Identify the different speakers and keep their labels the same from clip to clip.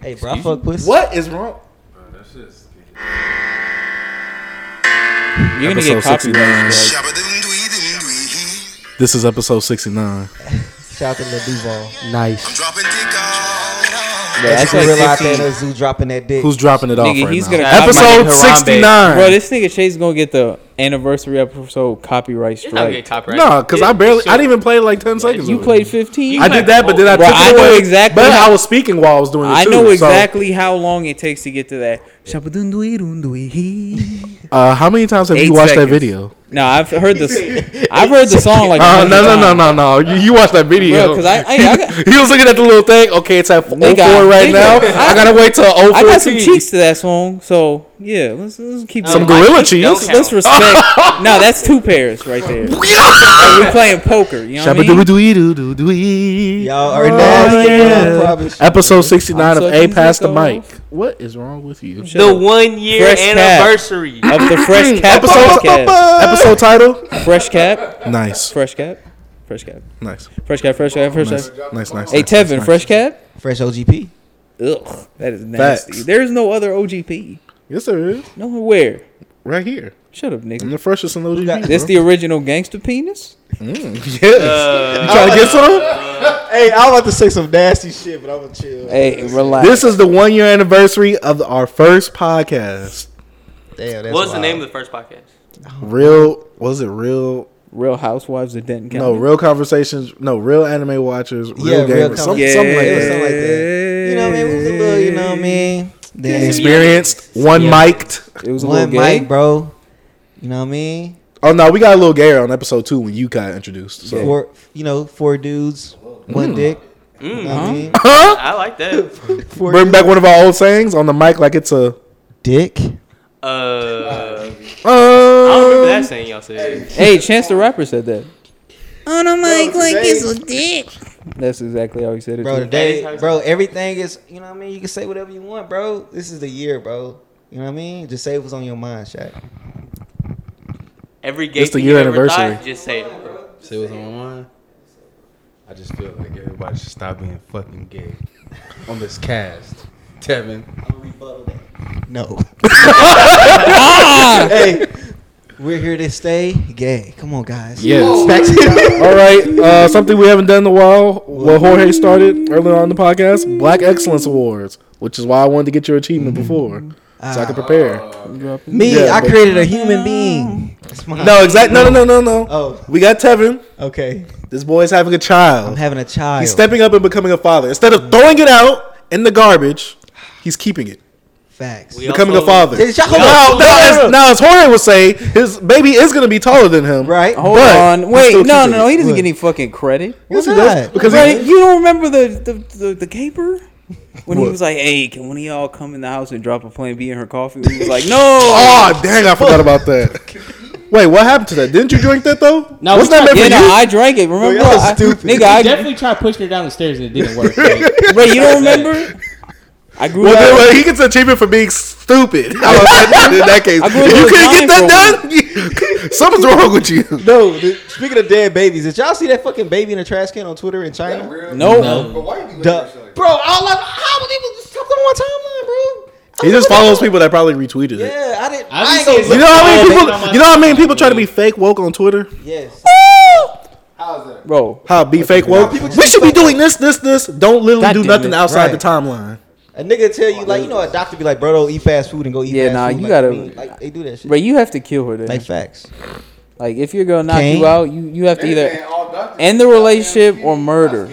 Speaker 1: Hey, bro, I fuck pussy.
Speaker 2: What is wrong?
Speaker 3: You're gonna get
Speaker 2: Episode 69.
Speaker 3: copyrighted. bro.
Speaker 2: This is episode 69.
Speaker 1: Shout out to Lil Duval.
Speaker 4: Nice.
Speaker 5: Dropping dick off.
Speaker 1: Yeah, that's what
Speaker 3: like
Speaker 1: real out
Speaker 3: 15.
Speaker 1: there. That's Zoo dropping that dick.
Speaker 2: Who's dropping it off
Speaker 3: Nigga,
Speaker 2: right
Speaker 3: he's
Speaker 2: now?
Speaker 3: gonna copy
Speaker 2: Episode
Speaker 3: my nigga
Speaker 6: Harambe.
Speaker 2: 69.
Speaker 3: Bro, this nigga Chase gonna get the anniversary episode copyright
Speaker 6: It's not gonna get
Speaker 3: strike.
Speaker 6: copyrighted.
Speaker 2: no, because I barely, I
Speaker 6: Sure.
Speaker 2: didn't even play like 10 seconds.
Speaker 3: You
Speaker 2: of it.
Speaker 3: played 15.
Speaker 2: I did that, but then I
Speaker 3: Bro,
Speaker 2: took
Speaker 3: I
Speaker 2: it
Speaker 3: know
Speaker 2: away.
Speaker 3: exactly
Speaker 2: But
Speaker 3: how-
Speaker 2: I was speaking while I was doing it.
Speaker 3: I
Speaker 2: too,
Speaker 3: know
Speaker 2: so,
Speaker 3: exactly how long it takes to get to that. Shabadunduirunduihi.
Speaker 2: uh, how many times have
Speaker 3: Eight
Speaker 2: you watched
Speaker 3: seconds.
Speaker 2: that video?
Speaker 3: no, I've heard this. I've heard the song like.
Speaker 2: Uh,
Speaker 3: a
Speaker 2: no, no,
Speaker 3: hundred
Speaker 2: no,
Speaker 3: times.
Speaker 2: no, no. You, you watched that video.
Speaker 3: Bro, 'cause I- I- I got-
Speaker 2: he was looking at the little thing. Okay, it's at 04
Speaker 3: Nigga,
Speaker 2: right
Speaker 3: nigga,
Speaker 2: now. I,
Speaker 3: I-
Speaker 2: gotta wait till 014.
Speaker 3: I got some cheeks to that song, so yeah. Let's, let's keep
Speaker 6: No,
Speaker 2: Some
Speaker 6: my
Speaker 3: going.
Speaker 2: gorilla
Speaker 6: cheeks
Speaker 2: cheese.
Speaker 6: Um, don't
Speaker 3: Let's,
Speaker 6: count.
Speaker 3: let's respect. no, that's two pairs right there. We're playing poker. You know what I mean?
Speaker 2: Shabba-doo-doo-doo-doo-doo.
Speaker 1: Y'all
Speaker 3: Oh,
Speaker 1: are nasty.
Speaker 2: yeah.
Speaker 1: Oh, Yeah. Probably should.
Speaker 2: Episode 69
Speaker 3: I'm
Speaker 2: of
Speaker 3: so
Speaker 2: A Past the Mic.
Speaker 3: confused.
Speaker 2: What is wrong with you?
Speaker 6: The one year
Speaker 3: Fresh cap.
Speaker 6: anniversary.
Speaker 3: Of the Fresh Cap podcast.
Speaker 2: Episode title?
Speaker 3: Fresh Cap.
Speaker 2: Nice.
Speaker 3: Fresh Cap. Fresh Cap.
Speaker 2: Nice.
Speaker 3: Fresh Cap. Fresh Cap. Fresh
Speaker 2: Nice,
Speaker 3: Cap.
Speaker 2: nice, nice.
Speaker 3: Hey,
Speaker 2: nice,
Speaker 3: Tevin.
Speaker 2: nice.
Speaker 3: Fresh Cap.
Speaker 1: Fresh OGP.
Speaker 3: Ugh, that is nasty.
Speaker 2: Facts.
Speaker 3: There's no other OGP.
Speaker 2: Yes, there is.
Speaker 3: No where.
Speaker 2: Right here.
Speaker 3: Shut up, nigga.
Speaker 2: I'm the freshest in OGP.
Speaker 1: got-
Speaker 2: bro. Mm,
Speaker 3: This the original gangster penis?
Speaker 2: Yes.
Speaker 6: Uh,
Speaker 2: you trying to get some?
Speaker 1: Hey, I was about to say some nasty shit, but I'm gonna chill.
Speaker 3: Hey, relax.
Speaker 2: This is the one year anniversary of our first podcast.
Speaker 1: Damn, that's
Speaker 6: what was the
Speaker 1: wild.
Speaker 6: name of the first podcast?
Speaker 2: Real, was it real?
Speaker 3: Real Housewives of Denton County.
Speaker 2: No, real conversations. No, real anime watchers. Real
Speaker 1: Yeah, real
Speaker 2: gamers. some,
Speaker 1: conver-
Speaker 2: something like
Speaker 1: Yeah,
Speaker 2: that.
Speaker 1: something like that. You know what I mean? We was a little, you know what I mean? Then
Speaker 2: Experienced, one
Speaker 6: Yeah.
Speaker 2: mic'd.
Speaker 3: It was a little
Speaker 1: one
Speaker 3: gay.
Speaker 1: mic, bro. You know what I mean?
Speaker 2: Oh no, we got a little gayer on episode two when you got introduced. So
Speaker 1: Four, you know, four dudes,
Speaker 3: Mm.
Speaker 1: one dick. You know what
Speaker 3: Mm-hmm.
Speaker 1: I mean?
Speaker 6: I like that.
Speaker 1: Four
Speaker 2: bring back one of our old sayings on the mic like it's a. um,
Speaker 1: dick.
Speaker 6: Uh,
Speaker 2: Uh, I
Speaker 6: I don't remember that saying y'all said.
Speaker 3: Hey, Chance the Rapper said that.
Speaker 7: On a mic like it's a dick.
Speaker 3: That's exactly how he said it.
Speaker 1: Bro,
Speaker 3: too.
Speaker 6: how
Speaker 1: today,
Speaker 6: it's-
Speaker 1: bro, everything is, you know what I mean? You can say whatever you want, bro. This is the year, bro. You know what I mean? Just say what's on your mind, Shaq.
Speaker 6: Every gay
Speaker 2: It's the
Speaker 6: thing
Speaker 2: year
Speaker 6: you ever
Speaker 2: anniversary.
Speaker 6: thought, just say it. bro.
Speaker 8: Say what's on my mind. I just feel like everybody should stop being fucking gay on this cast. Tevin,
Speaker 1: No. hey, we're here to stay gay. Come on, guys.
Speaker 2: Yes.
Speaker 1: Back to-
Speaker 2: All right. Uh, something we haven't done in a while. What Jorge started earlier on the podcast: Black Excellence Awards, which is why I wanted to get your achievement before, so I could prepare.
Speaker 1: Me,
Speaker 2: Yeah,
Speaker 1: I
Speaker 2: but-
Speaker 1: created a human being. That's my-
Speaker 2: no, exactly. No, no, no, no, no.
Speaker 1: Oh,
Speaker 2: We got Tevin.
Speaker 1: okay.
Speaker 2: This boy is having a
Speaker 1: I'm
Speaker 2: child.
Speaker 1: having a child.
Speaker 2: He's stepping up and becoming a father. Instead of throwing it out in the garbage, he's keeping it,
Speaker 1: Facts.
Speaker 6: We
Speaker 2: becoming a
Speaker 6: also-
Speaker 2: father.
Speaker 1: Did y'all-
Speaker 2: Now,
Speaker 1: hold on.
Speaker 2: now, as, now, as Jorge would say, his baby is going to be taller than him.
Speaker 1: Right?
Speaker 3: Hold
Speaker 2: But
Speaker 3: on.
Speaker 2: he's
Speaker 3: Wait,
Speaker 2: still
Speaker 3: no, no,
Speaker 2: keeping
Speaker 3: no. He
Speaker 2: it.
Speaker 3: doesn't
Speaker 1: Look.
Speaker 3: get any fucking credit.
Speaker 2: Yes, he
Speaker 1: Why
Speaker 2: does.
Speaker 1: not?
Speaker 2: Because he-
Speaker 3: Right? You don't remember the the, the, the caper? When he
Speaker 2: What?
Speaker 3: was like, hey, can one of y'all come in the house and drop a plain B in her coffee? He was like, no.
Speaker 2: Oh, dang, I forgot about that. Wait, what happened to that? Didn't you drink that, though?
Speaker 9: No,
Speaker 2: Wasn't
Speaker 9: we
Speaker 2: that meant
Speaker 3: Yeah,
Speaker 2: for
Speaker 3: no,
Speaker 2: you?
Speaker 3: I drank it. Remember,
Speaker 1: y'all
Speaker 3: I,
Speaker 1: stupid.
Speaker 3: nigga, I
Speaker 9: definitely tried pushing her down the stairs and it didn't work. Like,
Speaker 3: Bro, you don't remember? I grew
Speaker 2: Well, then,
Speaker 3: up.
Speaker 2: well, he gets an achievement for being stupid. I was like, in that case,
Speaker 3: I
Speaker 2: if
Speaker 3: grew up
Speaker 2: you
Speaker 3: with
Speaker 2: couldn't get
Speaker 3: Johnny
Speaker 2: that done, you- something's wrong with you.
Speaker 1: No, the, speaking of dead babies, did y'all see that fucking baby in a trash can on Twitter in China?
Speaker 3: No.
Speaker 1: Duh. Bro, all I, how was even just talking on my timeline, bro? I
Speaker 2: He
Speaker 1: was
Speaker 2: just
Speaker 1: looking
Speaker 2: follows
Speaker 1: at-
Speaker 2: people that probably retweeted it.
Speaker 1: Yeah, I didn't.
Speaker 9: I
Speaker 1: I, ain't
Speaker 9: be
Speaker 1: gonna
Speaker 9: seeing
Speaker 2: You know how many people?
Speaker 9: Yeah, they know my
Speaker 2: You know how many
Speaker 9: timeline.
Speaker 2: people try to be fake woke on Twitter?
Speaker 1: Yes.
Speaker 3: Bro,
Speaker 2: How be fake woke?
Speaker 1: People just
Speaker 2: We
Speaker 1: be
Speaker 2: should be
Speaker 1: fake
Speaker 2: doing this, this, this. Don't literally
Speaker 9: God
Speaker 2: do
Speaker 9: damn
Speaker 2: nothing
Speaker 9: it.
Speaker 2: outside
Speaker 1: Right.
Speaker 2: the timeline.
Speaker 1: A nigga tell you like you know a doctor be like, bro, don't eat fast food and go eat.
Speaker 3: Yeah,
Speaker 1: fast
Speaker 3: nah,
Speaker 1: food.
Speaker 3: you
Speaker 1: like,
Speaker 3: gotta-
Speaker 1: I mean, like they do that shit.
Speaker 3: bro, you have to kill her. Then.
Speaker 1: like
Speaker 3: Like,
Speaker 1: facts.
Speaker 3: if you're gonna knock
Speaker 1: Kane?
Speaker 3: you out, you, you have to either end the relationship or murder.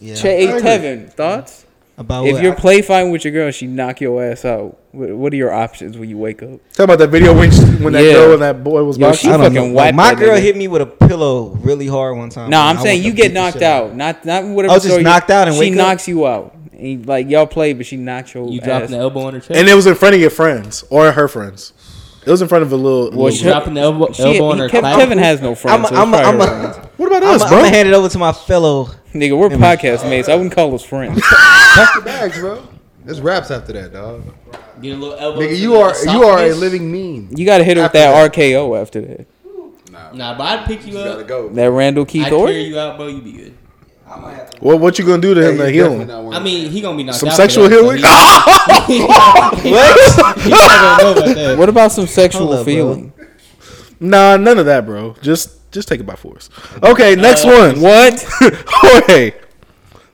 Speaker 1: Yeah.
Speaker 3: Che- hey, Tevin, thoughts?
Speaker 1: About
Speaker 3: If
Speaker 1: what?
Speaker 3: you're play fighting with your girl, and she knock your ass out. What, what are your options when you wake up?
Speaker 2: Talk about that video when she- when that
Speaker 3: Yeah.
Speaker 2: girl and that boy was
Speaker 3: Yo,
Speaker 2: boxing.
Speaker 3: she
Speaker 1: I don't
Speaker 3: fucking
Speaker 1: know. Like,
Speaker 3: wiped
Speaker 1: my
Speaker 3: that
Speaker 1: girl
Speaker 3: nigga.
Speaker 1: hit me with a pillow really hard one time.
Speaker 3: No,
Speaker 1: man.
Speaker 3: I'm
Speaker 1: I
Speaker 3: saying
Speaker 1: was
Speaker 3: you
Speaker 1: the
Speaker 3: get
Speaker 1: beat the
Speaker 3: knocked
Speaker 1: shit out
Speaker 3: out, not not whatever.
Speaker 1: Oh, just
Speaker 3: story you-
Speaker 1: knocked out and
Speaker 3: she
Speaker 1: wake up?
Speaker 3: knocks you out. And, like y'all play, but she knocks your
Speaker 9: you
Speaker 3: ass.
Speaker 9: dropping the elbow on her chest.
Speaker 2: and it was in front of your friends or her friends. It was in front of a little.
Speaker 3: Well,
Speaker 2: little
Speaker 9: you
Speaker 3: she-
Speaker 9: dropping the elbow,
Speaker 3: She-
Speaker 9: elbow on
Speaker 3: he-
Speaker 9: her
Speaker 3: Kev-
Speaker 9: thigh.
Speaker 3: Kevin has no friends.
Speaker 1: I'm
Speaker 3: so it's
Speaker 1: a, I'm a,
Speaker 3: probably
Speaker 1: I'm a,
Speaker 3: her friends.
Speaker 1: I'm
Speaker 2: what about
Speaker 1: a,
Speaker 2: us,
Speaker 1: I'm
Speaker 2: bro?
Speaker 1: a hand it over to my fellow.
Speaker 3: Nigga, we're podcast mates. I wouldn't call us friends.
Speaker 8: pack your bags, bro. There's raps after that, dog.
Speaker 9: Get a little elbow to
Speaker 8: Nigga,
Speaker 9: the
Speaker 8: you are
Speaker 9: socket.
Speaker 8: you are a living meme.
Speaker 3: You gotta hit her with
Speaker 8: After
Speaker 3: that
Speaker 8: that.
Speaker 3: RKO after that.
Speaker 9: Nah, but I'd pick you
Speaker 8: You gotta
Speaker 9: up.
Speaker 8: go.
Speaker 3: That Randall
Speaker 9: I
Speaker 3: Keith
Speaker 9: carry
Speaker 3: Orton.
Speaker 9: you out, bro. You be good.
Speaker 1: I might have to.
Speaker 2: What what you gonna do to him to
Speaker 8: Hey,
Speaker 2: heal
Speaker 8: definitely
Speaker 2: him?
Speaker 8: not one
Speaker 9: I
Speaker 8: of
Speaker 9: mean, he gonna be knocked
Speaker 2: Some
Speaker 9: out.
Speaker 2: sexual healing?
Speaker 9: what? He not gonna know about that.
Speaker 3: What about some sexual
Speaker 1: Hold up, bro.
Speaker 3: feeling?
Speaker 2: Nah, none of that, bro. Just just take it by force. Okay, next one.
Speaker 3: What?
Speaker 2: Jorge,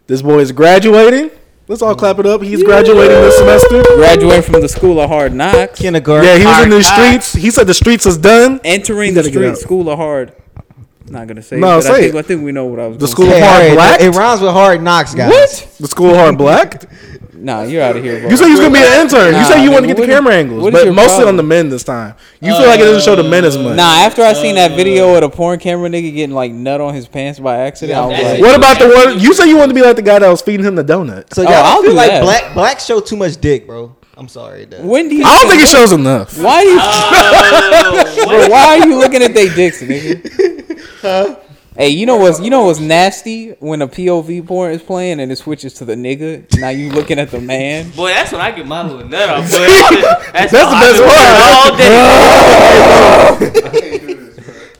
Speaker 2: this boy is graduating. Let's all clap it up. He's graduating this semester.
Speaker 3: Graduating from the school of hard knocks,
Speaker 1: Kindergarten.
Speaker 2: Yeah, he was in the
Speaker 6: Alright,
Speaker 2: streets. He said the streets is done.
Speaker 3: entering
Speaker 2: You
Speaker 3: the
Speaker 2: gotta get
Speaker 3: street
Speaker 2: out.
Speaker 3: school of hard. Not gonna say.
Speaker 2: No,
Speaker 3: it, but I
Speaker 2: say
Speaker 3: think,
Speaker 2: it.
Speaker 3: I think we know what I was.
Speaker 2: The
Speaker 3: gonna
Speaker 2: school
Speaker 3: say.
Speaker 2: of hard black.
Speaker 1: It rhymes with hard knocks, guys.
Speaker 3: What?
Speaker 2: The school of hard black.
Speaker 3: Nah, you're out of here, bro.
Speaker 2: You said you was gonna be an intern.
Speaker 3: Nah,
Speaker 2: you said you want
Speaker 3: nigga,
Speaker 2: to get the
Speaker 3: what is-
Speaker 2: camera angles,
Speaker 3: what is
Speaker 2: but
Speaker 3: your
Speaker 2: mostly
Speaker 3: problem?
Speaker 2: on the men this time. You feel like it doesn't show the men as much.
Speaker 3: Nah, after I seen that
Speaker 9: Uh,
Speaker 3: video of the porn camera nigga getting like nut on his pants by accident, I was
Speaker 9: that's
Speaker 3: like,
Speaker 9: it.
Speaker 2: What about the one? You said you wanted to be like the guy that was feeding him the donut.
Speaker 1: So
Speaker 3: Oh,
Speaker 1: y'all
Speaker 3: I'll
Speaker 1: I feel
Speaker 3: do
Speaker 1: like
Speaker 3: that.
Speaker 1: black black show too much dick, bro. I'm sorry. it does.
Speaker 3: when do you?
Speaker 2: I don't think it shows enough.
Speaker 3: Why do you? Bro, why are you looking at they dicks, nigga? Hey, you know what's you know what's nasty when a POV porn is playing and it switches to the nigga. Now you looking at the man.
Speaker 6: Boy, that's when I get my little nut off. Boy. That's,
Speaker 2: That's the
Speaker 6: all I've
Speaker 2: best
Speaker 6: been
Speaker 2: part.
Speaker 6: doing All day.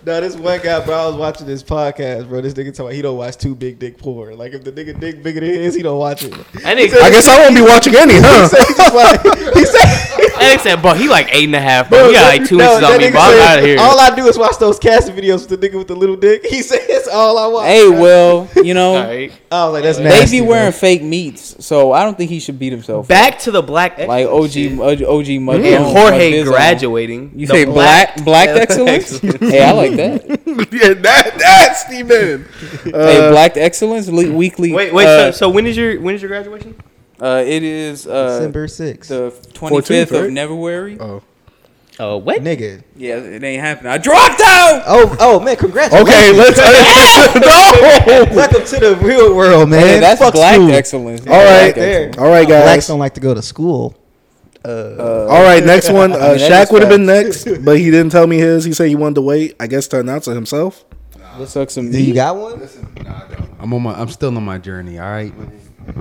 Speaker 1: No, this one guy, bro. I was watching this podcast, bro. This nigga talking about he don't watch too big dick porn. Like if the nigga dick bigger than his, he don't watch it.
Speaker 6: That nigga,
Speaker 2: I guess I won't be watching any, huh?
Speaker 1: So he just like he said,
Speaker 6: that nigga said, bro, he like eight and a half, bro. he got like two
Speaker 1: no,
Speaker 6: inches on
Speaker 1: that
Speaker 6: me,
Speaker 1: nigga
Speaker 6: bro. I'm
Speaker 1: said,
Speaker 6: out of here.
Speaker 1: All I do is watch those casting videos with the nigga with the little dick. He said it's all I watch.
Speaker 3: Hey, well, you
Speaker 6: All
Speaker 3: know
Speaker 6: right.
Speaker 1: I was like, that's
Speaker 3: they
Speaker 1: nasty.
Speaker 3: be wearing fake meats, so I don't think he should beat himself.
Speaker 6: Back to the black.
Speaker 3: Like
Speaker 2: oh,
Speaker 3: OG, OG, OG Mud.
Speaker 2: Mm.
Speaker 6: and
Speaker 3: Jones,
Speaker 6: Jorge
Speaker 3: Mud Bizzle.
Speaker 6: graduating.
Speaker 3: You
Speaker 6: the
Speaker 3: say black, black excellence? hey, I like that.
Speaker 2: yeah, that that's the man. Uh,
Speaker 3: hey, black excellence le- weekly.
Speaker 6: Wait, wait.
Speaker 3: Uh,
Speaker 6: so, so when is your when is your graduation?
Speaker 3: uh, it is uh,
Speaker 1: December 6th.
Speaker 3: the twenty fifth of
Speaker 2: right?
Speaker 3: February.
Speaker 2: Oh,
Speaker 6: Uh, what?
Speaker 1: nigga.
Speaker 3: Yeah, it ain't happening. I dropped out.
Speaker 1: Oh, oh man, congrats.
Speaker 2: okay. Let's no.
Speaker 1: Welcome to the real world, man.
Speaker 3: Hey, that's
Speaker 1: Fuck
Speaker 3: black
Speaker 1: school.
Speaker 3: excellence.
Speaker 2: All right,
Speaker 3: Black excellence.
Speaker 2: all right,
Speaker 1: Blacks
Speaker 2: guys.
Speaker 1: don't like to go to school.
Speaker 2: All right, next one. Uh,
Speaker 3: mean, that
Speaker 2: Shaq
Speaker 3: is
Speaker 2: would have been next, but he didn't tell me his. He said he wanted to wait. I guess to announce it himself.
Speaker 3: Let's suck some
Speaker 1: Do you
Speaker 3: meat.
Speaker 1: got one?
Speaker 8: I'm on my. I'm still on my journey. All right.
Speaker 2: All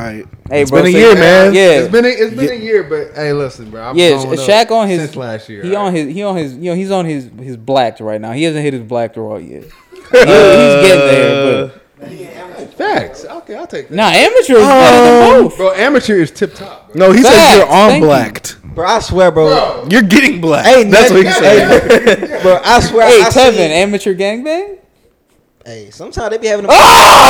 Speaker 2: right.
Speaker 3: Hey,
Speaker 2: It's
Speaker 3: bro,
Speaker 2: been a
Speaker 3: so-
Speaker 2: year, man.
Speaker 3: Yeah,
Speaker 8: It's been a, it's been a year, but hey, listen, bro. I'm
Speaker 3: yeah.
Speaker 8: growing
Speaker 3: Sha-
Speaker 8: up
Speaker 3: Shaq on his
Speaker 8: since last year.
Speaker 3: He
Speaker 8: all
Speaker 3: on
Speaker 8: right?
Speaker 3: his. He on his. You know, he's on his his blacked right now. He hasn't hit his black throw yet. He- he's getting there, but
Speaker 8: facts. Okay, I'll take that.
Speaker 3: nah, amateur is better than both.
Speaker 8: Bro, amateur is tip top. Bro.
Speaker 2: No, he
Speaker 3: Facts.
Speaker 2: said you're on
Speaker 3: Thank you.
Speaker 2: blacked.
Speaker 1: Bro, I swear, bro.
Speaker 2: You're getting black.
Speaker 1: Hey,
Speaker 2: that's what he
Speaker 1: nigga,
Speaker 2: said.
Speaker 1: hey, bro, I swear.
Speaker 3: Hey,
Speaker 1: I
Speaker 3: Tevin, eh.
Speaker 1: seen-
Speaker 3: amateur gangbang.
Speaker 1: Hey, sometimes they be having. A-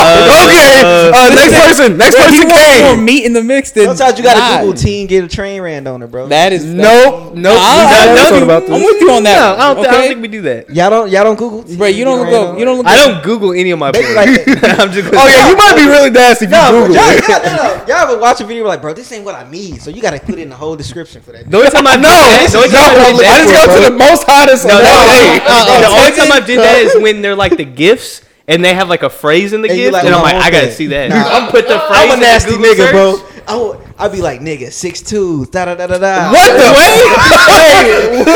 Speaker 2: okay. Uh, next person. Next
Speaker 3: Bro, he
Speaker 2: person
Speaker 3: wants more
Speaker 2: came.
Speaker 3: meat in the mix than
Speaker 1: sometimes you got
Speaker 3: not.
Speaker 1: to Google team get a train ran on it, bro.
Speaker 3: That is
Speaker 2: Nope. Nope. we
Speaker 3: I-
Speaker 2: got
Speaker 3: I
Speaker 2: an
Speaker 3: know
Speaker 2: episode
Speaker 3: you-
Speaker 2: about
Speaker 3: I'm
Speaker 2: this.
Speaker 3: with you on that.
Speaker 6: No, I don't,
Speaker 3: one,
Speaker 6: thi- I don't
Speaker 3: okay?
Speaker 6: think we do that.
Speaker 1: y'all don't y'all don't Google. Team
Speaker 3: Bro, you don't
Speaker 1: get
Speaker 3: look
Speaker 1: ran
Speaker 3: up.
Speaker 1: on
Speaker 3: You
Speaker 1: it?
Speaker 3: don't look
Speaker 6: I
Speaker 3: up.
Speaker 6: don't Google any of my
Speaker 1: They
Speaker 6: porn.
Speaker 1: like
Speaker 6: I'm just.
Speaker 2: Oh yeah, you might be really nasty if you
Speaker 1: No,
Speaker 2: Google
Speaker 1: y'all,
Speaker 2: it.
Speaker 1: y'all, no, no. y'all ever watch a video like, bro, this ain't what I need. So you got to put in the whole description for that.
Speaker 6: The only time I
Speaker 2: No,
Speaker 6: did that, the only time I
Speaker 2: no,
Speaker 6: did that
Speaker 2: I just
Speaker 6: was-
Speaker 2: go to the most hottest.
Speaker 6: No,
Speaker 2: No,
Speaker 6: no,
Speaker 2: hey, Uh,
Speaker 6: the only time I did that is when they're like the gifts and they have like a phrase in the
Speaker 1: And you
Speaker 6: gift,
Speaker 1: like,
Speaker 6: and
Speaker 2: "Oh,
Speaker 6: I'm like,
Speaker 1: well, I
Speaker 6: I
Speaker 1: want
Speaker 6: gotta
Speaker 1: that.
Speaker 6: see that.
Speaker 1: Nah,
Speaker 6: I'm put the phrase.
Speaker 1: I'm
Speaker 6: in
Speaker 1: a
Speaker 6: the
Speaker 1: nasty
Speaker 6: Google
Speaker 1: nigga,
Speaker 6: search.
Speaker 1: bro. I would, I'd be like, nigga, six two, da da da da da.
Speaker 2: What the okay, look.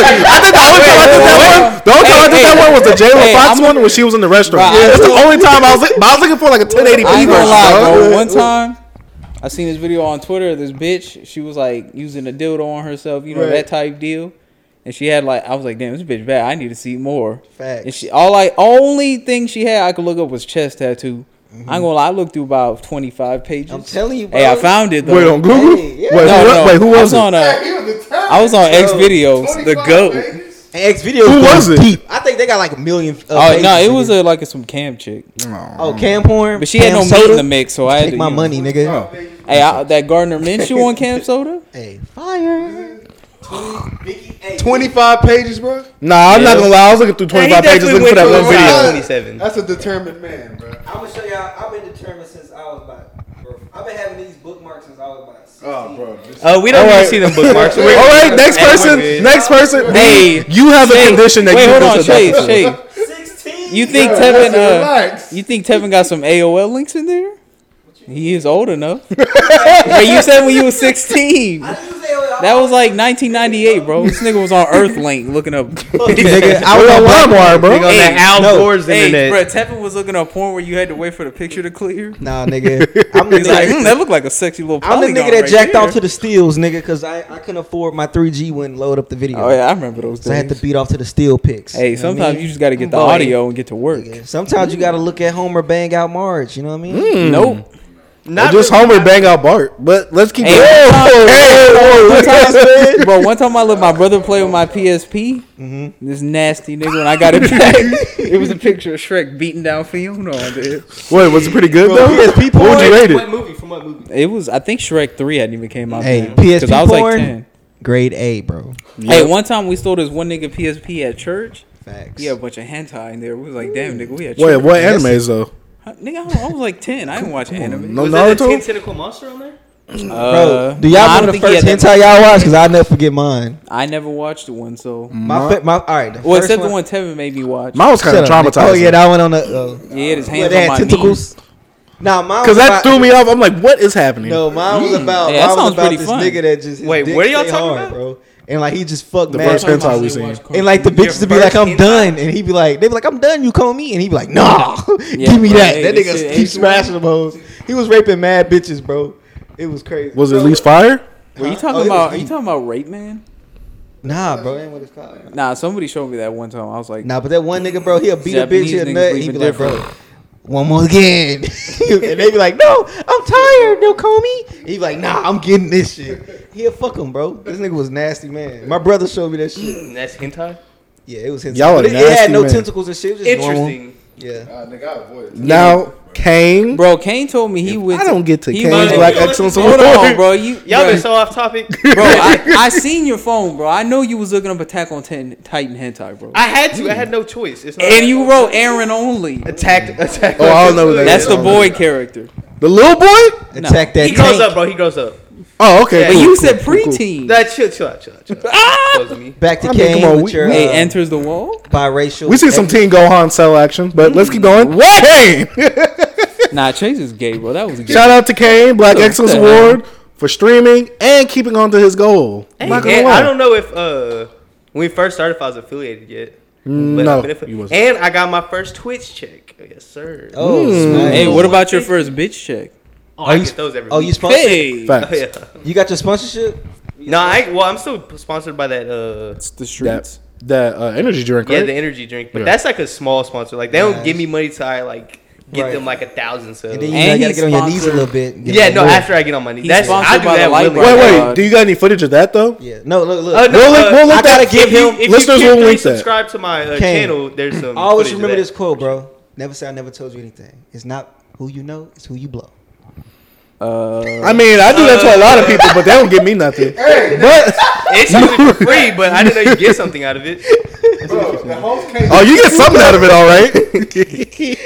Speaker 2: I think the only time I did that one, the only time I did that one was the Jayla
Speaker 3: Hey,
Speaker 2: Fox
Speaker 3: I'm-
Speaker 2: one when she was in the restaurant.
Speaker 3: Bro, I-
Speaker 2: That's the only time I was. Li- but I was looking for like a 1080p
Speaker 3: I ain't
Speaker 2: version.
Speaker 3: gonna lie,
Speaker 2: bro.
Speaker 3: bro. One time, I seen this video on Twitter. of This bitch, she was like using a dildo on herself, you know that type deal. And she had like, I was like, damn, this bitch bad. I need to see more.
Speaker 1: Facts.
Speaker 3: And she all I only thing she had I could look up was chest tattoo. I'm gonna lie, I looked through about 25 pages.
Speaker 1: Mm-hmm. I'm telling you, bro.
Speaker 3: hey, I found it though.
Speaker 2: Wait on Google.
Speaker 1: Hey, yeah.
Speaker 2: Wait,
Speaker 3: No,
Speaker 2: who,
Speaker 3: no,
Speaker 2: wait, who was,
Speaker 3: I was on
Speaker 2: it?
Speaker 3: a, I was on X videos, the goat.
Speaker 1: X videos.
Speaker 2: Who was it?
Speaker 1: I think they got like a million. Uh,
Speaker 3: Oh no,
Speaker 1: pages
Speaker 3: it was
Speaker 1: in
Speaker 3: a, like a, some cam chick,
Speaker 1: Oh, cam porn.
Speaker 3: but she had
Speaker 1: cam
Speaker 3: no meat
Speaker 1: soda.
Speaker 3: in the mix, so I had
Speaker 1: Take
Speaker 3: to,
Speaker 1: my
Speaker 3: you know.
Speaker 1: money, nigga.
Speaker 8: Oh.
Speaker 3: Hey, I, that Gardner Minshew on cam soda.
Speaker 1: Hey, fire.
Speaker 8: Twenty five pages, bro.
Speaker 2: Nah, I'm not gonna lie. I was looking through 25 pages looking for that one
Speaker 8: to
Speaker 2: video.
Speaker 8: a-
Speaker 6: Twenty-seven.
Speaker 8: That's a determined man, bro.
Speaker 1: I'm gonna show y'all. I've been determined since I was about. Bro, I've been having these bookmarks since I was about. 16.
Speaker 8: Oh, bro.
Speaker 6: Oh, we don't
Speaker 2: All
Speaker 6: need
Speaker 2: right.
Speaker 6: to see them bookmarks.
Speaker 2: All right, next
Speaker 6: Hey, we're
Speaker 2: person.
Speaker 6: good.
Speaker 2: Next person.
Speaker 3: Hey,
Speaker 2: you have a condition that
Speaker 3: Wait,
Speaker 2: you
Speaker 3: hold
Speaker 2: just
Speaker 3: on, Shay,
Speaker 2: adopted.
Speaker 3: Shay. You think
Speaker 8: Yeah,
Speaker 3: Tevin?
Speaker 8: that's a
Speaker 3: Uh,
Speaker 8: relax.
Speaker 3: you think Tevin got some AOL links in there? He is old enough. But you said when you were sixteen.
Speaker 1: I didn't use AOL. I
Speaker 3: That was like 1998, bro. This nigga was on Earthlink looking up.
Speaker 1: nigga, I
Speaker 2: I
Speaker 1: was on
Speaker 2: was on LimeWire,
Speaker 9: They go
Speaker 2: bro.
Speaker 9: to
Speaker 3: Hey,
Speaker 9: Al
Speaker 1: no.
Speaker 9: Gore's
Speaker 3: hey,
Speaker 9: internet.
Speaker 3: bro, Tevin was looking up porn where you had to wait for the picture to clear.
Speaker 1: Nah, nigga. I'm the
Speaker 3: He's like,
Speaker 1: nigga.
Speaker 3: hmm, that looked like a sexy little.
Speaker 1: I'm the
Speaker 3: polygon
Speaker 1: nigga that
Speaker 3: right
Speaker 1: jacked
Speaker 3: there.
Speaker 1: off to the steals, nigga, because I, I couldn't afford my 3G wouldn't load up the video.
Speaker 3: Oh yeah, I remember those
Speaker 1: So I had to
Speaker 3: days.
Speaker 1: beat off to the steel picks.
Speaker 3: Hey,
Speaker 1: know what I
Speaker 3: sometimes
Speaker 1: mean?
Speaker 3: you just got to get the
Speaker 1: Boy.
Speaker 3: audio and get to work.
Speaker 1: Sometimes you got to look at Homer bang out Marge. You know what I mean?
Speaker 3: Mm. Nope.
Speaker 2: Or Just Homer bang out Bart. But let's keep
Speaker 3: Hey,
Speaker 2: going.
Speaker 3: one time- one time- bro, one time I let my brother play with my PSP.
Speaker 1: Mm-hmm.
Speaker 3: This nasty nigga, and I got it back. it was a picture of Shrek beating down Fiona. on it.
Speaker 2: Wait, was it pretty good though?
Speaker 1: PSP
Speaker 2: What would you rate
Speaker 10: What
Speaker 2: it?
Speaker 10: movie? From what movie?
Speaker 3: It was, I think Shrek Three hadn't even came out.
Speaker 1: Hey,
Speaker 3: then,
Speaker 1: PSP
Speaker 3: I was like
Speaker 1: porn?
Speaker 3: 10.
Speaker 1: Grade A, bro.
Speaker 3: Hey, one time we stole this one nigga PSP at church.
Speaker 1: Facts.
Speaker 3: He had a bunch of hentai in there. We was like, damn, nigga, we had
Speaker 2: Wait,
Speaker 3: church.
Speaker 2: what animes though?
Speaker 3: Huh, Nigga, I was- I was like 10. I didn't watch anime.
Speaker 2: No
Speaker 10: Was that the Ten
Speaker 2: Oh, Naruto.
Speaker 10: Tentacle Monster on there?
Speaker 1: bro,
Speaker 3: Uh,
Speaker 1: do y'all
Speaker 3: nah, I
Speaker 1: remember
Speaker 3: don't
Speaker 1: the
Speaker 3: think he
Speaker 1: first
Speaker 3: had that
Speaker 1: hentai y'all watched? Because I'll never forget mine.
Speaker 3: much- I never watched the one, so.
Speaker 1: My, fa- my all right. The
Speaker 3: Well,
Speaker 1: Mm. first
Speaker 3: except the one Tevin made me watch.
Speaker 2: Mine was kind of
Speaker 1: Shut up, nigga.
Speaker 2: traumatized.
Speaker 1: Oh yeah, that one on the. Uh,
Speaker 3: yeah, his
Speaker 1: where
Speaker 3: hands
Speaker 1: they
Speaker 3: on
Speaker 1: had
Speaker 3: my
Speaker 1: tentacles. Nah, mine
Speaker 2: Because
Speaker 1: was
Speaker 2: that
Speaker 1: about-
Speaker 2: threw me off. I'm like, what is happening?
Speaker 1: No, mine was about.
Speaker 3: Mm. Yeah, that
Speaker 1: mine was
Speaker 3: sounds
Speaker 1: about
Speaker 3: pretty
Speaker 1: this
Speaker 3: fun.
Speaker 1: nigga that just his
Speaker 9: Wait,
Speaker 1: dick
Speaker 9: what are y'all
Speaker 1: stay
Speaker 9: talking
Speaker 1: hard,
Speaker 9: about?
Speaker 1: bro? And like he just fucked
Speaker 2: the
Speaker 1: mad
Speaker 2: first
Speaker 1: people.
Speaker 2: hentai we seen.
Speaker 1: And like the bitches would be like,
Speaker 9: first
Speaker 1: I'm
Speaker 9: hentai?
Speaker 1: done, and he'd be like, they be like, I'm done. You call me, and he'd be like, Nah, give me
Speaker 3: bro,
Speaker 1: that.
Speaker 3: hey,
Speaker 1: that
Speaker 3: this
Speaker 1: nigga
Speaker 3: shit
Speaker 1: keep
Speaker 3: ain't
Speaker 1: smashing them hoes. He was raping mad bitches, bro. It was crazy.
Speaker 2: Was it
Speaker 1: Bro,
Speaker 2: at least fire?
Speaker 3: Were you
Speaker 1: Huh?
Speaker 3: talking
Speaker 1: Oh, it
Speaker 3: about?
Speaker 1: was
Speaker 3: Are you
Speaker 1: deep.
Speaker 3: talking about rape man?
Speaker 1: Nah, bro, that ain't what it's called.
Speaker 3: Nah, somebody showed me that one time. I was like,
Speaker 1: Nah, but that one nigga, bro, he'll beat
Speaker 3: Japanese
Speaker 1: a bitch, he'll
Speaker 3: niggas
Speaker 1: nut, and
Speaker 3: leave
Speaker 1: he'd
Speaker 3: it
Speaker 1: be like, bro,
Speaker 3: different.
Speaker 1: one more again. and they be like, no, I'm tired, no Comey. He'd be like, nah, I'm getting this shit. He'll fuck him, bro. This nigga was nasty, man. My brother showed me that shit.
Speaker 9: And That's hentai.
Speaker 1: Yeah, it was his.
Speaker 2: Y'all a
Speaker 1: but it, it had
Speaker 2: nasty
Speaker 1: no
Speaker 2: man.
Speaker 1: tentacles and shit. It was just normal.
Speaker 9: Interesting.
Speaker 1: Yeah.
Speaker 3: Uh,
Speaker 2: Now, Kane.
Speaker 3: bro, Kane told me he went.
Speaker 2: I don't get to
Speaker 3: he
Speaker 2: Kane's
Speaker 3: went-
Speaker 2: Black
Speaker 9: you don't
Speaker 2: Excellence
Speaker 3: Hold
Speaker 2: Award.
Speaker 3: on, bro. You
Speaker 9: Y'all
Speaker 3: bro,
Speaker 9: been so off topic.
Speaker 3: bro, I, I seen your phone, bro. I know you was looking up Attack on Titan, Titan hentai, bro.
Speaker 9: I had to. I had no choice. It's not
Speaker 3: and you wrote Aaron only.
Speaker 9: attacked. Attacked.
Speaker 2: Oh, I don't know who that
Speaker 3: That's the
Speaker 2: Oh,
Speaker 3: boy character.
Speaker 2: The little boy?
Speaker 1: Attack that
Speaker 9: He grows
Speaker 1: tank.
Speaker 9: up, bro. He grows up.
Speaker 2: Oh, okay.
Speaker 3: But
Speaker 2: cool,
Speaker 3: you
Speaker 2: cool,
Speaker 3: said
Speaker 2: cool, cool.
Speaker 3: preteen.
Speaker 9: That chill, chill out, chill out, chill out. Close to me.
Speaker 1: Back to
Speaker 2: I mean,
Speaker 1: Kane
Speaker 2: come on,
Speaker 1: with
Speaker 2: we-
Speaker 1: your
Speaker 2: we-
Speaker 3: Hey,
Speaker 1: uh,
Speaker 3: enters the wall.
Speaker 1: biracial.
Speaker 2: We see some Teen Gohan cell action, but let's keep going. Kane!
Speaker 3: Nah, Chase is gay, bro. That was gay.
Speaker 2: Shout out to Kane, Black
Speaker 3: What the
Speaker 2: Excellence
Speaker 3: hell?
Speaker 2: Award, for streaming and keeping on to his goal. I'm not gonna
Speaker 9: And
Speaker 2: lie.
Speaker 9: I don't know if uh, when we first started, if I was affiliated yet. But
Speaker 2: no,
Speaker 9: I've been affi-
Speaker 2: you wasn't.
Speaker 9: and I got my first Twitch check. Yes, sir. Oh,
Speaker 1: Oh, smack.
Speaker 3: Hey, what about your first bitch check?
Speaker 9: I get those every
Speaker 1: Oh, you
Speaker 9: week.
Speaker 1: sponsored?
Speaker 3: Hey,
Speaker 9: Oh,
Speaker 2: Facts.
Speaker 9: yeah.
Speaker 1: You got your sponsorship?
Speaker 9: No, I well, I'm still sponsored by that. Uh,
Speaker 3: it's the
Speaker 2: That,
Speaker 3: streets.
Speaker 2: that uh, energy drink,
Speaker 9: yeah,
Speaker 2: right?
Speaker 9: the energy drink, but
Speaker 2: Yeah.
Speaker 9: that's like a small sponsor. Like they
Speaker 1: Nice.
Speaker 9: don't give me money till I like get
Speaker 1: Right.
Speaker 9: them like a thousand. So
Speaker 1: And then you
Speaker 3: And
Speaker 1: gotta
Speaker 3: he's
Speaker 1: get on your knees a
Speaker 3: sponsored.
Speaker 1: little bit. and get
Speaker 9: yeah,
Speaker 1: on
Speaker 9: no,
Speaker 1: the wall.
Speaker 9: after I get on my knees,
Speaker 3: He's
Speaker 9: that's I
Speaker 3: sponsored
Speaker 9: do
Speaker 3: by the
Speaker 9: that
Speaker 3: Light
Speaker 9: willingly.
Speaker 3: Bright.
Speaker 2: wait, wait.
Speaker 3: Uh,
Speaker 2: Do you got any footage of that, though?
Speaker 1: Yeah. No, look, look.
Speaker 9: Uh, no,
Speaker 2: We'll look- we'll look
Speaker 9: I
Speaker 2: that-
Speaker 9: gotta give
Speaker 2: if you-
Speaker 9: him. If
Speaker 2: listeners
Speaker 9: you click
Speaker 2: will
Speaker 9: three,
Speaker 2: link that.
Speaker 9: subscribe to my uh,
Speaker 1: Kane.
Speaker 9: channel. There's some.
Speaker 1: I always
Speaker 9: footage of
Speaker 1: remember
Speaker 9: that.
Speaker 1: this quote, bro. Never say I never told you anything. It's not who you know, it's who you blow.
Speaker 3: Uh,
Speaker 2: I mean, I do that to a lot of people, but they don't give me nothing. but
Speaker 9: It's usually for free, but I didn't know you get something out of it.
Speaker 2: oh, you get something out of it, all right?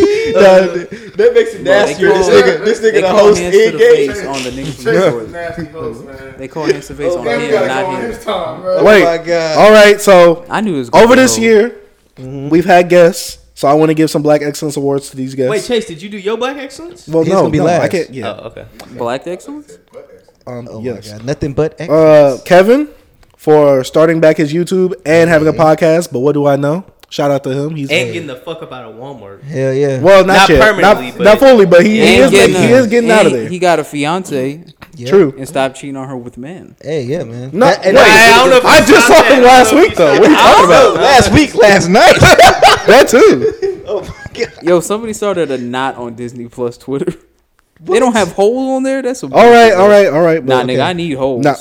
Speaker 1: that makes it nastier.
Speaker 3: Bro,
Speaker 1: This
Speaker 3: they
Speaker 1: nigga, this nigga
Speaker 3: they
Speaker 1: the
Speaker 3: call
Speaker 1: host
Speaker 3: hands to the
Speaker 1: in game.
Speaker 3: face on the nigga from Florida. They call hands to the face on him, not him.
Speaker 1: Oh
Speaker 2: Wait.
Speaker 1: my God.
Speaker 2: All right, so
Speaker 3: I knew it was gonna
Speaker 2: over this
Speaker 3: go.
Speaker 2: year, we've had guests, so I want to give some Black Excellence Awards to these guests.
Speaker 9: Wait, Chase, did you do your black excellence?
Speaker 2: well,
Speaker 1: He's
Speaker 2: no,
Speaker 1: gonna be
Speaker 2: no, I
Speaker 1: last.
Speaker 2: can't. Yeah,
Speaker 9: Oh, okay.
Speaker 3: Black excellence.
Speaker 2: um,
Speaker 1: Oh
Speaker 2: yes.
Speaker 1: my God. Nothing but
Speaker 9: Oh.
Speaker 1: X.
Speaker 2: Uh, Kevin for starting back his YouTube and having a podcast. But what do I know? Shout out to him. He's
Speaker 9: And getting the fuck up out of Walmart.
Speaker 1: Hell yeah.
Speaker 2: well, not,
Speaker 9: Not
Speaker 2: yet,
Speaker 9: permanently,
Speaker 2: not,
Speaker 9: but-
Speaker 2: not fully, but he, he
Speaker 3: And
Speaker 2: is getting, he
Speaker 3: a-
Speaker 2: is getting out of
Speaker 3: and
Speaker 2: there.
Speaker 3: He got a fiance
Speaker 1: Yeah.
Speaker 2: True.
Speaker 3: and stopped cheating on her with men.
Speaker 1: Hey, yeah, man.
Speaker 2: No,
Speaker 1: That- and
Speaker 2: wait,
Speaker 1: that-
Speaker 9: I don't know if
Speaker 2: I
Speaker 9: you
Speaker 2: just
Speaker 9: stopped
Speaker 2: saw him
Speaker 9: that. I
Speaker 2: last
Speaker 9: don't know if
Speaker 2: week,
Speaker 9: you
Speaker 2: though.
Speaker 9: stopped
Speaker 2: What are you talking
Speaker 1: Oh,
Speaker 2: about?
Speaker 1: last week, last night.
Speaker 2: That too.
Speaker 1: oh my God.
Speaker 3: Yo, somebody started a knot on Disney Plus Twitter. They don't have holes on there. That's a
Speaker 2: All right, all right, all right.
Speaker 3: Nah,
Speaker 2: but okay.
Speaker 3: nigga, I need holes.
Speaker 2: Nah.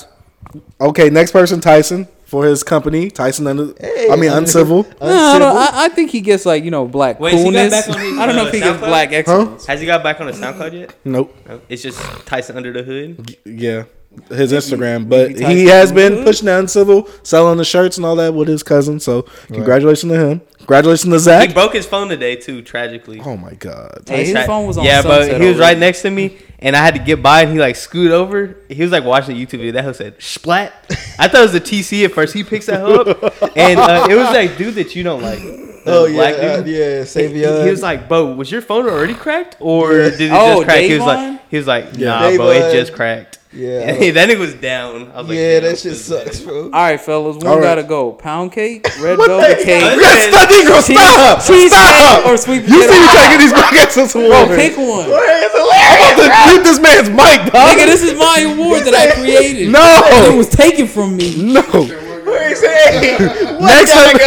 Speaker 2: Okay, next person, Tyson for his company, Tyson. Under, I mean, Uncivil.
Speaker 3: Nah, I, don't- I- I think he gets like you know black
Speaker 9: Wait, is he
Speaker 3: coolness.
Speaker 9: back on his,
Speaker 3: I don't know
Speaker 9: uh,
Speaker 3: if he gets
Speaker 9: SoundCloud?
Speaker 3: black excellence.
Speaker 9: Has he got back on the SoundCloud yet?
Speaker 2: Nope.
Speaker 9: No. It's just Tyson under the hood.
Speaker 2: Yeah, his Instagram, but
Speaker 3: Tyson Mm-hmm.
Speaker 2: he has been
Speaker 3: Good.
Speaker 2: pushing down Civil, selling the shirts and all that with his cousin. So congratulations to him. Congratulations to
Speaker 9: He
Speaker 2: Zach.
Speaker 9: broke his phone today too, tragically.
Speaker 2: Oh my God.
Speaker 3: Hey, his
Speaker 9: Tra-
Speaker 3: phone was on.
Speaker 9: Yeah, but he
Speaker 3: sunset
Speaker 9: was right
Speaker 3: already.
Speaker 9: next to me, and I had to get by, and he like scooted over. He was like watching a YouTube video. That hoe said splat. I thought it was the TC at first. He picks that hoe up, and uh, it was like dude that you don't like. The
Speaker 1: Oh yeah,
Speaker 9: black
Speaker 1: uh,
Speaker 9: dude.
Speaker 1: yeah.
Speaker 9: He,
Speaker 1: Save
Speaker 9: he, he was like, "Bo, was your phone already cracked, or did it just
Speaker 3: Oh,
Speaker 9: crack?" He was
Speaker 3: Davon?
Speaker 9: like, "He was like, nah,
Speaker 1: Yeah.
Speaker 9: bro, it
Speaker 1: Davon.
Speaker 9: just cracked."
Speaker 1: Yeah.
Speaker 6: that nigga was down. I was like,
Speaker 1: yeah,
Speaker 6: damn,
Speaker 1: that shit
Speaker 6: this is
Speaker 1: sucks, bro.
Speaker 3: All right, fellas, we
Speaker 2: All right.
Speaker 3: gotta go. Pound cake, red
Speaker 2: What
Speaker 3: velvet
Speaker 2: the-
Speaker 3: cake,
Speaker 6: Let's
Speaker 2: Yes, that nigga, stop!
Speaker 3: cheesecake,
Speaker 2: Stop!
Speaker 3: or sweet
Speaker 2: You see
Speaker 3: potato
Speaker 2: me
Speaker 3: pie.
Speaker 2: trying to get these black ass
Speaker 3: Bro,
Speaker 2: awards.
Speaker 3: pick one.
Speaker 2: I'm about to get this man's mic, dog.
Speaker 3: Nigga, this is my award that I created.
Speaker 2: No.
Speaker 3: It was taken from me.
Speaker 2: No. Next time,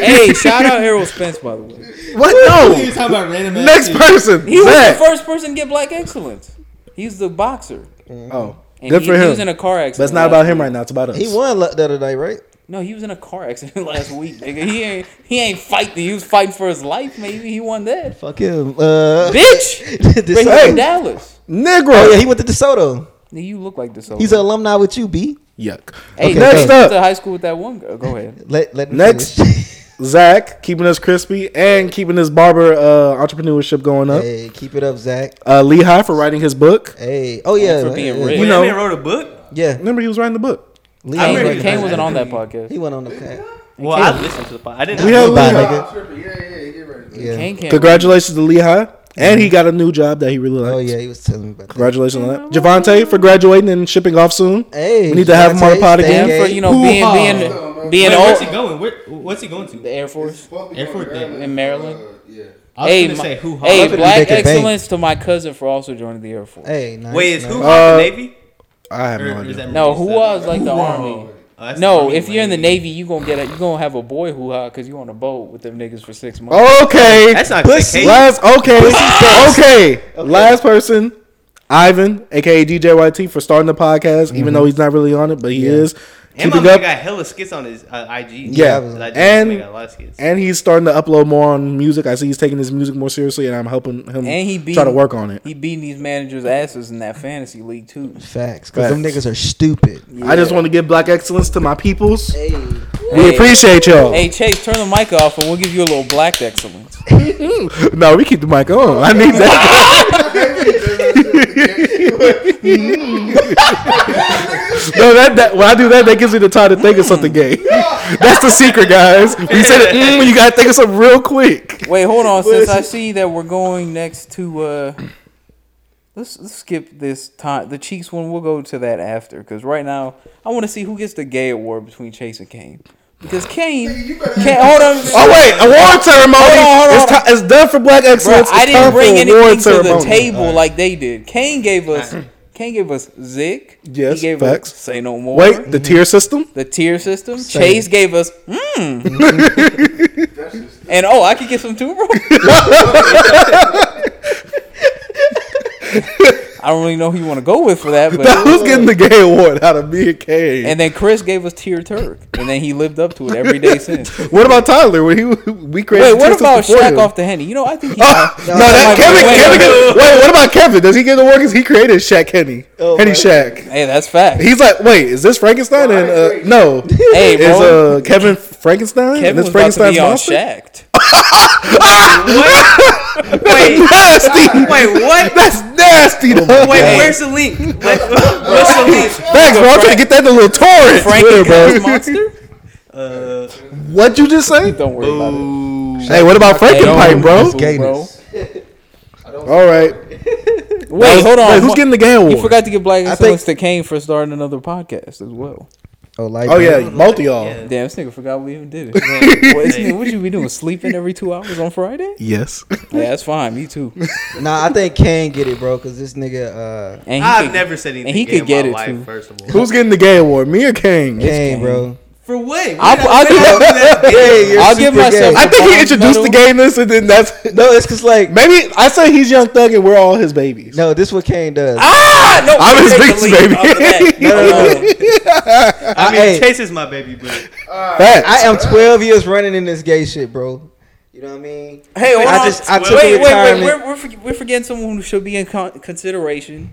Speaker 3: Hey, shout out Errol Spence, by the way.
Speaker 2: what?
Speaker 9: You're talking about random
Speaker 2: No. Next
Speaker 9: ass shit.
Speaker 2: person.
Speaker 3: He was the
Speaker 2: Zach.
Speaker 3: first person to get black excellence. He's the boxer.
Speaker 2: Oh,
Speaker 3: And
Speaker 2: good
Speaker 3: he,
Speaker 2: for
Speaker 3: he was in
Speaker 2: him.
Speaker 3: a car accident.
Speaker 2: But it's not
Speaker 3: last
Speaker 2: about him
Speaker 3: week.
Speaker 2: right now. It's about us.
Speaker 1: He won la- the other night, right?
Speaker 3: No, he was in a car accident last week, nigga. He ain't he ain't fighting. He was fighting for his life, maybe. He won that.
Speaker 1: Fuck him. Uh,
Speaker 3: Bitch! Bring him
Speaker 1: DeSoto.
Speaker 3: to Dallas.
Speaker 1: Oh yeah,
Speaker 2: Negro.
Speaker 1: he went to DeSoto.
Speaker 3: Nigga, you look like this old.
Speaker 1: He's an alumni with you, B.
Speaker 2: Yuck.
Speaker 3: Hey,
Speaker 1: Okay,
Speaker 3: next
Speaker 2: next up.
Speaker 3: to high school with that one girl. Go ahead.
Speaker 1: Let let me
Speaker 2: Next.
Speaker 1: finish.
Speaker 2: Zach keeping us crispy and keeping his barber uh, entrepreneurship going up.
Speaker 1: hey, keep it up, Zach.
Speaker 2: Uh, Lehigh for writing his book.
Speaker 1: Hey, oh yeah,
Speaker 3: for being
Speaker 1: yeah,
Speaker 3: rich.
Speaker 2: You
Speaker 6: Wait,
Speaker 2: know-
Speaker 6: that man wrote a book.
Speaker 1: yeah.
Speaker 2: Remember, he was writing the book.
Speaker 1: Lee
Speaker 6: I
Speaker 1: was
Speaker 6: remember
Speaker 1: like-
Speaker 3: Kane,
Speaker 6: he
Speaker 3: Kane
Speaker 6: was
Speaker 3: wasn't on that
Speaker 1: He
Speaker 3: podcast.
Speaker 1: went on the path.
Speaker 6: Well, I listened to the pod. I didn't.
Speaker 2: We
Speaker 6: know.
Speaker 2: had
Speaker 1: Bye,
Speaker 2: Lehigh.
Speaker 1: nigga. Yeah.
Speaker 3: Kane can't.
Speaker 2: Congratulations to Lehigh, and
Speaker 3: Mm-hmm.
Speaker 2: he got a new job that he really likes.
Speaker 1: Oh yeah, he was telling me about that.
Speaker 2: Congratulations on that.
Speaker 3: Mm-hmm.
Speaker 2: Javante for graduating and shipping off soon.
Speaker 1: Hey,
Speaker 2: We need to have him on the
Speaker 1: Javante,
Speaker 2: pod
Speaker 1: thank
Speaker 2: again.
Speaker 3: And for you know being
Speaker 9: Hoo-ha.
Speaker 3: being being
Speaker 6: Wait, where's he
Speaker 3: old.
Speaker 6: going? Where, what's he going to?
Speaker 3: The Air Force
Speaker 6: Air Force Day.
Speaker 3: in Maryland.
Speaker 6: Uh, I was
Speaker 3: Hey,
Speaker 6: gonna
Speaker 3: my-
Speaker 6: say who?
Speaker 3: Hey,
Speaker 1: it
Speaker 3: black
Speaker 1: make it bang.
Speaker 3: excellence to my cousin for also joining the Air Force.
Speaker 1: Hey, nice,
Speaker 6: Wait, is
Speaker 1: nice.
Speaker 6: who
Speaker 2: Uh,
Speaker 6: the Navy?
Speaker 2: I have
Speaker 6: Or
Speaker 2: no
Speaker 6: is
Speaker 2: idea.
Speaker 6: that
Speaker 3: No,
Speaker 6: Marine
Speaker 3: who
Speaker 6: Seven?
Speaker 3: was like the army?
Speaker 6: Oh, that's
Speaker 3: No,
Speaker 6: Marine
Speaker 3: if you're in the
Speaker 6: Wave.
Speaker 3: Navy, you gonna get a you gonna have a boy hoo ha because you on a boat with them niggas for six months.
Speaker 2: Okay.
Speaker 6: That's not
Speaker 1: Pussy.
Speaker 6: pussy.
Speaker 2: Last okay. okay. Last person, Ivan, aka DJYT, for starting the podcast, even
Speaker 3: Mm-hmm.
Speaker 2: though he's not really on it, but he is.
Speaker 6: And my
Speaker 2: keeping
Speaker 6: man
Speaker 2: up,
Speaker 6: got hella skits on his uh, IG.
Speaker 2: Yeah.
Speaker 6: His IG
Speaker 2: And-
Speaker 6: man got a lot of skits.
Speaker 2: and he's starting to upload more on music. I see he's taking his music more seriously, and I'm helping him
Speaker 3: And he beat
Speaker 2: Oh. try to work on it.
Speaker 3: He beating these managers' asses in that fantasy league too.
Speaker 1: Facts, because them
Speaker 2: Facts.
Speaker 1: niggas are stupid.
Speaker 2: I just want to give black excellence to my peoples. We
Speaker 3: Hey.
Speaker 2: appreciate y'all.
Speaker 3: Hey Chase, turn the mic off and we'll give you a little black excellence.
Speaker 2: No, we keep the mic on. I need that. no, that, that when I do that, that gives me the time to think of something gay. That's the secret, guys. When you said mm, you gotta think of something real quick.
Speaker 3: Wait, hold on. Since I see that we're going next to, uh, let's, let's skip this time. The Cheeks one, we'll go to that after. Because right now, I want to see who gets the gay award between Chase and Kane. Because Kane, Kane hold on.
Speaker 2: Oh wait, award ceremony.
Speaker 3: Hold on, hold on.
Speaker 2: It's, ti- it's done for Black
Speaker 3: Bro,
Speaker 2: Excellence.
Speaker 3: I
Speaker 2: It's
Speaker 3: didn't
Speaker 2: time for
Speaker 3: bring
Speaker 2: award
Speaker 3: anything to the
Speaker 2: ceremony.
Speaker 3: table like they did. Kane gave us, Kane gave us Zick.
Speaker 2: Yes,
Speaker 3: he gave
Speaker 2: facts.
Speaker 3: us Say No More.
Speaker 2: Wait, the tier system.
Speaker 3: The tier system. Chase gave us, mmm. and oh, I could get some too, bro. I don't really know who you want to go with for that,
Speaker 2: That
Speaker 3: but
Speaker 2: was getting the gay award out of me and Kane.
Speaker 3: and then Chris gave us Tier Turk, and then he lived up to it every day since.
Speaker 2: what about Tyler? When he we created.
Speaker 3: Wait,
Speaker 2: the
Speaker 3: what
Speaker 2: tier system
Speaker 3: about
Speaker 2: for
Speaker 3: Shaq
Speaker 2: him?
Speaker 3: off the henny? You know, I think he
Speaker 2: Oh, no, that
Speaker 3: wait,
Speaker 2: Kevin.
Speaker 3: wait,
Speaker 2: Kevin.
Speaker 3: wait.
Speaker 2: Wait, what about Kevin? Does he get the award? Because he created Shaq Henny. Henny Shaq.
Speaker 3: hey, that's fact.
Speaker 2: He's like, wait, is this Frankenstein? And uh, no,
Speaker 3: Hey,
Speaker 2: is
Speaker 3: bro.
Speaker 2: uh, Kevin Frankenstein?
Speaker 3: Kevin
Speaker 2: and it's
Speaker 3: was about to
Speaker 2: Frankenstein's
Speaker 3: be on
Speaker 2: monster.
Speaker 3: Shaq.
Speaker 6: Wait,
Speaker 2: Nasty.
Speaker 6: wait, what?
Speaker 2: That's nasty. though.
Speaker 6: Wait, where's the link? Like, what's the link?
Speaker 2: Thanks, bro. I'm trying to get that in the little torrent. Twitter,
Speaker 3: Frankenstein's
Speaker 2: bro.
Speaker 3: monster.
Speaker 6: Uh,
Speaker 2: What'd you just say?
Speaker 3: Don't worry about it.
Speaker 2: Hey, what about Frankenpipe, bro?
Speaker 1: It's gayness.
Speaker 3: bro.
Speaker 2: All right.
Speaker 3: Wait, hold on.
Speaker 2: Wait, who's getting the game award?
Speaker 3: You forgot to give Black
Speaker 1: think-
Speaker 3: Excellence to Kane for starting another podcast as well.
Speaker 1: Oh, like
Speaker 2: Oh yeah, both of y'all.
Speaker 6: Yeah.
Speaker 3: Damn, this nigga forgot we even did it. what, this nigga, what you be doing? Sleeping every two hours on Friday?
Speaker 2: Yes.
Speaker 3: Yeah, that's fine. Me too.
Speaker 1: Nah, I think Kane get it, bro, because this nigga uh,
Speaker 3: And he
Speaker 6: I've
Speaker 3: could-
Speaker 6: never said anything.
Speaker 3: and he
Speaker 6: gay
Speaker 3: could get
Speaker 6: in
Speaker 3: it
Speaker 6: my life,
Speaker 3: too.
Speaker 6: First of all,
Speaker 2: Who's getting the gay award? Me or Kane?
Speaker 1: Kane, bro.
Speaker 6: for what?
Speaker 3: I'll,
Speaker 6: What
Speaker 3: I'll,
Speaker 6: did I-
Speaker 3: give,
Speaker 1: Hey,
Speaker 3: I'll give myself.
Speaker 2: I
Speaker 3: the
Speaker 2: think he
Speaker 3: bronze
Speaker 2: introduced the
Speaker 3: medal.
Speaker 2: gayness, and then that's
Speaker 1: No, it's because like
Speaker 2: Maybe I say he's Young Thug and we're all his babies.
Speaker 1: no, this what Kane does.
Speaker 3: Ah, no,
Speaker 2: I'm
Speaker 3: he
Speaker 2: his
Speaker 3: take the
Speaker 2: biggest
Speaker 3: lead
Speaker 2: baby.
Speaker 3: off of that.
Speaker 1: No, no, no.
Speaker 6: I mean,
Speaker 1: hey.
Speaker 6: Chase is my baby, but
Speaker 2: Facts.
Speaker 1: I am 12 years running in this gay shit, bro. You know what I mean?
Speaker 3: Hey, hold
Speaker 1: I
Speaker 3: on.
Speaker 1: just- I took
Speaker 3: wait,
Speaker 1: a
Speaker 3: wait, wait,
Speaker 1: retirement.
Speaker 3: We're, we're, forg- we're forgetting someone who should be in con- consideration.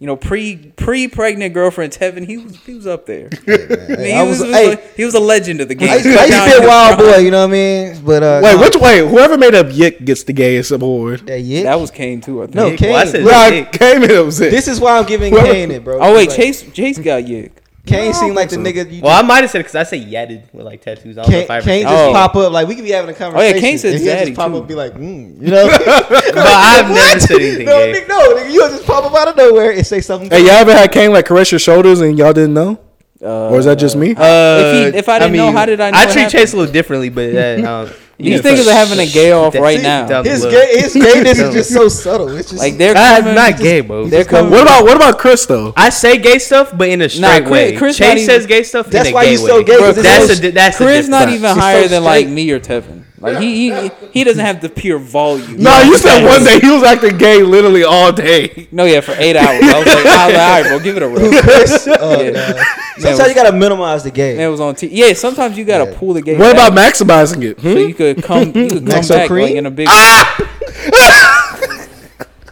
Speaker 3: You know, pre pre pregnant girlfriend Tevin, he was he was up there. I mean, he,
Speaker 1: I
Speaker 3: was,
Speaker 1: was-
Speaker 3: he was
Speaker 1: hey.
Speaker 3: a, he was a legend of the game.
Speaker 1: I used, I used to be a wild boy, you know what I mean? But uh,
Speaker 2: Wait,
Speaker 1: no,
Speaker 2: which way? Whoever made up Yik gets the gayest award.
Speaker 1: That yeah.
Speaker 3: That was Kane too. I think.
Speaker 1: no,
Speaker 6: Well, I
Speaker 1: Kane.
Speaker 6: said-
Speaker 1: look,
Speaker 2: Nah, Kane made up Zig.
Speaker 1: this is why I'm giving
Speaker 2: Whoever-
Speaker 1: Kane it, bro.
Speaker 3: Oh wait,
Speaker 1: Like,
Speaker 3: Chase Chase got Yig.
Speaker 1: Kane seemed like the nigga. You
Speaker 6: Well, I might have said because I say yadded with like tattoos. I don't know
Speaker 1: Kane,
Speaker 6: if I ever
Speaker 1: Kane
Speaker 6: said
Speaker 1: just
Speaker 3: Oh.
Speaker 1: pop up like we could be having a conversation.
Speaker 3: Kane said
Speaker 1: and he'll
Speaker 3: zaddy,
Speaker 1: just pop
Speaker 3: too.
Speaker 1: up, and be like, mm, you know, Like,
Speaker 6: But I've never
Speaker 1: what?
Speaker 6: said anything
Speaker 1: No,
Speaker 6: gay.
Speaker 1: nigga, no, nigga, you'll just pop up out of nowhere and say something.
Speaker 2: Hey, y'all ever had Kane like caress your shoulders and y'all didn't know? or is that just me?
Speaker 6: Uh,
Speaker 3: If he- if I didn't know, how did I know
Speaker 6: I
Speaker 3: what
Speaker 6: treat
Speaker 3: happened?
Speaker 6: Chase a little differently, but uh, no.
Speaker 3: These niggas are having a gay off
Speaker 6: That's
Speaker 3: right
Speaker 6: it,
Speaker 3: now.
Speaker 6: dumb.
Speaker 1: his
Speaker 6: look.
Speaker 1: gay, his gayness is just so subtle. It's just
Speaker 3: Like they're
Speaker 9: Ah,
Speaker 6: I'm
Speaker 3: coming,
Speaker 6: Uh, not gay, bro.
Speaker 3: They're coming.
Speaker 2: what about what about Chris though?
Speaker 6: I say gay stuff, but in a straight
Speaker 3: Chris-
Speaker 6: way.
Speaker 3: Chris not
Speaker 6: Chase
Speaker 3: even-
Speaker 6: says gay stuff.
Speaker 1: That's
Speaker 6: in a
Speaker 1: why
Speaker 6: gay
Speaker 1: you so
Speaker 6: way.
Speaker 1: gay, 'cause it's
Speaker 6: That's
Speaker 1: so-
Speaker 6: a di- that's
Speaker 3: Chris
Speaker 6: a
Speaker 3: not
Speaker 6: difference.
Speaker 3: even
Speaker 1: It's so
Speaker 3: higher than like
Speaker 1: straight.
Speaker 3: me or Tevin. Like he he, he doesn't have the pure volume.
Speaker 2: No, you said
Speaker 6: okay.
Speaker 2: one day he was acting gay literally all day.
Speaker 3: No, yeah, for eight hours. I was like, I was like, all right, bro, give it a rest.
Speaker 1: Chris. Oh,
Speaker 3: Yeah.
Speaker 1: nah.
Speaker 3: it
Speaker 1: Sometimes
Speaker 3: was-
Speaker 1: you gotta minimize the game.
Speaker 3: Man, it was on T. Yeah, sometimes you gotta pull the game.
Speaker 2: What
Speaker 3: back
Speaker 2: about maximizing it?
Speaker 3: so
Speaker 2: Hmm?
Speaker 3: you could come, you could come
Speaker 1: Maxo
Speaker 3: back
Speaker 1: cream?
Speaker 3: like in a big.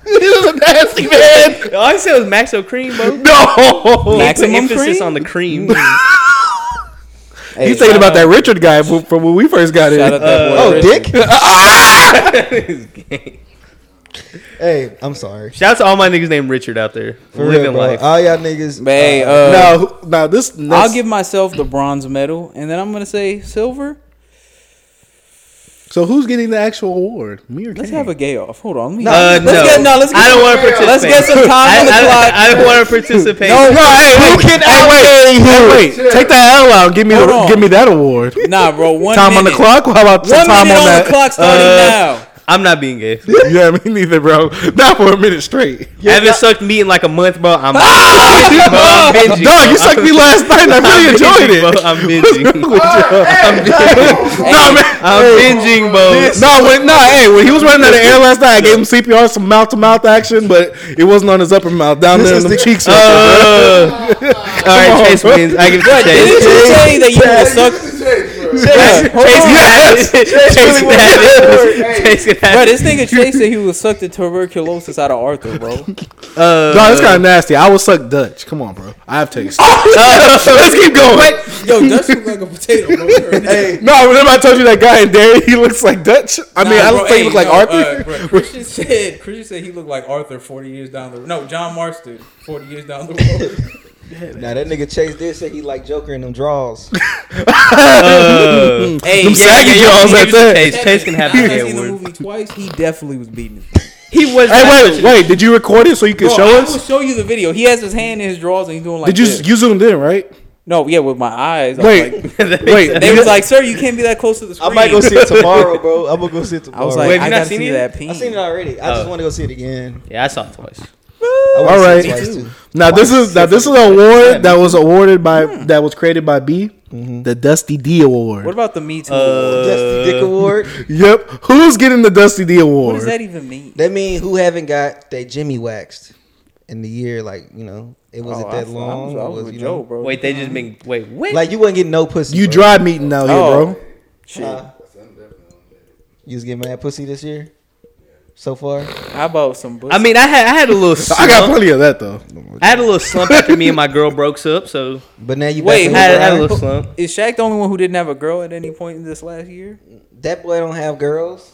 Speaker 2: This is a nasty man.
Speaker 6: All I said was Maxo Cream, bro.
Speaker 2: No.
Speaker 6: He put
Speaker 3: Maximum
Speaker 6: emphasis
Speaker 3: cream?
Speaker 6: on the cream.
Speaker 3: Hey,
Speaker 2: He's thinking
Speaker 3: shout
Speaker 2: about that
Speaker 3: out-
Speaker 2: Richard guy from from when we first got
Speaker 3: Shout out
Speaker 2: in.
Speaker 3: that boy.
Speaker 1: oh,
Speaker 3: Richard.
Speaker 6: It's
Speaker 1: dick.
Speaker 6: gay.
Speaker 1: hey, I'm sorry.
Speaker 6: Shout out to all my niggas named Richard out there.
Speaker 1: For
Speaker 6: living
Speaker 1: real, bro.
Speaker 6: life.
Speaker 1: All y'all niggas.
Speaker 3: But, hey,
Speaker 1: uh,
Speaker 3: uh,
Speaker 2: No, who- no, this.
Speaker 3: I'll
Speaker 2: next-
Speaker 3: give myself the bronze medal, and then I'm gonna say silver.
Speaker 2: So who's getting the actual award? Me or
Speaker 3: Let's
Speaker 2: Kane?
Speaker 3: have a gay off. Hold on. Let me,
Speaker 6: Uh,
Speaker 3: let's
Speaker 6: no.
Speaker 3: Get, no, let's get
Speaker 6: I don't want to participate.
Speaker 3: Let's get some time
Speaker 6: I,
Speaker 3: on the
Speaker 6: I-
Speaker 3: clock.
Speaker 6: I don't want to participate.
Speaker 2: No, no, hey, wait, hey, wait, hey, wait, take that L out. and Give me,
Speaker 3: Hold
Speaker 2: the,
Speaker 3: on.
Speaker 2: give me that award.
Speaker 3: nah, bro. One
Speaker 2: time on the
Speaker 3: minute.
Speaker 2: clock. How about some
Speaker 3: One
Speaker 2: time
Speaker 3: minute
Speaker 2: on
Speaker 3: on,
Speaker 2: that?
Speaker 3: the clock starting
Speaker 6: Uh,
Speaker 3: now.
Speaker 6: I'm not being gay.
Speaker 2: yeah, me neither, bro. Not for a minute straight.
Speaker 6: haven't sucked meat in like a month, bro. I'm, bro, I'm binging.
Speaker 2: Ah! Dog,
Speaker 6: bro.
Speaker 2: you sucked me last night. and I really
Speaker 6: I'm
Speaker 2: enjoyed
Speaker 6: binging,
Speaker 2: it.
Speaker 6: Bro. I'm binging.
Speaker 2: I'm no, man.
Speaker 6: I'm binging, bro.
Speaker 2: No, when, no, hey, when he was running out of air last night, I gave him CPR, some mouth to mouth action, but it wasn't on his upper mouth, down
Speaker 1: This
Speaker 2: there
Speaker 1: is
Speaker 2: in the
Speaker 1: the-
Speaker 2: cheeks.
Speaker 6: Uh, all
Speaker 2: Come on,
Speaker 6: right, Chase
Speaker 2: bro.
Speaker 6: wins. I give it to Chase.
Speaker 3: Didn't you say that you would suck?
Speaker 6: Chase can have it. Chase can have it. Chase can
Speaker 3: Bro,
Speaker 6: have it.
Speaker 3: this nigga Chase said he would suck the tuberculosis out of Arthur, bro.
Speaker 6: Uh,
Speaker 2: Dog, it's kind of nasty. I would suck Dutch. Come on, bro. I have
Speaker 3: Oh,
Speaker 2: taste. Let's keep going.
Speaker 3: Yo, Dutch look like a potato, bro.
Speaker 1: hey,
Speaker 2: No, remember I told you that guy in Derry, he looks like Dutch? I mean, I don't think he look like
Speaker 3: uh,
Speaker 2: Arthur.
Speaker 3: Christian said, Christian said he looked like Arthur 40 years down the road. No, John Marston 40 years down the road.
Speaker 1: now that nigga Chase did say he like Joker in them draws.
Speaker 6: uh,
Speaker 3: hey,
Speaker 2: Them saggy jaws
Speaker 6: give
Speaker 2: at
Speaker 6: it to
Speaker 2: that.
Speaker 6: Chase. Chase can have
Speaker 3: Now,
Speaker 6: the
Speaker 3: I've
Speaker 6: gay
Speaker 3: seen the
Speaker 6: award.
Speaker 3: movie twice. He definitely was beating his
Speaker 6: He was.
Speaker 2: Hey, wait, wait. Did you record it so you could
Speaker 3: Bro,
Speaker 2: show
Speaker 3: I will
Speaker 2: us?
Speaker 3: show you the video. He has his hand in his drawers and he's doing like
Speaker 2: Did you
Speaker 3: this.
Speaker 2: you zoomed in, right?
Speaker 3: No, yeah, with my eyes. I was
Speaker 2: Wait,
Speaker 3: like-
Speaker 2: wait.
Speaker 3: they was like, "Sir, you can't be that close to the
Speaker 1: I
Speaker 3: screen."
Speaker 1: might go see it tomorrow, bro. I'm gonna go see it tomorrow.
Speaker 3: I was like,
Speaker 6: Wait, have
Speaker 3: "I
Speaker 6: you not
Speaker 3: gotta
Speaker 6: seen
Speaker 3: see
Speaker 6: it?
Speaker 3: that peen."
Speaker 1: I seen it already. I just
Speaker 6: Oh.
Speaker 1: want to go see it again.
Speaker 6: Yeah, I saw it twice.
Speaker 1: I wanna
Speaker 2: All
Speaker 1: see it
Speaker 2: right.
Speaker 1: twice, too.
Speaker 2: Now this is now this is an award that was awarded by that was created by B,
Speaker 1: Mm-hmm.
Speaker 2: the Dusty D
Speaker 3: Hmm. What
Speaker 2: award.
Speaker 3: about the Me Too?
Speaker 6: Uh,
Speaker 1: Dusty Dick Award.
Speaker 2: Yep. Who's getting the Dusty D
Speaker 3: what does that
Speaker 2: award?
Speaker 3: even mean?
Speaker 1: That mean who haven't got they Jimmy waxed in the year? Like you know, it wasn't
Speaker 3: Oh, I-
Speaker 1: that
Speaker 3: I
Speaker 1: long.
Speaker 3: was, I
Speaker 1: it
Speaker 3: was
Speaker 1: was,
Speaker 3: with
Speaker 1: you
Speaker 3: Joe,
Speaker 1: know,
Speaker 3: bro.
Speaker 6: Wait, they just make. Wait, what?
Speaker 1: Like you wasn't getting no pussy.
Speaker 2: You
Speaker 1: bro.
Speaker 2: dry meeting out here,
Speaker 3: Oh.
Speaker 2: bro.
Speaker 3: Shit.
Speaker 1: Huh? You was getting mad pussy this year. So far,
Speaker 3: How about some? Bush?
Speaker 6: I mean, I had I had a little.
Speaker 2: I
Speaker 6: Slump.
Speaker 2: got plenty of that though.
Speaker 6: I had a little slump after me and my girl broke up. So
Speaker 1: but now you
Speaker 3: Wait,
Speaker 1: back
Speaker 6: I
Speaker 1: in the
Speaker 6: had, I had a
Speaker 1: grind.
Speaker 6: little slump.
Speaker 3: is Shaq the only one who didn't have a girl at any point in this last year?
Speaker 1: that boy don't have girls.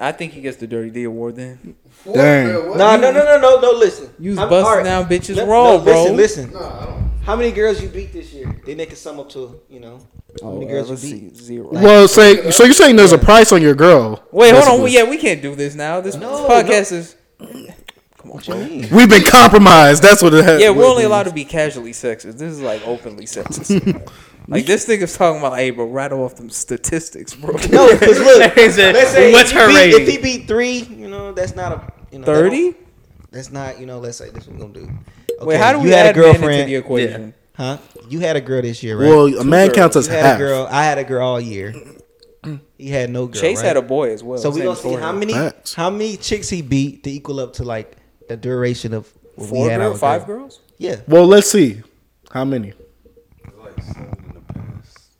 Speaker 3: I think he gets the Dirty D award then.
Speaker 2: Dang.
Speaker 1: No, no, no, no, no, no. Listen,
Speaker 3: You was
Speaker 1: I'm-
Speaker 3: busting
Speaker 1: all right.
Speaker 3: down bitches
Speaker 1: No,
Speaker 3: raw,
Speaker 1: no,
Speaker 3: bro.
Speaker 1: Listen, listen. How many girls you beat this year? Then they can sum up to you know how many girls you
Speaker 3: Oh, let's
Speaker 1: beat.
Speaker 3: see, zero.
Speaker 2: Well, say so you're saying there's a price on your girl.
Speaker 3: Wait, hold on.
Speaker 2: basically.
Speaker 3: Yeah, we can't do this now. This, this
Speaker 1: No,
Speaker 3: podcast is.
Speaker 1: What you mean?
Speaker 2: We've been compromised. That's what it has.
Speaker 3: Yeah, we're only allowed to be casually sexist. This is like openly sexist. like this nigga's talking about, hey, bro, rattle off them statistics, bro.
Speaker 1: No, because look,
Speaker 6: He said,
Speaker 1: let's say
Speaker 6: "What's
Speaker 1: if he
Speaker 6: her
Speaker 1: beat-
Speaker 6: rating?"
Speaker 1: If he beat three, you know that's not a you know that don't-
Speaker 3: Thirty.
Speaker 1: That's not, you know, let's say this is what we're gonna do.
Speaker 3: Wait, how do we
Speaker 1: you had
Speaker 3: add
Speaker 1: a
Speaker 3: men into
Speaker 1: girlfriend?
Speaker 3: the equation?
Speaker 1: huh? You had a girl this year, right?
Speaker 2: Well, a man counts as
Speaker 1: you had
Speaker 2: half.
Speaker 1: a girl. I had a girl all year. He had no girl.
Speaker 3: Chase
Speaker 1: right?
Speaker 3: had a boy as well.
Speaker 1: So we
Speaker 3: Same
Speaker 1: gonna see
Speaker 3: story.
Speaker 1: how many
Speaker 2: Facts.
Speaker 1: how many chicks he beat to equal up to like the duration of when
Speaker 3: four
Speaker 1: we had our
Speaker 3: girl,
Speaker 1: girl.
Speaker 3: five girls.
Speaker 1: Yeah,
Speaker 2: Well, let's see. How many?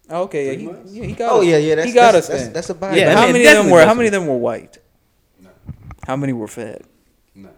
Speaker 3: Oh, okay, yeah, he, yeah, he got.
Speaker 1: Oh,
Speaker 3: us.
Speaker 1: yeah, yeah, that's-
Speaker 3: he got
Speaker 1: that's-
Speaker 3: us.
Speaker 1: that's-
Speaker 3: then.
Speaker 1: that's a buy,
Speaker 6: Yeah,
Speaker 3: But
Speaker 6: that
Speaker 3: how
Speaker 6: man
Speaker 3: many of them
Speaker 6: definitely
Speaker 3: were?
Speaker 6: does
Speaker 3: How
Speaker 6: it.
Speaker 3: many of them were white? How many were fed?
Speaker 9: No.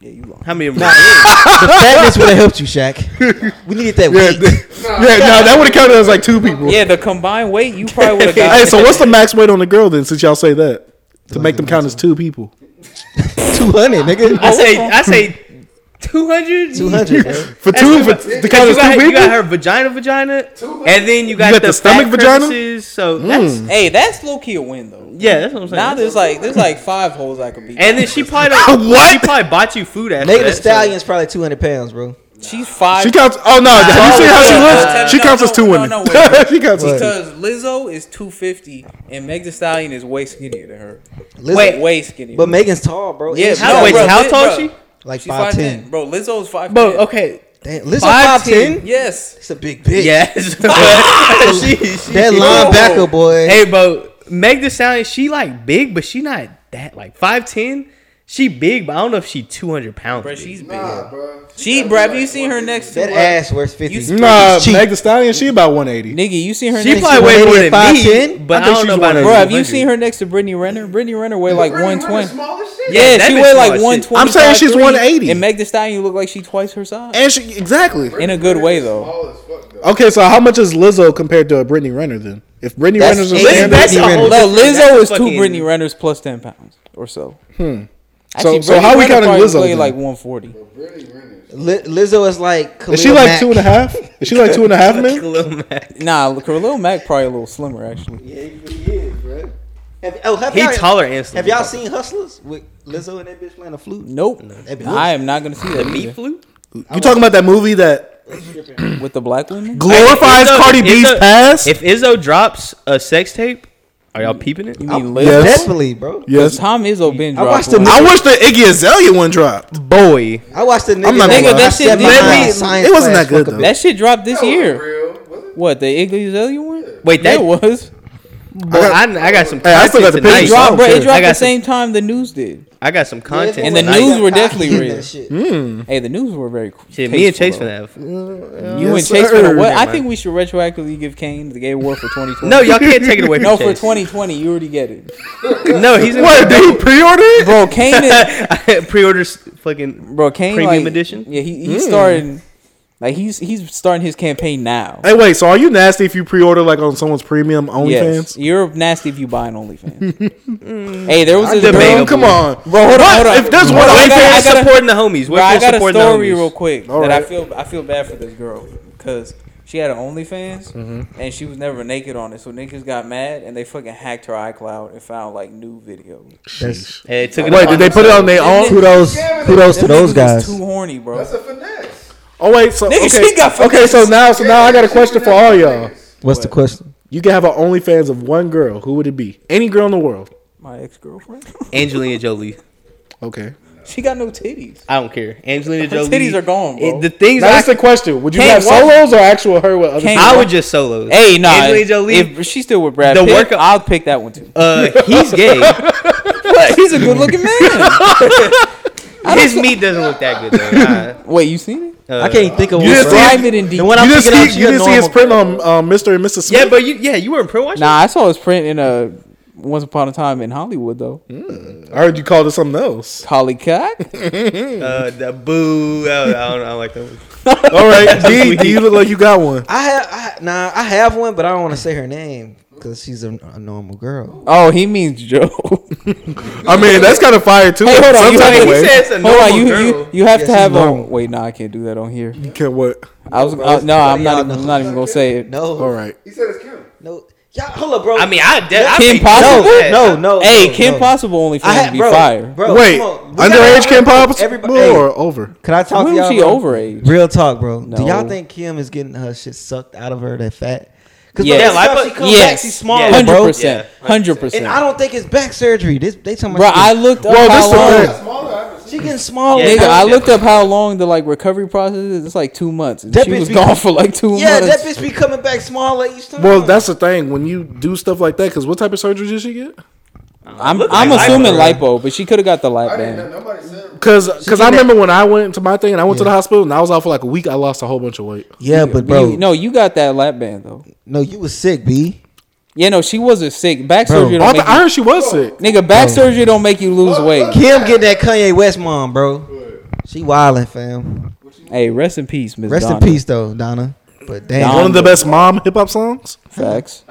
Speaker 3: Yeah, you lost.
Speaker 6: How many? of them-
Speaker 1: the fatness would have helped you, Shaq. We needed that
Speaker 2: Yeah,
Speaker 1: weight.
Speaker 2: th- yeah. No, that would have counted as like two people.
Speaker 3: Yeah, the combined weight you probably would have got.
Speaker 2: Hey, so what's the max weight on the girl then? Since y'all say that, to make them count as two people.
Speaker 1: Two hundred, nigga.
Speaker 6: I say I say
Speaker 9: Two hundred.
Speaker 1: Two hundred, bro.
Speaker 2: For two, for the kind
Speaker 9: you,
Speaker 2: of
Speaker 9: got,
Speaker 2: two
Speaker 9: you got
Speaker 2: people.
Speaker 9: her vagina, vagina, and then you got,
Speaker 2: got
Speaker 9: the,
Speaker 2: the stomach
Speaker 9: stomach
Speaker 2: vagina? Mm.
Speaker 9: vagina. So that's
Speaker 3: Hey, that's low key a win though.
Speaker 9: yeah, that's what I'm saying.
Speaker 3: Now there's like there's like five holes I could beat.
Speaker 9: and then she probably don't,
Speaker 2: What?
Speaker 9: she probably bought you food after
Speaker 1: Nigga, the
Speaker 9: that, so-
Speaker 1: stallion's probably two hundred pounds, bro.
Speaker 3: she's five.
Speaker 2: She counts. Oh no! Have you seen how she
Speaker 3: no,
Speaker 2: looks?
Speaker 3: no,
Speaker 2: she
Speaker 3: no,
Speaker 2: counts
Speaker 3: no,
Speaker 2: as two
Speaker 3: no,
Speaker 2: women.
Speaker 3: no, wait.
Speaker 2: she counts as two.
Speaker 3: because Lizzo is 250 and Meg Thee Stallion is way skinnier than her.
Speaker 1: Lizzo-
Speaker 3: Wait, way skinnier.
Speaker 1: but Megan's tall, bro.
Speaker 3: yeah,
Speaker 1: She's
Speaker 9: how-
Speaker 3: no,
Speaker 9: wait,
Speaker 3: bro,
Speaker 9: how
Speaker 3: Liz-
Speaker 9: tall
Speaker 3: bro,
Speaker 9: is she?
Speaker 1: like
Speaker 3: She's five ten,
Speaker 1: 5'10".
Speaker 3: bro. Lizzo's five.
Speaker 9: Bro, okay,
Speaker 1: Damn, Lizzo
Speaker 9: Five
Speaker 1: five
Speaker 9: ten.
Speaker 1: ten.
Speaker 3: Yes.
Speaker 1: It's a big bitch.
Speaker 9: yes. but she, she,
Speaker 1: That linebacker boy.
Speaker 9: Hey, bro, Meg Thee Stallion, she like big, but she not that like five ten. She big, but I don't know if she two hundred pounds.
Speaker 3: Bro,
Speaker 9: big.
Speaker 3: she's big. She, bro, have you seen her next
Speaker 1: that
Speaker 3: to her?
Speaker 1: ass wears fifty.
Speaker 3: You-
Speaker 2: Nah,
Speaker 1: It's cheap.
Speaker 2: Meg Thee Stallion, she about one eighty.
Speaker 3: Nigga, you seen her
Speaker 9: she
Speaker 3: next
Speaker 9: probably
Speaker 3: to
Speaker 9: way more than me,
Speaker 1: 185,
Speaker 9: but I,
Speaker 2: I think
Speaker 9: don't know
Speaker 2: she's
Speaker 9: about her.
Speaker 3: Bro, have you
Speaker 9: 200.
Speaker 3: seen her next to Brittany Renner? Brittany Renner weigh like 120.
Speaker 9: Yeah,
Speaker 3: Yeah,
Speaker 9: that
Speaker 3: she
Speaker 9: bitch
Speaker 3: weigh
Speaker 9: small
Speaker 3: like
Speaker 9: as shit.
Speaker 3: 120.
Speaker 2: I'm saying she's
Speaker 3: 5'3",
Speaker 2: 180.
Speaker 3: And Meg Thee Stallion look like she twice her size.
Speaker 2: And she exactly.
Speaker 3: In a good way though.
Speaker 2: Okay, so how much is Lizzo compared to Brittany Renner then? If Brittany
Speaker 1: That's
Speaker 2: Renner's a
Speaker 1: eight.
Speaker 2: standard,
Speaker 1: That's
Speaker 9: That's a
Speaker 1: Brittany
Speaker 9: whole
Speaker 1: Renner.
Speaker 3: No,
Speaker 9: different- that's
Speaker 3: Lizzo
Speaker 9: a
Speaker 3: is two
Speaker 9: fucking-
Speaker 3: Brittany Renners plus 10 pounds or so. Hmm.
Speaker 2: so how we counting Lizzo
Speaker 3: Like
Speaker 2: then?
Speaker 3: 140.
Speaker 1: Li- Lizzo is like. Khalil
Speaker 2: is she like
Speaker 1: Mack.
Speaker 2: two and a half? Is she like two and a half man?
Speaker 9: Lil Mac.
Speaker 3: Nah, look, Khalil Mac probably a little slimmer actually.
Speaker 1: Have, oh, have
Speaker 9: He
Speaker 1: y'all,
Speaker 9: taller and
Speaker 1: Have y'all seen Hustlers with Lizzo and that bitch playing a flute?
Speaker 3: Nope,
Speaker 1: That'd be
Speaker 3: I am not gonna see that
Speaker 9: meat
Speaker 3: either.
Speaker 9: flute.
Speaker 2: You talking about that movie that
Speaker 3: with the black women.
Speaker 2: glorifies
Speaker 9: Izzo-
Speaker 2: Cardi
Speaker 9: if
Speaker 2: B's
Speaker 9: Izzo-
Speaker 2: past?
Speaker 9: If Izzo drops a sex tape, are y'all peeping it?
Speaker 3: You mean Liz?
Speaker 2: Yes.
Speaker 1: Definitely, bro.
Speaker 2: yes,
Speaker 3: Tom Izzo been
Speaker 1: I
Speaker 3: dropped.
Speaker 1: watched the
Speaker 3: one.
Speaker 1: movie.
Speaker 2: I wish the Iggy Azalea one dropped.
Speaker 9: Boy,
Speaker 1: I watched the nigga.
Speaker 2: I'm not
Speaker 1: that was
Speaker 2: gonna lie.
Speaker 1: my
Speaker 3: That shit
Speaker 1: stepmom
Speaker 3: did-
Speaker 1: in
Speaker 3: Let me-
Speaker 1: science
Speaker 2: it wasn't
Speaker 1: class,
Speaker 2: that good,
Speaker 1: fuck a
Speaker 2: though.
Speaker 1: bitch.
Speaker 3: That shit dropped this year. What the Iggy Azalea one?
Speaker 9: Wait,
Speaker 3: Yeah,
Speaker 9: that-
Speaker 3: it was.
Speaker 9: boy, I, I got some.
Speaker 2: Hey, I still got
Speaker 9: content
Speaker 3: It
Speaker 2: the pictures.
Speaker 9: tonight.
Speaker 2: Drop-
Speaker 3: dropped, bro. It dropped
Speaker 9: I got
Speaker 3: the
Speaker 9: some- Mm-hmm.
Speaker 3: same time the news did.
Speaker 9: I got some content.
Speaker 1: Yeah,
Speaker 3: And the
Speaker 1: everyone
Speaker 9: tonight.
Speaker 3: news were
Speaker 1: got cocky
Speaker 3: definitely
Speaker 1: in that
Speaker 3: real.
Speaker 1: shit.
Speaker 3: Hey, the news were very.
Speaker 9: Shit, me and
Speaker 3: tasteful,
Speaker 9: Chase
Speaker 3: though.
Speaker 9: finna have.
Speaker 3: You
Speaker 2: Yes,
Speaker 3: and Chase
Speaker 2: sir.
Speaker 3: finna. What?
Speaker 9: Never
Speaker 3: I
Speaker 9: mind.
Speaker 3: think we should retroactively give Kane the gay award for 2020.
Speaker 9: No, y'all can't take it away from
Speaker 3: No, for
Speaker 9: Chase.
Speaker 3: 2020, you already get it,
Speaker 9: No, he's in
Speaker 2: What did he pre-order it?
Speaker 3: bro. Kane is
Speaker 9: pre-orders fucking.
Speaker 3: bro. Kane
Speaker 9: Premium
Speaker 3: like,
Speaker 9: edition? Mm.
Speaker 3: Yeah, he he's starting. Like he's he's starting his campaign now.
Speaker 2: Hey, wait. So are you nasty if you pre-order like on someone's premium
Speaker 3: Yes,
Speaker 2: OnlyFans?
Speaker 3: you're nasty if you buy an OnlyFans. hey, there was this
Speaker 2: Bro,
Speaker 9: Debatable.
Speaker 3: girl.
Speaker 2: come on,
Speaker 3: Bro, hold on, hold on.
Speaker 2: If there's
Speaker 3: Bro,
Speaker 2: one
Speaker 3: I gotta-
Speaker 2: OnlyFans,
Speaker 3: I gotta-
Speaker 9: supporting the homies.
Speaker 3: Bro, I got
Speaker 9: Where's your
Speaker 3: a
Speaker 9: supporting the
Speaker 3: story
Speaker 9: homies?
Speaker 3: real quick
Speaker 2: All
Speaker 3: that I
Speaker 2: right.
Speaker 3: feel I feel bad for this girl because she had an OnlyFans and she was never naked on it, so niggas got mad and they fucking hacked her iCloud and found like new videos.
Speaker 9: Hey, it took it
Speaker 2: wait, did
Speaker 9: upon
Speaker 2: they put it on their
Speaker 3: Didn't
Speaker 2: own?
Speaker 3: it-
Speaker 1: Kudos, kudos to
Speaker 3: Them
Speaker 1: those
Speaker 3: niggas was
Speaker 1: guys.
Speaker 3: Too horny, bro.
Speaker 2: Oh wait, so
Speaker 3: Nigga,
Speaker 2: okay,
Speaker 3: she got
Speaker 2: okay. So
Speaker 3: finesse.
Speaker 2: now, so now I got a question for all y'all.
Speaker 1: What's the question?
Speaker 2: You can have an OnlyFans of one girl. Who would it be? Any girl in the world.
Speaker 3: My ex girlfriend.
Speaker 9: Angelina Jolie.
Speaker 2: Okay.
Speaker 3: she got no titties.
Speaker 9: I don't care. Angelina
Speaker 3: Her
Speaker 9: Jolie.
Speaker 3: titties are gone, bro.
Speaker 9: It- the things
Speaker 2: Now that's
Speaker 9: I,
Speaker 2: the question. Would you
Speaker 3: Kane,
Speaker 2: have
Speaker 3: what-
Speaker 2: solos or actual her with other?
Speaker 3: Kane,
Speaker 2: people?
Speaker 9: I would just solos.
Speaker 3: Hey, nah.
Speaker 9: Angelina Jolie.
Speaker 3: If she's still with Brad
Speaker 9: The
Speaker 3: Pitt,
Speaker 9: work-
Speaker 3: I'll pick that one too.
Speaker 9: uh, he's gay.
Speaker 3: What? He's a good looking man.
Speaker 9: His meat doesn't look that good though.
Speaker 3: Wait, you seen it?
Speaker 9: Nah, uh,
Speaker 1: I can't think of
Speaker 2: You
Speaker 1: one.
Speaker 2: just
Speaker 1: bro.
Speaker 2: see-
Speaker 3: Private and deep.
Speaker 1: The one
Speaker 2: You
Speaker 1: I'm
Speaker 2: didn't
Speaker 1: thinking of,
Speaker 2: see,
Speaker 1: she
Speaker 2: you
Speaker 1: a
Speaker 2: didn't see his
Speaker 1: normal
Speaker 2: print on um, Mr. and Mrs. Smith.
Speaker 9: Yeah, but you yeah you were in pro watch.
Speaker 3: Nah, I saw his print in a Once Upon a Time in Hollywood though.
Speaker 2: I heard you called it something else.
Speaker 3: Holly Cock.
Speaker 9: Uh, the boo. Uh, I don't. I don't like that. One.
Speaker 2: All right, D, D, you look like you got one.
Speaker 1: I have I, nah, I have one, but I don't want to say her name because she's a, a normal girl.
Speaker 3: Oh, he means Joe.
Speaker 2: I mean, that's kind of fire too.
Speaker 3: Hey, hold on,
Speaker 2: Some
Speaker 3: you
Speaker 2: type
Speaker 3: have
Speaker 2: of
Speaker 3: to-
Speaker 2: way.
Speaker 9: He says a
Speaker 3: Hold on,
Speaker 9: normal
Speaker 3: you
Speaker 9: girl.
Speaker 3: you, you have
Speaker 1: Yeah,
Speaker 3: to
Speaker 1: she's
Speaker 3: have a
Speaker 1: normal.
Speaker 3: wait. Nah, I can't do that on here.
Speaker 2: Okay, what?
Speaker 3: I was
Speaker 1: bro,
Speaker 3: I, no, I'm not
Speaker 1: y'all
Speaker 3: even
Speaker 1: know.
Speaker 3: I'm not even gonna say it.
Speaker 1: No,
Speaker 2: All right.
Speaker 1: no, y'all hold up, bro.
Speaker 9: I mean, I
Speaker 1: Kim
Speaker 9: definitely.
Speaker 3: Possible?
Speaker 1: no, no, no.
Speaker 3: Hey,
Speaker 1: no,
Speaker 3: Kim
Speaker 1: no.
Speaker 3: Possible only
Speaker 1: I
Speaker 3: fans
Speaker 1: had
Speaker 3: be
Speaker 1: bro,
Speaker 3: fire.
Speaker 1: bro.
Speaker 2: Wait,
Speaker 1: come on. We
Speaker 2: underage
Speaker 1: gotta-
Speaker 2: Kim Pop
Speaker 1: Everybody, hey,
Speaker 2: or over?
Speaker 1: can I talk
Speaker 3: When
Speaker 1: to
Speaker 3: was
Speaker 1: y'all?
Speaker 3: she
Speaker 1: bro?
Speaker 3: overage?
Speaker 1: Real talk, bro. Do y'all
Speaker 3: No.
Speaker 1: think Kim is getting her shit sucked out of her that fat? Because
Speaker 3: Yes.
Speaker 1: the
Speaker 9: Yeah,
Speaker 1: stuff
Speaker 9: like,
Speaker 1: she comes
Speaker 3: yes.
Speaker 1: back, she's smaller,
Speaker 9: Yeah.
Speaker 1: bro.
Speaker 3: Hundred percent,
Speaker 9: Yeah,
Speaker 3: hundred
Speaker 1: And I
Speaker 3: percent.
Speaker 1: don't think it's back surgery. This they talking
Speaker 3: Bro,
Speaker 1: about.
Speaker 3: I looked up
Speaker 2: Well,
Speaker 3: how long.
Speaker 2: this is the thing.
Speaker 1: she getting smaller.
Speaker 9: Yeah.
Speaker 3: Nigga, I
Speaker 9: Yeah.
Speaker 3: looked up how long the like recovery process is. It's like two months. And
Speaker 1: That
Speaker 3: she
Speaker 1: bitch
Speaker 3: was
Speaker 1: be-
Speaker 3: gone for like two
Speaker 1: Yeah, that
Speaker 3: months.
Speaker 1: bitch be coming back smaller each time.
Speaker 2: Well, that's the thing when you do stuff like that. Because what type of surgery did she get?
Speaker 3: I'm,
Speaker 9: Look
Speaker 3: I'm
Speaker 9: like lipo,
Speaker 3: assuming
Speaker 9: right?
Speaker 3: lipo, but she could have got the lip band.
Speaker 2: Because I remember when I went to my thing and I went to the hospital and I was out for like a week. I lost a whole bunch of weight.
Speaker 1: yeah, but bro,
Speaker 3: You- no, you got that lap band though.
Speaker 1: no, you was sick, b.
Speaker 3: Yeah, no, she wasn't sick. Back
Speaker 1: Bro.
Speaker 3: surgery
Speaker 2: Oh, I,
Speaker 3: don't
Speaker 2: th-
Speaker 3: make
Speaker 2: I heard she was sick.
Speaker 3: you, nigga. Back surgery don't make you lose weight.
Speaker 1: Kim get that Kanye West mom, bro. She wildin', fam.
Speaker 3: Hey, rest in peace, Miss.
Speaker 1: Rest in
Speaker 3: Donna.
Speaker 1: peace, though, Donna. But damn,
Speaker 3: Donna.
Speaker 2: One of the best mom hip hop songs.
Speaker 3: Facts.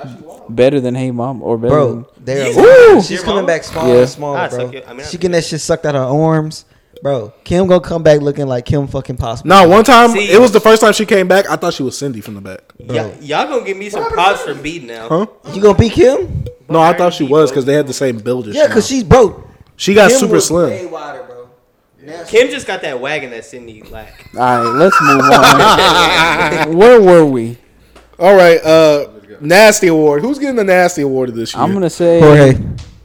Speaker 3: Better than Hey Mom or better. Than,
Speaker 1: bro, they're
Speaker 9: Ooh.
Speaker 1: she's
Speaker 9: Your
Speaker 1: coming
Speaker 9: mama?
Speaker 1: back smaller
Speaker 3: Yeah.
Speaker 1: and smaller,
Speaker 9: I'd
Speaker 1: bro.
Speaker 9: suck your- I mean, I'd
Speaker 1: she getting that shit sucked out her arms. Bro, Kim gonna come back looking like Kim fucking possible.
Speaker 2: No, one time
Speaker 6: See-
Speaker 2: it was the first time she came back. I thought she was Cindy from the back.
Speaker 6: Y'all, y'all gonna give me some props for beating now.
Speaker 2: Huh?
Speaker 1: You gonna be Kim?
Speaker 2: No, I thought she was because they had the same build. as
Speaker 1: Yeah,
Speaker 2: she
Speaker 1: cause
Speaker 2: now.
Speaker 1: she's broke.
Speaker 2: she got
Speaker 1: Kim
Speaker 2: super
Speaker 1: was
Speaker 2: slim.
Speaker 1: way wider, bro.
Speaker 6: Kim just got that wagon that Cindy lack.
Speaker 3: All right, let's move on. Where were we?
Speaker 2: All right, uh, nasty award. Who's getting the nasty award of this year?
Speaker 3: I'm gonna say
Speaker 1: Jorge.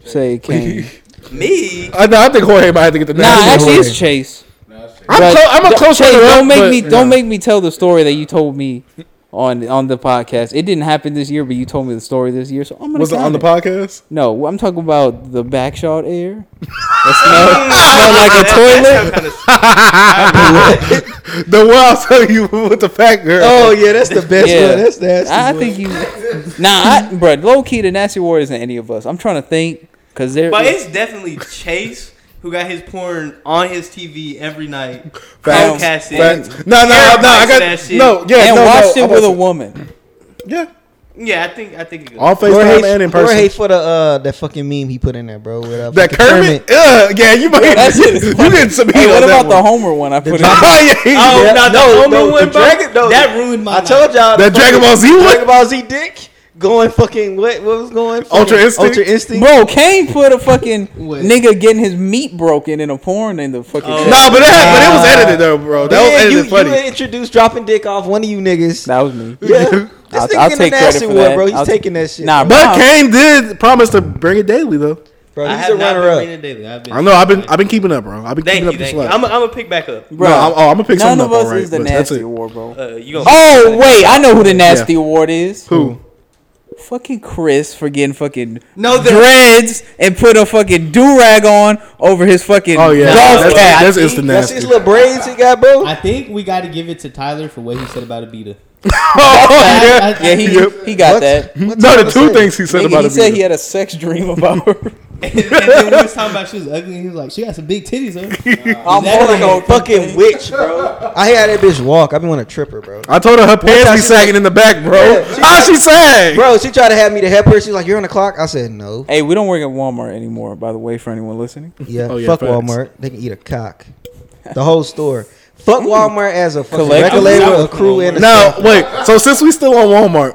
Speaker 3: say Kane.
Speaker 6: Me?
Speaker 2: I, know, I think Jorge might have to get the
Speaker 3: nah,
Speaker 2: nasty
Speaker 3: actually,
Speaker 2: award.
Speaker 3: it's Chase.
Speaker 2: I'm,
Speaker 3: But-
Speaker 2: clo- I'm a
Speaker 3: Don't-
Speaker 2: close
Speaker 3: Chase,
Speaker 2: runner.
Speaker 3: Don't make me don't make me tell the story that you told me on on the podcast. It didn't happen this year, but you told me the story this year, so I'm gonna.
Speaker 2: Was it
Speaker 3: count
Speaker 2: on the podcast?
Speaker 3: No, I'm talking about the backshot air. That smell, smell like a toilet.
Speaker 2: The one I was telling you with the fat girl.
Speaker 1: Oh yeah, that's the best
Speaker 3: Yeah.
Speaker 1: one. That's nasty.
Speaker 3: I
Speaker 1: boy.
Speaker 3: think you. Nah, I, bro. Low key, the nasty word isn't any of us. I'm trying to think because there.
Speaker 6: But it's definitely Chase who got his porn on his TV every night.
Speaker 2: Facts.
Speaker 6: Podcasting.
Speaker 2: Facts. No, no, no, no. I
Speaker 6: Everybody's that
Speaker 2: got
Speaker 6: shit.
Speaker 2: no. Yeah,
Speaker 3: and
Speaker 2: no,
Speaker 3: watched
Speaker 2: no,
Speaker 3: it
Speaker 2: I'm
Speaker 3: with a
Speaker 2: about
Speaker 3: woman.
Speaker 2: to- Yeah,
Speaker 6: Yeah, I think I think it goes.
Speaker 2: on FaceTime
Speaker 1: Jorge,
Speaker 2: and in person.
Speaker 1: Jorge for the uh, that fucking meme he put in there, bro. With, uh,
Speaker 2: that
Speaker 1: fucking
Speaker 2: Kermit. Ugh, yeah, you might.
Speaker 3: That shit is
Speaker 2: you
Speaker 3: funny.
Speaker 2: didn't submit.
Speaker 3: Hey, what
Speaker 2: on
Speaker 3: about
Speaker 2: that
Speaker 3: the
Speaker 2: one.
Speaker 3: Homer one I put in?
Speaker 2: Oh yeah, he-
Speaker 6: Oh
Speaker 2: yeah.
Speaker 6: no,
Speaker 1: no,
Speaker 6: the Homer
Speaker 1: no, the
Speaker 6: one, bro.
Speaker 1: dragon- no,
Speaker 6: that ruined my.
Speaker 1: I told y'all
Speaker 2: That
Speaker 1: the fucking-
Speaker 2: Dragon Ball Z one?
Speaker 1: Dragon Ball Z dick going fucking what? What was going?
Speaker 6: Oh.
Speaker 2: Ultra
Speaker 1: fucking
Speaker 2: Instinct?
Speaker 1: Ultra Instinct.
Speaker 3: Bro, Kane put a fucking nigga getting his meat broken in a porn in the fucking.
Speaker 6: Oh.
Speaker 2: No, but that, but it was edited though, bro. That
Speaker 1: Yeah,
Speaker 2: was edited
Speaker 1: you,
Speaker 2: funny.
Speaker 1: you introduced dropping dick off one of you niggas.
Speaker 3: That was me.
Speaker 1: Yeah, this
Speaker 3: I'll- I'll
Speaker 1: nigga getting
Speaker 3: take
Speaker 1: a
Speaker 3: credit
Speaker 1: nasty
Speaker 3: for
Speaker 1: one,
Speaker 3: that.
Speaker 1: bro. He's
Speaker 3: I'll-
Speaker 1: taking that shit.
Speaker 3: Nah, bro.
Speaker 2: but Kane did promise to bring it daily though.
Speaker 1: bro,
Speaker 6: I
Speaker 1: he's
Speaker 6: have
Speaker 1: a
Speaker 6: not been
Speaker 1: runner up.
Speaker 6: reading it daily. I've been-
Speaker 2: I know. I've been I've been keeping up, bro. I've been
Speaker 6: Thank
Speaker 2: keeping
Speaker 6: you,
Speaker 2: up the
Speaker 6: thank you.
Speaker 2: slack.
Speaker 6: I'm, I'm gonna pick back up.
Speaker 3: Bro,
Speaker 2: No, I'm- oh, I'ma pick
Speaker 3: None
Speaker 2: something
Speaker 3: of
Speaker 2: up,
Speaker 3: us
Speaker 2: alright,
Speaker 3: is the
Speaker 2: but that's
Speaker 3: nasty
Speaker 2: it.
Speaker 3: award, bro.
Speaker 6: Uh, you gonna?
Speaker 3: Oh wait, I know who the nasty award is.
Speaker 2: Who?
Speaker 3: Fucking Chris for getting fucking
Speaker 6: No, the-
Speaker 3: dreads and put a fucking do rag on over his fucking
Speaker 2: Oh yeah,
Speaker 3: golf
Speaker 2: that's,
Speaker 3: cap.
Speaker 2: that's instant
Speaker 1: That's
Speaker 2: nasty.
Speaker 1: his little braids he got, bro.
Speaker 9: I think we got to give it to Tyler for what he said about Abita.
Speaker 2: Oh,
Speaker 9: I- I-
Speaker 3: yeah, he
Speaker 2: Yep.
Speaker 3: he got
Speaker 1: What?
Speaker 3: that.
Speaker 1: What's
Speaker 2: No,
Speaker 1: he
Speaker 2: the
Speaker 1: gonna
Speaker 2: two
Speaker 1: say?
Speaker 2: things he said
Speaker 3: Nigga,
Speaker 2: about
Speaker 3: he
Speaker 2: it.
Speaker 3: said he had a sex dream about her.
Speaker 6: and then we was talking
Speaker 9: Time about she was ugly, and he was like, "She got some big titties." Huh?
Speaker 3: I'm holding on.
Speaker 1: Fucking witch, bro. I had that bitch walk. I be want to trip her, bro.
Speaker 2: I told her her pants
Speaker 1: time
Speaker 2: be
Speaker 1: she-
Speaker 2: sagging in the back, bro.
Speaker 1: Yeah, she-
Speaker 2: Ah, she sag.
Speaker 1: Bro, she tried to have me to help her. She's like, "You're on the clock." I said, "No."
Speaker 3: Hey, we don't work at Walmart anymore, by the way, for anyone listening.
Speaker 1: Yeah,
Speaker 2: Oh, yeah,
Speaker 1: fuck
Speaker 2: facts.
Speaker 1: Walmart. They can eat a cock. The whole store. Fuck Walmart as a fucking
Speaker 3: Collect-
Speaker 1: regulator, a crew, and a
Speaker 2: Now
Speaker 1: staff.
Speaker 2: wait. So since we still on Walmart,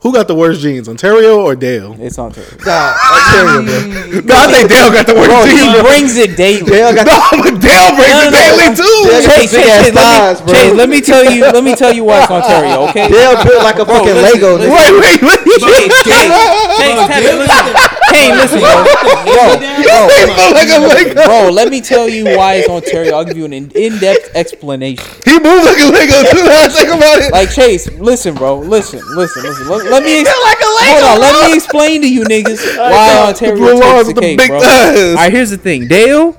Speaker 2: who got the worst jeans, Ontario or Dale?
Speaker 3: It's on tape.
Speaker 1: Nah, I tell you, bro.
Speaker 2: No, I think Dale got the worst
Speaker 3: He
Speaker 2: jeans. bro.
Speaker 3: brings it daily.
Speaker 1: They all got
Speaker 2: No, but Dale brings
Speaker 3: No, no,
Speaker 2: it
Speaker 3: no.
Speaker 2: daily too.
Speaker 1: Dale-
Speaker 3: Chase, Chase,
Speaker 1: Big ass
Speaker 3: Chase, let
Speaker 1: thighs,
Speaker 3: me,
Speaker 1: bro.
Speaker 3: Chase, let me tell you, let me tell you why it's Ontario, okay?
Speaker 1: Dale built like a fucking
Speaker 3: listen,
Speaker 1: Lego.
Speaker 3: listen.
Speaker 1: nigga.
Speaker 2: Wait, wait,
Speaker 3: Chase,
Speaker 2: wait.
Speaker 3: Chase, Chase, tap it, listen. Kane, listen, bro. Bro,
Speaker 2: They look like a Lego.
Speaker 1: uh,
Speaker 3: bro, let me tell you why it's Ontario. I'll give you an in- in-depth explanation.
Speaker 2: He moved like a Lego too. Now I think about it.
Speaker 3: Like Chase, listen, bro, listen, listen, listen. Let, let me ex- hold on. Let me explain to you niggas why Ontario
Speaker 2: blue
Speaker 3: takes
Speaker 2: laws
Speaker 3: uh, the
Speaker 2: with the
Speaker 3: cake,
Speaker 2: big
Speaker 3: bro.
Speaker 2: thighs.
Speaker 3: All right, here's the thing, Dale.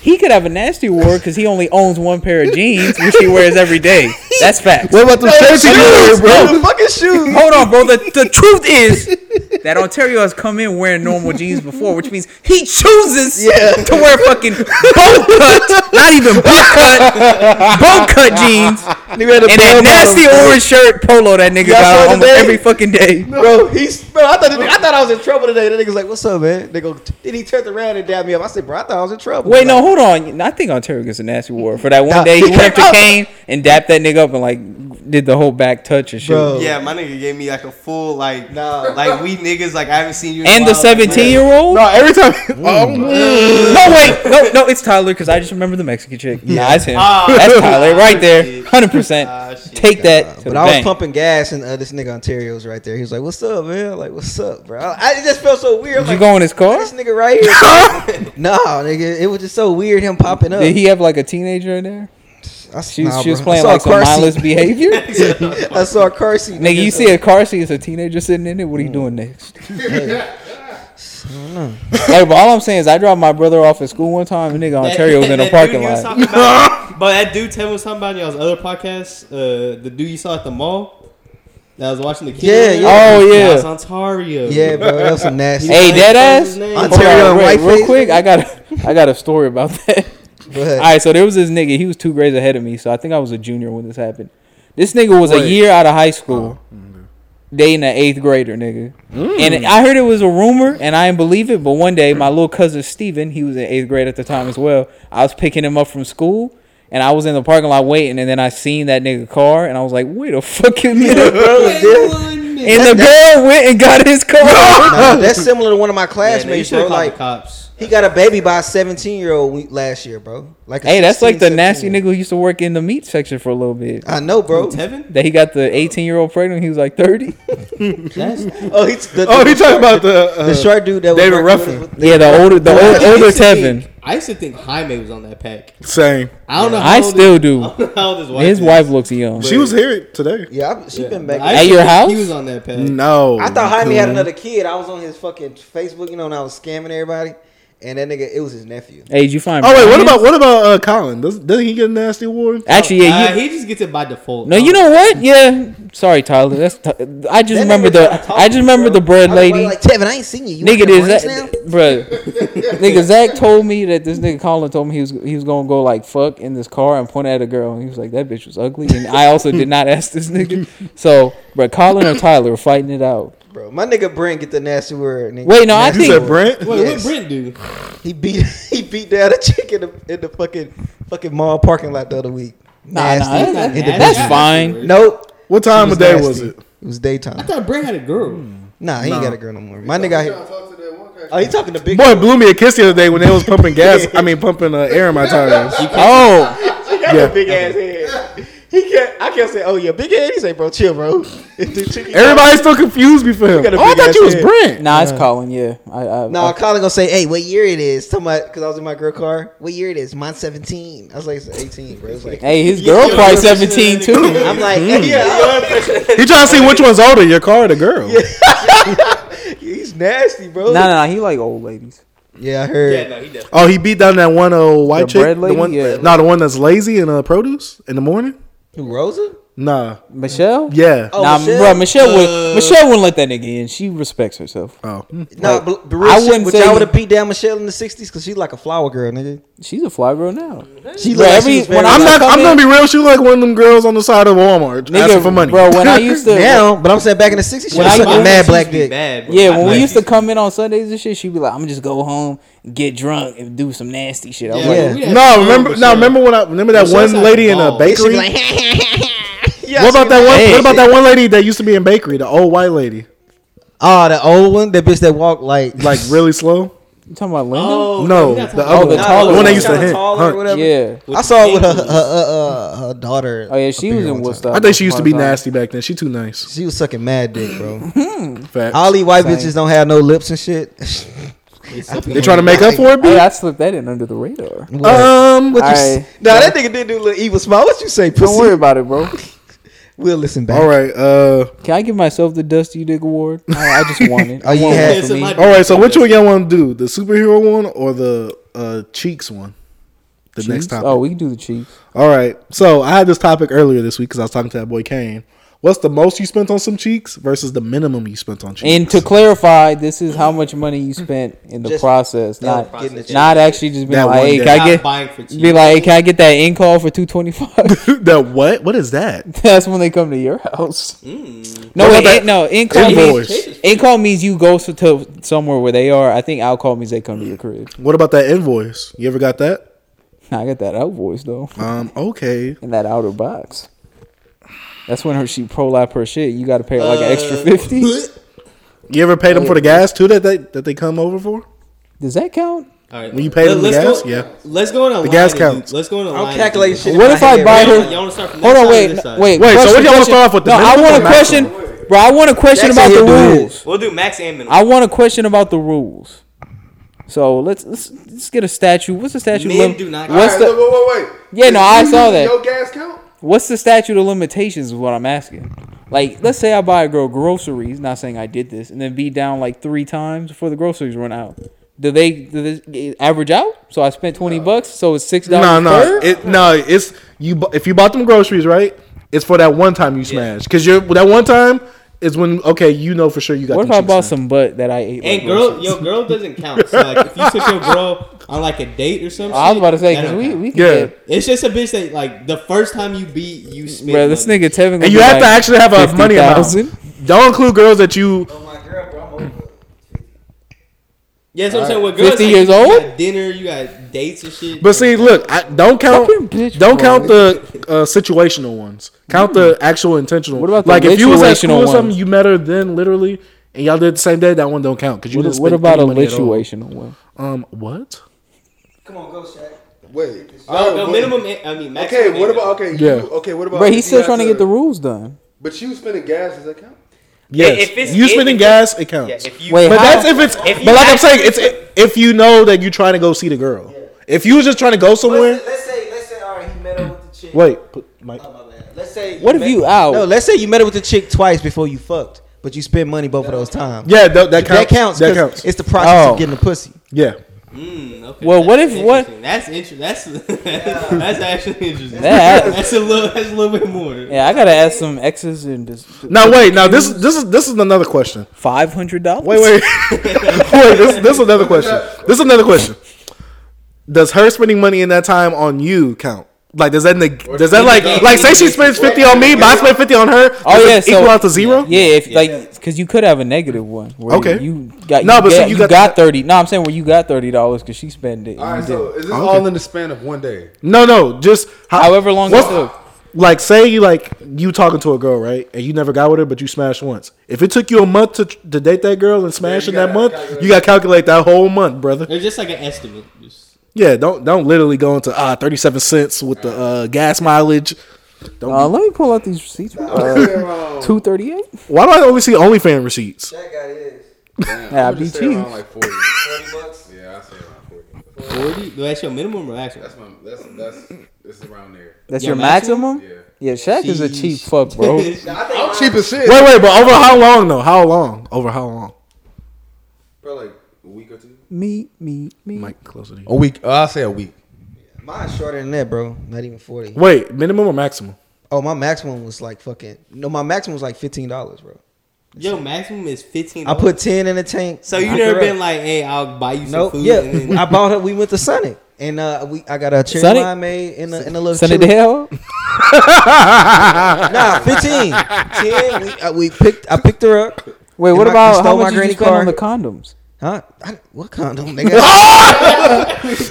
Speaker 3: He could have a nasty award because he only owns one pair of jeans, which he wears every day. That's fact.
Speaker 2: What about the shirts he wears, bro?
Speaker 1: The fucking shoes.
Speaker 3: Hold on, bro. The, the truth is that Ontario has come in wearing normal jeans before, which means he chooses to wear fucking bow cut, not even bow cut, bow cut jeans,
Speaker 1: Nigga had a
Speaker 3: and that
Speaker 1: bell
Speaker 3: nasty
Speaker 1: bottom, bro.
Speaker 3: orange shirt polo that nigga
Speaker 1: Y'all saw
Speaker 3: got on almost
Speaker 1: today?
Speaker 3: every fucking day.
Speaker 1: Bro, he's bro. I thought I thought I was in trouble today. The nigga's like, "What's up, man?" They go. Then he turned around and dabbed me up. I said, "Bro, I thought I was in trouble."
Speaker 3: Wait,
Speaker 1: He's
Speaker 3: no,
Speaker 1: like,
Speaker 3: hold on. I think Ontario gets a nasty award for that one
Speaker 1: Nah,
Speaker 3: day
Speaker 1: he
Speaker 3: he went up to
Speaker 1: came out-
Speaker 3: Kane and dapped that nigga up and like did the whole back touch and shit.
Speaker 1: Bro.
Speaker 6: Yeah, my nigga gave me like a full like
Speaker 1: Nah.
Speaker 6: like we niggas like I haven't seen you. in a
Speaker 3: And the
Speaker 6: while.
Speaker 3: 17 year old?
Speaker 2: No, every time. Oh,
Speaker 3: No, wait, no, no, it's Tyler because I just remember the Mexican chick. Nah, it's him.
Speaker 6: Ah.
Speaker 3: That's Tyler right there,
Speaker 6: Shit.
Speaker 3: hundred percent.
Speaker 6: Ah, shit.
Speaker 3: Take that.
Speaker 1: But I was pumping gas and uh, this nigga Ontario's right there. He was like, "What's up, man?" I'm like, "What's up, bro?" I, I just felt so weird. I'm
Speaker 3: Did you
Speaker 1: like,
Speaker 3: go in his car?
Speaker 1: this nigga right here. bro." nah, nigga, it was just so weird him popping up.
Speaker 3: Did he have like a teenager in there?
Speaker 1: I, s-
Speaker 3: She was,
Speaker 1: nah,
Speaker 3: she was
Speaker 1: bro. I
Speaker 3: playing
Speaker 1: saw a
Speaker 3: like some
Speaker 1: car seat.
Speaker 3: mindless behavior.
Speaker 1: I saw a car seat.
Speaker 3: Nigga, you see a car seat, it's a teenager sitting in it. What are you doing next? hey, but all I'm saying is, I dropped my brother off at school one time. and nigga Ontario was in a
Speaker 9: That
Speaker 3: parking
Speaker 9: dude you was
Speaker 3: lot.
Speaker 9: talking about- but that dude Tim was talking about in y'all's other podcast, uh, the dude you saw at the mall that was watching the kids.
Speaker 1: Yeah, yeah.
Speaker 3: Oh, yeah.
Speaker 9: That's Ontario.
Speaker 1: Yeah, bro, that was some nasty.
Speaker 3: Hey,
Speaker 9: Like,
Speaker 3: dead
Speaker 9: what's
Speaker 3: ass.
Speaker 9: his name?
Speaker 3: Hold
Speaker 1: Ontario
Speaker 3: on,
Speaker 1: and
Speaker 3: wait, real
Speaker 1: Whiteface?
Speaker 3: quick, I got a, I got a story about that.
Speaker 1: Go ahead.
Speaker 3: All right, so there was this nigga. He was two grades ahead of me, so I think I was a junior when this happened. This nigga was a
Speaker 2: Wait.
Speaker 3: year out of high school. dating an eighth grader, nigga. And I heard it was a rumor, and I didn't believe it. But one day, my little cousin Steven, he was in eighth grade at the time as well. I was picking him up from school, and I was in the parking lot waiting, and then I seen that nigga car, and I was like, "Wait a fucking minute, bro!" and the girl went and got his car.
Speaker 1: Nah, that's similar to one of my
Speaker 9: Yeah, you
Speaker 1: classmates,
Speaker 9: should
Speaker 1: bro.
Speaker 9: call the
Speaker 1: Like
Speaker 9: cops.
Speaker 1: he got a baby by a seventeen year old last year, bro. Like a
Speaker 3: hey, that's
Speaker 1: 16,
Speaker 3: like the nasty
Speaker 1: 17.
Speaker 3: nigga who used to work in the meat section for a little bit.
Speaker 1: I know, bro.
Speaker 9: Tevin?
Speaker 3: That he got the 18 year old pregnant. when He was like 30.
Speaker 1: Oh, he's the,
Speaker 2: Oh,
Speaker 1: the,
Speaker 2: he talking about the uh,
Speaker 1: the short dude that was
Speaker 2: David
Speaker 1: working
Speaker 2: Ruffin.
Speaker 1: with us with-
Speaker 3: Yeah, the older, the old, older Tevin.
Speaker 9: I used to think Jaime was on that pack.
Speaker 2: same.
Speaker 9: I don't know.
Speaker 3: I
Speaker 9: old
Speaker 3: still
Speaker 9: his-
Speaker 3: do.
Speaker 9: I don't know how old his wife.
Speaker 3: His
Speaker 9: is.
Speaker 3: wife looks young.
Speaker 2: She was here today.
Speaker 1: Yeah, I, she
Speaker 9: Yeah.
Speaker 1: been back.
Speaker 9: I
Speaker 1: I,
Speaker 3: At
Speaker 9: used
Speaker 3: your
Speaker 9: to think
Speaker 3: house?
Speaker 9: He was on that pack.
Speaker 2: No,
Speaker 1: thought Jaime had
Speaker 2: cool.
Speaker 1: another kid. I was on his fucking Facebook, you know, and I was scamming everybody. And that nigga, it was his nephew.
Speaker 3: Hey, did you find?
Speaker 2: Oh wait, what
Speaker 3: Brian?
Speaker 2: about what about uh, Colin? Does, doesn't he get a nasty award?
Speaker 3: Actually, yeah,
Speaker 9: Uh,
Speaker 3: you.
Speaker 9: he just gets it by default.
Speaker 3: No, you know what? Yeah, sorry, Tyler. That's t- I just
Speaker 1: That
Speaker 3: remember
Speaker 1: nigga
Speaker 3: the
Speaker 1: tried to talk
Speaker 3: I just
Speaker 1: to me,
Speaker 3: remember
Speaker 1: bro.
Speaker 3: the bread
Speaker 1: I was
Speaker 3: lady.
Speaker 1: Like, Tevin, I ain't seen you. you
Speaker 3: Nigga,
Speaker 1: nigga,
Speaker 3: did
Speaker 1: is
Speaker 3: that, bro? nigga, Zach told me that this nigga Colin told me he was he was gonna go like fuck in this car and point at a girl. And he was like, that bitch was ugly, and I also did not ask this nigga. So, bro, Colin or Tyler were fighting it out.
Speaker 1: Bro, my nigga Brent get the nasty word. Nigga.
Speaker 3: Wait, no, I
Speaker 1: Nasty
Speaker 2: You said
Speaker 1: word.
Speaker 2: Brent.
Speaker 9: Wait,
Speaker 1: Yes.
Speaker 9: what Brent do?
Speaker 1: He beat he beat down a chick in the, in the fucking fucking mall parking lot the other week.
Speaker 3: Nah, nah,
Speaker 1: Nasty.
Speaker 3: that-
Speaker 1: In the
Speaker 9: nasty.
Speaker 3: that's
Speaker 1: basement.
Speaker 3: fine.
Speaker 1: Nope.
Speaker 2: What time of day was
Speaker 1: nasty.
Speaker 2: it?
Speaker 1: It was daytime.
Speaker 9: I thought Brent had a girl.
Speaker 1: Nah, he ain't got a girl no more. My nigga out here. Oh, he talking to big.
Speaker 2: Boy blew me a kiss the other day when they was pumping gas. I mean, pumping uh, air in my tires.
Speaker 3: Oh,
Speaker 1: He got
Speaker 2: Yeah.
Speaker 1: a big ass head. He can't. I can't say, "Oh yeah, big head." He say, "Bro, chill, bro." Everybody.
Speaker 2: Everybody still confused me for him.
Speaker 1: got a
Speaker 2: Oh, I
Speaker 1: big
Speaker 2: thought
Speaker 1: ass
Speaker 2: you was
Speaker 1: head.
Speaker 2: Brent.
Speaker 3: nah, it's Colin. Yeah, I, I,
Speaker 1: No,
Speaker 3: I-
Speaker 1: Colin gonna say, "Hey, what year it is?" Tell my because I was in my girl car. What year it is? Mine seventeen. I was like, it's eighteen, bro. It's like,
Speaker 3: hey, his girl probably seventeen too.
Speaker 1: I'm like, yeah,
Speaker 2: He trying to see which one's older, your car or the girl.
Speaker 1: he's nasty, bro.
Speaker 3: No, no, no. He like old ladies.
Speaker 1: Yeah, I heard.
Speaker 6: no, he definitely.
Speaker 2: Oh, he beat down that one uh, white
Speaker 3: The
Speaker 2: chick.
Speaker 3: bread lady?
Speaker 2: the one,
Speaker 3: Yeah.
Speaker 2: nah, the one that's lazy and uh, produce in the morning.
Speaker 1: Who, Rosa?
Speaker 2: Nah,
Speaker 3: Michelle.
Speaker 2: yeah. Uh.
Speaker 1: Oh,
Speaker 3: nah,
Speaker 1: Michelle?
Speaker 3: bro. Michelle would. Michelle wouldn't let that nigga in. She respects herself.
Speaker 2: Oh, mm.
Speaker 1: No,
Speaker 3: Like,
Speaker 1: but, but
Speaker 3: I
Speaker 1: real shit,
Speaker 3: wouldn't
Speaker 1: would
Speaker 3: say-
Speaker 1: y'all would have beat down Michelle in the '60s because she's like a flower girl, nigga.
Speaker 3: She's a fly girl now.
Speaker 1: She
Speaker 3: Bro,
Speaker 1: like
Speaker 3: every-
Speaker 1: she was
Speaker 3: when
Speaker 1: very-
Speaker 2: I'm
Speaker 3: when I
Speaker 2: not.
Speaker 3: come
Speaker 2: I'm
Speaker 3: in-
Speaker 2: gonna be real. She like one of them girls on the side of Walmart asking for money.
Speaker 3: bro. When I used to,
Speaker 1: now, but I'm saying back in the '60s, she
Speaker 3: When
Speaker 1: was
Speaker 3: I-
Speaker 1: sucking
Speaker 3: when
Speaker 1: mad
Speaker 9: She
Speaker 1: black
Speaker 9: used to be
Speaker 1: dick.
Speaker 9: Bad, bro.
Speaker 3: yeah, when
Speaker 9: Like,
Speaker 3: we used to come in on Sundays and shit, she'd be like, "I'm just go home, get drunk, and do some nasty shit." I was
Speaker 9: Yeah,
Speaker 3: like,
Speaker 1: Yeah.
Speaker 9: we
Speaker 2: no,
Speaker 9: had girl
Speaker 2: remember.
Speaker 9: Michelle.
Speaker 2: Now remember when I remember that
Speaker 9: Michelle's
Speaker 2: one
Speaker 9: like
Speaker 2: lady in a
Speaker 9: balls.
Speaker 1: She be
Speaker 2: bakery.
Speaker 1: like, yeah,
Speaker 2: What
Speaker 1: she
Speaker 2: about
Speaker 1: be
Speaker 2: that
Speaker 1: like,
Speaker 2: one?
Speaker 1: "Hey."
Speaker 2: What about that one lady that used to be in bakery? The old white lady,
Speaker 1: Oh, the old one, that bitch that walked like
Speaker 2: like really slow.
Speaker 3: "You talking about Linda?"
Speaker 9: Oh,
Speaker 2: No,
Speaker 9: you're not
Speaker 2: the
Speaker 9: talking
Speaker 2: other
Speaker 9: about-
Speaker 2: one,
Speaker 3: the taller
Speaker 2: the one
Speaker 3: one.
Speaker 2: that used to
Speaker 1: Kinda
Speaker 2: hit.
Speaker 1: taller or
Speaker 2: Hunt.
Speaker 1: whatever.
Speaker 3: yeah.
Speaker 1: I saw it with her, her, her, her, her daughter.
Speaker 3: Oh yeah, she was in Woodstock.
Speaker 2: I think she used to be
Speaker 3: One time.
Speaker 2: nasty back then. She too nice.
Speaker 1: She was sucking mad dick, bro.
Speaker 2: Fact.
Speaker 1: All these white
Speaker 3: Same.
Speaker 1: bitches don't have no lips and shit.
Speaker 2: They trying to make up for it,
Speaker 3: Hey,
Speaker 2: B?
Speaker 3: I slipped that in under the radar. Don't
Speaker 2: Um,
Speaker 1: What you
Speaker 3: Alright.
Speaker 1: s- Nah, that nigga did do a little evil smile. What you say, pussy?
Speaker 3: worry about it, bro.
Speaker 1: We'll listen back.
Speaker 2: All right. Uh,
Speaker 3: Can I give myself the Dusty Dick Award? I, I just want it.
Speaker 1: Oh,
Speaker 3: I
Speaker 1: you
Speaker 3: want
Speaker 1: had-
Speaker 3: one
Speaker 9: It's
Speaker 3: for
Speaker 9: in
Speaker 3: me.
Speaker 9: my-
Speaker 2: all right. So which one y'all want to do? The superhero one or the uh cheeks one? The next topic.
Speaker 3: Oh, we can do the Chiefs.
Speaker 2: All right. So I had this topic earlier this week because I was talking to that boy Kane. What's the most you spent on some cheeks versus the minimum you spent on cheeks?
Speaker 3: And to clarify, this is how much money you spent in the
Speaker 1: Just
Speaker 3: process,
Speaker 1: the
Speaker 3: not
Speaker 1: process, yeah.
Speaker 3: not actually just being
Speaker 2: That
Speaker 3: like,
Speaker 2: one
Speaker 3: hey,
Speaker 2: day.
Speaker 3: can I
Speaker 9: Not
Speaker 3: get
Speaker 9: buying for cheap.
Speaker 3: be like, hey, can I get that in call for two twenty five?
Speaker 2: the what? What is that?
Speaker 3: That's when they come to your house. No,
Speaker 1: Mm.
Speaker 2: What
Speaker 3: wait,
Speaker 2: about
Speaker 3: in,
Speaker 2: that
Speaker 3: no, in call means
Speaker 2: invoice?
Speaker 3: in call means you go to, to somewhere where they are. I think out call means they come to your crib.
Speaker 2: What about that invoice? You ever got that?
Speaker 3: I got that out voice though
Speaker 2: Um. Okay.
Speaker 3: in that outer box. That's when her she prolap her shit. You got to pay her like an extra fifty.
Speaker 2: You ever paid them
Speaker 3: Oh.
Speaker 2: for the gas too that they that they come over for?
Speaker 3: Does that count?
Speaker 9: All right.
Speaker 2: When you paid
Speaker 9: Let-
Speaker 2: him the gas?
Speaker 9: let's Go,
Speaker 2: Yeah.
Speaker 9: Let's go in a line.
Speaker 2: gas
Speaker 9: and do-
Speaker 2: counts.
Speaker 9: Let's go in a line.
Speaker 1: I'm
Speaker 9: and
Speaker 1: calculating
Speaker 9: do-
Speaker 1: shit. in
Speaker 3: What
Speaker 1: my
Speaker 3: if I
Speaker 1: head,
Speaker 3: buy
Speaker 9: Y'all
Speaker 1: bro.
Speaker 3: her-
Speaker 9: wanna- y'all wanna start from this
Speaker 3: Hold on,
Speaker 9: side or
Speaker 3: wait,
Speaker 9: this
Speaker 3: no,
Speaker 9: side?
Speaker 3: wait.
Speaker 2: Wait, so
Speaker 3: question,
Speaker 2: what y'all wanna
Speaker 3: question.
Speaker 2: start off with, the
Speaker 3: No, I
Speaker 2: minimum
Speaker 3: want
Speaker 2: or
Speaker 3: a question,
Speaker 2: maximum?
Speaker 3: bro. I want a question
Speaker 1: Jackson
Speaker 3: about the
Speaker 1: here do his.
Speaker 3: rules.
Speaker 6: We'll do max and minimum.
Speaker 3: I want a question about the rules. So let's let's, let's get a statue. What's the statute?
Speaker 9: Men do not-
Speaker 3: What's
Speaker 4: All right,
Speaker 3: the?
Speaker 4: look, wait, wait, wait.
Speaker 3: Yeah, no, I saw that.
Speaker 4: Your gas count?
Speaker 3: What's the statute of limitations? Is what I'm asking. Like, let's say I buy a girl groceries. Not saying I did this, and then be down like three times before the groceries run out. Do they do this get- average out? So I spent twenty bucks. So it's six dollars.
Speaker 2: No, no,
Speaker 3: per?
Speaker 2: it, no. It's you. bu- If you bought them groceries, right? It's for that one time you smashed. Because you're that one time is when okay, you know for sure you got.
Speaker 3: what if
Speaker 2: them
Speaker 3: I
Speaker 2: cheeks
Speaker 3: bought
Speaker 2: now.
Speaker 3: some butt that I ate? like
Speaker 9: And girl,
Speaker 3: groceries?
Speaker 9: your girl doesn't count. So like, if you took your girl on like a date or something,
Speaker 3: Oh, I was about to say because we we can
Speaker 2: Yeah.
Speaker 3: get.
Speaker 9: It's just a bitch that like the first time you beat, you spend.
Speaker 3: Bro, this
Speaker 9: money.
Speaker 3: nigga Tevin. gonna
Speaker 2: And you
Speaker 3: be
Speaker 2: have to
Speaker 3: like,
Speaker 2: actually have a money amount.
Speaker 3: 50,000?
Speaker 2: Don't include girls that you.
Speaker 9: Yeah, that's what I'm saying. With girls,
Speaker 3: 50
Speaker 9: like,
Speaker 3: years
Speaker 9: you
Speaker 3: old?
Speaker 9: got dinner, you got dates and shit.
Speaker 2: But see, look, I, don't count.
Speaker 3: Fucking bitch,
Speaker 2: Don't
Speaker 3: bro.
Speaker 2: count the uh, situational ones. Count the actual intentional.
Speaker 3: What about the
Speaker 2: like if you was at school or
Speaker 3: lituational
Speaker 2: something,
Speaker 3: ones?
Speaker 2: you met her then literally, and y'all did the same day. That one don't count because you
Speaker 3: What,
Speaker 2: didn't.
Speaker 3: what
Speaker 2: spend
Speaker 3: about a
Speaker 2: any money at all.
Speaker 3: lituational one?
Speaker 2: Um, what?
Speaker 4: Wait.
Speaker 9: No,
Speaker 4: I-
Speaker 9: no, minimum. eh, I mean, maximum.
Speaker 4: Okay,
Speaker 9: income.
Speaker 4: what about okay?
Speaker 2: Yeah.
Speaker 4: You, okay, what about?
Speaker 3: But
Speaker 4: if you
Speaker 3: he's still
Speaker 4: got
Speaker 3: trying to get the rules done.
Speaker 4: But you spending gas does that count?
Speaker 2: Yes,
Speaker 6: if it's-
Speaker 2: you
Speaker 6: if
Speaker 2: spending
Speaker 6: it's-
Speaker 2: gas, it counts.
Speaker 6: if you
Speaker 3: Wait,
Speaker 2: But
Speaker 3: how-
Speaker 2: that's if it's.
Speaker 6: If you
Speaker 2: but like I'm
Speaker 6: actually-
Speaker 2: saying, it's if you know that you're trying to go see the girl. If you was just trying to go somewhere,
Speaker 5: Let's say, let's say, all right, he met up with the chick.
Speaker 2: wait. Put my,
Speaker 5: Let's say,
Speaker 3: What if
Speaker 5: met-
Speaker 3: you out?
Speaker 1: No, let's say you met up with the chick twice before you fucked, but you spent money both of those times.
Speaker 2: yeah, that, that counts.
Speaker 1: That counts.
Speaker 2: That
Speaker 1: 'cause
Speaker 2: counts.
Speaker 1: It's the process
Speaker 3: Oh.
Speaker 1: of getting the pussy.
Speaker 2: yeah.
Speaker 9: Mm, okay,
Speaker 3: Well, what
Speaker 9: that's
Speaker 3: if- what-
Speaker 9: interesting. That's interesting. That's that's actually interesting.
Speaker 3: Yeah.
Speaker 9: That's a little. That's a little bit more.
Speaker 3: yeah, I gotta ask some exes and just
Speaker 2: Now wait. Now this this is this is another question.
Speaker 3: five hundred dollars.
Speaker 2: Wait, wait, wait. This, this is another question. This is another question. Does her spending money in that time on you count? Like, does that neg- does that like like say she spends fifty on me, but I spend fifty on her?
Speaker 3: Oh,
Speaker 2: does
Speaker 3: yeah,
Speaker 2: it
Speaker 3: so-
Speaker 2: equal out to zero.
Speaker 3: Yeah, if like because you could have a negative one. Where
Speaker 2: Okay.
Speaker 3: You got
Speaker 2: No,
Speaker 3: you
Speaker 2: but
Speaker 3: get,
Speaker 2: so you
Speaker 3: you,
Speaker 2: got
Speaker 3: got, thirty. No, I'm saying where you got thirty dollars because she spent it. and
Speaker 4: All right,
Speaker 3: you didn't.
Speaker 4: so is this
Speaker 2: Okay.
Speaker 4: all in the span of one day?
Speaker 2: No, no, just how-
Speaker 3: However long it
Speaker 2: what's-
Speaker 3: took.
Speaker 2: Like, say you like you talking to a girl, right? And you never got with her, but you smashed once. If it took you a month to, to date that girl and smash
Speaker 4: you
Speaker 2: in that
Speaker 4: gotta
Speaker 2: month,
Speaker 4: calculate.
Speaker 2: you got to calculate that whole month, brother.
Speaker 9: It's just like an estimate. Just,
Speaker 2: Yeah, don't don't literally go into ah thirty seven cents with the uh, gas mileage. Don't
Speaker 3: Uh, let me pull out these receipts. Uh, Two thirty eight.
Speaker 2: Why do I always see OnlyFans receipts?
Speaker 5: that guy is
Speaker 3: Yeah, I
Speaker 4: would
Speaker 3: be
Speaker 4: just say around
Speaker 3: cheap.
Speaker 4: like 40.
Speaker 5: forty bucks.
Speaker 8: Yeah, I say around forty.
Speaker 9: Forty. That's your minimum or actual?
Speaker 8: That's my. That's that's. It's around there.
Speaker 3: That's
Speaker 9: Your
Speaker 3: your maximum.
Speaker 8: Yeah.
Speaker 3: Yeah, Shaq is a cheap fuck, bro.
Speaker 4: I think I'm cheap as shit.
Speaker 2: Wait, wait, but over how long though? How long? Over how long?
Speaker 8: Probably like a week or two.
Speaker 3: me, me, me.
Speaker 2: Mike, closer to you.
Speaker 8: A week. Uh, I say a week.
Speaker 1: Mine's shorter than that, bro. Not even forty.
Speaker 2: Wait, minimum or maximum?
Speaker 1: Oh, my maximum was like fucking. No, my maximum was like fifteen dollars, bro.
Speaker 9: Yo, maximum is fifteen.
Speaker 1: I put ten in the tank.
Speaker 9: So you
Speaker 1: Hooked
Speaker 9: never
Speaker 1: her
Speaker 9: been
Speaker 1: up.
Speaker 9: like, hey, I'll buy you some
Speaker 1: Nope.
Speaker 9: food. and
Speaker 1: Yeah,
Speaker 9: then-
Speaker 1: I bought her. We went to Sonic, and uh, we I got a cherry
Speaker 3: Sonic?
Speaker 1: limeade and a, and a little chili-
Speaker 3: Sunnydale.
Speaker 1: Nah, fifteen. ten. We, uh, we picked. I picked her up.
Speaker 3: Wait,
Speaker 1: And
Speaker 3: what
Speaker 1: my-
Speaker 3: about
Speaker 1: stole
Speaker 3: how
Speaker 1: my
Speaker 3: much did
Speaker 1: granny
Speaker 3: you spend on
Speaker 1: card.
Speaker 3: the condoms?
Speaker 1: Huh? I, what condom? Nigga?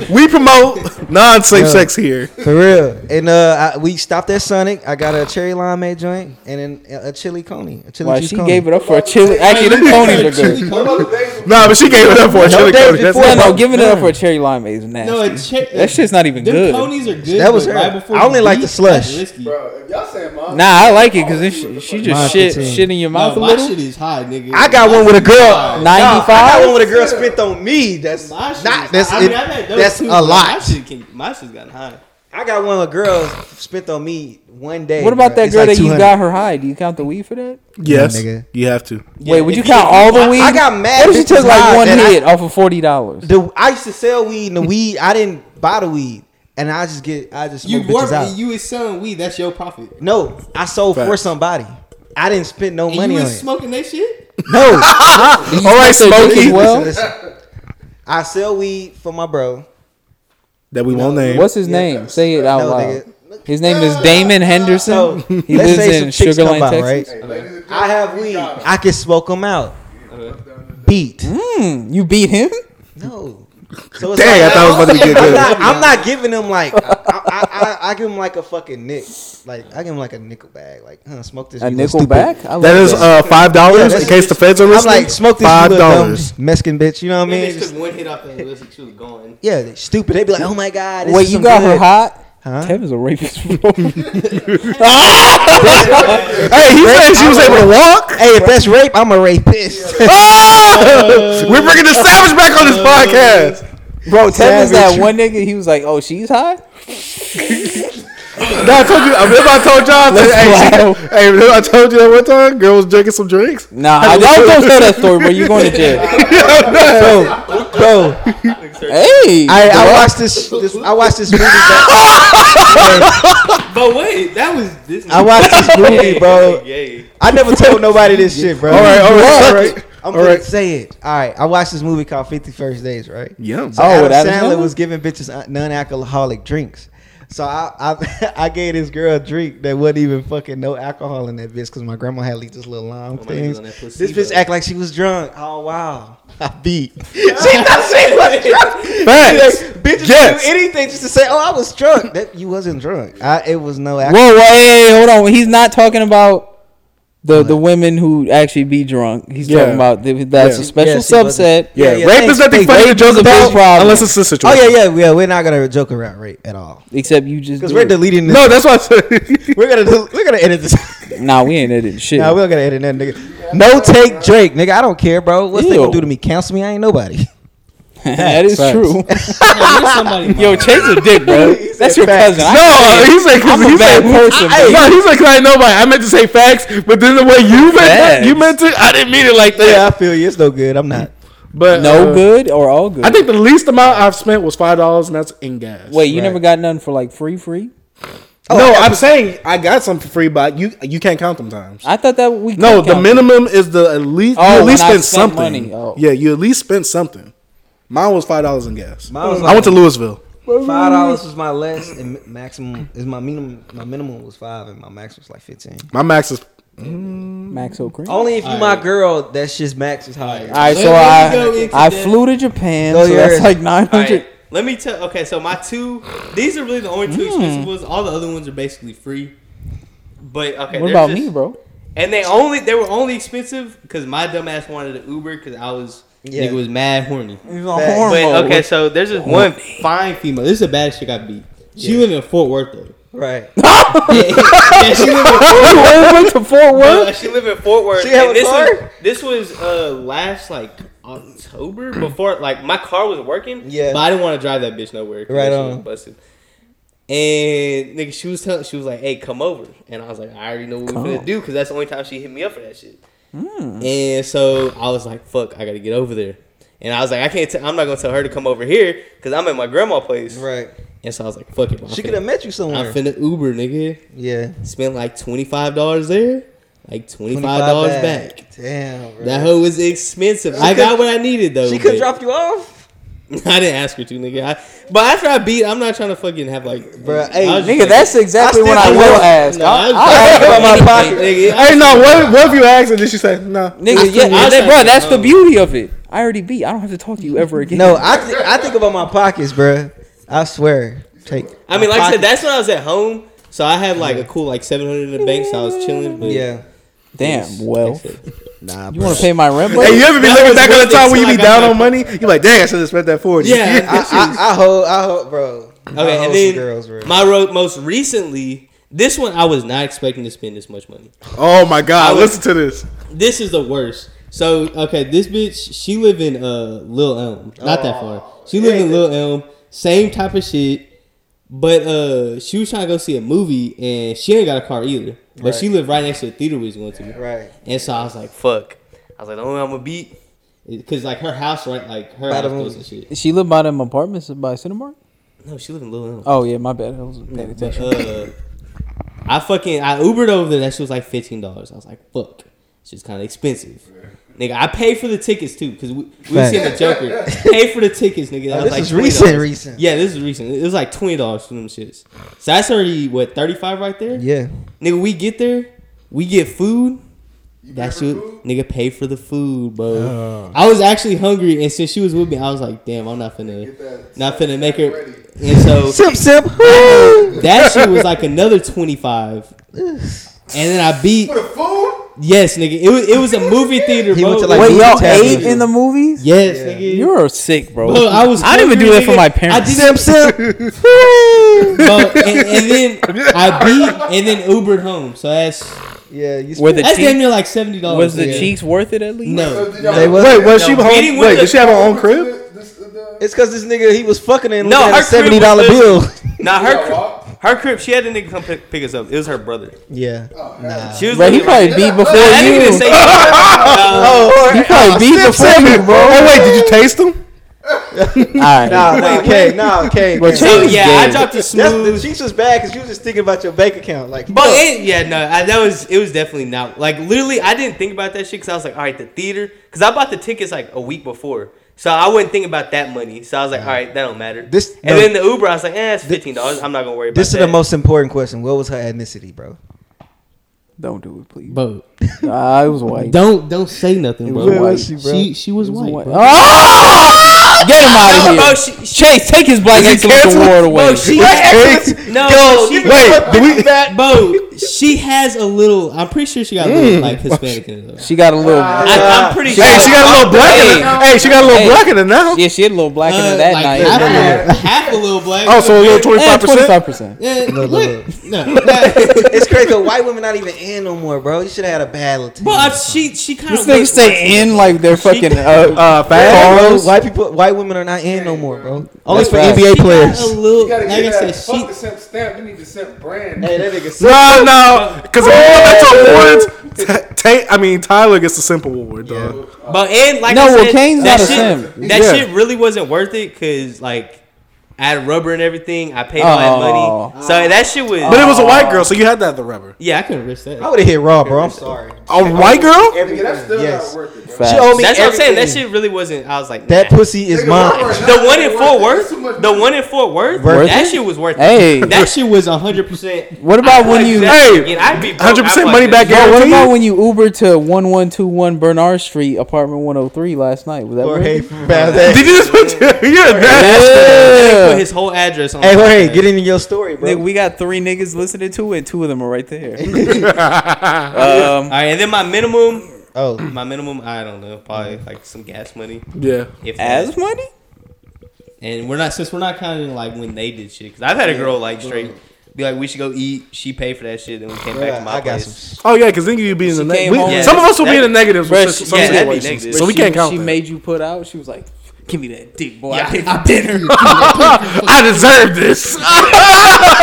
Speaker 2: We promote non-safe
Speaker 1: Yeah.
Speaker 2: sex here.
Speaker 1: For real. And uh, I, we stopped at Sonic. I got a cherry limeade joint and then a, a chili coney. A chili
Speaker 3: Why
Speaker 1: juice
Speaker 3: she
Speaker 1: coney.
Speaker 3: gave it up for a chili? Actually, them conies are good.
Speaker 4: What about the days?
Speaker 2: Nah, but she gave it up for a chili
Speaker 1: days
Speaker 2: cone. That's
Speaker 1: before-
Speaker 3: No,
Speaker 2: it.
Speaker 3: no, giving it up for a cherry lime is nasty.
Speaker 9: no, it's che-
Speaker 3: that shit's not even
Speaker 9: them
Speaker 3: good.
Speaker 9: Conies are good.
Speaker 1: That was
Speaker 9: but
Speaker 1: her.
Speaker 9: Right before
Speaker 1: I only
Speaker 9: you
Speaker 1: like
Speaker 9: eat,
Speaker 1: the slush.
Speaker 9: that's risky.
Speaker 4: Bro, if y'all saying mine,
Speaker 3: Nah, I like it because she, she
Speaker 1: Mine's
Speaker 3: just shit
Speaker 1: 15.
Speaker 3: shit in your
Speaker 9: No,
Speaker 3: mouth a
Speaker 9: my
Speaker 3: little.
Speaker 9: shit is high, nigga.
Speaker 1: I got one with a girl.
Speaker 3: Ninety
Speaker 1: Nah, I got one
Speaker 3: five.
Speaker 1: with a girl spent on me. That's
Speaker 9: My shit
Speaker 1: not.
Speaker 9: is-
Speaker 1: That's
Speaker 9: I mean,
Speaker 1: it-
Speaker 9: I've had those
Speaker 1: that's
Speaker 9: too,
Speaker 1: a
Speaker 9: but My
Speaker 1: lot.
Speaker 9: shit, can, my shit's gotten high.
Speaker 1: I got one with girls spent on me one day.
Speaker 3: What about
Speaker 1: bro.
Speaker 3: that
Speaker 1: It's
Speaker 3: girl
Speaker 1: like
Speaker 3: that you
Speaker 1: 200.
Speaker 3: got her high? Do you count the weed for that?
Speaker 2: Yes,
Speaker 1: nigga.
Speaker 2: you have to.
Speaker 3: Wait, would
Speaker 9: if
Speaker 3: you
Speaker 9: you-
Speaker 3: count all the weed?
Speaker 1: I got mad.
Speaker 3: What if she
Speaker 1: bitches
Speaker 3: took like
Speaker 1: high
Speaker 3: one
Speaker 1: that I-
Speaker 3: hit off of forty dollars?
Speaker 1: The I used to sell weed and the weed I didn't buy the weed and I just get I just
Speaker 9: You
Speaker 1: smoke
Speaker 9: work.
Speaker 1: bitches out.
Speaker 9: You is selling weed. That's your profit.
Speaker 1: no, I sold for
Speaker 2: Facts.
Speaker 1: somebody. I didn't spend no
Speaker 9: And
Speaker 1: money
Speaker 9: you
Speaker 1: on
Speaker 9: was
Speaker 1: it.
Speaker 9: smoking that shit.
Speaker 1: no,
Speaker 2: All right, Smokey.
Speaker 3: as well?
Speaker 1: Listen, listen. I sell weed for my bro.
Speaker 2: That we won't name.
Speaker 3: What's his name? Say it out
Speaker 1: No,
Speaker 3: loud. His name is Damon
Speaker 1: So
Speaker 3: Henderson. He
Speaker 1: let's
Speaker 3: lives
Speaker 1: say some
Speaker 3: in
Speaker 1: chicks
Speaker 3: Sugar Land,
Speaker 1: come by,
Speaker 3: Texas.
Speaker 1: right? I have weed. I can smoke them out. Beat.
Speaker 3: Hmm, you beat him?
Speaker 1: No. So it's
Speaker 2: Dang, I
Speaker 1: like-
Speaker 2: thought it was about to be good.
Speaker 1: I'm
Speaker 2: good.
Speaker 1: not, I'm not giving him like I, I, I, I give him like a fucking nick, like I give him like a nickel bag, like huh, smoke this.
Speaker 3: A
Speaker 1: you little
Speaker 3: nickel
Speaker 1: stupid.
Speaker 3: back? I like
Speaker 2: That is uh five dollars in
Speaker 1: that's-
Speaker 2: case the feds are
Speaker 1: I'm
Speaker 2: listening.
Speaker 1: like smoke this
Speaker 2: five
Speaker 1: five
Speaker 2: dollars.
Speaker 1: dollars Mexican bitch. You know what I
Speaker 9: Man,
Speaker 1: mean?
Speaker 9: just
Speaker 1: Just-
Speaker 9: took one hit off that list and she was gone.
Speaker 1: yeah, they stupid. They be like, oh my god. This
Speaker 3: Wait,
Speaker 1: is
Speaker 3: you
Speaker 1: some
Speaker 3: got her
Speaker 1: good.
Speaker 3: hot?
Speaker 1: Huh?
Speaker 3: Kevin's a rapist, bro.
Speaker 2: Hey, he said she was able to walk.
Speaker 1: Hey, if that's rape, I'm a rapist.
Speaker 2: Ah! We're bringing the savage back on this podcast.
Speaker 3: Bro, Kevin's that
Speaker 1: Savage.
Speaker 3: one nigga. He was like, "Oh, she's hot."
Speaker 2: No, I told you. I remember I told y'all. That,
Speaker 3: Let's
Speaker 2: hey, she, hey, remember I told you that one time, girl was drinking some drinks.
Speaker 3: Nah, I don't, don't tell that story, bro. You're going to jail.
Speaker 1: bro, bro.
Speaker 3: hey,
Speaker 1: I,
Speaker 3: bro.
Speaker 1: I watched this, this. I watched this movie. Bro.
Speaker 9: But wait, that was this.
Speaker 1: I watched this movie, bro.
Speaker 9: Yay.
Speaker 1: I never told nobody this shit, bro.
Speaker 2: All right, all right, all right.
Speaker 1: I'm
Speaker 2: all
Speaker 1: gonna
Speaker 2: right.
Speaker 1: say it. All right, I watched this movie called Fifty First Days, right?
Speaker 2: Yum.
Speaker 1: So
Speaker 3: Oh,
Speaker 1: Adam
Speaker 3: with Adam
Speaker 1: Sandler
Speaker 3: Sandler?
Speaker 1: was giving bitches non-alcoholic drinks. So I, I I gave this girl a drink that wasn't even fucking no alcohol in that bitch because my grandma had like this little lime
Speaker 9: niggas
Speaker 1: things.
Speaker 9: on that
Speaker 1: This
Speaker 9: placebo.
Speaker 1: bitch act like she was drunk. Oh wow, I beat. she thought she was drunk. She
Speaker 2: Facts.
Speaker 1: like, Bitches
Speaker 2: Yes.
Speaker 1: do anything just to say, "Oh, I was drunk." That you wasn't drunk. I, it was no alcohol.
Speaker 3: Whoa, whoa, hey, hey, hold on. He's not talking about the the women who actually be drunk. He's
Speaker 2: Yeah.
Speaker 3: talking about the, that's
Speaker 2: Yeah.
Speaker 3: a special
Speaker 1: Yes, he
Speaker 3: subset.
Speaker 2: Yeah,
Speaker 1: yeah,
Speaker 2: rape
Speaker 1: thanks.
Speaker 2: is nothing
Speaker 1: Hey,
Speaker 2: funny to
Speaker 3: rape is
Speaker 2: joke
Speaker 3: a big
Speaker 2: about
Speaker 3: problem.
Speaker 2: unless it's a situation.
Speaker 1: Oh yeah, yeah, yeah. We're not gonna joke around rape at all
Speaker 3: Except you just
Speaker 1: because
Speaker 3: do
Speaker 1: we're
Speaker 3: it.
Speaker 1: deleting this.
Speaker 2: No, that's what I said.
Speaker 1: we're gonna del- we're gonna edit this.
Speaker 3: Nah, we ain't editing shit.
Speaker 1: nah, we don't gotta edit that nigga. No take Drake, nigga. I don't care, bro. What's they
Speaker 3: Ew.
Speaker 1: gonna do to me? Cancel me? I ain't nobody.
Speaker 3: that is
Speaker 2: Facts.
Speaker 3: true.
Speaker 9: You're somebody.
Speaker 3: Yo, Chase a dick, bro.
Speaker 1: He said
Speaker 3: That's your
Speaker 1: facts.
Speaker 3: cousin. I-
Speaker 2: No, he's like,
Speaker 3: I'm a
Speaker 2: he's
Speaker 3: bad
Speaker 2: like,
Speaker 3: person,
Speaker 2: I,
Speaker 3: bro.
Speaker 2: no, he's like, I know, but I meant to say facts, but then the way you meant that,
Speaker 3: Facts.
Speaker 2: you meant it, I didn't mean it like that.
Speaker 1: yeah, I feel you. It's no good. I'm not.
Speaker 2: But
Speaker 3: no
Speaker 2: uh,
Speaker 3: good or all good.
Speaker 2: I think the least amount I've spent was five dollars, and that's in gas.
Speaker 3: Wait, you
Speaker 1: right.
Speaker 3: never got nothing for like free, free?
Speaker 2: no, I'm saying I got some for free, but you you can't count them times.
Speaker 3: I thought that we
Speaker 2: no,
Speaker 3: could
Speaker 2: the
Speaker 3: count.
Speaker 2: minimum is the at least
Speaker 3: Oh,
Speaker 2: you at
Speaker 3: when
Speaker 2: least
Speaker 3: I
Speaker 2: spent
Speaker 3: spent
Speaker 2: something.
Speaker 3: money. Oh.
Speaker 2: Yeah, you at least spent something. Mine was five dollars in gas.
Speaker 1: Mine was
Speaker 2: I
Speaker 1: like-
Speaker 2: went to Louisville.
Speaker 1: Five dollars was my less, and maximum is my minimum. My minimum was five, and my max was like fifteen.
Speaker 2: My max is
Speaker 3: Max O'Cream. All
Speaker 1: Only if you my girl, that's just max is higher.
Speaker 3: right, so
Speaker 9: Let me go
Speaker 3: I
Speaker 9: into
Speaker 3: I
Speaker 9: that.
Speaker 3: flew to Japan,
Speaker 1: Go
Speaker 3: so that's
Speaker 1: yours.
Speaker 3: like nine
Speaker 9: All right,
Speaker 3: hundred.
Speaker 9: let me tell. Okay, so my two. These are really the only two
Speaker 3: Hmm.
Speaker 9: expensive ones. All the other ones are basically free. But okay,
Speaker 3: What
Speaker 9: they're
Speaker 3: about
Speaker 9: just-
Speaker 3: me, bro?
Speaker 9: And they only they were only expensive because my dumbass wanted an Uber because I was
Speaker 1: Yeah.
Speaker 9: nigga was mad horny.
Speaker 3: He's
Speaker 1: Facts.
Speaker 3: on horn
Speaker 6: But
Speaker 3: mode.
Speaker 6: okay, so there's this one.
Speaker 9: Fine female. This is the baddest chick I beat. She lived in Fort Worth though.
Speaker 1: Right.
Speaker 9: Yeah, she lived in
Speaker 3: you over to Fort
Speaker 9: Uh,
Speaker 3: Worth?
Speaker 9: she live in Fort Worth.
Speaker 1: She have
Speaker 9: and
Speaker 1: a
Speaker 9: this
Speaker 1: car?
Speaker 9: Was, this was uh last like October before like my car was working.
Speaker 1: Yeah.
Speaker 9: But I didn't want to drive that bitch nowhere. 'cause
Speaker 1: Right
Speaker 9: she was
Speaker 1: on.
Speaker 9: Busted. And nigga, she was telling, she was like, "Hey, come over," and I was like, "I already know what we're gonna do," because that's the only time she hit me up for that shit.
Speaker 1: Hmm.
Speaker 9: And so I was like, "Fuck, I gotta get over there," and I was like, "I can't. T- I'm not gonna tell her to come over here because I'm at my grandma's place."
Speaker 1: Right.
Speaker 9: And so I was like, "Fuck it." bro, I'm
Speaker 1: She
Speaker 9: finna-
Speaker 1: could have met you somewhere.
Speaker 9: I'm finna Uber, nigga
Speaker 1: yeah.
Speaker 9: spent like twenty five dollars there, like twenty five dollars
Speaker 1: $25
Speaker 9: back.
Speaker 1: Damn. Bro.
Speaker 9: That hoe was expensive. I
Speaker 1: could-
Speaker 9: got what I needed though.
Speaker 1: she could
Speaker 9: but
Speaker 1: have dropped you off.
Speaker 9: I didn't ask her to, nigga. I, but after I beat, I'm not trying to fucking have like,
Speaker 1: Bruh,
Speaker 9: I
Speaker 1: hey,
Speaker 9: was just
Speaker 3: Nigga,
Speaker 9: like-
Speaker 3: that's exactly
Speaker 1: I
Speaker 3: when I
Speaker 1: still
Speaker 3: will
Speaker 1: don't-
Speaker 3: ask.
Speaker 9: No,
Speaker 3: I,
Speaker 9: I was
Speaker 3: I,
Speaker 9: about
Speaker 3: about my
Speaker 9: Hey, nigga, I-
Speaker 2: Hey no, what what if you asked and then she said no?
Speaker 3: Nigga, yeah,
Speaker 9: I was
Speaker 3: that-
Speaker 9: like,
Speaker 3: bro, that's the
Speaker 9: no.
Speaker 3: beauty of it. I already beat. I don't have to talk to you ever again.
Speaker 1: No, I th- I think about my pockets, bruh. I swear. Take.
Speaker 9: I mean, like I said,
Speaker 1: pocket-
Speaker 9: that's when I was at home, so I had like a cool like seven hundred in the bank, so I was chilling. But
Speaker 1: Yeah.
Speaker 3: damn, well,
Speaker 1: Nah.
Speaker 3: you want to pay my rent, bro?
Speaker 2: Hey, you ever be looking
Speaker 9: was
Speaker 2: back on
Speaker 9: worth
Speaker 2: the
Speaker 9: it
Speaker 2: time when you
Speaker 9: till
Speaker 2: be
Speaker 9: I got
Speaker 2: down on
Speaker 9: back.
Speaker 2: money? You like, dang, I should have spent that forty.
Speaker 9: yeah.
Speaker 1: I, I, I hope. I hope, bro. I
Speaker 9: Okay,
Speaker 1: hold
Speaker 9: and
Speaker 1: some
Speaker 9: then
Speaker 1: girls, bro.
Speaker 9: my road most recently. This one I was not expecting to spend this much money.
Speaker 2: Oh my
Speaker 9: I
Speaker 2: god,
Speaker 9: was-
Speaker 2: listen to this.
Speaker 9: This is the worst. So okay, this bitch she live in uh Lil Elm, not that far.
Speaker 1: Oh.
Speaker 9: She live in Lil Elm, same type of shit. But uh, she was trying to go see a movie and she ain't got a car either. But she lived right next to the theater we was going to.
Speaker 1: Right.
Speaker 9: And so I was like, fuck. I was like, the only way I'm gonna beat, because like her house right, like her
Speaker 1: By
Speaker 9: house
Speaker 1: the
Speaker 9: close
Speaker 1: movie.
Speaker 9: and shit.
Speaker 3: She lived by them apartments by Cinemark.
Speaker 9: No, she live in Lil Elm.
Speaker 3: Oh yeah, my bad. I wasn't paying attention.
Speaker 9: uh, I fucking I Ubered over there. That shit was like fifteen dollars. I was like, fuck, it's just kind of expensive. Nigga, I paid for the tickets too because we we
Speaker 1: Facts.
Speaker 9: seen the Joker. Pay for the tickets, nigga. That
Speaker 1: Now,
Speaker 9: was
Speaker 1: this
Speaker 9: like
Speaker 1: is recent.
Speaker 9: $20.
Speaker 1: Recent.
Speaker 9: Yeah, this is recent. It was like twenty dollars for them shits. So that's already what thirty five right there.
Speaker 1: Yeah.
Speaker 9: Nigga, we get there, we get food. That's what nigga pay for the food, bro. I was actually hungry, and since she was with me, I was like, "Damn, I'm not finna, not finna make her." And so
Speaker 1: Simp, simp.
Speaker 9: that shit was like another 25. And then I beat. For the food? Yes, nigga. It was, it was a movie theater,
Speaker 1: He
Speaker 9: bro.
Speaker 1: went to, like,
Speaker 3: Wait,
Speaker 1: movie
Speaker 3: y'all
Speaker 1: tablet.
Speaker 3: ate in the movies?
Speaker 9: Yes, nigga.
Speaker 3: You're sick, bro.
Speaker 9: Bro, I was.
Speaker 3: I didn't even do that
Speaker 9: hungry,
Speaker 3: for
Speaker 9: nigga.
Speaker 3: my parents.
Speaker 9: I
Speaker 1: Simp,
Speaker 9: did
Speaker 1: simp.
Speaker 9: bro, and, and then I beat, and then Ubered home. So that's
Speaker 1: Yeah. You
Speaker 3: Were the
Speaker 9: that's damn
Speaker 3: cheeks
Speaker 9: near like seventy dollars.
Speaker 3: was the cheeks worth it at least?
Speaker 9: No,
Speaker 1: They was-
Speaker 2: Wait, was she
Speaker 9: Beating
Speaker 2: home?
Speaker 9: with
Speaker 2: Wait,
Speaker 9: the-
Speaker 2: did she have her own crib?
Speaker 1: It's because this nigga he was fucking and
Speaker 6: No,
Speaker 1: looking at a
Speaker 6: her crib
Speaker 1: seventy dollar
Speaker 6: was
Speaker 1: bill.
Speaker 6: Nah, her cri- her crib. She had a nigga come pick, pick us up. It was her brother.
Speaker 1: yeah.
Speaker 6: She was.
Speaker 3: Bro, he
Speaker 6: living right-
Speaker 3: probably beat before
Speaker 6: I didn't even
Speaker 3: you.
Speaker 6: say. Uh,
Speaker 3: He probably beat before you, bro.
Speaker 2: Oh wait, did you taste them?
Speaker 3: All right.
Speaker 1: Nah, wait, okay, nah, okay.
Speaker 3: Bro,
Speaker 1: okay.
Speaker 3: check-
Speaker 9: yeah, I
Speaker 3: Gay.
Speaker 9: dropped a
Speaker 1: That's, the
Speaker 9: smooth.
Speaker 1: Chiefs was bad because you was just thinking about your bank account, like.
Speaker 9: But
Speaker 1: fuck.
Speaker 9: it, yeah, no, I, that was it was definitely not like literally. I didn't think about that shit because I was like, all right, the theater because I bought the tickets like a week before, So I wasn't thinking about that money. So I was like, all right, that don't matter.
Speaker 1: This- no.
Speaker 9: and then the Uber, I was like, eh, it's fifteen dollars. I'm not gonna worry about
Speaker 1: This is
Speaker 9: that.
Speaker 1: the most important question. What was her ethnicity, bro?
Speaker 3: Don't do it, please.
Speaker 6: Bro,
Speaker 3: Nah, I was white.
Speaker 6: don't don't say nothing, bro.
Speaker 3: was white.
Speaker 6: She, she was
Speaker 3: It was
Speaker 6: white.
Speaker 3: white.
Speaker 6: bro.
Speaker 3: Ah! Get him out of
Speaker 9: No,
Speaker 3: here.
Speaker 9: bro, she, she,
Speaker 3: Chase, take his black excellence award away.
Speaker 9: bro, she has, no, she,
Speaker 2: Wait, do we?
Speaker 9: bro, she has a little. I'm pretty sure she got a
Speaker 2: Mm.
Speaker 9: little like Hispanic in it. Though.
Speaker 3: she got a little.
Speaker 9: I, I'm pretty sure.
Speaker 2: Hey, she got a little black in her. Hey, she got a little
Speaker 3: Hey.
Speaker 2: black in her now.
Speaker 3: yeah, she had a little black in her
Speaker 9: uh,
Speaker 3: that
Speaker 9: like half, a
Speaker 3: night.
Speaker 9: little, half a little black.
Speaker 2: Oh, so a little twenty five percent.
Speaker 3: Twenty-five percent.
Speaker 9: Eh, look, no,
Speaker 1: It's crazy. 'cause White women not even in no more, bro. You should have had a bad Latino.
Speaker 9: but uh, she she kind
Speaker 3: This
Speaker 9: of
Speaker 3: nigga say in like they're fucking uh,
Speaker 2: Uh,
Speaker 1: Bad, bro.
Speaker 2: fast.
Speaker 1: White people, white women are not in no more, bro. Only
Speaker 3: That's
Speaker 1: for
Speaker 3: right.
Speaker 1: NBA players.
Speaker 9: A little,
Speaker 4: You gotta
Speaker 9: like I
Speaker 4: get
Speaker 9: said,
Speaker 4: that.
Speaker 9: she
Speaker 4: Fuck the simp stamp. You need the simp brand.
Speaker 1: that nigga.
Speaker 2: No, no, because if you go back to awards, T- T- I mean Tyler gets the simple award, dog.
Speaker 9: But and like
Speaker 3: No,
Speaker 9: I
Speaker 3: well,
Speaker 9: said,
Speaker 3: Kane's
Speaker 9: that
Speaker 3: not a
Speaker 9: shit,
Speaker 3: sim.
Speaker 9: That
Speaker 2: Yeah.
Speaker 9: shit really wasn't worth it because like I had rubber and everything. I paid
Speaker 3: Oh.
Speaker 9: all that money, so that shit was.
Speaker 2: But it was a white girl, so you had that the rubber.
Speaker 9: yeah, I couldn't risk that.
Speaker 1: I would have hit raw, bro. I'm sorry.
Speaker 2: A white girl?
Speaker 4: Nigga, that's still
Speaker 1: Yes.
Speaker 4: not worth it, bro.
Speaker 1: She
Speaker 3: facts.
Speaker 1: owed me
Speaker 9: That's what I'm saying. That
Speaker 1: everything.
Speaker 9: shit really wasn't. I was like,
Speaker 1: That
Speaker 9: nah.
Speaker 1: pussy is
Speaker 4: Nigga,
Speaker 1: mine.
Speaker 4: Robert,
Speaker 9: The
Speaker 4: that's
Speaker 9: one
Speaker 4: not
Speaker 9: in Fort
Speaker 4: worth it. That's
Speaker 9: Worth,
Speaker 4: too much
Speaker 9: the
Speaker 4: money.
Speaker 9: one in Fort Worth,
Speaker 1: Worth
Speaker 9: that
Speaker 3: it?
Speaker 9: shit was worth it.
Speaker 3: Hey.
Speaker 9: that shit was hundred percent.
Speaker 3: What about when you?
Speaker 2: Hey,
Speaker 9: I'd be broke.
Speaker 2: 100%
Speaker 9: I'd
Speaker 2: money
Speaker 9: like
Speaker 2: back
Speaker 9: this.
Speaker 3: Bro, what
Speaker 2: guarantee.
Speaker 3: about when you Uber to one one two one Bernard Street, apartment one hundred three last night? Was that
Speaker 1: Jorge
Speaker 3: real?
Speaker 1: found
Speaker 2: Did
Speaker 1: that.
Speaker 2: you just put you're that?
Speaker 9: They Put
Speaker 3: Yeah.
Speaker 9: his whole address on.
Speaker 1: Hey,
Speaker 9: the
Speaker 1: Jorge,
Speaker 9: podcast.
Speaker 1: get into your story, bro.
Speaker 3: Nigga, we got three niggas listening to it. Two of them are right there.
Speaker 9: All
Speaker 3: um,
Speaker 9: right, and then my minimum,
Speaker 1: oh,
Speaker 9: my minimum, I don't know, probably like some gas money.
Speaker 2: Yeah.
Speaker 9: If that.
Speaker 3: as money?
Speaker 9: And we're not since we're not counting like when they did shit. Cause I've had a girl like straight be like, we should go eat. She paid for that shit. Then we came back to my
Speaker 1: I got
Speaker 9: place.
Speaker 1: some.
Speaker 2: Oh yeah, because then you'd be in the
Speaker 3: She
Speaker 2: ne-
Speaker 3: came
Speaker 2: we,
Speaker 3: home
Speaker 2: Some of
Speaker 9: and-
Speaker 2: us will be in the negatives.
Speaker 3: Bruh,
Speaker 2: with
Speaker 3: she-
Speaker 2: some
Speaker 9: yeah, that'd be
Speaker 2: situations,
Speaker 9: negative.
Speaker 2: so we
Speaker 3: She-
Speaker 2: can't count.
Speaker 3: She
Speaker 2: that.
Speaker 3: made you put out. She was like, "Give me that dick, boy. I paid for dinner."
Speaker 2: I deserve this.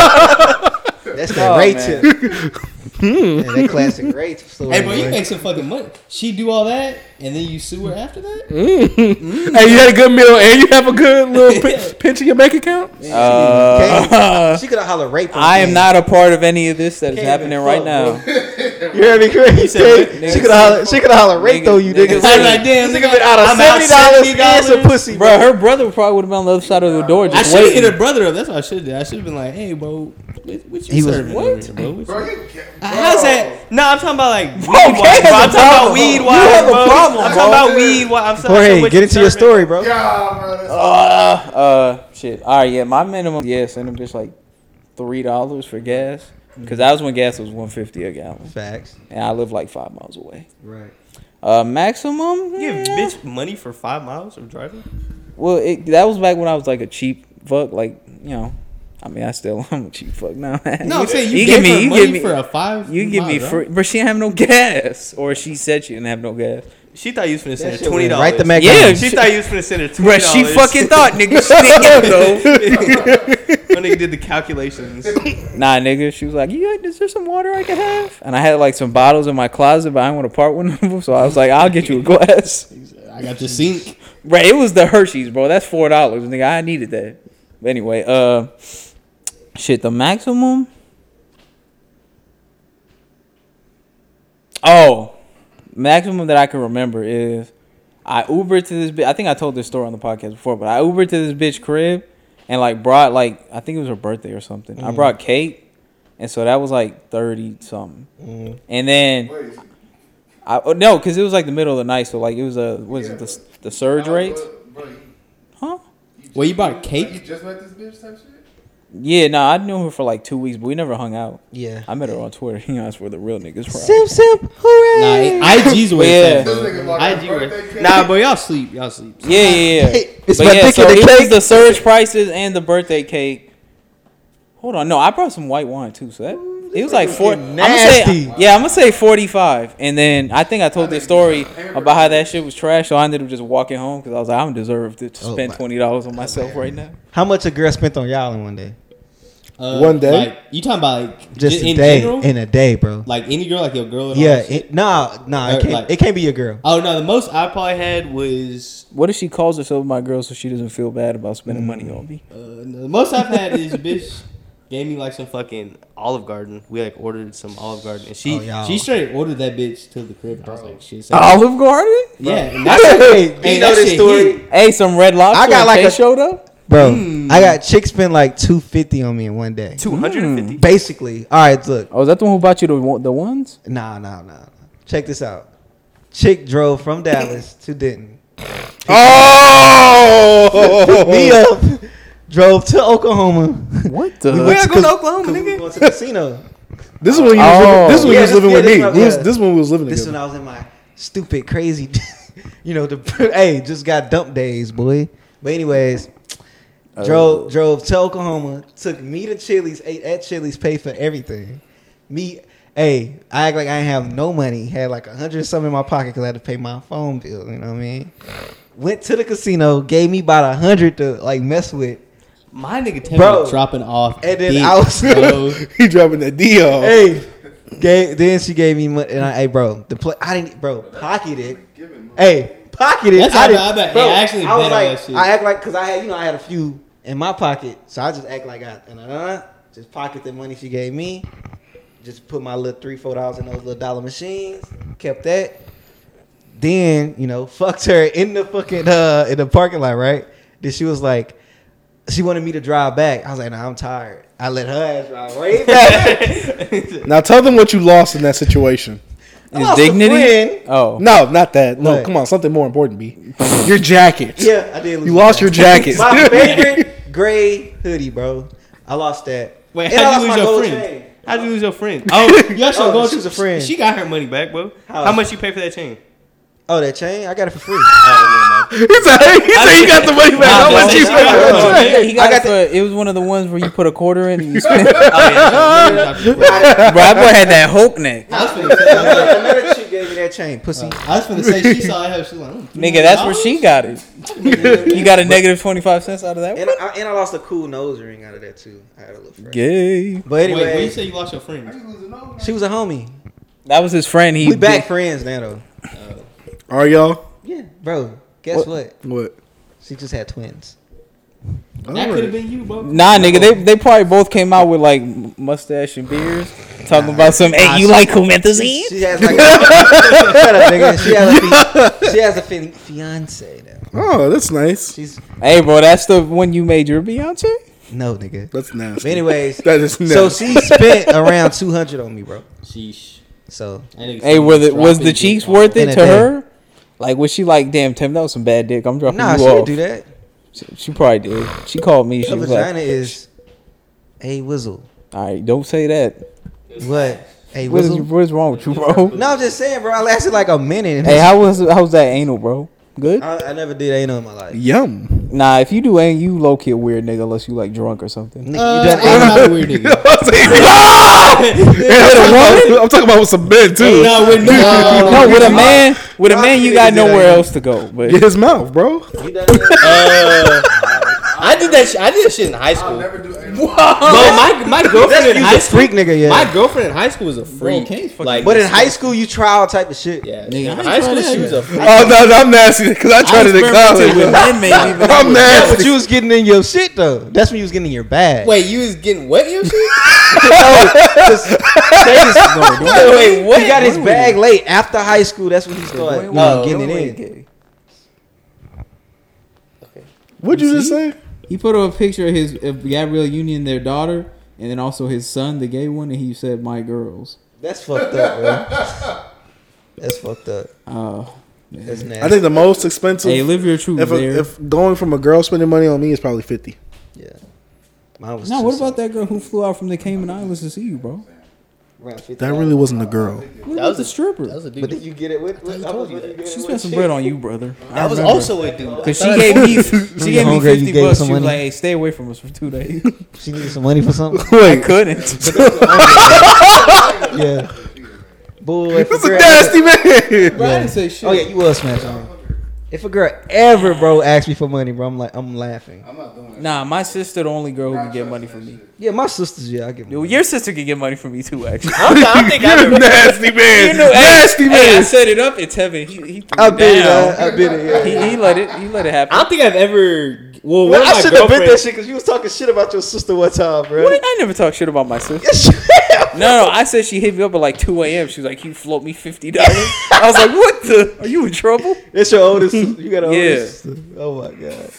Speaker 1: That's
Speaker 4: Oh,
Speaker 1: that Ray tip. Yeah, that classic Ray tip story.
Speaker 9: Hey, bro, you
Speaker 1: bro.
Speaker 9: make some fucking money. She do all that, and then you sue her after that.
Speaker 2: hey, you had a good meal and you have a good little pi- pinch in your bank account.
Speaker 1: Kane, she could have hollered rape. on
Speaker 3: I am
Speaker 1: Kane.
Speaker 3: not a part of any of this that is happening right now.
Speaker 1: You hear me, crazy? She could have she could have hollered rape
Speaker 3: Nigga-
Speaker 1: on you, nigga.
Speaker 3: nigga- I'm
Speaker 9: like, damn,
Speaker 1: This
Speaker 9: nigga,
Speaker 1: nigga been out of
Speaker 9: I'm out
Speaker 1: seventy dollars
Speaker 9: $70
Speaker 1: and some pussy,
Speaker 3: Bro,
Speaker 1: bro.
Speaker 3: her brother probably would have been on the other side of the door
Speaker 9: I
Speaker 3: just
Speaker 9: should have hit
Speaker 3: waiting.
Speaker 9: her brother up. That's what I should have done. I should have been like, hey, bro, what, what you
Speaker 1: He was-
Speaker 9: serving?
Speaker 3: what?
Speaker 9: over here, bro? What you-
Speaker 4: Bro, you get-
Speaker 9: Uh, How's that? No, I'm talking about like weed
Speaker 3: Kane has
Speaker 9: wise, bro.
Speaker 3: a
Speaker 9: I'm talking
Speaker 3: problem.
Speaker 9: about weed
Speaker 3: You
Speaker 9: wise,
Speaker 3: have a
Speaker 9: bro.
Speaker 3: problem,
Speaker 9: I'm
Speaker 3: bro.
Speaker 9: talking about weed wise. I'm sorry.
Speaker 1: Jorge, get into your story, bro.
Speaker 4: Yeah, bro, that's-
Speaker 3: Uh, uh, shit. All right, yeah, my minimum, yeah, send him just like three dollars for gas, because that was when gas was one fifty a gallon,
Speaker 1: Facts.
Speaker 3: and I live like five miles away.
Speaker 1: Right.
Speaker 3: Uh, maximum,
Speaker 9: Give
Speaker 3: yeah,
Speaker 9: bitch money for five miles of driving.
Speaker 3: Well, it, that was back when I was like a cheap fuck, like you know. I mean, I still am a cheap fuck now.
Speaker 9: No, I'm saying you,
Speaker 3: give
Speaker 9: gave
Speaker 3: me-
Speaker 9: her
Speaker 3: you
Speaker 9: money
Speaker 3: give me-
Speaker 9: for a five.
Speaker 3: You give me
Speaker 9: mile,
Speaker 3: free, but she didn't have no gas, or she said she didn't have no gas.
Speaker 9: She thought you was finna send her
Speaker 1: shit
Speaker 9: twenty
Speaker 1: went
Speaker 9: dollars.
Speaker 1: right to Mac-
Speaker 3: Yeah,
Speaker 9: She
Speaker 3: she,
Speaker 9: thought you was finna send her twenty
Speaker 3: bruh,
Speaker 9: dollars.
Speaker 3: she fucking thought, nigga. She didn't get it
Speaker 9: My nigga did the calculations.
Speaker 3: though. Nah, nigga. She was like, "You like, is there some water I can have?" And I had like some bottles in my closet, but I didn't want to part one of them, so I was like, "I'll get you a glass."
Speaker 9: I got your sink.
Speaker 3: Right? It was the Hershey's, bro. That's four dollars, nigga. I needed that. But anyway, uh, shit. The maximum. Oh, maximum that I can remember is I Ubered to this. bi- I think I told this story on the podcast before, but I Ubered to this bitch crib and like brought like I think it was her birthday or something. I brought cake, and so that was like thirty something. And then
Speaker 4: Wait,
Speaker 3: I oh, no, because it was like the middle of the night, so like it was a what is it the the surge rate?
Speaker 4: bro, you-
Speaker 3: Huh?
Speaker 9: Well, you bought
Speaker 4: You
Speaker 9: cake.
Speaker 4: just met this bitch type shit?
Speaker 3: Yeah, no, I knew her for like two weeks, but we never hung out.
Speaker 1: Yeah.
Speaker 3: I met her on Twitter. You know, that's where the real nniggas from.
Speaker 1: Simp, simp, hooray!
Speaker 9: Nah, IG's
Speaker 3: Yeah.
Speaker 9: way.
Speaker 4: This nigga bought her birthday
Speaker 9: IG
Speaker 4: cake.
Speaker 9: Nah, but y'all sleep. Y'all sleep.
Speaker 3: Yeah, yeah, yeah.
Speaker 1: It's
Speaker 3: but
Speaker 1: my
Speaker 3: yeah,
Speaker 1: dick
Speaker 3: so
Speaker 1: in the
Speaker 3: it was
Speaker 1: cake.
Speaker 3: the surge prices and the birthday cake. Hold on, no, I brought some white wine too, so that it was like four. I'm gonna say,
Speaker 1: nasty.
Speaker 3: yeah, I'm gonna say 45, and then I think I told this story about how that shit was trash, so I ended up just walking home because I was like, I don't deserve to to
Speaker 1: Oh,
Speaker 3: spend
Speaker 1: my-
Speaker 3: twenty dollars on myself right now.
Speaker 1: How much a girl spent on y'all in one day?
Speaker 9: Uh,
Speaker 2: One day?
Speaker 9: like, you talking about like
Speaker 1: Just
Speaker 9: ju-
Speaker 1: a
Speaker 9: in
Speaker 1: day.
Speaker 9: general?
Speaker 1: in a day, bro.
Speaker 9: like any girl, like your girl. And
Speaker 1: yeah.
Speaker 9: All that shit?
Speaker 1: It, nah, nah.
Speaker 9: Or,
Speaker 1: It can't,
Speaker 9: like-
Speaker 1: it can't be your girl.
Speaker 9: Oh no, the most I probably had was
Speaker 3: What if she calls herself my girl so she doesn't feel bad about spending money on me?
Speaker 9: uh, the most I've had is bitch gave me like some fucking Olive Garden. We like ordered some Olive Garden, and she
Speaker 1: Oh, y'all. Ah,
Speaker 9: she straight ordered that bitch to the crib. And I was like, shit. So
Speaker 3: Olive Garden?
Speaker 9: Yeah, and that,
Speaker 1: Hey,
Speaker 9: hey,
Speaker 5: You
Speaker 9: that
Speaker 5: know this
Speaker 9: shit
Speaker 5: story?
Speaker 9: hit.
Speaker 3: Hey, some red lobster. I got like a showed up.
Speaker 1: bro,
Speaker 9: Hmm.
Speaker 1: I got chicks spend like two fifty on me in one day.
Speaker 6: Two hundred and fifty.
Speaker 1: Basically, all right, look,
Speaker 3: Mm. Oh, is that the one who bought you the one- the ones?
Speaker 1: nah, nah, nah. nah. Check this out. Chick drove from Dallas to Denton. Picked
Speaker 2: Oh,
Speaker 1: me up, drove to Oklahoma.
Speaker 3: What the?
Speaker 1: We went to,
Speaker 6: Go to
Speaker 1: cas-
Speaker 6: Oklahoma,
Speaker 1: we
Speaker 6: nigga.
Speaker 1: went to casino.
Speaker 2: this is when you was
Speaker 3: Oh.
Speaker 2: living, this is when
Speaker 1: Yeah,
Speaker 2: you was
Speaker 1: this-
Speaker 2: living
Speaker 1: yeah,
Speaker 2: with
Speaker 1: this
Speaker 2: me.
Speaker 1: one-
Speaker 2: We was-
Speaker 1: yeah.
Speaker 2: This is when we was living
Speaker 1: This when
Speaker 2: together.
Speaker 1: I was in my stupid, crazy, you know, the hey, just got dump days, boy. But anyways,
Speaker 2: Oh.
Speaker 1: drove drove to Oklahoma, took me to Chili's, ate at Chili's, paid for everything. Me, hey, I act like I ain't have no money. Had like a hundred something in my pocket because I had to pay my phone bill. You know what I mean? Went to the casino, gave me about a hundred to like mess with,
Speaker 9: My nigga Tim
Speaker 1: Bro.
Speaker 9: was dropping off.
Speaker 1: and then
Speaker 9: big,
Speaker 1: I was.
Speaker 9: bro.
Speaker 2: he dropping that D off.
Speaker 1: hey, gave, then she gave me money, and I, hey, bro, the play, I didn't, bro, pocket it. Hey, pocket it.
Speaker 9: That's
Speaker 1: I
Speaker 9: how I-
Speaker 1: didn't,
Speaker 9: I bet-
Speaker 1: bro,
Speaker 9: yeah, I actually
Speaker 1: was
Speaker 9: bet on
Speaker 1: like,
Speaker 9: that shit.
Speaker 1: I act like, cause I had, you know, I had a few in my pocket, so I just act like I, and uh, just pocket the money she gave me. Just put my little three, four dollars in those little dollar machines. Kept that. Then you know, fucked her in the fucking uh in the parking lot, right? Then she was like, she wanted me to drive back. I was like, nah, I'm tired. I let her ass drive right back.
Speaker 2: Now tell them what you lost in that situation.
Speaker 3: His
Speaker 1: lost a
Speaker 3: dignity.
Speaker 1: friend.
Speaker 3: Oh,
Speaker 2: No, not that. No,
Speaker 1: What?
Speaker 2: come on, something more important. B, your jacket.
Speaker 1: Yeah, I did. Lose
Speaker 2: You
Speaker 1: my
Speaker 2: lost your
Speaker 1: jacket.
Speaker 2: jacket.
Speaker 1: My favorite gray hoodie, bro. I lost that.
Speaker 9: Wait,
Speaker 1: And I
Speaker 9: how'd
Speaker 1: lost
Speaker 9: you
Speaker 1: my
Speaker 9: lose your
Speaker 1: gold
Speaker 9: friend?
Speaker 1: chain.
Speaker 6: How'd you lose your friend? Oh,
Speaker 9: Y'all should
Speaker 1: Oh,
Speaker 9: go
Speaker 1: she was a friend.
Speaker 9: She got her money back, bro.
Speaker 6: how much you pay for that chain?
Speaker 1: Oh, that chain? I got it for free.
Speaker 9: Oh,
Speaker 2: He said, he said he got the money back. How much
Speaker 1: I
Speaker 2: you pay?
Speaker 1: got
Speaker 3: He got, he got
Speaker 1: I got
Speaker 3: it for- it was one of the ones where you put a quarter in and you spent. Bro,
Speaker 1: Oh, Another
Speaker 3: that boy had that hope neck.
Speaker 9: I was finna say,
Speaker 1: another chick gave me that chain, pussy.
Speaker 9: I was finna say she saw her. She was like, mm,
Speaker 3: Nigga, that's where she got it. You got a negative 25 cents out of that?
Speaker 1: And I, and I lost a cool nose ring out of that too. I had a little friend.
Speaker 3: Gay.
Speaker 1: But
Speaker 9: Wait,
Speaker 1: anyway,
Speaker 9: when you say you lost your friend,
Speaker 1: she was a homie.
Speaker 3: That was his friend. He
Speaker 1: We back friends now though.
Speaker 2: Are y'all?
Speaker 1: Yeah, bro. Guess what?
Speaker 2: What?
Speaker 1: She just had twins.
Speaker 9: that could have been you, bro.
Speaker 3: Nah, nigga, they, they probably both came out with like mustache and beards, talking about some. Hey, you like Humethazine?
Speaker 1: She has like shut up, nigga. She has a fi- she has a fi- fiance now.
Speaker 2: Oh, that's nice.
Speaker 1: She's
Speaker 3: Hey, bro, that's the one you made your Beyonce.
Speaker 1: no nigga.
Speaker 2: That's
Speaker 1: But
Speaker 2: nasty.
Speaker 1: anyways,
Speaker 2: that is nasty.
Speaker 1: so she spent around two hundred on me, bro.
Speaker 9: Sheesh.
Speaker 1: So
Speaker 9: That nigga
Speaker 3: Hey,
Speaker 9: said
Speaker 3: was it
Speaker 9: dropping
Speaker 3: was the
Speaker 9: dick
Speaker 3: cheeks
Speaker 9: on
Speaker 3: worth
Speaker 1: In
Speaker 3: it
Speaker 1: a
Speaker 3: to
Speaker 1: day.
Speaker 3: her? Like, was she like, damn, Tim, that was some bad dick. I'm dropping
Speaker 1: nah, she
Speaker 3: you
Speaker 1: didn't
Speaker 3: off.
Speaker 1: do that.
Speaker 3: She, she probably did. She called me. She
Speaker 1: Her
Speaker 3: was
Speaker 1: vagina
Speaker 3: like,
Speaker 1: is a whistle.
Speaker 3: all right, don't say that.
Speaker 1: What? A
Speaker 3: What is,
Speaker 1: whistle?
Speaker 3: what is wrong with you, bro?
Speaker 1: No, I'm just saying, bro. I lasted like a minute.
Speaker 3: Hey, how was how was that anal, bro? Good.
Speaker 1: I, I never did anal in my life.
Speaker 2: Yum.
Speaker 3: Nah, if you do anal, you low key a weird nigga unless you like drunk or something.
Speaker 1: Nigga, you
Speaker 9: Uh,
Speaker 1: done
Speaker 9: I'm
Speaker 1: anal?
Speaker 9: not a weird nigga.
Speaker 2: I'm, talking about with some men too.
Speaker 9: Hey, no, we're not.
Speaker 3: No, with a man, with a
Speaker 1: Drunk
Speaker 3: man, you got
Speaker 1: niggas do
Speaker 3: nowhere
Speaker 1: anal.
Speaker 3: else to go. But
Speaker 2: Get his mouth, bro.
Speaker 1: You done anal?
Speaker 9: Uh, I did that. Shit, I did that shit in high school.
Speaker 4: Never do anything.
Speaker 9: Bro, my my girlfriend in
Speaker 1: You
Speaker 9: high
Speaker 1: a
Speaker 9: school.
Speaker 1: freak nigga, yeah.
Speaker 9: My girlfriend in high school was a freak.
Speaker 3: Kane's fucking-
Speaker 9: like,
Speaker 1: but in high school, you try all type of shit.
Speaker 9: yeah,
Speaker 3: Nigga, I
Speaker 9: in
Speaker 3: ain't
Speaker 9: high
Speaker 3: trying
Speaker 9: school
Speaker 3: that
Speaker 9: she was a freak.
Speaker 2: Oh no, no, I'm nasty because I tried it in
Speaker 3: experimented with
Speaker 2: college.
Speaker 3: men, maybe, but
Speaker 2: I'm
Speaker 1: That's what
Speaker 2: nasty.
Speaker 1: you was getting in your shit though. That's when you was getting in your bag.
Speaker 9: Wait, you was getting wet in your shit?
Speaker 1: wait, what? He got his bag late after high school. That's when he started you know,
Speaker 9: No.
Speaker 1: getting it in.
Speaker 2: What'd you just say?
Speaker 3: He put up a picture of his of Gabrielle Union, their daughter, and then also his son, the gay one, and he said, "My girls."
Speaker 1: That's fucked up, bro. That's fucked up.
Speaker 3: Oh,
Speaker 1: That's nasty.
Speaker 2: I think the most expensive.
Speaker 3: hey, live your truth
Speaker 2: if
Speaker 3: there.
Speaker 2: a, if going from a girl spending money on me is probably fifty.
Speaker 1: yeah. Mine was
Speaker 3: no,
Speaker 1: too
Speaker 3: what about
Speaker 1: soft.
Speaker 3: that girl who flew out from the Cayman Islands to see you, bro?
Speaker 1: Around 50.
Speaker 2: That really wasn't a girl.
Speaker 3: What that was a stripper.
Speaker 9: That was a
Speaker 1: But
Speaker 9: dude.
Speaker 1: did you get it with? with I was with you get
Speaker 3: she
Speaker 1: it
Speaker 3: spent
Speaker 1: with
Speaker 3: some
Speaker 1: shit.
Speaker 3: bread on you, brother.
Speaker 9: That was also a dude.
Speaker 3: because she gave me she
Speaker 1: you
Speaker 3: gave me
Speaker 1: hungry, you
Speaker 3: fifty
Speaker 1: gave
Speaker 3: bucks.
Speaker 1: some
Speaker 3: She was
Speaker 1: money?
Speaker 3: like, "Hey, stay away from us for two days."
Speaker 1: She needed some money for something.
Speaker 3: I
Speaker 2: Wait,
Speaker 3: couldn't.
Speaker 1: yeah. Boy, if
Speaker 2: that's
Speaker 1: a
Speaker 2: a
Speaker 1: girl-
Speaker 2: nasty man.
Speaker 3: Bro, I didn't say shit.
Speaker 1: Oh yeah, you was smashing. her. If a girl ever, bro, asks me for money, bro, I'm like, I'm laughing.
Speaker 4: I'm not doing it.
Speaker 3: Nah, my sister the only girl who could get money from me.
Speaker 1: Yeah, my sisters, yeah, I get money.
Speaker 3: Yo, Your sister could get money from me too, actually.
Speaker 9: I think I
Speaker 2: You're a nasty man.
Speaker 3: You know, hey,
Speaker 2: nasty
Speaker 3: hey, I
Speaker 2: man.
Speaker 3: set it up. It's heaven. He he threw
Speaker 1: I
Speaker 3: it
Speaker 1: bid it.
Speaker 3: down.
Speaker 1: I, I bid it. Yeah.
Speaker 3: He, he let it. He let it
Speaker 9: I
Speaker 3: happen.
Speaker 9: don't think I've ever Well,
Speaker 1: Man,
Speaker 9: one of
Speaker 1: I
Speaker 9: my
Speaker 1: shouldn't have been that
Speaker 9: girlfriends.
Speaker 1: shit because you was talking shit about your sister one time, bro.
Speaker 3: What? I never talk shit about my sister. No, no, I said she hit me up at like 2 a.m. She was like, "Can you float me fifty dollars?" I was like, "What the? Are you in trouble?"
Speaker 1: It's your oldest. You got an
Speaker 3: Yeah.
Speaker 1: oldest sister. Oh my god,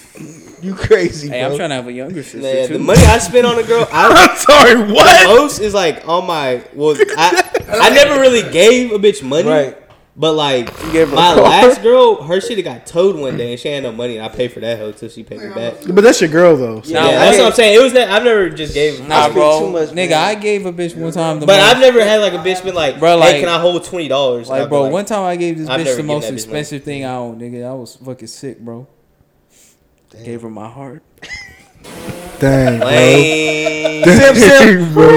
Speaker 1: you crazy,
Speaker 3: Hey,
Speaker 1: bro.
Speaker 3: I'm trying to have a younger sister
Speaker 9: Man,
Speaker 3: too.
Speaker 9: the money I spent on a girl, I
Speaker 2: I'm sorry,
Speaker 9: the
Speaker 2: what?
Speaker 9: most is like on my. Well, I I never really gave a bitch money.
Speaker 1: Right.
Speaker 9: But like
Speaker 3: gave her a
Speaker 9: my
Speaker 3: car.
Speaker 9: last girl, her shit got towed one day and she had no money and I paid for that hoe till she paid me back.
Speaker 2: But that's your girl though. so-
Speaker 9: Yeah,
Speaker 3: Nah,
Speaker 9: that's
Speaker 3: I-
Speaker 9: what I'm saying. It was that I've never just gave,
Speaker 3: nah,
Speaker 1: spend
Speaker 3: bro,
Speaker 1: too much,
Speaker 3: nigga,
Speaker 1: man.
Speaker 3: I gave a bitch one time the
Speaker 9: but
Speaker 3: most-
Speaker 9: I've never had like a bitch been like,
Speaker 3: Bro,
Speaker 9: hey,
Speaker 3: like-
Speaker 9: can I hold twenty dollars?
Speaker 3: Like, bro, one time I gave this
Speaker 9: I've
Speaker 3: bitch
Speaker 9: never
Speaker 3: the
Speaker 9: given
Speaker 3: most
Speaker 9: that bitch money.
Speaker 3: expensive thing I own, nigga. I was fucking sick, bro. Gave her my heart.
Speaker 2: Dang, bro.
Speaker 9: Lame.
Speaker 2: Damn, bro.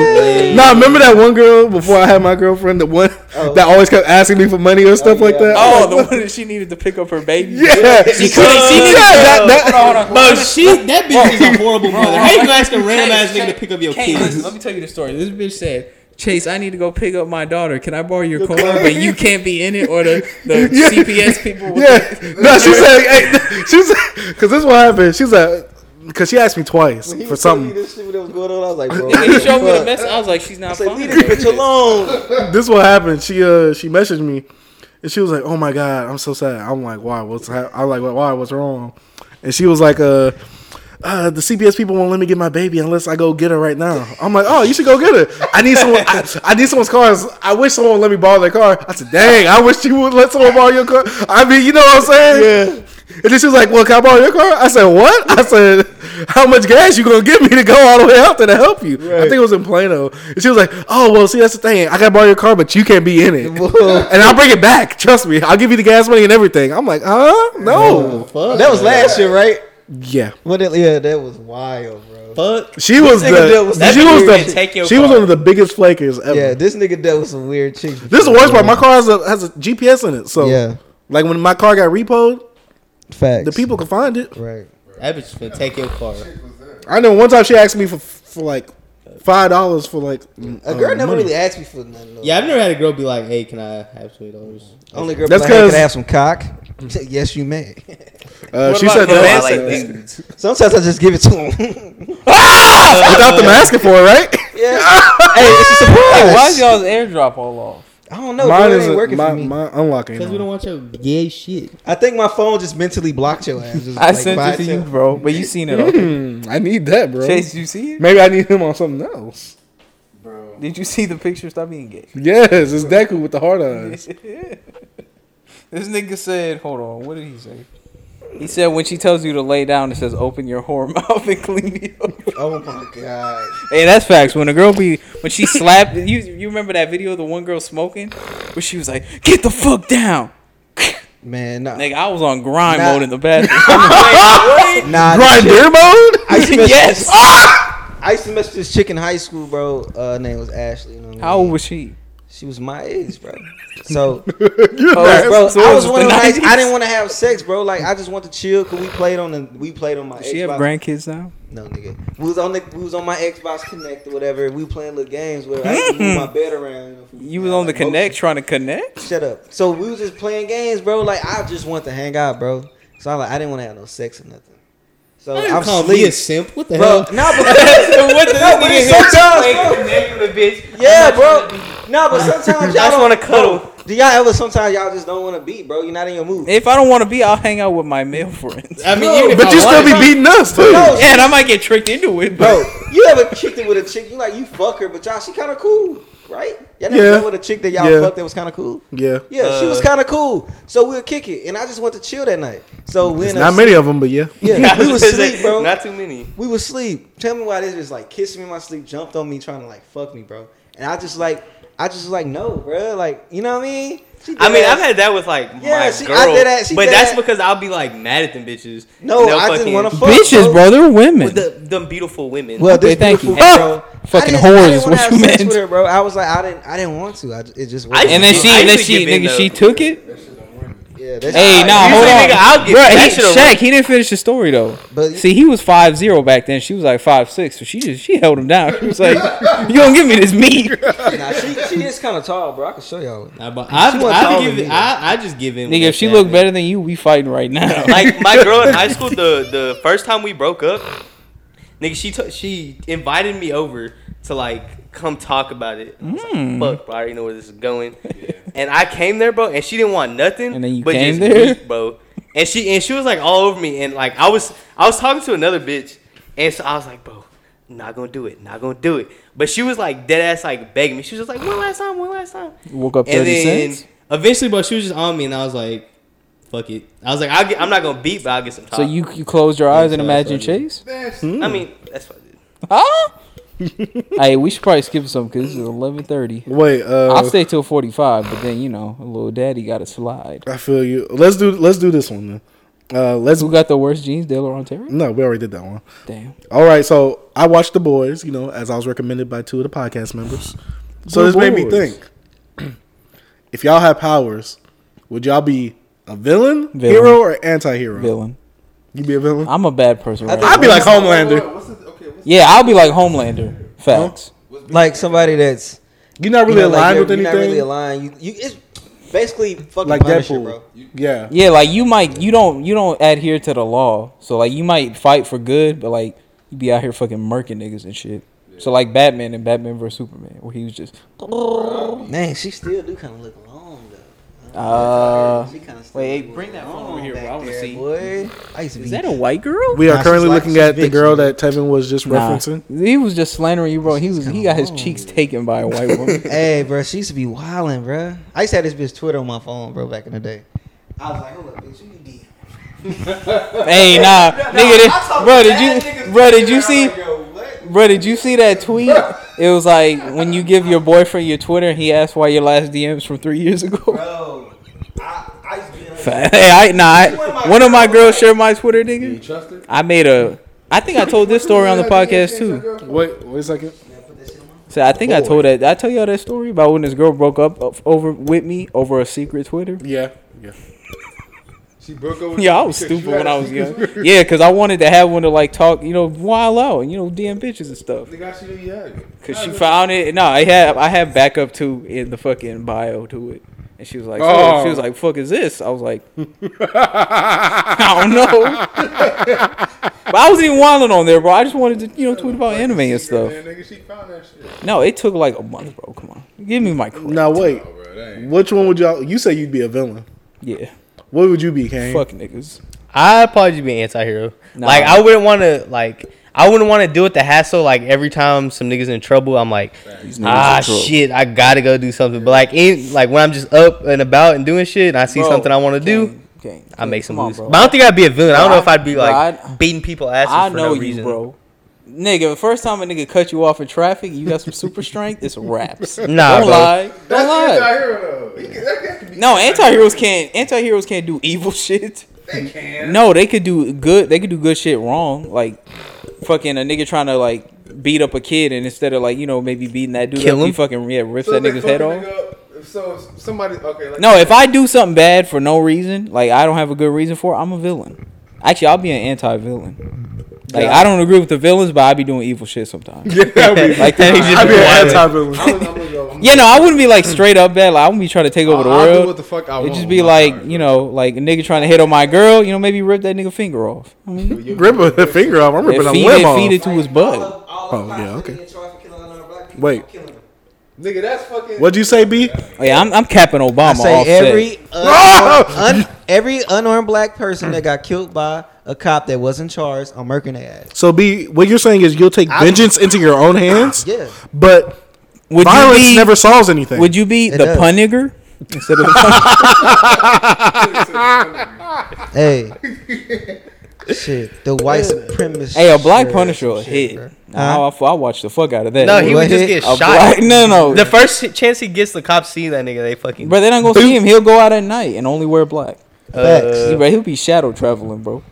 Speaker 2: Nah, remember that one girl before I had my girlfriend, the one
Speaker 1: Oh.
Speaker 2: that always kept asking me for money or stuff like
Speaker 1: yeah.
Speaker 2: that?
Speaker 3: Oh, the one that she needed to pick up her baby.
Speaker 2: yeah. She
Speaker 9: couldn't- she needed to
Speaker 2: that,
Speaker 9: go.
Speaker 2: that-
Speaker 9: Bro, she that bitch is a horrible mother. How you gonna ask a random ass
Speaker 3: Chase,
Speaker 9: nigga to pick up your
Speaker 3: Chase, listen,
Speaker 9: kids?
Speaker 3: Let me tell you the story. This bitch said, Chase, I need to go pick up my daughter. Can I borrow your car? But you can't be in it, or the, the
Speaker 2: Yeah.
Speaker 3: CPS people. Will
Speaker 2: Yeah. No, she said, hey, she said, because this is what happened. She's like, because she asked me twice
Speaker 1: He
Speaker 2: for
Speaker 1: was telling
Speaker 2: something.
Speaker 1: me this shit when it was going on. I was like, bro,
Speaker 3: And he showed me the
Speaker 1: fuck.
Speaker 3: message. I was like, she's
Speaker 1: I
Speaker 3: not
Speaker 1: said,
Speaker 3: funny.
Speaker 1: leave this bitch alone.
Speaker 2: this what happened. She uh she messaged me, and she was like, "Oh my god, I'm so sad." I'm like, "Why? What's hap-? I'm like, why? What's wrong?" And she was like, "Uh." Uh, the CPS people won't let me get my baby unless I go get her right now. I'm like, oh, you should go get her. I need someone. I, I need someone's cars. I wish someone would let me borrow their car. I said, dang, I wish you would let someone borrow your car. I mean, you know what I'm saying? Yeah. And then she was like, well, can I borrow your car? I said, what? I said, how much gas you gonna give me to go all the way out there to help you? I think it was in Plano. And she was like, oh, well, see, that's the thing. I gotta borrow your car, but you can't be in it. and I'll bring it back. Trust me. I'll give you the gas money and everything. I'm like, huh? No.
Speaker 1: That was last year, right?
Speaker 2: Yeah.
Speaker 1: What? it- Yeah, that was wild, bro.
Speaker 9: Fuck.
Speaker 2: She was
Speaker 1: nigga
Speaker 2: the,
Speaker 1: dealt with
Speaker 9: some
Speaker 2: she was
Speaker 9: weird shit. Take
Speaker 2: the
Speaker 9: your
Speaker 2: she was
Speaker 9: car.
Speaker 2: one of the biggest flakers ever.
Speaker 1: Yeah, this nigga dealt with some weird chicks.
Speaker 2: This is the worst part. My car has a, has a GPS in it, so
Speaker 1: Yeah,
Speaker 2: like when my car got repoed,
Speaker 1: facts.
Speaker 2: the people could find it.
Speaker 1: Right.
Speaker 9: That bitch gonna take your car.
Speaker 2: I know one time she asked me for for like five dollars for like
Speaker 1: A girl
Speaker 3: Oh,
Speaker 2: uh,
Speaker 1: never
Speaker 2: money.
Speaker 1: really asked me for nothing. Though.
Speaker 9: Yeah, I've never had a girl be like, hey, can I have twenty dollars?
Speaker 1: Only girl
Speaker 2: That's
Speaker 1: that's because
Speaker 2: 'cause-
Speaker 1: could have some cock. She said, yes, you may.
Speaker 2: Uh,
Speaker 3: What
Speaker 2: she
Speaker 3: about
Speaker 2: said
Speaker 3: the
Speaker 2: no
Speaker 3: man
Speaker 2: I said,
Speaker 3: said-
Speaker 1: Sometimes I just give it to him. uh,
Speaker 2: without them asking for it, right?
Speaker 1: yeah. hey, it's a surprise.
Speaker 3: Why is y'all's airdrop all off?
Speaker 1: I don't know.
Speaker 2: mine
Speaker 1: bro, it
Speaker 2: is
Speaker 1: ain't working
Speaker 2: my,
Speaker 1: for me.
Speaker 2: my unlocking.
Speaker 9: Because we don't want your gay shit.
Speaker 1: I think my phone just mentally blocked your ass. Just,
Speaker 3: I
Speaker 1: like,
Speaker 3: sent
Speaker 1: by
Speaker 3: it to you,
Speaker 1: itself.
Speaker 3: bro, but you seen it. all.
Speaker 2: Hmm, I need that, bro.
Speaker 3: Chase, you see it?
Speaker 2: Maybe I need him on something else.
Speaker 4: Bro.
Speaker 3: Did you see the picture? Stop being gay.
Speaker 2: Yes, it's Deku with the hard eyes.
Speaker 3: This nigga said, hold on, what did he say? He said when she tells you to lay down, it says open your whore mouth and clean me up.
Speaker 1: Oh my god.
Speaker 3: Hey, that's facts. When a girl be when she slapped you, you remember that video of the one girl smoking, where she was like, "Get the fuck down."
Speaker 1: Man, nah.
Speaker 3: Nigga, I was on grind
Speaker 1: Nah.
Speaker 3: mode in the bathroom.
Speaker 1: Nah, this shit-
Speaker 2: Grinder mode.
Speaker 1: I used to mess
Speaker 3: Yes.
Speaker 1: with this- I used to mess with this chick in high school, bro. Uh, her name was Ashley. You know what I
Speaker 3: How
Speaker 1: mean?
Speaker 3: old was she?
Speaker 1: She was my age, bro. So,
Speaker 3: Oh,
Speaker 1: bro,
Speaker 3: so
Speaker 1: I
Speaker 3: it
Speaker 1: was one of
Speaker 3: the
Speaker 1: those nights.
Speaker 3: 90s?
Speaker 1: I didn't want to have sex, bro. Like I just want to chill. Cause we played on the we played on my.
Speaker 3: Does She have
Speaker 1: Xbox.
Speaker 3: grandkids now.
Speaker 1: No, nigga. We was on the we was on my Xbox Connect or whatever. We playing little games where I had to move my bed around. know, for-
Speaker 3: Mm-hmm. You was on the
Speaker 1: like, motion.
Speaker 3: connect trying to connect.
Speaker 1: Shut up. So we was just playing games, bro. Like I just want to hang out, bro. So I like I didn't want to have no sex or nothing. So
Speaker 9: You
Speaker 1: I'm
Speaker 9: call me a
Speaker 1: sleep,
Speaker 9: simp. What the
Speaker 1: bro.
Speaker 9: hell?
Speaker 1: No, but
Speaker 9: what the
Speaker 1: no, but it's sometimes, bro.
Speaker 9: bitch.
Speaker 1: Yeah, bro. No, but sometimes y'all
Speaker 9: I just
Speaker 1: don't-
Speaker 9: want to cuddle.
Speaker 1: Do y'all ever sometimes y'all just don't want to be, bro? You're not in your mood.
Speaker 3: If I don't want to be, I'll hang out with my male friends.
Speaker 9: I mean, even if
Speaker 2: But
Speaker 9: I
Speaker 2: you still be
Speaker 9: wanted-
Speaker 2: beating us too.
Speaker 1: No,
Speaker 3: Yeah, and I might get tricked into it, but
Speaker 1: bro, you ever kicked it with a chick? You like you fuck her, but y'all she kind of cool, right? Y'all never
Speaker 2: Yeah.
Speaker 1: yeah. with a chick that y'all
Speaker 2: Yeah.
Speaker 1: fucked that was kind of cool.
Speaker 2: Yeah.
Speaker 1: Yeah, she
Speaker 9: Uh.
Speaker 1: was kind of cool, so we'll kick it, and I just went to chill that night. So we
Speaker 2: It's
Speaker 1: ended
Speaker 2: not
Speaker 1: up
Speaker 2: many of them, but yeah.
Speaker 1: Yeah, we was asleep, bro.
Speaker 9: Not too many.
Speaker 1: we was sleep. Tell me why this is like kissing me in my sleep, jumped on me, trying to like fuck me, bro. And I just like, I just like no, bro. Like you know what I mean? She
Speaker 9: I
Speaker 1: dead
Speaker 9: mean,
Speaker 1: ass-
Speaker 9: I've had that with like
Speaker 1: Yeah,
Speaker 9: my
Speaker 1: she- I
Speaker 9: girl,
Speaker 1: did that- she
Speaker 9: but
Speaker 1: did
Speaker 9: that's
Speaker 1: that.
Speaker 9: because I'll be like mad at them bitches.
Speaker 1: no,
Speaker 9: They'll
Speaker 1: I just
Speaker 9: fucking-
Speaker 1: want to fuck
Speaker 3: bitches, bro, they're women.
Speaker 9: With the them beautiful women.
Speaker 1: Well,
Speaker 3: Okay,
Speaker 1: this
Speaker 3: thank
Speaker 1: beautiful
Speaker 3: you.
Speaker 1: girl,
Speaker 3: Fucking
Speaker 1: I didn't- I
Speaker 3: whore
Speaker 1: didn't
Speaker 3: is
Speaker 1: wanna
Speaker 3: what
Speaker 1: have
Speaker 3: you
Speaker 1: sex
Speaker 3: meant.
Speaker 1: With her, bro. I was like, I didn't, I didn't want to. I, it just
Speaker 9: I
Speaker 1: wasn't.
Speaker 3: And then
Speaker 9: I
Speaker 3: she,
Speaker 9: used
Speaker 3: and then
Speaker 9: to
Speaker 3: she,
Speaker 9: give in,
Speaker 3: nigga,
Speaker 9: though.
Speaker 3: she took it.
Speaker 4: That shit don't win.
Speaker 1: Yeah, that's
Speaker 3: Hey, nah,
Speaker 6: You
Speaker 3: hold
Speaker 6: say,
Speaker 3: on.
Speaker 6: nigga, I'll get
Speaker 3: Bruh,
Speaker 6: that
Speaker 3: he,
Speaker 6: shit over.
Speaker 3: Shaq, he didn't finish the story though.
Speaker 1: But-
Speaker 3: See, he was 5'0 back then. She was like 5'6, so she just she held him down. She was like, "You gonna give me this meat?"
Speaker 1: nah, she, she is kind of tall, bro. I can show y'all.
Speaker 9: Nah, but I,
Speaker 1: She wasn't
Speaker 9: I,
Speaker 1: taller
Speaker 9: give
Speaker 1: than
Speaker 9: it,
Speaker 1: me.
Speaker 9: I, I just give in.
Speaker 3: Nigga, if she looked better than you, we fighting right now.
Speaker 6: like my girl in high school, the the first time we broke up, nigga, she took she invited me over to like come talk about it. I was
Speaker 3: Hmm.
Speaker 6: like, Fuck, bro, I already know where this is going. And I came there, bro, and she didn't want nothing.
Speaker 3: And then you
Speaker 6: but
Speaker 3: came
Speaker 6: just
Speaker 3: there?
Speaker 6: beef, bro. And she and she was like all over me, and like I was I was talking to another bitch, and so I was like, bro, not gonna do it, not gonna do it. But she was like dead ass like begging me. She was just like, one last time, one last time.
Speaker 3: Woke up 30
Speaker 9: and then
Speaker 3: cents.
Speaker 9: eventually, bro, she was just on me, and I was like, "Fuck it." I was like, I'll get, "I'm not gonna beat, but I'll get some top."
Speaker 3: So you you closed your eyes and imagine Chase?
Speaker 6: I mean, that's what.
Speaker 3: Huh? hey, we should probably skip some because it's eleven thirty.
Speaker 2: Wait, uh,
Speaker 3: I'll stay till forty five, but then you know, a little daddy got to slide.
Speaker 2: I feel you. Let's do let's do this one then. Uh, let's
Speaker 3: Who got the worst jeans, Dale or Ontario?
Speaker 2: no, we already did that one.
Speaker 3: Damn.
Speaker 2: All right, so I watched The Boys, you know, as I was recommended by two of the podcast members. So this made me
Speaker 3: Boys.
Speaker 2: think: if y'all had powers, would y'all be a villain,
Speaker 3: Villain.
Speaker 2: hero, or anti-hero?
Speaker 3: Villain.
Speaker 2: You be a villain.
Speaker 3: I'm a bad person. Right?
Speaker 2: I'd be like Homelander.
Speaker 4: What's the, okay, what's
Speaker 3: yeah, I'll be like Homelander. Facts.
Speaker 1: Like somebody that's
Speaker 2: You're not
Speaker 1: you
Speaker 2: really
Speaker 1: know, like,
Speaker 2: aligned
Speaker 1: you're-
Speaker 2: with
Speaker 1: you're
Speaker 2: anything.
Speaker 1: Not really aligned. You, you it's basically fucking
Speaker 2: like
Speaker 1: Punisher,
Speaker 2: Deadpool,
Speaker 1: bro.
Speaker 2: Yeah.
Speaker 3: Yeah, like you might you don't you don't adhere to the law, so like you might fight for good, but like you be out here fucking murking niggas and shit. So like Batman and Batman vs Superman, where he was just
Speaker 1: Man, she still do kind of look long though.
Speaker 3: uh.
Speaker 1: She kind of
Speaker 3: wait, bring that phone over here, bro. I wanna see.
Speaker 1: Boy, I used to be.
Speaker 3: Is that a white girl?
Speaker 2: We are
Speaker 1: Nah, she's
Speaker 2: currently
Speaker 1: like-
Speaker 2: looking
Speaker 1: she's
Speaker 2: at the
Speaker 1: big,
Speaker 2: girl
Speaker 1: she's
Speaker 2: that Tevin was just
Speaker 3: Nah.
Speaker 2: referencing.
Speaker 3: He was just slandering you, bro. He was he got his cheeks taken by a white woman.
Speaker 1: Hey, bro, she used to be wilding, bro. I used to have this bitch Twitter on my phone, bro, back in the day. I was like, hold up, bitch, you need
Speaker 3: hey, nah, nigga, did, bro, did you, bro, did you see, bro, did you see that tweet? It was like when you give your boyfriend your Twitter, and he asked why your last DMs from three years ago.
Speaker 5: Bro, I, I used to be in a-
Speaker 3: hey, I nah, I, one of my girls shared my Twitter,
Speaker 4: You
Speaker 3: nigga.
Speaker 4: trust her?
Speaker 3: I made a, I think I told this story on the podcast too.
Speaker 2: Wait, wait a second.
Speaker 3: So I think I told that, did I tell y'all that story about when this girl broke up of- over with me over a secret Twitter.
Speaker 2: Yeah, yeah.
Speaker 4: She broke over.
Speaker 3: Yeah, I was stupid when I was young. Yeah, because I wanted to have one to like talk, you know, wild out and you know, DM bitches and stuff.
Speaker 4: They got you to yeah.
Speaker 3: Cause she found it. No, I had I had backup too in the fucking bio to it, and she was like, so-
Speaker 2: Oh.
Speaker 3: she was like, "Fuck is this?" I was like, I don't know. but I wasn't even wilding on there, bro. I just wanted to, you know, tweet about anime and stuff.
Speaker 4: Man, nigga, she found that shit.
Speaker 3: No, it took like a month, bro. Come on, give me my credit.
Speaker 2: Now wait,
Speaker 4: Oh, bro, that ain't.
Speaker 2: which one would y'all? You say you'd be a villain.
Speaker 3: Yeah,
Speaker 2: What would you be, Kane?
Speaker 3: fuck niggas.
Speaker 6: I'd probably just be an anti-hero.
Speaker 3: Nah.
Speaker 6: Like I wouldn't want to like I wouldn't want to deal with the hassle. Like every time some niggas in trouble, I'm like,
Speaker 3: These niggas
Speaker 6: ah
Speaker 3: in trouble.
Speaker 6: shit, I gotta go do something. But like in like when I'm just up and about and doing shit, and I see
Speaker 3: Bro,
Speaker 6: something I want to do,
Speaker 3: Kane, Kane,
Speaker 6: I
Speaker 3: Kane,
Speaker 6: make some
Speaker 3: come on,
Speaker 6: moves.
Speaker 3: bro.
Speaker 6: But I don't think I'd be a villain. I don't
Speaker 3: Bro,
Speaker 6: know if I'd be
Speaker 3: bro,
Speaker 6: like
Speaker 3: I-
Speaker 6: beating people asses.
Speaker 3: I
Speaker 6: for
Speaker 3: know
Speaker 6: no
Speaker 3: you,
Speaker 6: reason.
Speaker 3: bro. Nigga, the first time a nigga cut you off in traffic, you got some super strength. It's raps.
Speaker 6: Nah,
Speaker 3: don't
Speaker 6: bro.
Speaker 3: lie. Don't
Speaker 4: That's
Speaker 3: lie.
Speaker 4: anti-hero though. He can, that guy can be
Speaker 3: No, anti-heroes can't anti-heroes can't do evil shit.
Speaker 4: They can.
Speaker 3: No, they could do good. They could do good shit wrong. Like fucking a nigga trying to like beat up a kid and instead of like, you know, maybe beating that dude
Speaker 6: Kill
Speaker 3: up, he
Speaker 6: him?
Speaker 3: fucking yeah, rips
Speaker 4: So
Speaker 3: that
Speaker 4: if they
Speaker 3: nigga's
Speaker 4: fuck
Speaker 3: head
Speaker 4: a
Speaker 3: off.
Speaker 4: nigga up, if So if somebody okay. Like,
Speaker 3: No, if I do something bad for no reason, like I don't have a good reason for it, I'm a villain. Actually, I'll be an anti-villain. Like I don't agree with the villains, but I be doing evil shit sometimes.
Speaker 2: Yeah, I'd be,
Speaker 3: Like that
Speaker 6: He's just
Speaker 2: I'd be an
Speaker 6: wild.
Speaker 2: anti-villain.
Speaker 4: I'm, gonna- I'm gonna go. I'm
Speaker 3: Yeah, no, I wouldn't be like straight up bad. Like I wouldn't be trying to take over the
Speaker 4: I'll- I'll do
Speaker 3: world.
Speaker 4: what the fuck I
Speaker 3: It'd just
Speaker 4: want
Speaker 3: be
Speaker 4: with my
Speaker 3: like,
Speaker 4: powers,
Speaker 3: you know, like a nigga trying to hit on my girl, you know, maybe rip that nigga finger off. I mean,
Speaker 2: Rip a the finger off. I'm
Speaker 3: and
Speaker 2: ripping a
Speaker 3: feed, it,
Speaker 2: limb off.
Speaker 3: feed it to his
Speaker 5: all
Speaker 3: butt.
Speaker 5: of- all
Speaker 2: Oh,
Speaker 5: of black
Speaker 2: yeah,
Speaker 5: women
Speaker 2: okay.
Speaker 5: getting charged for killing other black people.
Speaker 2: Wait.
Speaker 5: I'm killing them.
Speaker 4: Nigga, that's fucking.
Speaker 2: What'd you say, B?
Speaker 3: Oh, yeah, I'm, I'm capping
Speaker 1: I
Speaker 3: Obama
Speaker 1: say
Speaker 3: off set.
Speaker 1: every uh, un, every unarmed black person that got killed by a cop that wasn't charged, I'm murking their ass.
Speaker 2: So B, what you're saying is you'll take vengeance into your own hands.
Speaker 1: Yeah.
Speaker 2: But
Speaker 3: Would you
Speaker 2: violence
Speaker 3: be,
Speaker 2: never solves anything.
Speaker 3: would you be
Speaker 1: It
Speaker 3: the
Speaker 1: does.
Speaker 3: pun nigger? Instead of
Speaker 1: Hey. shit. The white supremacist.
Speaker 3: hey, a black
Speaker 1: shit.
Speaker 3: punisher will
Speaker 1: Shit,
Speaker 3: hit.
Speaker 1: bro.
Speaker 3: Nah, I, I watch the fuck out of that.
Speaker 6: No, he would
Speaker 1: What?
Speaker 6: just get
Speaker 3: a
Speaker 6: shot.
Speaker 3: black, no, no,
Speaker 6: The first chance he gets, the cops see that nigga. They fucking.
Speaker 3: bro, they not gonna see him. He'll go out at night and only wear black.
Speaker 6: uh,
Speaker 1: Facts.
Speaker 3: See, bro, he'll be shadow traveling, bro.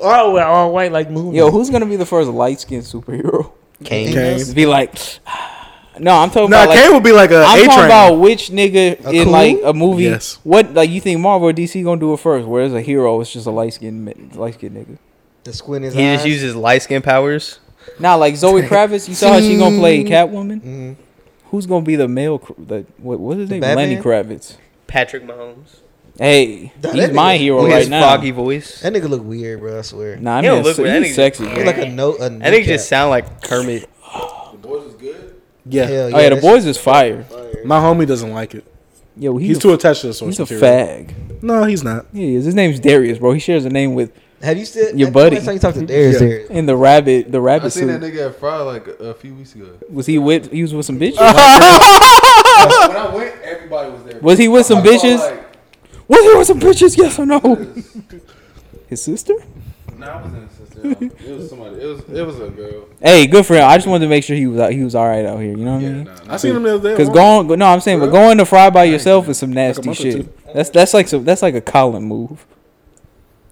Speaker 1: Oh, we're all white like moon.
Speaker 3: Yo, who's gonna be the first light skinned superhero?
Speaker 6: Kane.
Speaker 2: Okay.
Speaker 3: Just be like, No, I'm talking
Speaker 2: Nah,
Speaker 3: about like,
Speaker 2: Kane would be like a
Speaker 3: I'm
Speaker 2: A
Speaker 3: talking about
Speaker 2: train.
Speaker 3: which nigga in
Speaker 1: coon?
Speaker 3: like a movie.
Speaker 2: Yes.
Speaker 3: What like you think Marvel or DC gonna do it first? Where there's a hero, it's just a light skinned light skinned nigga.
Speaker 1: The squint is.
Speaker 6: He just uses light skin powers.
Speaker 3: Now like Zoe Kravitz, you saw how she gonna
Speaker 2: Mm-hmm.
Speaker 3: play Catwoman. Who's gonna be the male? cr- The what? What's his name? Lenny Kravitz.
Speaker 6: Patrick Mahomes.
Speaker 3: Hey,
Speaker 1: Nah,
Speaker 3: he's
Speaker 1: that
Speaker 3: my
Speaker 1: nigga-
Speaker 3: hero
Speaker 6: With
Speaker 3: right
Speaker 6: his
Speaker 3: now.
Speaker 6: foggy voice.
Speaker 1: That nigga look weird, bro. I swear.
Speaker 3: Nah, I
Speaker 6: He don't
Speaker 3: mean,
Speaker 6: look
Speaker 3: he's
Speaker 6: good. That nigga-
Speaker 3: sexy.
Speaker 1: He
Speaker 3: Bro.
Speaker 1: like a no. A
Speaker 6: That nigga just sound like Kermit.
Speaker 4: The boys was good.
Speaker 2: Yeah.
Speaker 3: oh yeah, the boys is fire.
Speaker 2: My homie doesn't like it.
Speaker 3: Yo, he's,
Speaker 2: He's,
Speaker 3: a,
Speaker 2: too attached to the source
Speaker 3: he's a
Speaker 2: material.
Speaker 3: fag.
Speaker 2: No, he's not.
Speaker 3: Yeah, he is. His name's Darius, bro. He shares a name with
Speaker 1: Have you still
Speaker 3: Your
Speaker 1: that-
Speaker 3: buddy.
Speaker 1: Last time you talked to Darius,
Speaker 2: Yeah.
Speaker 1: Darius.
Speaker 3: in the rabbit. The
Speaker 4: I
Speaker 3: rabbit
Speaker 4: seen that
Speaker 3: suit.
Speaker 4: nigga at Fry like a, a few weeks ago.
Speaker 3: Was he with? He was with some bitches.
Speaker 4: when I went, everybody was there.
Speaker 3: Was he with some
Speaker 4: I saw,
Speaker 3: bitches?
Speaker 4: Like,
Speaker 3: Was there some bitches? Yes or no? His sister?
Speaker 4: nah, I wasn't his sister. It was somebody. It was it was a girl.
Speaker 3: Hey, good for him. I just wanted to make sure he was out, he was all right out here. You know what I
Speaker 4: Yeah,
Speaker 3: mean?
Speaker 4: nah.
Speaker 2: I seen him the other day.
Speaker 3: Because
Speaker 2: Walmart.
Speaker 3: going, no, I'm saying, but going to fry by yourself is some
Speaker 2: a
Speaker 3: nasty
Speaker 2: month or two.
Speaker 3: shit. That's that's like some that's like a Colin move.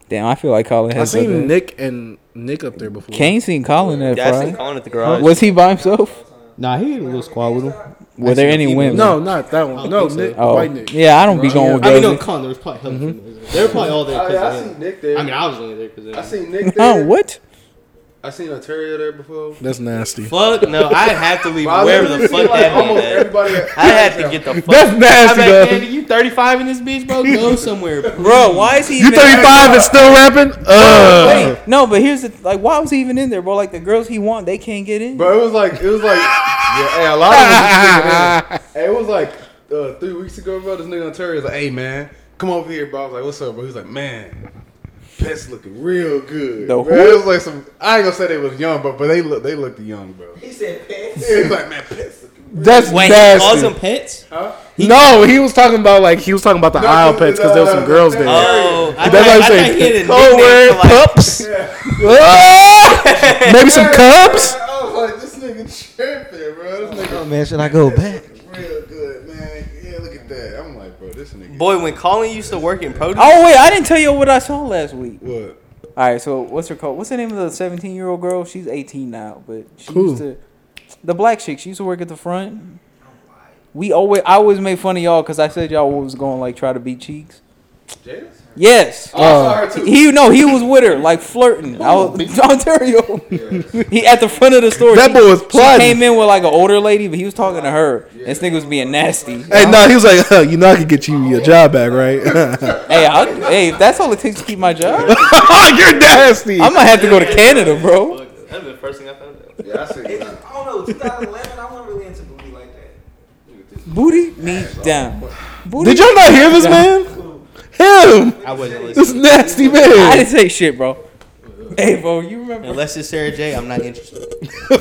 Speaker 3: Damn, I feel like Colin
Speaker 2: I
Speaker 3: has.
Speaker 2: seen
Speaker 3: done that.
Speaker 2: Nick and Nick up there before.
Speaker 3: Kane seen Colin at
Speaker 6: Yeah, I seen
Speaker 3: fry.
Speaker 6: Colin at the garage.
Speaker 3: Was he by himself?
Speaker 9: Nah, he had a little squad with him.
Speaker 3: Were there any women?
Speaker 2: No, not that one. No, Nick,
Speaker 3: Oh,
Speaker 2: white Nick.
Speaker 3: yeah, I don't be going with
Speaker 9: I mean, no,
Speaker 3: girls.
Speaker 9: Con, there was probably hella females. They were probably all there.
Speaker 4: Oh,
Speaker 9: 'cause
Speaker 4: yeah, I
Speaker 9: of him.
Speaker 4: seen Nick there.
Speaker 9: I mean, I was only there because
Speaker 4: I seen Nick
Speaker 3: Oh,
Speaker 4: there.
Speaker 3: what?
Speaker 4: I seen Ontario there before.
Speaker 2: That's nasty.
Speaker 6: Fuck no, I have to leave
Speaker 4: Bro, I
Speaker 6: wherever the
Speaker 4: literally seen,
Speaker 6: fuck
Speaker 4: like,
Speaker 6: that
Speaker 4: almost
Speaker 6: man.
Speaker 4: everybody. at-
Speaker 6: I had to get the fuck.
Speaker 2: That's
Speaker 6: I'm
Speaker 2: nasty,
Speaker 6: like,
Speaker 2: though.
Speaker 6: Andy, you 35 in this bitch, bro? Go somewhere,
Speaker 3: Bro, why is he?
Speaker 2: You 35 and still rapping? Ugh.
Speaker 3: Wait, no, but here's the like. Why was he even in there, bro? Like the girls he want, they can't get in.
Speaker 4: Bro, it was like it was like yeah, hey, a lot of them. hey, it was like uh, three weeks ago, bro. This nigga Ontario was like, "Hey, man, come over here, bro." I was like, "What's up, bro?" He was like, "Man, pets looking real good."
Speaker 3: The
Speaker 4: bro.
Speaker 3: who?
Speaker 4: It was like some. I ain't gonna say they was young, but but they look they looked young, bro.
Speaker 5: He said pants.
Speaker 4: He was like, "Man, pets." Looking
Speaker 2: That's
Speaker 6: Wait, he
Speaker 2: nasty.
Speaker 6: calls them pets?
Speaker 2: no, he was talking about like he was talking about the aisle
Speaker 4: cause
Speaker 2: pets
Speaker 4: it's,
Speaker 2: because there were some
Speaker 4: uh,
Speaker 2: girls there.
Speaker 6: Oh, I
Speaker 2: That's what
Speaker 6: thought, I
Speaker 2: I'm
Speaker 6: thought
Speaker 2: saying.
Speaker 6: he had a nickname
Speaker 2: Code word,
Speaker 6: for like,
Speaker 2: pups. Ah! Maybe some cubs.
Speaker 4: I was like, "This nigga tripping, bro. This nigga
Speaker 1: Oh man, should I go back?
Speaker 4: real good, man. Yeah, look at that." I'm like, "Bro, this nigga."
Speaker 6: boy, when Colin used to work in produce,
Speaker 3: Oh wait, I didn't tell you what I saw last week.
Speaker 4: What?
Speaker 3: All right, so what's her called? What's the name of the seventeen-year-old girl? She's eighteen now, but she
Speaker 2: Who?
Speaker 3: used to the black chick. She used to work at the front. We always, I always made fun of y'all because I said y'all was going like try to beat cheeks.
Speaker 4: Jada's?
Speaker 3: Yes.
Speaker 4: Oh, I saw her too.
Speaker 3: He, no, he was with her, like flirting. I was Ontario. he at the front of the store.
Speaker 2: That
Speaker 3: she-
Speaker 2: boy was
Speaker 3: she
Speaker 2: plotting.
Speaker 3: came in with like an older lady, but he was talking to her. And this nigga was being nasty.
Speaker 2: Hey, no, he was like, uh, you know, I could get you your job back, right?
Speaker 3: Hey, I, hey, if that's all it takes to keep my job,
Speaker 2: You're nasty.
Speaker 3: I'm gonna have to go to Canada, bro.
Speaker 6: that's the first thing I found out.
Speaker 4: Yeah, I seen
Speaker 5: I
Speaker 4: that.
Speaker 5: don't know. 2011. I wasn't really into booty like that.
Speaker 3: Booty me down. Booty.
Speaker 2: Did y'all not hear this man? Him,
Speaker 6: I wasn't listening.
Speaker 2: this nasty
Speaker 3: I
Speaker 2: man.
Speaker 3: didn't say shit, bro. Hey, bro, you remember?
Speaker 6: Unless it's Sarah J, I'm not interested.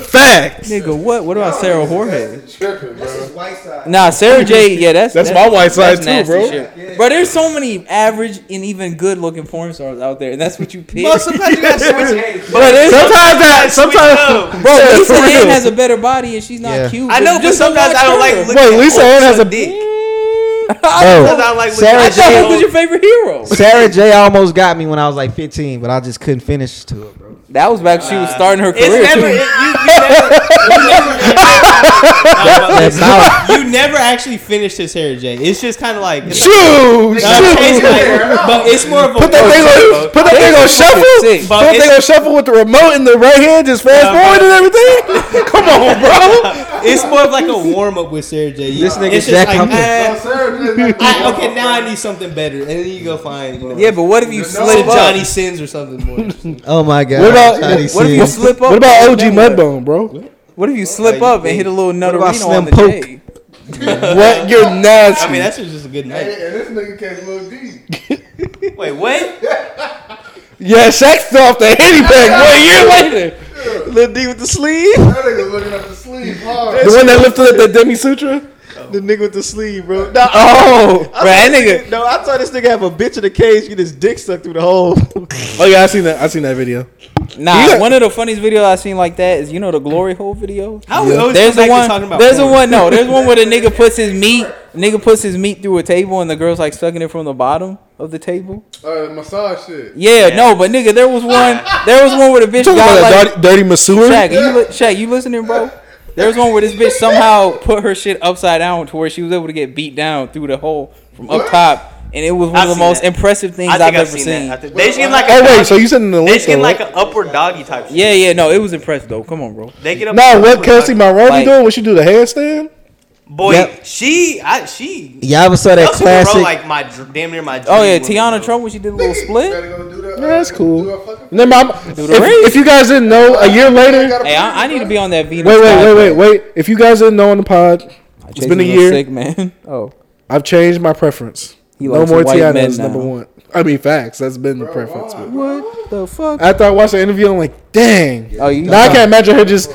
Speaker 2: Fact.
Speaker 3: Nigga, what? What about Sarah Jorge?
Speaker 4: Tripping, bro.
Speaker 5: White side.
Speaker 3: Nah, Sarah J. Yeah, that's
Speaker 2: That's my white side too,
Speaker 3: nasty
Speaker 2: bro.
Speaker 3: Shit. Bro, there's so many average and even good looking porn stars out there, and that's what you pick.
Speaker 6: sometimes you gotta switch.
Speaker 3: Bro, there's-
Speaker 2: Sometimes that. Sometimes.
Speaker 6: up.
Speaker 3: bro,
Speaker 2: Yeah,
Speaker 3: Lisa
Speaker 2: for
Speaker 3: Ann
Speaker 2: real.
Speaker 3: has a better body and she's not
Speaker 1: Yeah.
Speaker 3: cute.
Speaker 6: I know, but
Speaker 3: just go
Speaker 6: sometimes
Speaker 3: watch
Speaker 6: I don't like
Speaker 3: her.
Speaker 6: looking
Speaker 2: Wait, Lisa Ann has a.
Speaker 6: Sometimes
Speaker 2: Bro,
Speaker 6: I like looking
Speaker 1: Sarah
Speaker 3: I
Speaker 6: at
Speaker 3: thought
Speaker 1: J.
Speaker 3: that
Speaker 6: shit.
Speaker 3: was your favorite hero.
Speaker 1: Sarah J almost got me when I was like 15, but I just couldn't finish to it, bro.
Speaker 3: That was back when she was starting her
Speaker 6: It's
Speaker 3: career.
Speaker 6: never, it,
Speaker 3: too.
Speaker 6: you, you, never, you, never,
Speaker 1: Now,
Speaker 9: you never actually finished this hair, Jay. It's just kind of like. it's
Speaker 2: Shoo,
Speaker 9: not a
Speaker 2: shoo.
Speaker 9: taste like- but it's more of a.
Speaker 2: Put that thing on. Put that thing on shuffle.
Speaker 3: sick.
Speaker 2: Put that thing on shuffle with the remote in the right hand, just fast forward and everything. Come on, bro.
Speaker 9: It's more of like a warm up with Sarah J.
Speaker 1: This nigga
Speaker 9: it's just
Speaker 1: Jack
Speaker 9: like,
Speaker 1: Humphrey.
Speaker 9: eh,
Speaker 4: Sarah
Speaker 9: I, okay, now I need something better, and then you go find
Speaker 3: Yeah, but what if you slip up?
Speaker 9: Johnny Sins or something more. interesting.
Speaker 1: oh my god.
Speaker 2: What about-
Speaker 1: Johnny
Speaker 3: What if you
Speaker 1: Sins.
Speaker 3: slip up?
Speaker 2: What about OG
Speaker 3: What if-
Speaker 2: Mudbone, bro?
Speaker 3: What if you slip
Speaker 9: Like,
Speaker 3: up and hit a little
Speaker 1: about
Speaker 3: nutterino on
Speaker 1: Slim
Speaker 3: the
Speaker 1: Poke?
Speaker 3: J?
Speaker 2: What? You're
Speaker 9: I mean,
Speaker 2: nasty.
Speaker 9: that's just a good
Speaker 4: And
Speaker 9: night.
Speaker 4: this nigga catch Lil D.
Speaker 6: wait, what?
Speaker 2: Yeah, Shaq fell off the handy bag one year later.
Speaker 1: Little D with the sleeve?
Speaker 4: That nigga looking up the sleeve hard.
Speaker 2: The one that lifted up that Demi Sutra.
Speaker 1: The nigga with the sleeve, bro.
Speaker 2: Oh,
Speaker 3: Bruh,
Speaker 1: I saw
Speaker 3: that
Speaker 1: this No, I saw this nigga have a bitch in a cage get his dick stuck through the hole.
Speaker 2: oh yeah, I seen that. I seen that video.
Speaker 3: Nah,
Speaker 2: Yeah.
Speaker 3: one of the funniest videos I seen like that is you know the glory hole video.
Speaker 9: How we always
Speaker 3: There's
Speaker 9: come
Speaker 3: the
Speaker 9: back to
Speaker 3: one.
Speaker 9: talking about
Speaker 3: There's the
Speaker 9: porn?
Speaker 3: one. No, there's one where the nigga puts his meat. Nigga puts his meat through a table and the girl's like sucking it from the bottom of the table.
Speaker 4: Uh, massage shit.
Speaker 3: Yeah, no, but nigga, there was one. There was one where the bitch
Speaker 2: Talking
Speaker 3: got
Speaker 2: about
Speaker 3: like.
Speaker 2: that dirty, dirty masseur.
Speaker 3: Shaq, you li- Shaq, you listening, bro? There was one where this bitch somehow put her shit upside down to where she was able to get beat down through the hole from up top, and it was one
Speaker 6: I've
Speaker 3: of the
Speaker 6: seen
Speaker 3: most
Speaker 6: that.
Speaker 3: impressive things
Speaker 6: I
Speaker 3: I've
Speaker 6: think I've
Speaker 3: ever
Speaker 6: seen
Speaker 3: seen.
Speaker 6: that. I think- They just get like
Speaker 2: Oh
Speaker 6: a,
Speaker 2: wait, so you sending the
Speaker 6: they
Speaker 2: link?
Speaker 6: just get
Speaker 2: Though,
Speaker 6: like
Speaker 2: right?
Speaker 6: an upward doggy type. Shit.
Speaker 3: Yeah, yeah, no, it was impressive though. Come on, bro.
Speaker 6: They get up
Speaker 2: No, what
Speaker 6: upward
Speaker 2: Kelsey
Speaker 6: doggy.
Speaker 2: Maroney
Speaker 3: Like-
Speaker 2: doing? What she do the handstand?
Speaker 6: Boy,
Speaker 1: Yep.
Speaker 6: she, I, she.
Speaker 1: Y'all ever saw that
Speaker 6: Kelsey Monroe,
Speaker 1: classic?
Speaker 6: like my dr- damn near my.
Speaker 3: Oh
Speaker 6: dream
Speaker 3: yeah,
Speaker 6: woman,
Speaker 3: Tiana
Speaker 6: bro.
Speaker 3: Trump when she did a little split.
Speaker 2: Yeah, that's
Speaker 4: uh,
Speaker 2: cool.
Speaker 4: Wait,
Speaker 2: Never mind. I'm-
Speaker 3: the race.
Speaker 2: If, if you guys didn't know, a year later.
Speaker 3: Hey, I, I need to be on that Venus.
Speaker 2: Wait, wait, wait, wait, wait. If you guys didn't know on the pod, it's been a year.
Speaker 3: Sick man. Oh,
Speaker 2: I've changed my preference.
Speaker 3: He
Speaker 2: no
Speaker 3: likes
Speaker 2: more
Speaker 3: white
Speaker 2: Tiana
Speaker 3: men
Speaker 2: is number
Speaker 3: now.
Speaker 2: one. I mean, facts. That's been the preference. but-
Speaker 3: what the fuck?
Speaker 2: After I watched the interview, I'm like, dang.
Speaker 3: Oh, you.
Speaker 2: Now I can't imagine her just.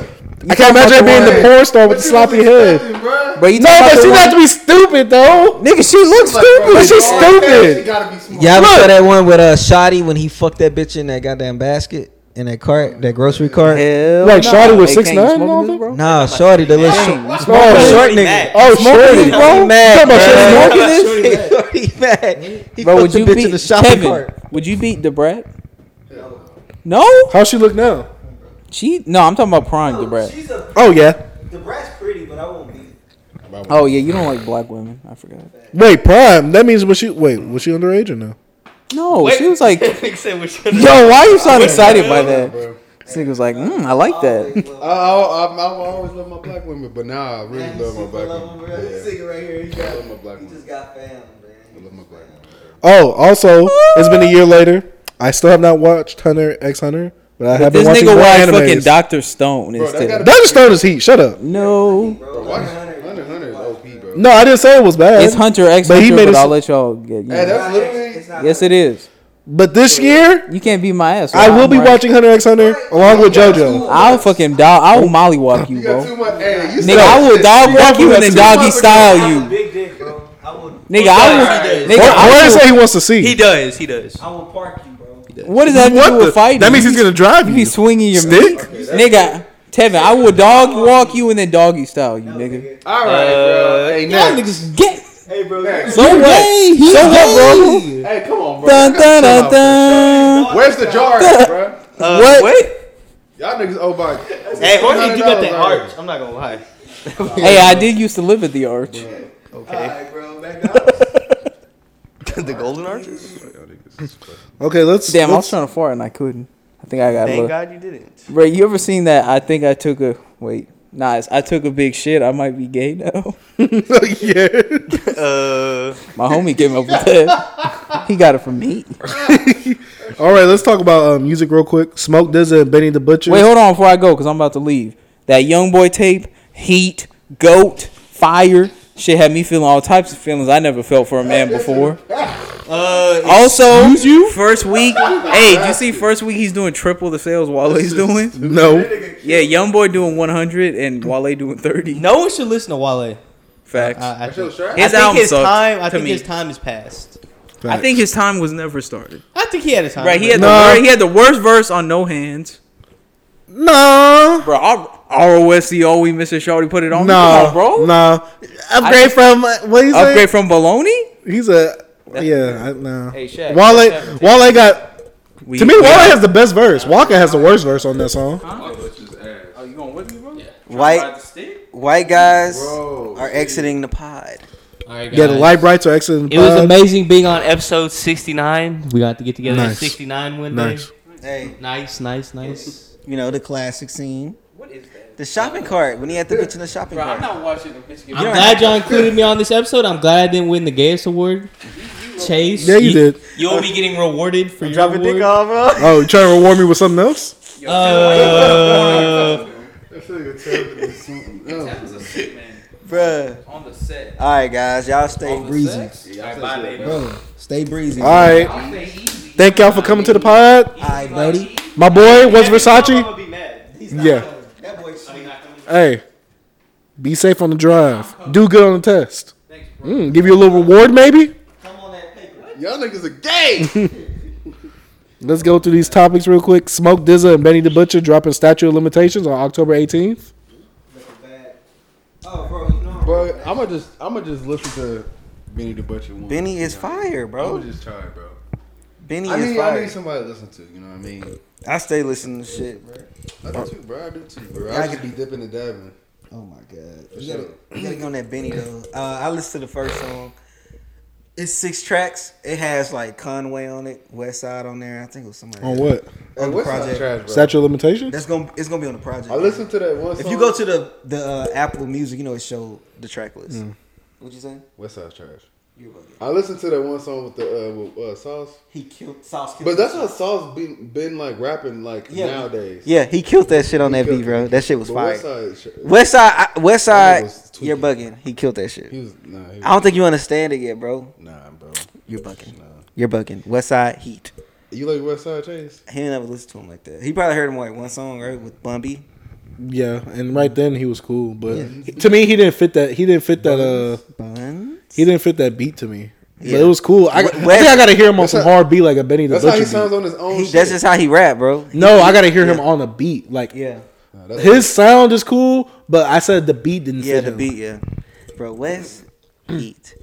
Speaker 2: I
Speaker 3: talking
Speaker 2: can't imagine her
Speaker 3: about
Speaker 2: being
Speaker 3: the
Speaker 2: the
Speaker 3: one-
Speaker 2: porn star with the sloppy head.
Speaker 3: Bro, you
Speaker 2: No,
Speaker 3: talking about
Speaker 2: but
Speaker 3: the
Speaker 2: she
Speaker 3: one-
Speaker 2: not to be stupid though.
Speaker 3: Nigga, she looks
Speaker 2: But
Speaker 3: stupid.
Speaker 2: she's stupid.
Speaker 4: gotta be smart.
Speaker 1: Y'all ever
Speaker 2: Look.
Speaker 1: saw that one with uh Shotty when he fucked that bitch in that goddamn basket in that cart, that grocery cart?
Speaker 3: Hell
Speaker 2: Like,
Speaker 3: no.
Speaker 2: Shorty was
Speaker 3: Hey,
Speaker 2: 6'9"
Speaker 3: can't you smoke
Speaker 2: and all
Speaker 3: this,
Speaker 2: that?
Speaker 3: bro?
Speaker 1: Nah, Shorty, the little short,
Speaker 3: Dang, you smoking
Speaker 2: Oh,
Speaker 1: short
Speaker 2: shorty
Speaker 1: nigga.
Speaker 6: mad.
Speaker 2: Oh, shorty.
Speaker 3: this, bro?
Speaker 1: He mad,
Speaker 2: Talking about
Speaker 1: bro.
Speaker 2: shorty
Speaker 1: Talking
Speaker 2: smoking
Speaker 1: about
Speaker 2: this?
Speaker 1: Shorty mad. He
Speaker 3: Bro,
Speaker 1: fucked
Speaker 3: would
Speaker 1: the
Speaker 3: you
Speaker 1: bitch in
Speaker 3: beat
Speaker 1: the shopping
Speaker 3: Kevin?
Speaker 1: cart.
Speaker 3: Would you beat Debrat? No,
Speaker 2: How she look now?
Speaker 3: she. No, I'm talking about prime Debrat.
Speaker 5: She's a
Speaker 2: Oh yeah.
Speaker 5: the brat's pretty, but I won't be.
Speaker 3: Oh yeah, you don't like black women. I forgot.
Speaker 2: Wait, prime. That means was she? Wait, was she underage or no?
Speaker 3: No,
Speaker 6: Wait.
Speaker 3: she was like, "Yo,
Speaker 6: Nick said we should-
Speaker 3: why you so excited by that?" This nigga was like, mm, "I like that."
Speaker 4: I, I, I, I always love my black women, but nah, I really
Speaker 5: Man,
Speaker 4: love my
Speaker 5: super
Speaker 4: black
Speaker 5: love
Speaker 4: women.
Speaker 5: him, bro. This
Speaker 4: Yeah.
Speaker 5: nigga right here, he
Speaker 4: I
Speaker 5: got,
Speaker 4: love my black
Speaker 5: he
Speaker 4: women.
Speaker 5: just got fam,
Speaker 4: I
Speaker 5: man.
Speaker 4: love my black women.
Speaker 2: Oh, also, it's been a year later. I still have not watched Hunter X Hunter, but I have been
Speaker 3: This
Speaker 2: watching
Speaker 3: nigga
Speaker 2: more
Speaker 3: watched fucking
Speaker 2: animes.
Speaker 3: Doctor Stone instead.
Speaker 4: gotta
Speaker 2: That just thrown his heat. Shut up.
Speaker 3: No,
Speaker 5: Bro,
Speaker 4: Bro,
Speaker 5: Hunter
Speaker 4: watch
Speaker 5: Hunter,
Speaker 4: Hunter Hunter is OP, bro.
Speaker 2: No, I didn't say it was bad.
Speaker 3: it's Hunter X
Speaker 2: But he
Speaker 3: Hunter,
Speaker 2: made
Speaker 3: but
Speaker 2: us-
Speaker 3: I'll let y'all get. You
Speaker 4: Hey,
Speaker 3: know.
Speaker 4: that's literally.
Speaker 5: it's not
Speaker 3: Yes, it is.
Speaker 2: but this year,
Speaker 3: You can't beat my ass.
Speaker 2: I
Speaker 3: right?
Speaker 2: will
Speaker 3: I'm
Speaker 2: be
Speaker 3: right.
Speaker 2: watching Hunter X Hunter along with JoJo.
Speaker 3: I'll fucking dog. I will mollywalk you,
Speaker 4: You got too
Speaker 3: bro.
Speaker 4: much. Hey, you
Speaker 3: Nigga, I will dog walk you and then doggy style
Speaker 5: I'm a
Speaker 3: you,
Speaker 5: big dick, bro. I will,
Speaker 3: nigga. I
Speaker 6: He
Speaker 3: will. Nigga,
Speaker 2: What
Speaker 3: I
Speaker 2: what
Speaker 3: will-
Speaker 2: did he say he wants to
Speaker 6: He
Speaker 2: see?
Speaker 6: does. He does.
Speaker 5: I will park you, bro.
Speaker 3: What does that
Speaker 2: What
Speaker 3: do
Speaker 2: the-
Speaker 3: with fighting?
Speaker 2: That means he's gonna drive
Speaker 3: You
Speaker 2: you.
Speaker 3: be swinging your
Speaker 2: Stick?
Speaker 3: meat, nigga. Tevin, I will dog walk you and then doggy style you, nigga.
Speaker 4: All
Speaker 1: Uh,
Speaker 4: right,
Speaker 5: Uh,
Speaker 4: bro. Hey,
Speaker 3: Y'all
Speaker 4: next.
Speaker 3: niggas get
Speaker 4: Hey, bro. Next.
Speaker 3: so what? so what, bro?
Speaker 4: Hey, come on, bro.
Speaker 3: Dun, dun, dun, dun.
Speaker 4: Where's the jar, at, bro?
Speaker 6: Uh,
Speaker 3: What?
Speaker 4: Y'all niggas owe by.
Speaker 6: Hey, Jorge, do got that
Speaker 4: $600
Speaker 6: arch. I'm not gonna lie.
Speaker 3: Hey, I did used to live at the arch.
Speaker 6: Okay.
Speaker 5: Bro, McDonald's.
Speaker 6: the golden arches.
Speaker 2: Okay, let's.
Speaker 3: Damn, I was
Speaker 2: let's-
Speaker 3: trying to fart and I couldn't. I think I got
Speaker 6: Thank
Speaker 3: look.
Speaker 6: God you didn't.
Speaker 3: Bro, you ever seen that? I think I took a wait. Nah, it's- I took a big shit. I might be gay now.
Speaker 2: yeah.
Speaker 6: Uh,
Speaker 3: My homie came up with that. He got it from me.
Speaker 2: All right, let's talk about um, music real quick. Smoke Dizza and Benny the Butcher.
Speaker 3: Wait, hold on before I go, cause I'm about to leave. That young boy tape, heat, goat, fire, shit had me feeling all types of feelings I never felt for a man before.
Speaker 6: uh,
Speaker 3: Also, first week, hey, did you see first week he's doing triple the sales Wale's doing?
Speaker 2: no.
Speaker 3: Yeah, young boy doing 100 and Wale doing 30.
Speaker 6: no one should listen to Wale.
Speaker 3: Facts.
Speaker 6: I, I think,
Speaker 4: sure.
Speaker 6: I think
Speaker 3: album
Speaker 6: his
Speaker 3: sucked
Speaker 6: time. I
Speaker 3: to
Speaker 6: think
Speaker 3: me.
Speaker 6: his time is past.
Speaker 3: I think his time was never started.
Speaker 6: I think he had his time.
Speaker 3: Right, he had
Speaker 2: Nah.
Speaker 3: the wor- he had the worst verse on No Hands.
Speaker 2: No.
Speaker 3: Bro, R- ROSCO, we missing Shorty put it on. me. Come
Speaker 2: No,
Speaker 3: on, bro.
Speaker 2: No, upgrade from uh, what you say?
Speaker 3: Upgrade from baloney?
Speaker 2: He's a yeah. I, no.
Speaker 6: Hey, Shaq,
Speaker 2: Wale, Wale got
Speaker 3: We-
Speaker 2: to me. Wale
Speaker 3: we-
Speaker 2: has the best verse. Walker has the worst verse on that song.
Speaker 3: you going with me, bro?
Speaker 1: White, white guys are exiting the pod.
Speaker 2: Yeah, the light brights are excellent.
Speaker 6: It was
Speaker 2: Pod.
Speaker 6: amazing being on episode 69. We got to get together
Speaker 2: Nice.
Speaker 6: at 69 one
Speaker 2: Nice.
Speaker 6: day.
Speaker 1: Hey,
Speaker 6: Nice, nice, nice.
Speaker 1: you know the classic scene. What is that? The shopping cart when he had the bitch in the shopping cart.
Speaker 3: not watching the Michigan.
Speaker 6: I'm glad y'all included me on this episode. I'm glad I didn't win the gayest award. Chase,
Speaker 2: Yeah, you did.
Speaker 6: You won't be getting rewarded for your award.
Speaker 1: off, bro.
Speaker 2: Oh, you trying to reward me with something else?
Speaker 6: Uh,
Speaker 1: Bruh.
Speaker 3: on the set.
Speaker 1: All right, guys, y'all stay breezy, bro. Stay breezy.
Speaker 2: All right. Thank y'all for coming to the pod.
Speaker 1: all right, buddy.
Speaker 2: My boy was Versace.
Speaker 6: be mad.
Speaker 2: Yeah.
Speaker 5: That boy shit.
Speaker 2: Hey, be safe on the drive. Do good on the test. Mm, give you a little reward, maybe.
Speaker 5: Come on that paper.
Speaker 4: Y'all niggas are gay.
Speaker 2: Let's go through these topics real quick. Smoke Dizza and Benny the Butcher dropping Statue of Limitations on October 18th.
Speaker 5: Oh, bro, you know.
Speaker 4: Bro, I'ma just I'ma just listen to Benny the Butcher one.
Speaker 1: Benny is fire,
Speaker 4: I'ma
Speaker 1: bro.
Speaker 4: just try, it, bro.
Speaker 1: Benny
Speaker 4: I
Speaker 1: is
Speaker 4: need I need
Speaker 1: fire.
Speaker 4: somebody to listen to. You know what I mean?
Speaker 1: I stay listening to shit, bro.
Speaker 4: I do too, bro. I do too, bro.
Speaker 1: I
Speaker 4: I just be dipping and dabbing.
Speaker 1: Oh my god. You gotta, you gotta go on that Benny though. Uh, I listened to the first song. It's six tracks. It has like Conway on it, West Side on there. I think it was somebody.
Speaker 2: On
Speaker 1: else.
Speaker 2: what?
Speaker 1: On the
Speaker 4: What's that
Speaker 1: project.
Speaker 4: trash, bro?
Speaker 2: Statue of limitations?
Speaker 1: That's gonna it's gonna be on the project.
Speaker 4: I listened to that one song.
Speaker 1: If you go to the the uh, Apple Music, you know it showed the track list. What you saying?
Speaker 4: West Side Trash.
Speaker 1: You about it.
Speaker 4: I listened to that one song with the uh, with, uh, Sauce.
Speaker 1: He killed Sauce. Killed
Speaker 4: But that's how
Speaker 1: himself.
Speaker 4: Sauce been, been like rapping like
Speaker 1: Yeah.
Speaker 4: nowadays.
Speaker 1: Yeah, he killed that shit on that
Speaker 4: killed
Speaker 1: beat, bro. That shit was
Speaker 4: But
Speaker 1: fire.
Speaker 4: West Side, Sh-
Speaker 1: West Side, I- West
Speaker 4: That nigga
Speaker 1: Side,
Speaker 4: was
Speaker 1: you're
Speaker 4: tweaking.
Speaker 1: bugging. He killed that shit.
Speaker 4: he was nah, he
Speaker 1: I
Speaker 4: was,
Speaker 1: don't think you understand it yet, bro.
Speaker 4: nah, bro.
Speaker 1: You're bugging.
Speaker 4: Nah.
Speaker 1: You're bugging. West Side Heat.
Speaker 4: You like West Side Chase?
Speaker 1: He ain't never listened to him like that. He probably heard him like one song, right, with Bun B.
Speaker 2: Yeah, and right then he was cool, but to me he didn't fit that. He didn't fit that. Uh,
Speaker 1: Bun.
Speaker 2: he didn't fit that beat to me.
Speaker 1: Yeah.
Speaker 2: But it was cool. I, I think
Speaker 1: West-
Speaker 2: I gotta hear him on
Speaker 4: That's
Speaker 2: some
Speaker 4: how-
Speaker 2: hard beat like a Benny the
Speaker 4: That's
Speaker 2: Butcher.
Speaker 4: how he
Speaker 2: beat.
Speaker 4: sounds on his own.
Speaker 1: He,
Speaker 4: shit.
Speaker 1: that's just how he rap, bro.
Speaker 2: no, I gotta hear him on a beat. Like
Speaker 1: Yeah,
Speaker 4: Nah, that's-
Speaker 2: his sound is cool, but I said the beat didn't
Speaker 1: yeah,
Speaker 2: fit
Speaker 1: the
Speaker 2: him.
Speaker 1: beat, yeah, bro. West Heat.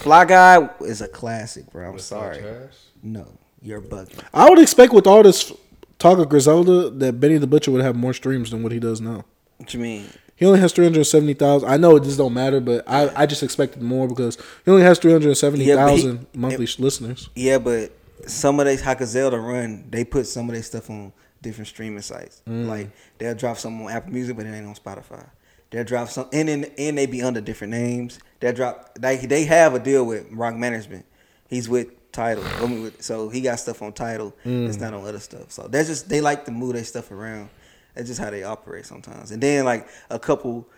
Speaker 1: Fly Guy is a classic, bro. I'm
Speaker 4: West Side
Speaker 1: sorry.
Speaker 4: Trash.
Speaker 1: No, you're bugging.
Speaker 2: I would expect with all this talk of Griselda that Benny the Butcher would have more streams than what he does now.
Speaker 1: What you mean?
Speaker 2: He only has three hundred seventy thousand. I know it just don't matter, but I, I just expected more because he only has three hundred seventy
Speaker 1: Yeah,
Speaker 2: thousand
Speaker 1: but he-
Speaker 2: monthly sh listeners.
Speaker 1: Yeah, but some of these Hakazel to run, they put some of their stuff on different streaming sites. Like they'll drop something on Apple Music, but it ain't on Spotify. They'll drop some, and then and they be under different names. They'll drop like they have a deal with Rock Management. He's with Title, I mean, with- so he got stuff on Title. It's not on other stuff. So that's just they like to move their stuff around. That's just how they operate sometimes. And then like a couple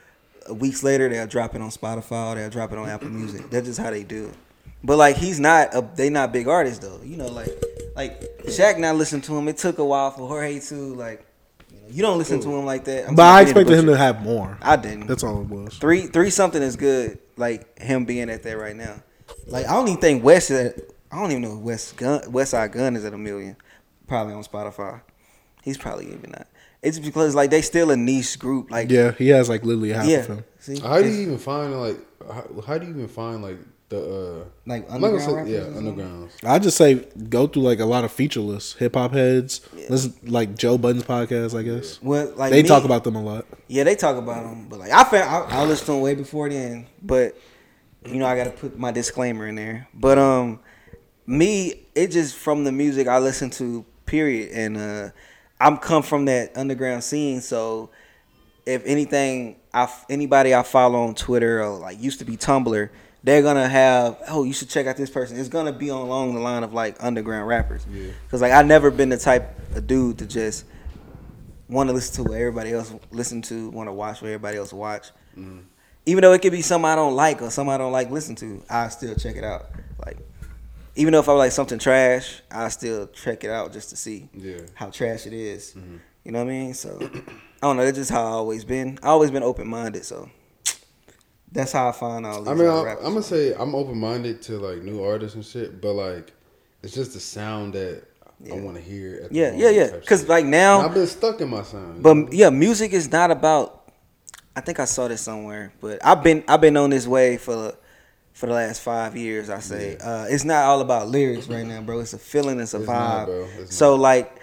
Speaker 1: uh, weeks later, they'll drop it on Spotify. Or they'll drop it on Apple Music. That's just how they do it. But like he's not a, they not big artists though. You know, like like Shaq not listening to him. It took a while for Jorge to like you, know, you don't listen to him like that. I'm
Speaker 2: But I
Speaker 1: talking to
Speaker 2: expected him to
Speaker 1: Butcher.
Speaker 2: have more.
Speaker 1: I didn't.
Speaker 2: That's all it was.
Speaker 1: Three three something is good. Like him being at that right now. Like I don't even think West is at, I don't even know if West Gun West Side Gun is at a million. Probably on Spotify. He's probably even not. It's because like they still a niche group. Like
Speaker 2: Yeah, he has like literally half
Speaker 1: yeah.
Speaker 2: of him.
Speaker 1: See,
Speaker 4: How do
Speaker 1: It's
Speaker 4: you even find like? How, how do you even find like the? uh
Speaker 1: Like
Speaker 4: I'm not gonna say-
Speaker 1: underground
Speaker 4: Yeah,
Speaker 1: rappers or something?
Speaker 4: undergrounds.
Speaker 2: I just say go through like a lot of feature lists, hip hop heads, listen like Joe Budden's podcast. I guess
Speaker 1: what like
Speaker 2: they
Speaker 1: me-
Speaker 2: talk about them a lot.
Speaker 1: Yeah, they talk about him, but like I found I, I listened to him way before then. But you know, I got to put my disclaimer in there. But um, me, it just from the music I listen to, period. And uh, I'm come from that underground scene, so if anything, I f- anybody I follow on Twitter or like used to be Tumblr, they're gonna have oh you should check out this person. It's gonna be along the line of like underground rappers. Cause like I never been the type of dude to just want to listen to what everybody else listen to, want to watch what everybody else watch.
Speaker 4: Mm-hmm.
Speaker 1: Even though it could be something I don't like or something I don't like listen to, I still check it out. Like even though if I like something trash, I still check it out just to see
Speaker 4: Yeah.
Speaker 1: how trash it is.
Speaker 4: Mm-hmm.
Speaker 1: You know what I mean? So I don't know. That's just how I always been. I always been open minded. So that's how I find all these
Speaker 4: I mean,
Speaker 1: other
Speaker 4: I,
Speaker 1: rappers.
Speaker 4: I'm gonna say I'm open minded to like new artists and shit, but like it's just the sound that
Speaker 1: Yeah.
Speaker 4: I want to hear. At the
Speaker 1: yeah,
Speaker 4: moment
Speaker 1: yeah, yeah.
Speaker 4: type
Speaker 1: Because
Speaker 4: shit.
Speaker 1: like
Speaker 4: And
Speaker 1: now,
Speaker 4: I've been stuck in my sound. you know?
Speaker 1: but yeah, music is not about. I think I saw this somewhere, but I've been I've been on this way for for the last five years. I say uh, it's not all about lyrics right now, bro. It's a feeling. It's a
Speaker 4: It's
Speaker 1: vibe.
Speaker 4: not, bro. It's
Speaker 1: so like,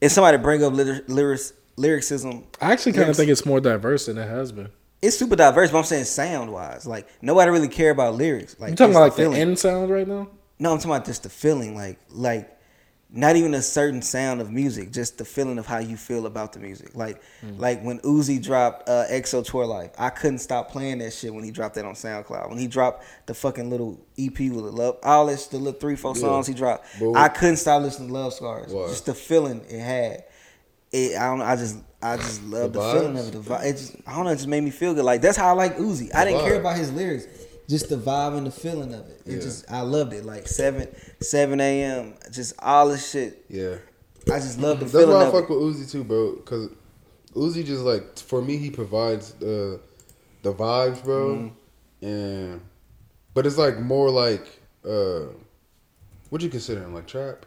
Speaker 1: if somebody bring up lyri- lyrics lyricism
Speaker 2: I actually kind of
Speaker 1: Yes.
Speaker 2: think it's more diverse than it has been.
Speaker 1: it's super diverse, but I'm saying sound wise, like nobody really care about lyrics. Like
Speaker 2: You talking
Speaker 1: it's
Speaker 2: about like the
Speaker 1: feeling.
Speaker 2: end sound right now?
Speaker 1: No, I'm talking about just the feeling, like like not even a certain sound of music, just the feeling of how you feel about the music. Like
Speaker 4: Mm.
Speaker 1: like when Uzi dropped uh, EXO Tour Life, I couldn't stop playing that shit when he dropped that on SoundCloud. When he dropped the fucking little EP with the love, all this the little three four songs he dropped, I
Speaker 4: But what-
Speaker 1: couldn't stop listening to Love Scars.
Speaker 4: Why?
Speaker 1: Just the feeling it had. It, I don't know. I just I just love the,
Speaker 4: vibes?
Speaker 1: feeling of it. The vibe. It just, I don't know. It just made me feel good. Like that's how I like Uzi. I didn't care
Speaker 4: vibe.
Speaker 1: about his lyrics, just the vibe and the feeling of it. It
Speaker 4: Yeah.
Speaker 1: just I loved it. Like seven seven a.m. Just all this shit.
Speaker 4: yeah,
Speaker 1: I just love the
Speaker 4: that's
Speaker 1: feeling
Speaker 4: why I
Speaker 1: of it.
Speaker 4: fuck with Uzi too, bro. Because Uzi just like for me, he provides the the vibes, bro.
Speaker 1: Mm-hmm.
Speaker 4: And but it's like more like uh, what you consider him like trap?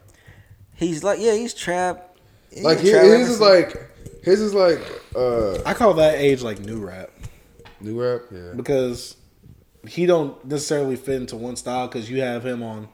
Speaker 1: He's like yeah, he's trapped. He
Speaker 4: Like
Speaker 1: a
Speaker 4: his,
Speaker 1: trap
Speaker 4: his
Speaker 1: rapper,
Speaker 4: is
Speaker 1: so-
Speaker 4: like his is like uh
Speaker 2: I call that age like new rap
Speaker 4: new rap. Yeah,
Speaker 2: because he don't necessarily fit into one style because you have him on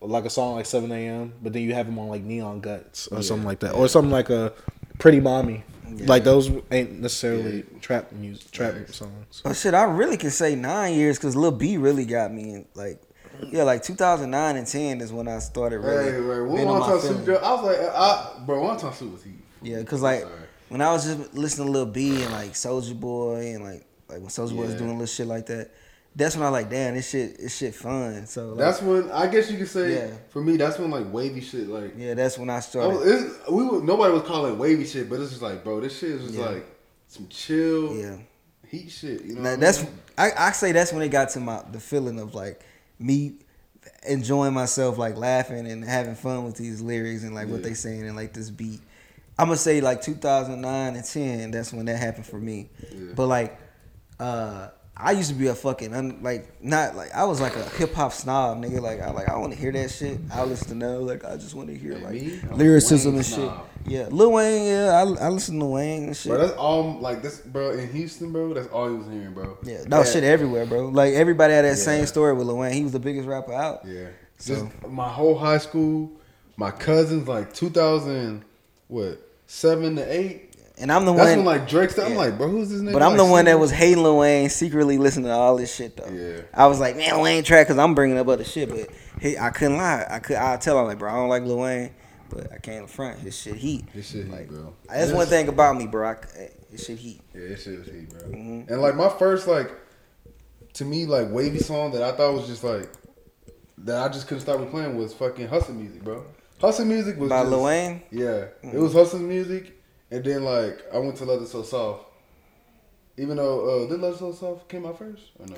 Speaker 2: like a song like 7 a.m. but then you have him on like Neon Guts or something like that or something like a Pretty Mommy. Like those ain't necessarily trap music, trap songs.
Speaker 1: But shit, I really can say nine years because Lil B really got me in like, yeah, like 2009 and 10 is when I started really.
Speaker 4: Hey, man,
Speaker 1: being on
Speaker 4: one, one
Speaker 1: my
Speaker 4: time
Speaker 1: feelings.
Speaker 4: soup, girl, I was like, uh, I, bro, one time soup was heat.
Speaker 1: Yeah, because like when I was just listening to Lil B and like Soulja Boy and like like when Soulja Boy was
Speaker 4: Yeah.
Speaker 1: doing little shit like that, that's when I like damn this shit this shit fun. So like,
Speaker 4: That's when I guess you could say
Speaker 1: Yeah.
Speaker 4: for me, that's when like wavy shit like.
Speaker 1: yeah, that's when I
Speaker 4: I was-
Speaker 1: started.
Speaker 4: it's- we were, nobody was calling it wavy shit, but it's just like, bro, this shit is just
Speaker 1: Yeah.
Speaker 4: like some chill
Speaker 1: Yeah,
Speaker 4: heat shit. You know,
Speaker 1: Now,
Speaker 4: what I
Speaker 1: that's
Speaker 4: mean?
Speaker 1: I, I say that's when it got to my the feeling of like me enjoying myself, like laughing and having fun with these lyrics and like what they saying and like this beat. I'm gonna say like 2009 and 10. That's when that happened for me. But like, uh, I used to be a fucking un, like not like I was like a hip hop snob nigga. Like I like I want to hear that shit. I listen to know like I just want to hear like
Speaker 4: me? I'm a
Speaker 1: lyricism
Speaker 4: Wayne
Speaker 1: and shit.
Speaker 4: snob.
Speaker 1: Yeah, Lil Wayne. Yeah, I, I listen to Wayne and shit.
Speaker 4: Bro, that's all like this, bro. In Houston, bro, that's all he was hearing, bro.
Speaker 1: Yeah, no shit everywhere, bro. Like everybody had that same story with Lil Wayne. He was the biggest rapper out.
Speaker 4: Yeah.
Speaker 1: So-
Speaker 4: Just my whole high school, my cousins, like 2000, what, seven to eight?
Speaker 1: And I'm the
Speaker 4: That's
Speaker 1: one
Speaker 4: when, like, Drake started.
Speaker 1: yeah.
Speaker 4: I'm like, bro, who's this nigga?
Speaker 1: but I'm
Speaker 4: Like,
Speaker 1: the one that
Speaker 4: singing?
Speaker 1: was hating Lil Wayne, secretly listening to all this shit though.
Speaker 4: Yeah.
Speaker 1: I was like, man, Lil Wayne track because I'm bringing up other shit, but he, I couldn't lie. I could, I tell him like, bro, I don't like Lil Wayne, but I can't front his shit heat.
Speaker 4: This shit heat,
Speaker 1: Like,
Speaker 4: bro.
Speaker 1: That's one thing about me, bro. I, c- his shit heat.
Speaker 4: Yeah, this shit was heat, bro.
Speaker 1: Mhm.
Speaker 4: And, like, my first, like, to me, like, wavy song that I thought was just, like, that I just couldn't stop replaying was fucking Hustle Music, bro. Hustle Music was
Speaker 1: By
Speaker 4: just,
Speaker 1: Lil Wayne, Mm-hmm.
Speaker 4: Yeah, it was Hustle's music, and then like I went to Leather So Soft. Even though uh, did Leather So Soft came out first or no?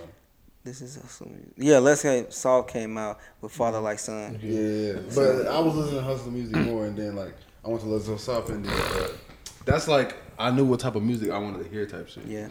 Speaker 1: this is awesome. yeah. Let's say Saul came out with Father Like Son.
Speaker 4: Yeah, yeah, yeah. But I was listening to Hustle music more, and then like I went to Leather So Soft, and then uh, that's like I knew what type of music I wanted to hear, type shit.
Speaker 1: Yeah.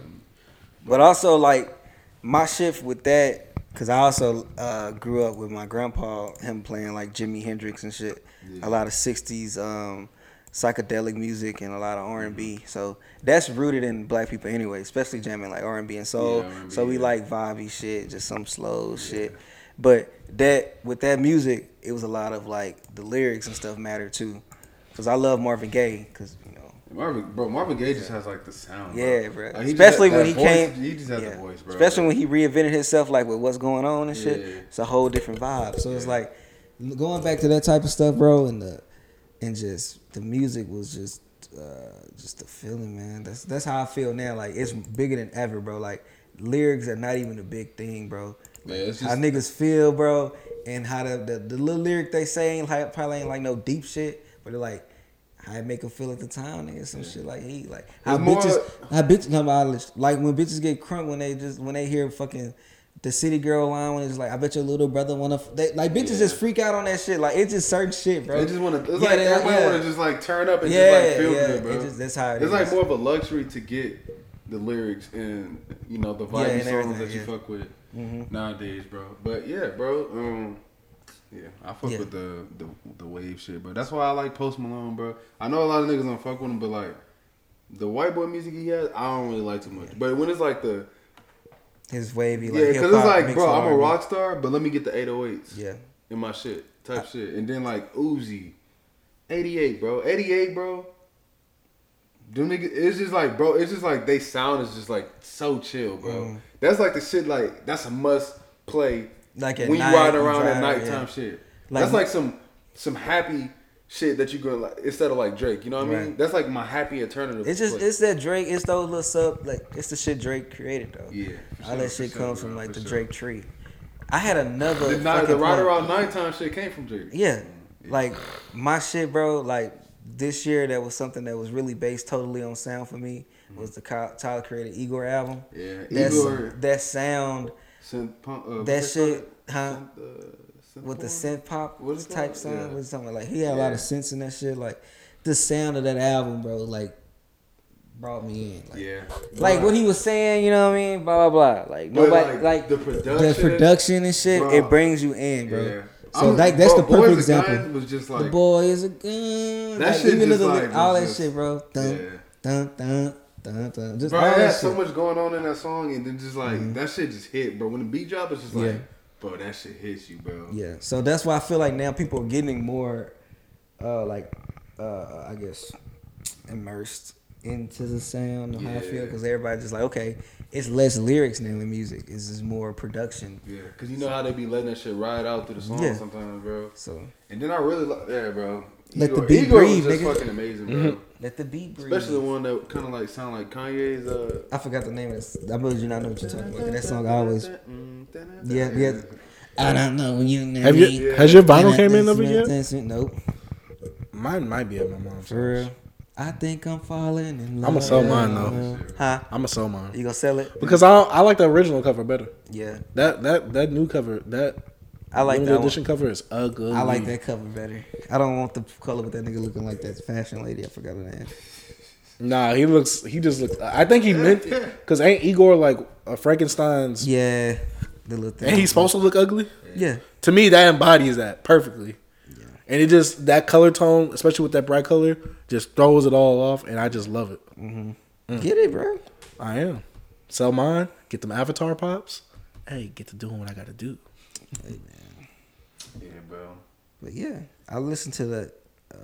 Speaker 1: But also like my shift with that, cause I also uh, grew up with my grandpa, him playing like Jimi Hendrix and shit, a lot of '60s um, psychedelic music and a lot of R&B.
Speaker 4: Mm-hmm.
Speaker 1: So that's rooted in black people anyway, especially jamming like R&B and soul.
Speaker 4: Yeah, R&B,
Speaker 1: so we
Speaker 4: yeah.
Speaker 1: like vibey shit, just some slow shit. But that with that music, it was a lot of like the lyrics and stuff matter too, cause I love Marvin Gaye, cause you know
Speaker 4: Marvin, bro, Marvin Gaye just has like the sound.
Speaker 1: yeah, bro.
Speaker 4: Like, he just
Speaker 1: Especially
Speaker 4: had
Speaker 1: when
Speaker 4: that
Speaker 1: he
Speaker 4: voice-
Speaker 1: came.
Speaker 4: he just had the
Speaker 1: yeah.
Speaker 4: voice, bro.
Speaker 1: Especially when he reinvented himself, like with what's going on and shit.
Speaker 4: Yeah.
Speaker 1: It's a whole different vibe. So it's like going back to that type of stuff, bro, and the and just the music was just uh just the feeling, man. That's that's how I feel now. Like it's bigger than ever, bro. Like lyrics are not even a big thing, bro. Like,
Speaker 4: Yeah, it's
Speaker 1: how
Speaker 4: just-
Speaker 1: niggas feel, bro, and how the, the the little lyric they say ain't like probably ain't like no deep shit, but they're like. I make them feel at the time, nigga. Some shit like he, like how
Speaker 4: It's more
Speaker 1: bitches, how bitches, no, I just- like when bitches get crunk when they just when they hear fucking the city girl line when it's like, I bet your little brother wanna, they, like bitches just freak out on that shit. Like it's just certain shit, bro.
Speaker 4: They just want to. It's
Speaker 1: Yeah,
Speaker 4: like
Speaker 1: they-
Speaker 4: everybody
Speaker 1: yeah.
Speaker 4: want to just like turn up and
Speaker 1: Yeah,
Speaker 4: just like feel
Speaker 1: yeah.
Speaker 4: good, bro.
Speaker 1: It just- that's how it
Speaker 4: it's like
Speaker 1: is.
Speaker 4: more of a luxury to get the lyrics and you know the
Speaker 1: Yeah, and
Speaker 4: vibey songs
Speaker 1: everything,
Speaker 4: that you
Speaker 1: yeah. Mm-hmm.
Speaker 4: fuck with nowadays, bro. But yeah, bro. Um, yeah, I fuck
Speaker 1: Yeah.
Speaker 4: with the, the the wave shit, bro. That's why I like Post Malone, bro. I know a lot of niggas don't fuck with him, but like the white boy music he has, I don't really like too much. But when it's like the
Speaker 1: His wavy, like
Speaker 4: yeah, because it's
Speaker 1: hip-hop
Speaker 4: like,
Speaker 1: mixed
Speaker 4: bro, I'm a
Speaker 1: R&B.
Speaker 4: rock star, but let me get the 808s
Speaker 1: Yeah,
Speaker 4: in my shit type shit. And then like Uzi, 88, bro. 88, bro. Them niggas, it's just like, bro, it's just like they sound is just like so chill, bro.
Speaker 1: Mm-hmm.
Speaker 4: That's like the shit, like, that's a must play
Speaker 1: Like at
Speaker 4: when you
Speaker 1: night
Speaker 4: ride around
Speaker 1: and
Speaker 4: at
Speaker 1: drive,
Speaker 4: nighttime
Speaker 1: yeah.
Speaker 4: shit.
Speaker 1: Like-
Speaker 4: that's like some some happy shit that you go like instead of like Drake, you know what I mean?
Speaker 1: Right.
Speaker 4: That's like my happy alternative.
Speaker 1: it's just
Speaker 4: like,
Speaker 1: it's that Drake, it's those little sub, like it's the shit Drake created though.
Speaker 4: yeah. for
Speaker 1: all that
Speaker 4: sure,
Speaker 1: shit
Speaker 4: for
Speaker 1: comes
Speaker 4: sure,
Speaker 1: from
Speaker 4: bro,
Speaker 1: like
Speaker 4: for
Speaker 1: the
Speaker 4: sure.
Speaker 1: Drake tree. I had another
Speaker 4: The, night, the
Speaker 1: fucking
Speaker 4: ride
Speaker 1: point.
Speaker 4: around nighttime shit came from Drake.
Speaker 1: Yeah. Like my shit, bro, like this year that was something that was really based totally on sound for me
Speaker 4: Mm-hmm.
Speaker 1: was the Kyle- Tyler created Igor album.
Speaker 4: Yeah,
Speaker 1: That's,
Speaker 4: Igor.
Speaker 1: that sound,
Speaker 4: Synth punk, uh,
Speaker 1: that
Speaker 4: what's it
Speaker 1: shit, huh?
Speaker 4: called? Synth, uh, synth
Speaker 1: With the
Speaker 4: porn?
Speaker 1: synth pop
Speaker 4: What is it
Speaker 1: type
Speaker 4: called?
Speaker 1: sound,
Speaker 4: Yeah.
Speaker 1: was something like he had a lot
Speaker 4: Yeah.
Speaker 1: of sense in that shit. Like the sound of that album, bro, like brought me in. Like,
Speaker 4: Yeah.
Speaker 1: like what he was saying, you know what I mean? Blah blah blah. Like nobody, like,
Speaker 4: the
Speaker 1: the
Speaker 4: production,
Speaker 1: production and shit,
Speaker 4: Bro.
Speaker 1: it brings you in, bro.
Speaker 4: Yeah.
Speaker 1: So
Speaker 4: I'm-
Speaker 1: like that's
Speaker 4: bro,
Speaker 1: the perfect
Speaker 4: Boys and
Speaker 1: example.
Speaker 4: Guns was just like
Speaker 1: the boy is a gun.
Speaker 4: That
Speaker 1: Like,
Speaker 4: shit
Speaker 1: even
Speaker 4: just
Speaker 1: the-
Speaker 4: like-
Speaker 1: all that
Speaker 4: just-
Speaker 1: shit, bro. Dun,
Speaker 4: yeah.
Speaker 1: dun, dun, dun, dun. Just
Speaker 4: Bro,
Speaker 1: all
Speaker 4: it
Speaker 1: that
Speaker 4: had
Speaker 1: shit.
Speaker 4: so much going on in that song, and then just like that shit just hit, bro. When the beat drop, it's just like,
Speaker 1: Mm-hmm. Yeah.
Speaker 4: bro, that shit hits you, bro.
Speaker 1: yeah. So that's why I feel like now people are getting more, uh, like, uh, I guess, immersed into the sound of how I feel because everybody's just like, okay, it's less lyrics now in music. It's just more production.
Speaker 4: Yeah, cause you know how they be letting that shit ride out through the song
Speaker 1: Yeah.
Speaker 4: sometimes, bro.
Speaker 1: So
Speaker 4: And then I really like, yeah, bro.
Speaker 1: Let the
Speaker 4: Igor-
Speaker 1: beat
Speaker 4: Igor
Speaker 1: breathe,
Speaker 4: was just
Speaker 1: nigga. Mm-hmm.
Speaker 4: fucking amazing, bro.
Speaker 1: let the beat breathe.
Speaker 4: Especially the one that kind of like sound like Kanye's. Uh,
Speaker 1: I forgot the name of this. I know you not know what you're talking about. 'cause That song I always.
Speaker 4: Mm-hmm.
Speaker 1: Yeah, yeah. I don't know you know.
Speaker 2: Have you has your vinyl came in over yet?
Speaker 1: Nope.
Speaker 2: Mine might be at my mom's.
Speaker 1: For real. I think I'm falling in love.
Speaker 2: I'ma sell mine, though.
Speaker 1: Huh?
Speaker 2: I'ma sell mine
Speaker 1: You gonna sell it?
Speaker 2: because I I like the original cover better.
Speaker 1: Yeah.
Speaker 2: That that that new cover that
Speaker 1: I like
Speaker 2: limited
Speaker 1: that one.
Speaker 2: edition cover is ugly.
Speaker 1: I like that cover better. Mm-hmm. I don't want the color with that nigga looking like that fashion lady. I forgot her name.
Speaker 2: Nah, he looks. He just looks. I think he meant because ain't Igor like a Frankenstein's?
Speaker 1: Yeah. The little thing.
Speaker 2: And he's supposed to look ugly.
Speaker 1: Yeah.
Speaker 2: To me, that embodies that perfectly. And it just that color tone, especially with that bright color, just throws it all off, and I just love it.
Speaker 1: Get it, bro.
Speaker 2: I am. Sell mine, get them avatar pops. Hey, get to doing what I gotta do.
Speaker 4: Yeah, bro.
Speaker 1: But yeah, I listened to the uh,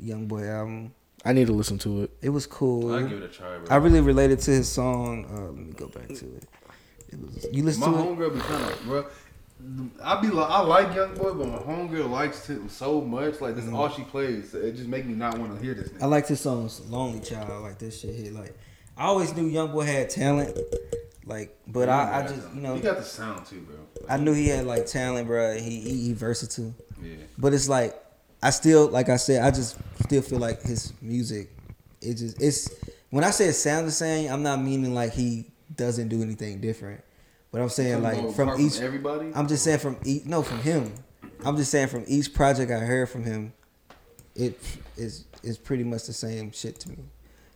Speaker 1: Young Boy album.
Speaker 2: I need to listen to it.
Speaker 1: It was cool.
Speaker 4: I give it a try, bro.
Speaker 1: I really related to his song. Uh, let me go back to it. it was, you listen
Speaker 4: My
Speaker 1: to it?
Speaker 4: homegirl be kind of, bro. I be like, I like Young Boy, but my homegirl likes him so much. Like, this is all she plays. It just make me not want to hear this.
Speaker 1: I
Speaker 4: Nigga.
Speaker 1: liked his songs. Lonely Child. Like this shit hit. Like I always knew Young Boy had talent. Like, but I, I just you
Speaker 4: he
Speaker 1: know
Speaker 4: got the sound too, bro.
Speaker 1: I knew he had like talent, bro. He he, he versatile.
Speaker 4: Yeah,
Speaker 1: But it's like I still like I said I just still feel like his music. It just it's when I say it sounds the same. I'm not meaning like he doesn't do anything different. But I'm saying like from
Speaker 4: apart
Speaker 1: each
Speaker 4: everybody.
Speaker 1: I'm just saying from each no from him. I'm just saying from each project I heard from him, it is is pretty much the same shit to me.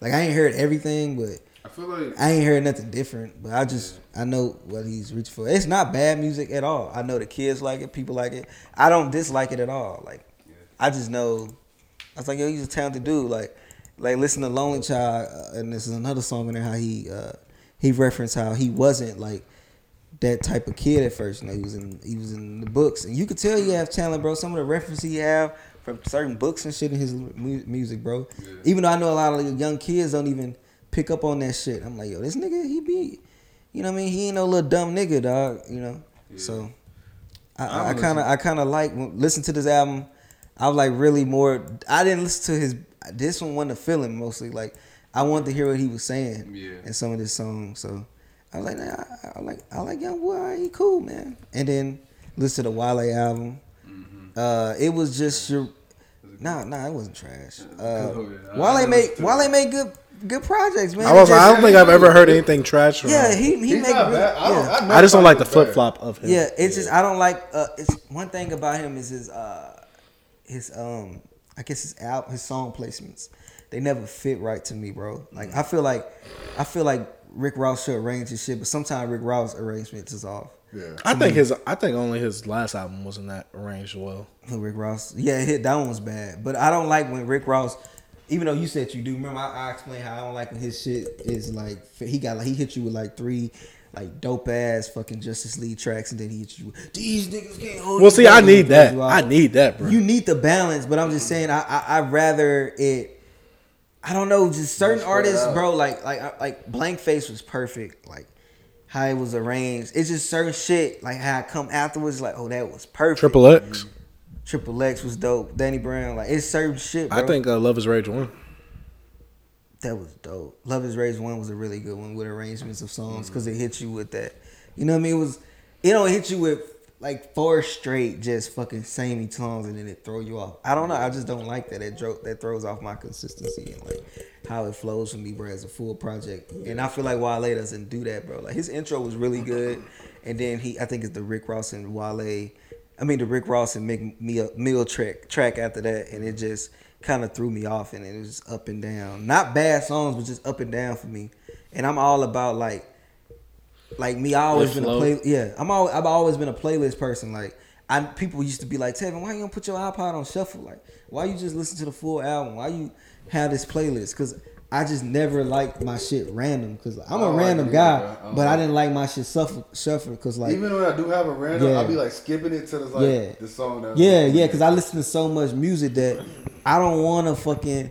Speaker 1: Like I ain't heard everything, but
Speaker 4: I feel like
Speaker 1: I ain't heard nothing different. But I just I know what he's reaching for. It's not bad music at all. I know the kids like it, people like it. I don't dislike it at all. Like I just know I was like, yo, he's a talented dude. Like like listen to Lonely Child, uh, and this is another song in there how he uh he referenced how he wasn't like that type of kid at first. You know, he was in he was in the books, and you could tell he have talent, bro. Some of the references he have from certain books and shit in his mu- music, bro. Even though I know a lot of the young kids don't even pick up on that shit. I'm like, yo, this nigga, he be, you know, what I mean, he ain't no little dumb nigga, dog. You know, so
Speaker 4: I
Speaker 1: I
Speaker 4: don't
Speaker 1: kind of I kind of like when- listen to this album. I was like really more. I didn't listen to his. This one wasn't a feeling mostly. Like I wanted to hear what he was saying
Speaker 4: Yeah.
Speaker 1: in some of this song. So I was like, nah, I, I like I like Young Boy. alright, He cool, man. And then listen to the Wale album.
Speaker 4: Mm-hmm.
Speaker 1: Uh, it was just your. Nah, nah, it wasn't trash. Uh,
Speaker 4: Oh, yeah. I- I
Speaker 1: Wale made
Speaker 4: understood.
Speaker 1: Wale made good good projects, man.
Speaker 2: I was.
Speaker 1: It just-
Speaker 2: I don't think I've ever heard anything trash. From
Speaker 1: yeah,
Speaker 2: yeah,
Speaker 1: he he
Speaker 4: he's
Speaker 1: make.
Speaker 4: not
Speaker 1: really-
Speaker 4: bad. I, don't,
Speaker 1: yeah.
Speaker 4: I, know
Speaker 2: I just don't like the
Speaker 4: Michael's
Speaker 2: flip
Speaker 4: bad.
Speaker 2: flop of him.
Speaker 1: Yeah, it's just I don't like. Uh, it's one thing about him is his uh, his um, I guess his album, his song placements. They never fit right to me, bro. Like I feel like, I feel like Rick Ross should arrange his shit, but sometimes Rick Ross arrangements is off.
Speaker 2: I think his. I think only his last album wasn't that arranged well.
Speaker 1: Who, Rick Ross, yeah, hit that one was bad. But I don't like when Rick Ross. Even though you said you do, remember I, I explained how I don't like when his shit is like fi- he got like he hit you with like three like dope ass fucking Justice League tracks, and then he hit you. With, These niggas can't hold.
Speaker 2: Well,
Speaker 1: you
Speaker 2: see,
Speaker 1: down,"
Speaker 2: I
Speaker 1: and
Speaker 2: need
Speaker 1: throws
Speaker 2: that.
Speaker 1: you out.
Speaker 2: I need that, bro.
Speaker 1: You need the balance, but I'm just saying I I I'd rather it I don't know, just certain artists, bro, like like I- like Blank Face was perfect, like how it was arranged. It's just certain shit, like how I come afterwards, like, oh that was perfect.
Speaker 2: Triple X.
Speaker 1: Triple X was dope. Danny Brown, like it's certain shit, bro.
Speaker 2: I think uh, Love Is Rage one.
Speaker 1: that was dope. Love is Rage One was a really good one with arrangements of songs because it hit you with that. You know what I mean? It was it don't hit you with like four straight just fucking samey songs and then it throw you off. I don't know. I just don't like that. It dro- that throws off my consistency and like how it flows for me, bro, as a full project. And I feel like Wale doesn't do that, bro. Like his intro was really good, and then he I think it's the Rick Ross and Wale. I mean the Rick Ross and Mick Mill, Mill track track after that, and it just kind of threw me off, and it was just up and down. Not bad songs, but just up and down for me. And I'm all about like, like me. I always been a play. Yeah, I'm all. I've always been a playlist person. Like, I people used to be like, Tevin, why you don't put your iPod on shuffle? Like, why you just listen to the full album? Why you have this playlist? Because I just never like my shit random. Because I'm a
Speaker 4: Oh, I
Speaker 1: random
Speaker 4: agree,
Speaker 1: guy,
Speaker 4: bro. Oh.
Speaker 1: but I didn't like my shit shuffle. Shuffle because like
Speaker 4: Even when I do have a random,
Speaker 1: Yeah.
Speaker 4: I'll be like skipping it to the like
Speaker 1: Yeah.
Speaker 4: the song. That
Speaker 1: Yeah, yeah, because I listen to so much music that I don't want to fucking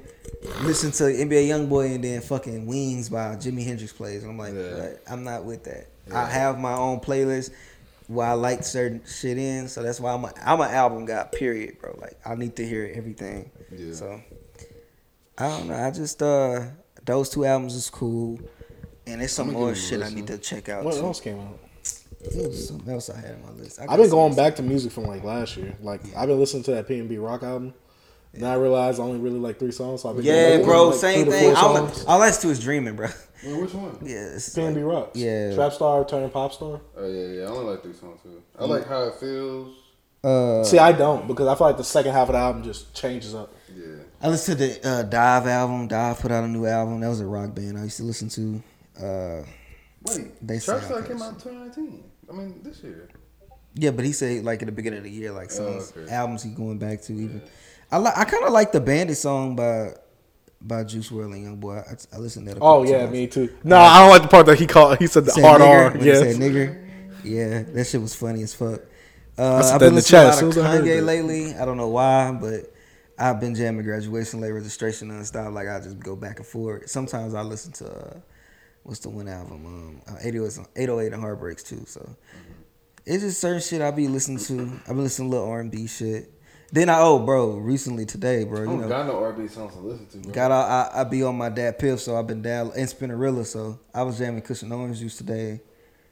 Speaker 1: listen to NBA YoungBoy and then fucking Wings by Jimi Hendrix plays. And I'm like, "What? I'm not with that. I have my own playlist where I like certain shit in, so that's why I'm a, I'm an album guy. Period, bro. Like I need to hear everything.
Speaker 4: Yeah.
Speaker 1: So I don't know. I just uh those two albums is cool. And there's some
Speaker 4: I'ma give
Speaker 1: more
Speaker 4: it a
Speaker 1: shit I
Speaker 4: listen.
Speaker 1: need to check out.
Speaker 2: What
Speaker 1: too.
Speaker 2: else came out?
Speaker 1: There was something else I had on my list. I
Speaker 2: I've been going back to music from like last year. Like I've been listening to that P and B rock album. Now I realize I only really like three songs. So I've been going
Speaker 1: Yeah,
Speaker 2: back
Speaker 1: bro.
Speaker 2: to, like,
Speaker 1: same
Speaker 2: three to
Speaker 1: thing.
Speaker 2: four
Speaker 1: I'm,
Speaker 2: songs.
Speaker 1: all that's to is dreaming, bro.
Speaker 4: Well, which one?
Speaker 1: Yeah, it's
Speaker 2: P and B
Speaker 1: like,
Speaker 2: rocks.
Speaker 1: Yeah.
Speaker 2: trap star turning pop star.
Speaker 4: Oh yeah, yeah. I only like three songs too. I like how it feels.
Speaker 1: uh,
Speaker 2: See, I don't because I feel like the second half of the album just changes up.
Speaker 4: Yeah.
Speaker 1: I listened to the uh, Dive album. Dive put out a new album. That was a rock band I used to listen to. Uh,
Speaker 4: Wait,
Speaker 1: They
Speaker 4: they
Speaker 1: sound
Speaker 4: Trapstar
Speaker 1: crazy.
Speaker 4: came out in 2019. I mean, this year.
Speaker 1: yeah, but he said like at the beginning of the year, like some
Speaker 4: Oh, okay.
Speaker 1: albums he going back to. Even I li- I kind of like the Bandit song by by Juice WRLD and Young Boy. I, I listened to that. a
Speaker 2: Oh
Speaker 1: couple
Speaker 2: yeah,
Speaker 1: times.
Speaker 2: me too. No, I don't like the part that he called. He said the
Speaker 1: Said
Speaker 2: hard
Speaker 1: nigger,
Speaker 2: R.
Speaker 1: when he
Speaker 2: Yes.
Speaker 1: said nigger. Yeah, that shit was funny as fuck.
Speaker 2: I
Speaker 1: Uh,
Speaker 2: said
Speaker 1: I've
Speaker 2: that
Speaker 1: been
Speaker 2: in the
Speaker 1: listening
Speaker 2: chat
Speaker 1: to a lot
Speaker 2: as soon
Speaker 1: of
Speaker 2: as I heard
Speaker 1: Kanye
Speaker 2: that.
Speaker 1: lately. I don't know why, but I've been jamming graduation late registration nonstop. Like I just go back and forth. Sometimes I listen to uh, what's the one album? Um, uh, 808, 808 and Heartbreaks too. So it's just certain shit I be listening to. I've been listening to little R and B shit. Then I oh bro, recently today, bro,
Speaker 4: I
Speaker 1: you
Speaker 4: don't
Speaker 1: know.
Speaker 4: got no R&B songs to listen to. Bro.
Speaker 1: Got out, I, I be on my dad piff, so I've been down and Spinnerilla, so I was jamming Cushion Orange Juice today.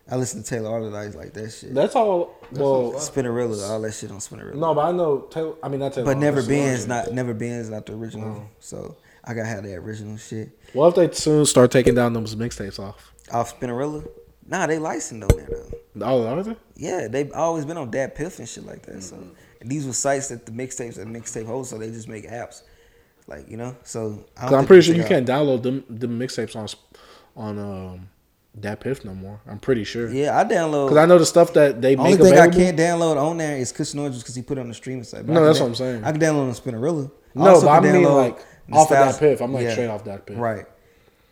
Speaker 1: I listened to Taylor Arledise like that shit.
Speaker 2: That's all. Well,
Speaker 1: Spinnerilla, all that shit on Spinnerilla.
Speaker 2: no, but I know. Taylor, I mean, not Taylor.
Speaker 1: but never
Speaker 2: Swift.
Speaker 1: Ben's not never Ben's not the original, so I gotta have that original shit
Speaker 2: What if they soon start taking down those mixtapes off?
Speaker 1: off Spinnerilla. Nah, they licensed on there though.
Speaker 2: Oh, are they?
Speaker 1: Yeah, they've always been on Dad Piff and shit like that.
Speaker 2: Mm-hmm.
Speaker 1: So and these were sites that the mixtapes that mixtape hosts, so they just make apps, like you know. So I don't
Speaker 2: Because I'm
Speaker 1: think
Speaker 2: pretty
Speaker 1: they
Speaker 2: sure you
Speaker 1: got-
Speaker 2: can't download them the mixtapes on Sp- on um, that Piff no more. I'm pretty sure.
Speaker 1: Yeah, I download.
Speaker 2: Because I know the stuff that they
Speaker 1: Only
Speaker 2: make
Speaker 1: thing I
Speaker 2: available.
Speaker 1: can't download on there is Cushion Orange because he put it on the streaming site. but I
Speaker 2: No,
Speaker 1: can
Speaker 2: that's
Speaker 1: down-
Speaker 2: what I'm saying.
Speaker 1: I can download on Spinnerilla. I
Speaker 2: no,
Speaker 1: also
Speaker 2: but I
Speaker 1: can
Speaker 2: mean
Speaker 1: download
Speaker 2: like off of that
Speaker 1: Nostalgia-
Speaker 2: Piff. I'm like
Speaker 1: Yeah.
Speaker 2: straight off that Piff.
Speaker 1: Right.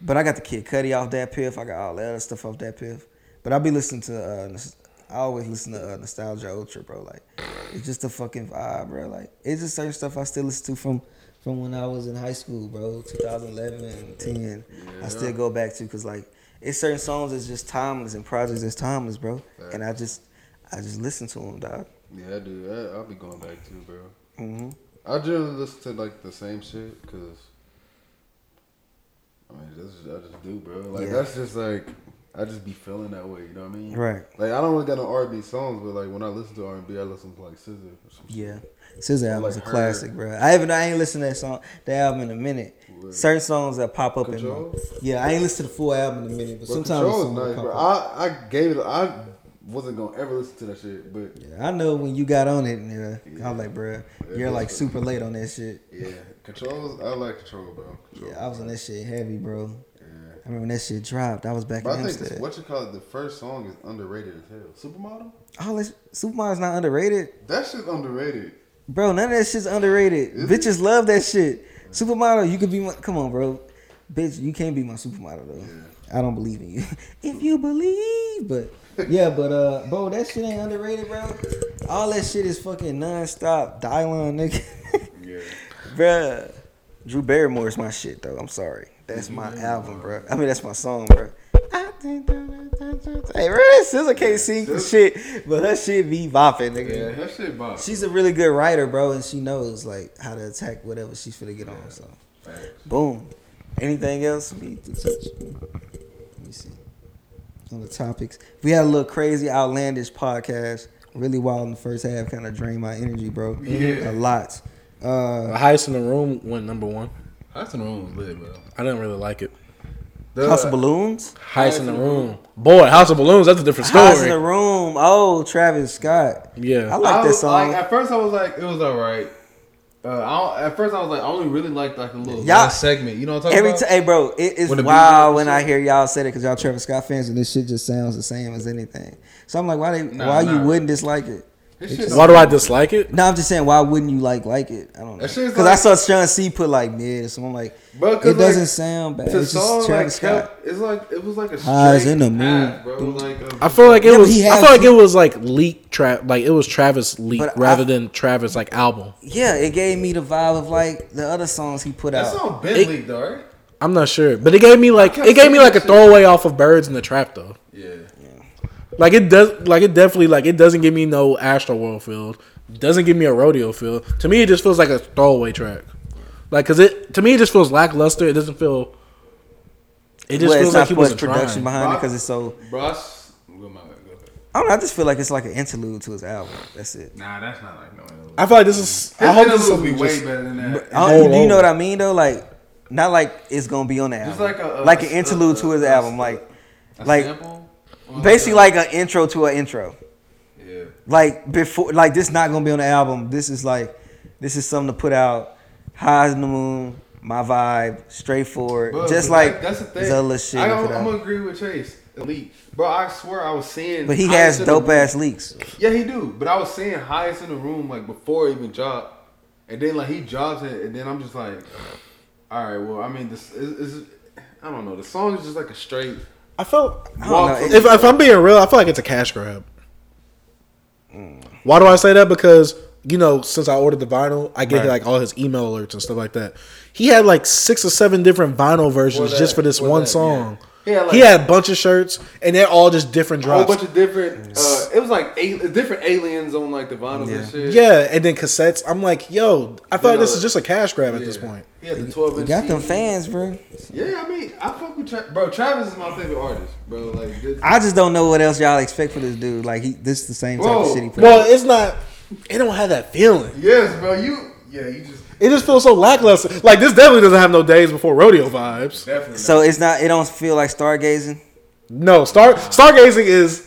Speaker 1: But I got the Kid Cudi off that piff. I got all that other stuff off that piff. But I be listening to, uh, Nos- I always listen to uh, Nostalgia Ultra, bro. Like, it's just a fucking vibe, bro. Like, it's just certain stuff I still listen to from from when I was in high school, bro. 2011 and 10. I still go back to because, like, it's certain songs that's just timeless and projects that's timeless, bro. And I just, I just listen to them, dog.
Speaker 4: Yeah, I do. I, I'll be going back too, bro.
Speaker 2: Mm-hmm.
Speaker 1: hmm
Speaker 4: I generally listen to like the same shit because I mean, that's just, I just do, bro. Like
Speaker 1: Yeah.
Speaker 4: that's just like I just be feeling that way. You know what I mean?
Speaker 1: Right.
Speaker 4: Like I don't really got no R&B songs, but like when I listen to R&B, I listen to like Scissor. Or some shit.
Speaker 1: Yeah, SZA album's
Speaker 4: Like
Speaker 1: a
Speaker 4: her-
Speaker 1: classic, bro. I haven't, I ain't listened to that song, the album in a minute.
Speaker 4: Word.
Speaker 1: Certain songs that pop up in
Speaker 4: Control?
Speaker 1: my, yeah, I ain't listened to the full album in a minute, but,
Speaker 4: But
Speaker 1: sometimes
Speaker 4: Control
Speaker 1: songs
Speaker 4: is nice,
Speaker 1: pop
Speaker 4: bro.
Speaker 1: up.
Speaker 4: I I gave it. I wasn't gonna ever listen to that shit, but
Speaker 1: Yeah, I know when you got on it, and, uh, I
Speaker 4: Yeah.
Speaker 1: was like, bro,
Speaker 4: Yeah,
Speaker 1: you're like
Speaker 4: that's-
Speaker 1: super late on that shit.
Speaker 4: yeah, Control. I like Control, bro. Control.
Speaker 1: Yeah, I was on that shit heavy, bro.
Speaker 4: Yeah.
Speaker 1: I remember when that shit dropped. I was back
Speaker 4: But
Speaker 1: in
Speaker 4: I think
Speaker 1: Hempstead.
Speaker 4: what you call it, the first song is underrated as hell. Supermodel?
Speaker 1: Oh, this Supermod's not underrated,
Speaker 4: That shit's underrated.
Speaker 1: bro. None of that shit's underrated.
Speaker 4: Is it?
Speaker 1: Bitches love that shit. Supermodel, you could be my. Come on, bro. Bitch, you can't be my supermodel though. I don't believe in you. if you believe, but yeah, but uh, bro, that shit ain't underrated, bro. All that shit is fucking nonstop. Dylan, nigga.
Speaker 4: Yeah.
Speaker 1: Bruh. Drew Barrymore is my shit though. I'm sorry. That's my album, bro. I mean, that's my song, bro. I think that- Hey, bro, that SZA can't sing for shit, but her shit be bopping, nigga.
Speaker 4: Yeah, that shit bop.
Speaker 1: She's a really good writer, bro, and she knows like how to attack whatever she's finna get on. So,
Speaker 4: Facts.
Speaker 1: boom. Anything else? We need to touch. Let me see. On the topics, we had a little crazy, outlandish podcast. Really wild in the first half, kind of drained my energy, bro. a
Speaker 4: Yeah.
Speaker 1: lot.
Speaker 2: The
Speaker 1: Uh,
Speaker 2: heist in the room went number one.
Speaker 4: That's in the room was lit, bro.
Speaker 2: I didn't really like it.
Speaker 4: The,
Speaker 1: House of Balloons.
Speaker 2: Heist in the room. Boy, House of Balloons. That's a different
Speaker 1: House in the
Speaker 2: story.
Speaker 1: room. Oh, Travis Scott. I
Speaker 2: Yeah.
Speaker 1: like
Speaker 4: I
Speaker 1: that
Speaker 4: was,
Speaker 1: song.
Speaker 4: Like, at first, I was like, it was alright. Uh, I don't, at first, I was like, I only really liked like a little
Speaker 1: Y'all-
Speaker 4: last segment. You know what I'm talking
Speaker 1: Every
Speaker 4: about?
Speaker 1: time, hey, bro, it is
Speaker 4: When the beat
Speaker 1: wild
Speaker 4: goes
Speaker 1: when I
Speaker 4: up.
Speaker 1: hear y'all say that because y'all Travis Scott fans and this shit just sounds the same as anything. So I'm like, why they,
Speaker 4: Nah,
Speaker 1: why you
Speaker 4: nah.
Speaker 1: wouldn't dislike it?
Speaker 2: Why do I dislike it?
Speaker 1: No, I'm just saying, why wouldn't you like like it? I don't know.
Speaker 4: That shit's
Speaker 1: Because I
Speaker 4: like-
Speaker 1: saw Sean C put like mid or something. I'm like,
Speaker 4: Bro,
Speaker 1: it
Speaker 4: 'cause, like,
Speaker 1: doesn't sound bad.
Speaker 4: To
Speaker 1: It's
Speaker 4: song,
Speaker 1: just Travis
Speaker 4: like,
Speaker 1: Scott.
Speaker 4: kept- It's like it was like a
Speaker 1: Eyes
Speaker 4: straight
Speaker 1: in the moon.
Speaker 4: path, bro. Like um, a-
Speaker 2: I feel like it
Speaker 1: Yeah, but
Speaker 2: was.
Speaker 1: he
Speaker 2: I
Speaker 1: has-
Speaker 2: feel like it was like leak trap. Like it was Travis leak
Speaker 1: But I-
Speaker 2: rather than Travis like album.
Speaker 1: Yeah, it gave me the vibe of like the other songs he put
Speaker 4: that
Speaker 1: out.
Speaker 4: song been
Speaker 2: It-
Speaker 4: leaked, though, right?
Speaker 2: I'm not sure, but it gave me like
Speaker 4: can't
Speaker 2: it gave me
Speaker 4: see
Speaker 2: like a
Speaker 4: that shit.
Speaker 2: throwaway off of Birds in the Trap though.
Speaker 4: Yeah.
Speaker 2: Like it does. Like it definitely like it doesn't give me no Astro World feel. Doesn't give me a rodeo feel. To me, it just feels like a throwaway track. Like, cause it to me it just feels lackluster. It doesn't feel. It just
Speaker 1: Well, it's
Speaker 2: feels
Speaker 1: not
Speaker 2: like he was
Speaker 1: putting production
Speaker 2: trying.
Speaker 1: behind it because it's so.
Speaker 4: Bro, I s- go my- go ahead.
Speaker 1: I don't know. I just feel like it's like an interlude to his album. That's it.
Speaker 4: Nah, that's not like no interlude.
Speaker 2: I feel like this is. I
Speaker 4: His
Speaker 2: hope this
Speaker 4: interlude be
Speaker 2: is
Speaker 4: way
Speaker 2: just,
Speaker 4: better than that.
Speaker 1: I don't,
Speaker 2: Roll
Speaker 1: do Oh, you know
Speaker 2: over.
Speaker 1: what I mean though? Like, not like it's gonna be on the album. Like,
Speaker 4: like a- a-
Speaker 1: an interlude to his
Speaker 4: a-
Speaker 1: album. Like,
Speaker 4: A
Speaker 1: like
Speaker 4: sample? Well,
Speaker 1: basically like an intro to an intro.
Speaker 4: Yeah.
Speaker 1: Like before, like this not gonna be on the album. This is like, this is something to put out. Highs in the moon, my vibe, straightforward.
Speaker 4: But-
Speaker 1: just
Speaker 4: but
Speaker 1: like
Speaker 4: that- that's the thing.
Speaker 1: the other shit.
Speaker 4: I
Speaker 1: he
Speaker 4: don't,
Speaker 1: put
Speaker 4: I'm
Speaker 1: out.
Speaker 4: gonna agree with Chase. Elite, bro. I swear I was seeing.
Speaker 1: But he
Speaker 4: highest
Speaker 1: has
Speaker 4: in the
Speaker 1: dope
Speaker 4: room.
Speaker 1: ass leaks.
Speaker 4: Yeah, he do. But I was seeing highest in the room like before even job, and then like he jobs it, and then I'm just like, all right, well, I mean, this is, is I don't know. The song is just like a straight.
Speaker 2: I felt
Speaker 1: I don't
Speaker 4: walk
Speaker 1: know.
Speaker 4: from-
Speaker 2: if, if I'm being real, I feel like it's a cash grab. Why do I say that? Because you know, since I ordered the vinyl, I get like all his email alerts and stuff like that. He had like six or seven different vinyl versions
Speaker 4: that-
Speaker 2: just for this
Speaker 4: for
Speaker 2: one
Speaker 4: that,
Speaker 2: song.
Speaker 4: yeah. He had, like-
Speaker 2: he had a bunch of shirts, and they're all just different
Speaker 4: a whole
Speaker 2: drops.
Speaker 4: bunch of different. Uh, it was like a, different aliens on like the vinyls and shit.
Speaker 2: yeah, and then cassettes. I'm like, yo, I thought
Speaker 4: You know,
Speaker 2: this is just a cash grab at this
Speaker 4: Yeah.
Speaker 2: point.
Speaker 4: He had the 12
Speaker 1: You
Speaker 4: inch.
Speaker 1: got them
Speaker 4: CD.
Speaker 1: fans, bro.
Speaker 4: Yeah, I mean, I fuck with Tra- bro. Travis is my favorite artist, bro. Like, this-
Speaker 1: I just don't know what else y'all expect for this dude. Like he, this is the same type of
Speaker 4: Whoa.
Speaker 1: shit he put. out.
Speaker 2: Well, it's not. It don't have that feeling.
Speaker 4: yes, bro. You, yeah, you just
Speaker 2: It just feels so lackluster. Like this definitely doesn't have no days before rodeo vibes.
Speaker 4: definitely.
Speaker 1: So it's not. It don't feel like stargazing.
Speaker 2: No, star stargazing is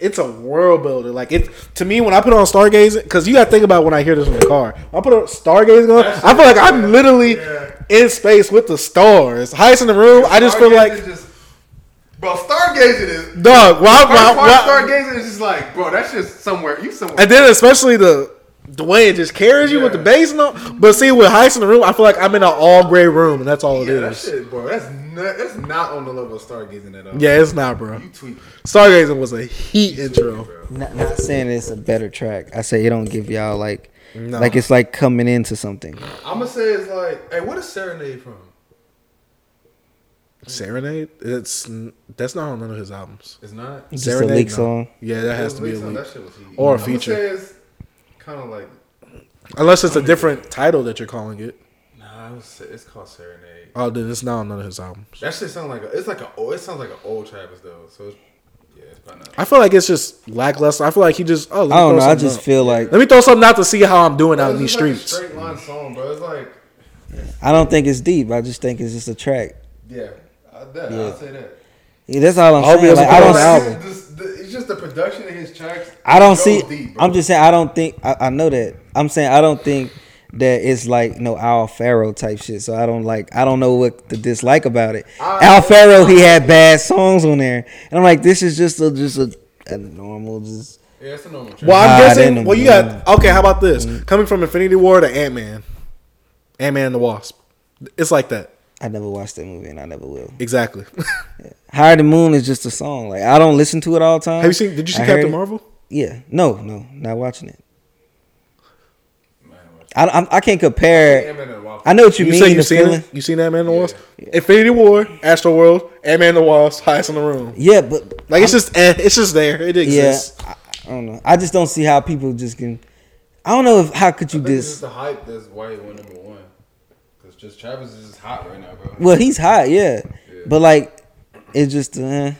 Speaker 2: it's a world builder. Like it to me when I put on stargazing, because you gotta think about when I hear this in the car. When I put on stargazing on. I feel like I'm literally in space with the stars. Highest in the room. I just feel
Speaker 4: Stargazing
Speaker 2: like
Speaker 4: just, bro, stargazing is. First
Speaker 2: dog. Wow, wow,
Speaker 4: part of
Speaker 2: wow.
Speaker 4: stargazing is just like, bro, that's just somewhere. You somewhere.
Speaker 2: And then especially the the way it just carries you with the
Speaker 4: Yeah.
Speaker 2: bass and all. But see, with Heist in the room, I feel like I'm in an all gray room, and that's all it
Speaker 4: yeah, that
Speaker 2: is.
Speaker 4: shit, bro. That's not. That's not on the level of stargazing at all.
Speaker 2: Yeah, it's not, bro.
Speaker 4: You tweet,
Speaker 2: Stargazing was a heat intro.
Speaker 1: Not, not saying it's a better track. I say it don't give y'all like,
Speaker 2: No.
Speaker 1: like it's like coming into something.
Speaker 4: I'm gonna say it's like, hey, what is serenade from?
Speaker 2: Serenade. It's that's not on none of his albums.
Speaker 4: It's not.
Speaker 1: It's just a
Speaker 2: Serenade,
Speaker 1: leak
Speaker 2: no.
Speaker 1: song.
Speaker 2: Yeah, that has to be a
Speaker 4: That
Speaker 2: leak.
Speaker 4: shit was heat.
Speaker 2: Or a
Speaker 4: I'ma
Speaker 2: feature.
Speaker 4: say it's Kind of like,
Speaker 2: Unless it's a different title that you're calling it.
Speaker 4: nah, I would say it's called serenade.
Speaker 2: Oh, then it's not on none of his albums.
Speaker 4: That shit sound like a, it's like a old, it sounds like an old Travis though. So it's, yeah, it's probably not.
Speaker 2: I feel like it's just lackluster. I feel like he just oh let me
Speaker 1: I don't
Speaker 2: throw
Speaker 1: know. I
Speaker 2: something
Speaker 1: just
Speaker 2: out.
Speaker 1: feel like
Speaker 2: let me throw something out to see how I'm doing out in these
Speaker 4: It's just like a
Speaker 2: streets.
Speaker 4: straight line song, bro. It's like,
Speaker 1: I don't think it's deep. I just think it's just a track.
Speaker 4: yeah, I, that,
Speaker 1: Yeah.
Speaker 4: I'll say that.
Speaker 1: Yeah, that's all I'm
Speaker 2: All we
Speaker 1: saying.
Speaker 2: ever
Speaker 1: Like,
Speaker 2: put
Speaker 1: I
Speaker 2: on
Speaker 1: don't.
Speaker 2: the
Speaker 1: s-
Speaker 2: album.
Speaker 4: This- the- it's just the production of his tracks.
Speaker 1: I don't
Speaker 4: goes
Speaker 1: see.
Speaker 4: deep, bro.
Speaker 1: I'm just saying. I don't think. I, I know that. I'm saying I don't think that it's like no Al Faro type shit. So I don't like. I don't know what to dislike about it.
Speaker 4: I-
Speaker 1: Al Faro, he had bad songs on there, and I'm like, this is just a just a, a normal just.
Speaker 4: Yeah, it's a normal track.
Speaker 2: Well, I'm
Speaker 1: Nah, it
Speaker 2: guessing.
Speaker 1: ain't
Speaker 2: Well, you
Speaker 1: no- Mm.
Speaker 2: got okay. How about this? Coming from Infinity War to Ant Man, Ant Man and the Wasp. It's like that
Speaker 1: I never watched that movie, and I never will.
Speaker 2: exactly.
Speaker 1: Higher the Moon is just a song. Like I don't listen to it all the time.
Speaker 2: Have you seen? Did you see
Speaker 1: I heard
Speaker 2: Captain
Speaker 1: it.
Speaker 2: Marvel?
Speaker 1: Yeah. No, no, not watching it. I I'm, I can't compare.
Speaker 4: Ant-Man and the Wasp.
Speaker 1: I know what you,
Speaker 2: You
Speaker 1: mean.
Speaker 2: say you
Speaker 1: the
Speaker 2: seen
Speaker 1: feeling.
Speaker 2: it? You seen Ant Man and the Wasp? Infinity War, Astro World, Ant Man and the Wasp, highest in the room.
Speaker 1: Yeah, but
Speaker 2: Like it's just eh, it's just there. It
Speaker 1: yeah.
Speaker 2: exists.
Speaker 1: I, I don't know. I just don't see how people just can. I don't know if how could you
Speaker 4: I think it's
Speaker 1: dis.
Speaker 4: just the hype that's why it went number one. Cause just Travis is just hot right now, bro.
Speaker 1: Well, he's hot, yeah, but like it's just uh,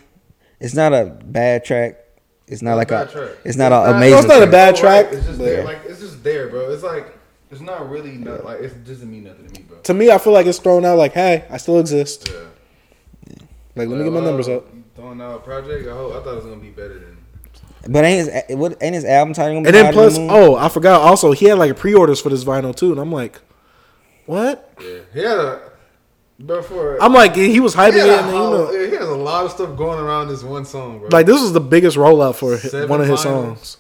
Speaker 1: it's not a bad track. It's not like
Speaker 4: bad
Speaker 1: a.
Speaker 4: track.
Speaker 1: It's not an
Speaker 2: No,
Speaker 1: amazing.
Speaker 2: it's not a
Speaker 1: track.
Speaker 2: bad
Speaker 4: Alright,
Speaker 2: track.
Speaker 4: It's just
Speaker 2: but-
Speaker 4: there, like it's just there, bro. It's like it's not really not, like it doesn't mean nothing to me, bro.
Speaker 2: to me, I feel like it's thrown out like, hey, I still exist.
Speaker 4: Yeah.
Speaker 2: Like, let me get my numbers up.
Speaker 4: uh, You throwing out a project, I hope I thought it was gonna be better than.
Speaker 1: But ain't his what ain't his album title? Gonna be
Speaker 2: And then
Speaker 1: Higher
Speaker 2: plus,
Speaker 1: Moon?
Speaker 2: oh, I forgot also, he had like pre orders for this vinyl too. And I'm like, what?
Speaker 4: Yeah, he had a bro for.
Speaker 2: I'm like, he was hyping
Speaker 4: he, had
Speaker 2: it.
Speaker 4: a
Speaker 2: And, you
Speaker 4: whole-
Speaker 2: know,
Speaker 4: yeah, he has a lot of stuff going around this one song, bro.
Speaker 2: like, this was the biggest rollout for hi-
Speaker 4: Seven
Speaker 2: one of his
Speaker 4: vinyls.
Speaker 2: songs.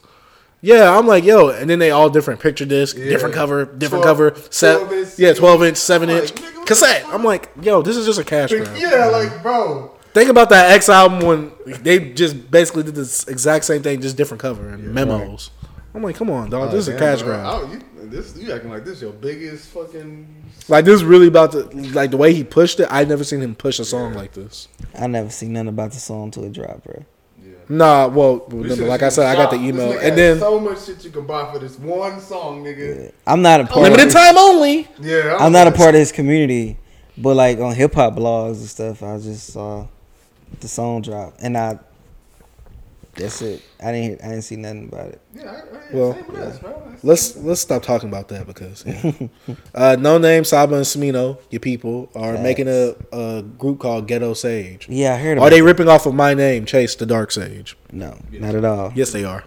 Speaker 2: Yeah, I'm like, yo, and then they all different picture disc, different cover, different
Speaker 4: 12
Speaker 2: cover, set,
Speaker 4: 12 inch,
Speaker 2: yeah, twelve inch, seven
Speaker 4: I'm like,
Speaker 2: inch,
Speaker 4: nigga, what the
Speaker 2: cassette.
Speaker 4: fuck?
Speaker 2: I'm like, yo, this is just a cash grab.
Speaker 4: Yeah, like bro.
Speaker 2: Think about that X album when they just basically did this exact same thing, just different cover and memos. I'm like, come on, dog, this is a
Speaker 4: Oh, Damn,
Speaker 2: cash
Speaker 4: bro.
Speaker 2: grab.
Speaker 4: I don't- You, this you acting like this your biggest fucking.
Speaker 2: Like this is really about to like the way he pushed it. I never seen him push a song like this.
Speaker 1: I never seen nothing about the song till it dropped, bro.
Speaker 2: Nah, well,
Speaker 4: This
Speaker 2: remember,
Speaker 4: shit
Speaker 2: like I
Speaker 4: is
Speaker 2: said, I got the
Speaker 4: shot. This
Speaker 2: email,
Speaker 4: nigga
Speaker 2: and
Speaker 4: had
Speaker 2: then
Speaker 4: so much shit you can buy for this one song, nigga.
Speaker 1: I'm not a part.
Speaker 2: limited
Speaker 1: of,
Speaker 2: time only.
Speaker 4: Yeah,
Speaker 1: I'm not a part of his community, but like on hip hop blogs and stuff, I just saw the song drop, and I. That's it. I didn't. Hear, I didn't see nothing about it.
Speaker 4: Yeah, I- I-
Speaker 2: Well,
Speaker 4: same with us, bro.
Speaker 2: Let's let's stop talking about that because yeah. uh, no name Saba and Smino, your people are making a, a group called Ghetto Sage.
Speaker 1: Yeah, I heard about.
Speaker 2: Are they ripping off of my name, Chase the Dark Sage?
Speaker 1: it. No, not at all.
Speaker 2: Yes, they are.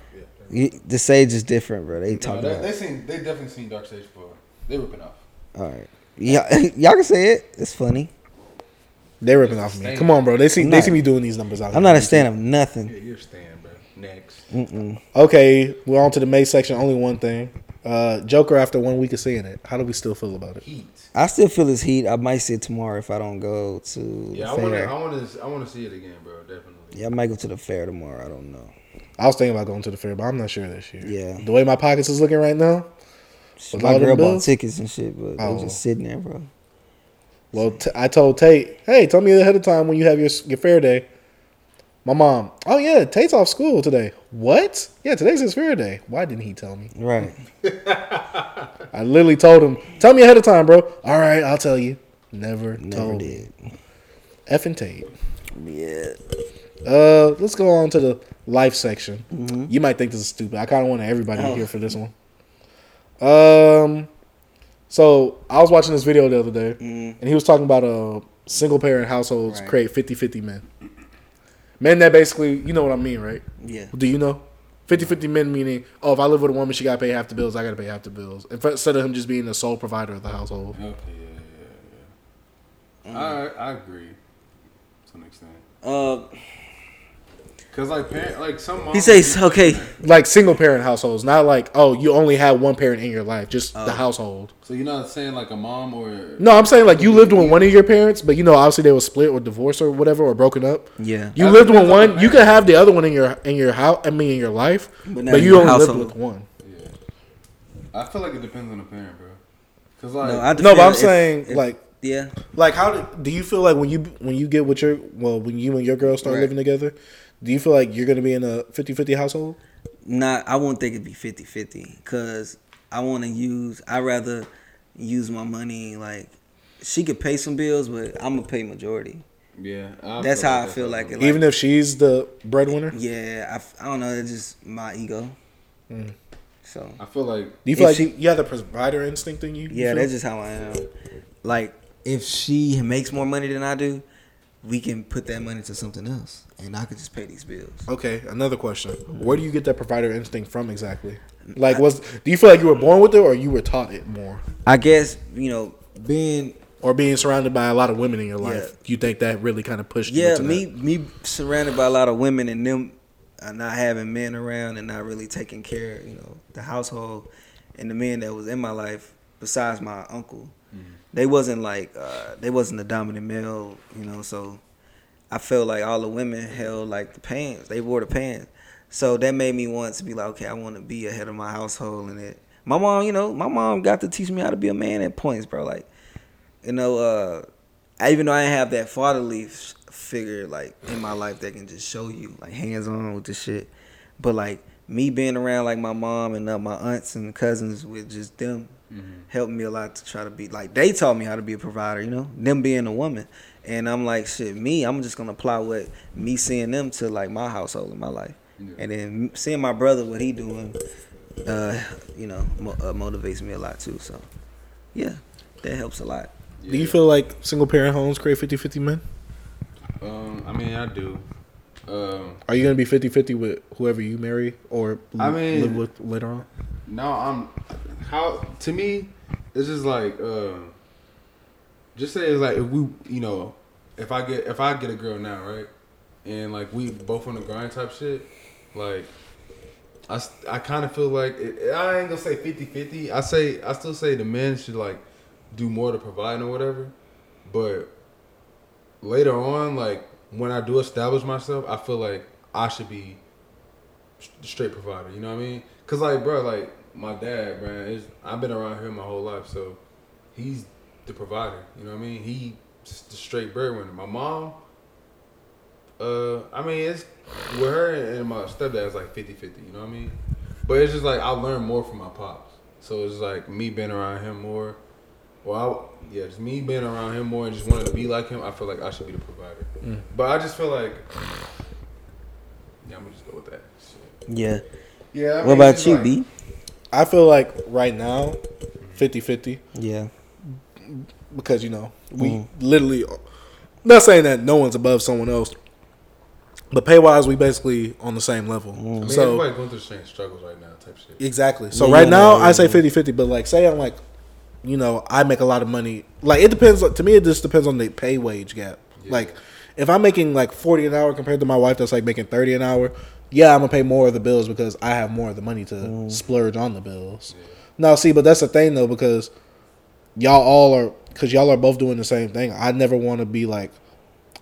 Speaker 1: You- the sage is different, bro. They
Speaker 4: No,
Speaker 1: talk
Speaker 4: they,
Speaker 1: about.
Speaker 4: they seen they definitely seen Dark Sage before. They ripping off.
Speaker 1: All right. Yeah, y'all can say it. It's funny.
Speaker 2: They're ripping off me. Come on, bro. They see
Speaker 1: I'm
Speaker 2: they
Speaker 1: not-
Speaker 2: see me doing these numbers out.
Speaker 1: I'm
Speaker 2: here.
Speaker 1: not a stand of nothing.
Speaker 4: Yeah, you're staying, bro. Next.
Speaker 2: Okay, we're on to the May section. Only one thing. Uh, Joker. After one week of seeing it, how do we still feel about it?
Speaker 4: Heat.
Speaker 1: I still feel his heat. I might see it tomorrow if I don't go to
Speaker 4: Yeah,
Speaker 1: the
Speaker 4: I wanna
Speaker 1: fair.
Speaker 4: I wanna I wanna see it again, bro. Definitely.
Speaker 1: yeah, I might go to the fair tomorrow. I don't know.
Speaker 2: I was thinking about going to the fair, but I'm not sure this year.
Speaker 1: Yeah.
Speaker 2: The way my pockets is looking right now. With all
Speaker 1: My
Speaker 2: them
Speaker 1: girl bought
Speaker 2: bills?
Speaker 1: tickets and shit, but they
Speaker 2: Oh.
Speaker 1: were just sitting there, bro.
Speaker 2: Well, t- I told Tate, hey, tell me ahead of time when you have your your fair day. My mom, oh yeah, Tate's off school today. What? Yeah, today's his fair day. Why didn't he tell me?
Speaker 1: Right.
Speaker 2: I literally told him, tell me ahead of time, bro. All right, I'll tell you. Never,
Speaker 1: Never
Speaker 2: told
Speaker 1: did.
Speaker 2: F and Tate.
Speaker 1: Yeah.
Speaker 2: Uh, let's go on to the life section.
Speaker 1: Mm-hmm.
Speaker 2: You might think this is stupid. I kind of want everybody
Speaker 1: Oh.
Speaker 2: here for this one. Um, so I was watching this video the other day,
Speaker 1: Mm-hmm.
Speaker 2: and he was talking about uh single parent households create 50-50 men. Men that basically, you know what I mean, right?
Speaker 1: Yeah.
Speaker 2: Do you know? 50-50 men meaning, oh, if I live with a woman, she gotta pay half the bills. I gotta pay half the bills. In fact, Instead of him just being the sole provider of the household.
Speaker 4: Okay, yeah, yeah, yeah. I I agree. To an extent.
Speaker 1: Uh,
Speaker 4: Cause like parent, like some
Speaker 1: he
Speaker 4: moms-
Speaker 1: says, okay.
Speaker 2: Like single parent households, not like, oh, you only had one parent in your life, just
Speaker 1: Oh.
Speaker 2: the household.
Speaker 4: So you're not saying like a mom or
Speaker 2: No, I'm saying like you lived with one of your parents, but you know obviously they were split or divorced or whatever or broken up.
Speaker 1: Yeah.
Speaker 2: You
Speaker 4: That
Speaker 2: lived with
Speaker 4: depends on the
Speaker 2: one. You could have the other one in your in your house. I mean in your life, but,
Speaker 1: not in
Speaker 2: you
Speaker 1: your
Speaker 2: only
Speaker 1: household.
Speaker 2: lived with one.
Speaker 4: I feel like it depends on the parent, bro. Cause like
Speaker 1: No, I
Speaker 2: No, but I'm
Speaker 1: if-
Speaker 2: saying
Speaker 1: if-
Speaker 2: like
Speaker 1: Yeah.
Speaker 2: like how do, do you feel like when you when you get with your well when you and your girl start
Speaker 1: Right.
Speaker 2: living together, do you feel like you're gonna be in a 50-50 household?
Speaker 1: not I won't think it'd be 50 50 because I want to use I rather use my money like she could pay some bills but I'm gonna pay majority
Speaker 4: yeah,
Speaker 1: that's how I feel like it like,
Speaker 2: Even if she's the breadwinner, do
Speaker 1: yeah I, f- I don't know it's just my ego so
Speaker 4: I feel like
Speaker 2: you feel
Speaker 1: If
Speaker 2: like
Speaker 1: she-
Speaker 2: you have the provider instinct in you? You
Speaker 1: yeah
Speaker 2: feel?
Speaker 1: that's just how I am like if she makes more money than I do we can put that money to something else and I could just pay these bills
Speaker 2: Okay, another question. Where do you get that provider instinct from exactly? Like, was do you feel like you were born with it, or you were taught it more,
Speaker 1: I guess you know being
Speaker 2: or being surrounded by a lot of women in your life?
Speaker 1: Yeah.
Speaker 2: You think that really kind of pushed? you
Speaker 1: Yeah,
Speaker 2: into
Speaker 1: me
Speaker 2: that?
Speaker 1: me surrounded by a lot of women and them uh, not having men around and not really taking care, you know, the household and the men that was in my life besides my uncle. They wasn't like uh, they wasn't the dominant male, you know, so I felt like all the women held like the pants. They wore the pants. So that made me want to be like, okay, I want to be ahead of my household and it. My mom, you know, my mom got to teach me how to be a man at points, bro. Like, you know, uh, I, even though I didn't have that fatherly f- figure like in my life that can just show you like hands on with the shit, but like me being around like my mom and uh, my aunts and cousins with just them helped me a lot to try to be like they taught me how to be a provider, you know, them being a woman, and I'm like shit, me, I'm just gonna apply what me seeing them to like my household in my life, and then seeing my brother what he doing, uh, you know, mo- uh, motivates me a lot too. So, yeah, that helps a lot.
Speaker 2: Do you feel like single parent homes create 50-50 men?
Speaker 4: um I mean I do. Um
Speaker 2: Are you gonna be 50-50 with whoever you marry or
Speaker 4: I
Speaker 2: li-
Speaker 4: mean-
Speaker 2: live with later on?
Speaker 4: no, I'm how to me it's just like um just say it's like if we you know if I get if I get a girl now right and like we both on the grind type shit like I, s- I kind of feel like it, I ain't gonna say 50-50. I say I still say the men should like do more to provide or whatever. But later on, like when I do establish myself, I feel like I should be s- the straight provider. You know what I mean? Cause like bro, like my dad, man, is I've been around here my whole life, so he's the provider. You know what I mean? He s- the straight breadwinner. My mom, uh, I mean, it's with her and my stepdad, it's like 50 50, you know what I mean? But it's just like I learned more from my pops. So it's like me being around him more. Well, I, yeah, just me being around him more and just wanting to be like him, I feel like I should be the provider. But I just feel like, yeah, I'm gonna just go with that. Shit.
Speaker 3: Yeah.
Speaker 4: Yeah. I
Speaker 3: What
Speaker 4: mean,
Speaker 3: about
Speaker 4: it's
Speaker 3: you,
Speaker 4: like-
Speaker 3: B?
Speaker 2: I feel like right now, 50-50
Speaker 1: Yeah.
Speaker 2: because you know we literally. Not saying that no one's above someone else, but pay wise, we basically on the same level.
Speaker 4: I mean,
Speaker 2: So
Speaker 4: everybody going through the same struggles right now, type shit.
Speaker 2: Exactly. So
Speaker 1: Yeah,
Speaker 2: right
Speaker 1: yeah,
Speaker 2: now
Speaker 1: yeah,
Speaker 2: I say
Speaker 1: yeah.
Speaker 2: 50-50, but like say I'm like, you know, I make a lot of money. Like it depends. To me, it just depends on the pay wage gap. Like if I'm making like forty an hour compared to my wife that's like making thirty an hour, yeah, I'm gonna pay more of the bills because I have more of the money to
Speaker 1: Mm.
Speaker 2: splurge on the bills. Now see, but that's the thing though because y'all all are because y'all are both doing the same thing. I never want to be like,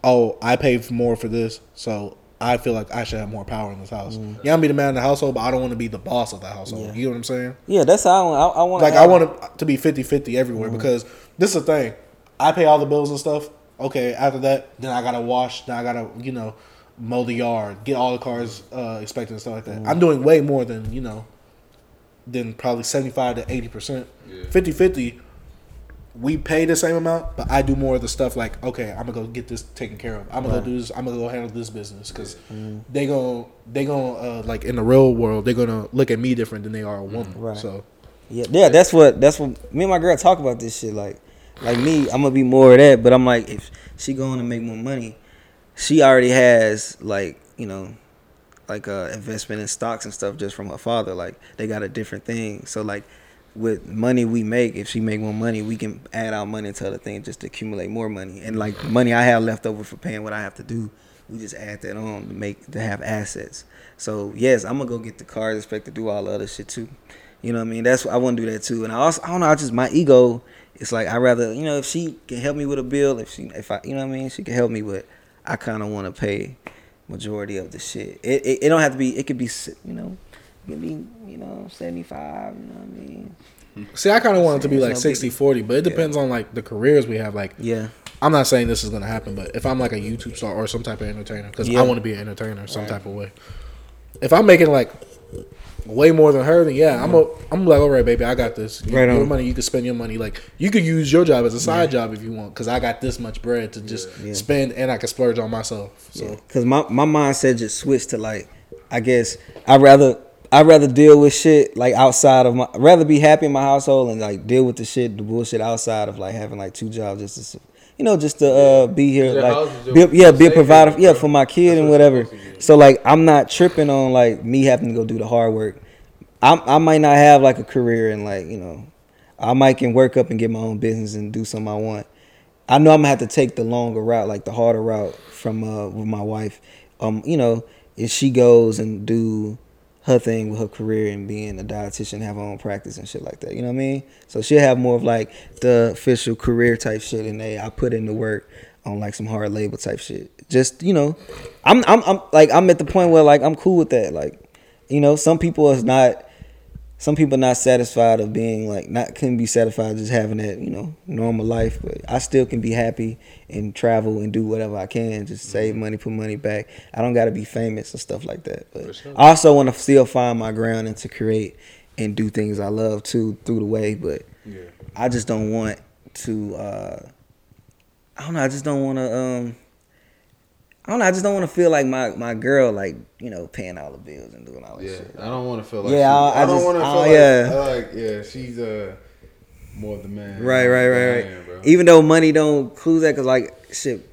Speaker 2: oh, I paid for more for this, so I feel like I should have more power in this house. Yeah, I'm be the man of the household, but I don't want to be the boss of the household.
Speaker 1: Yeah.
Speaker 2: You know what I'm saying?
Speaker 1: Yeah, that's how I, I want.
Speaker 2: Like I want to to be 50-50 everywhere because this is the thing. I pay all the bills and stuff. Okay, after that, then I gotta wash. Then I gotta you know mow the yard, get all the cars uh, expected and stuff like that. I'm doing way more than you know than probably 75 to 80 percent. 50 50 we pay the same amount but i do more of the stuff like okay i'm gonna go get this taken care of i'm gonna go do this i'm gonna go handle this business because they gonna they gonna uh, like in the real world they're gonna look at me different than they are a woman
Speaker 1: Right.
Speaker 2: so
Speaker 1: Yeah, yeah, that's what that's what me and my girl talk about this shit. Like, like me, I'm gonna be more of that. But I'm like, if she going to make more money, she already has like you know, like uh investment in stocks and stuff just from her father. Like they got a different thing. So like with money we make, if she make more money, we can add our money to other things just to accumulate more money. And like money I have left over for paying what I have to do, we just add that on to make to have assets. So yes, I'm gonna go get the cars, expect to do all the other shit too. You know what I mean? That's I want to do that too. And I also I don't know. I just my ego. It's like I rather you know if she can help me with a bill, if she if I you know what I mean, she can help me with. I kind of want to pay majority of the shit. It, it it don't have to be. It could be si- you know, it could be you know seventy five. You know what I mean?
Speaker 2: see i kind of want it to be
Speaker 1: It's
Speaker 2: like
Speaker 1: no biggie.
Speaker 2: 60 40 but it
Speaker 1: Yeah.
Speaker 2: depends on like the careers we have like
Speaker 1: Yeah.
Speaker 2: i'm not saying this is gonna happen but if i'm like a youtube star or some type of entertainer because
Speaker 1: Yeah.
Speaker 2: i want to be an entertainer some type of way if i'm making like way more than her then yeah i'm a, i'm like all right baby i got this you,
Speaker 1: Right
Speaker 2: your
Speaker 1: on.
Speaker 2: money you can spend your money like you could use your job as a side job if you want because i got this much bread to just
Speaker 1: Yeah.
Speaker 2: spend and i can splurge on myself so
Speaker 1: Because my, my mindset just switched to like, I guess I rather I rather deal with shit like outside of my rather be happy in my household and like deal with the shit the bullshit outside of like having like two jobs just to s- you know just to uh, be here
Speaker 4: Your house
Speaker 1: like
Speaker 4: is your
Speaker 1: be, yeah be a
Speaker 4: safe
Speaker 1: provider
Speaker 4: haven,
Speaker 1: yeah
Speaker 4: bro.
Speaker 1: for my kid
Speaker 4: That's
Speaker 1: and
Speaker 4: what you're
Speaker 1: whatever.
Speaker 4: supposed to do.
Speaker 1: So like I'm not tripping on like me having to go do the hard work. I'm, I might not have like a career and like you know I might can work up and get my own business and do something I want. I know I'm gonna have to take the longer route, like the harder route from uh with my wife. Um, you know, if she goes and do her thing with her career and being a dietitian, have her own practice and shit like that. You know what I mean? So she'll have more of like the official career type shit, and they I put in the work on like some hard labor type shit. Just you know, I'm I'm I'm like I'm at the point where like I'm cool with that. Like, you know, some people is not some people not satisfied of being like not couldn't be satisfied just having that you know normal life but i still can be happy and travel and do whatever i can just save money put money back i don't got to be famous and stuff like that but i also want to still find my ground and to create and do things i love too through the way but i just don't want to uh i don't know i just don't want to um I don't know. I just don't want to feel like my, my girl, like you know, paying all the bills and doing all that
Speaker 4: Yeah,
Speaker 1: shit.
Speaker 4: I don't want to feel like
Speaker 1: Yeah,
Speaker 4: she,
Speaker 1: I-
Speaker 4: I,
Speaker 1: I
Speaker 4: don't
Speaker 1: just-
Speaker 4: want to
Speaker 1: I-
Speaker 4: feel like,
Speaker 1: yeah.
Speaker 4: I like yeah, she's uh more the man.
Speaker 1: Right, right,
Speaker 4: than I
Speaker 1: right,
Speaker 4: am,
Speaker 1: right.
Speaker 4: bro.
Speaker 1: Even though money don't clue that, cause like shit,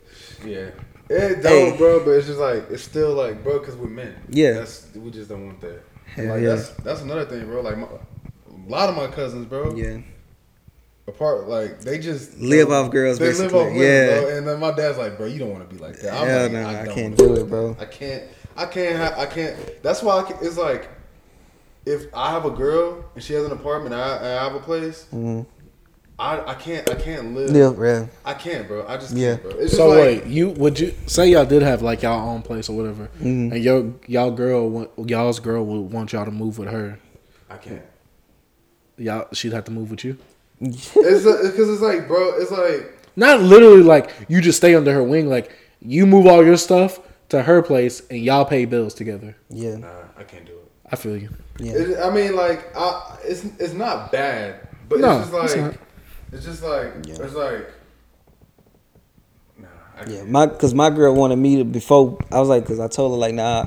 Speaker 4: yeah, it don't,
Speaker 1: Hey.
Speaker 4: bro. But it's just like it's still like, bro, because we're men.
Speaker 1: Yeah.
Speaker 4: that's we just don't want that. And,
Speaker 1: Hell
Speaker 4: like
Speaker 1: yeah.
Speaker 4: that's that's another thing, bro. Like my, a lot of my cousins, bro.
Speaker 1: yeah,
Speaker 4: apart. Like they just
Speaker 1: Live off girls,
Speaker 4: They
Speaker 1: basically.
Speaker 4: live off women,
Speaker 1: Yeah.
Speaker 4: bro. And then my dad's like, bro, you don't want to be like that. I'm
Speaker 1: Hell
Speaker 4: like,
Speaker 1: no, I
Speaker 4: don't
Speaker 1: can't
Speaker 4: wanna
Speaker 1: do
Speaker 4: be
Speaker 1: it,
Speaker 4: like that. I can't. I can't. Ha- I can't. That's why I can, it's like if I have a girl and she has an apartment, I, I have a place.
Speaker 1: Mm-hmm.
Speaker 4: I, I can't I can't live.
Speaker 1: Yeah, bro.
Speaker 4: I can't, bro. I just
Speaker 1: Yeah.
Speaker 4: can't, bro. It's
Speaker 2: So
Speaker 4: just like,
Speaker 2: wait, you would you say y'all did have like y'all own place or whatever,
Speaker 1: Mm-hmm.
Speaker 2: and your y'all girl want, y'all's girl would want y'all to move with her.
Speaker 4: I can't.
Speaker 2: Y'all she'd have to move with you.
Speaker 4: It's because it's like, bro. It's like
Speaker 2: Not literally like you just stay under her wing. Like you move all your stuff to her place and y'all pay bills together.
Speaker 1: Yeah.
Speaker 4: nah, I can't do it.
Speaker 2: I feel you.
Speaker 1: Yeah.
Speaker 4: it I mean, like, I, it's it's not bad, but
Speaker 2: No,
Speaker 4: it's
Speaker 2: it's
Speaker 4: just like
Speaker 2: not.
Speaker 4: it's, just like it's like. Nah, I
Speaker 1: Yeah,
Speaker 4: can't.
Speaker 1: my because my girl wanted me to before I was like because I told her like nah,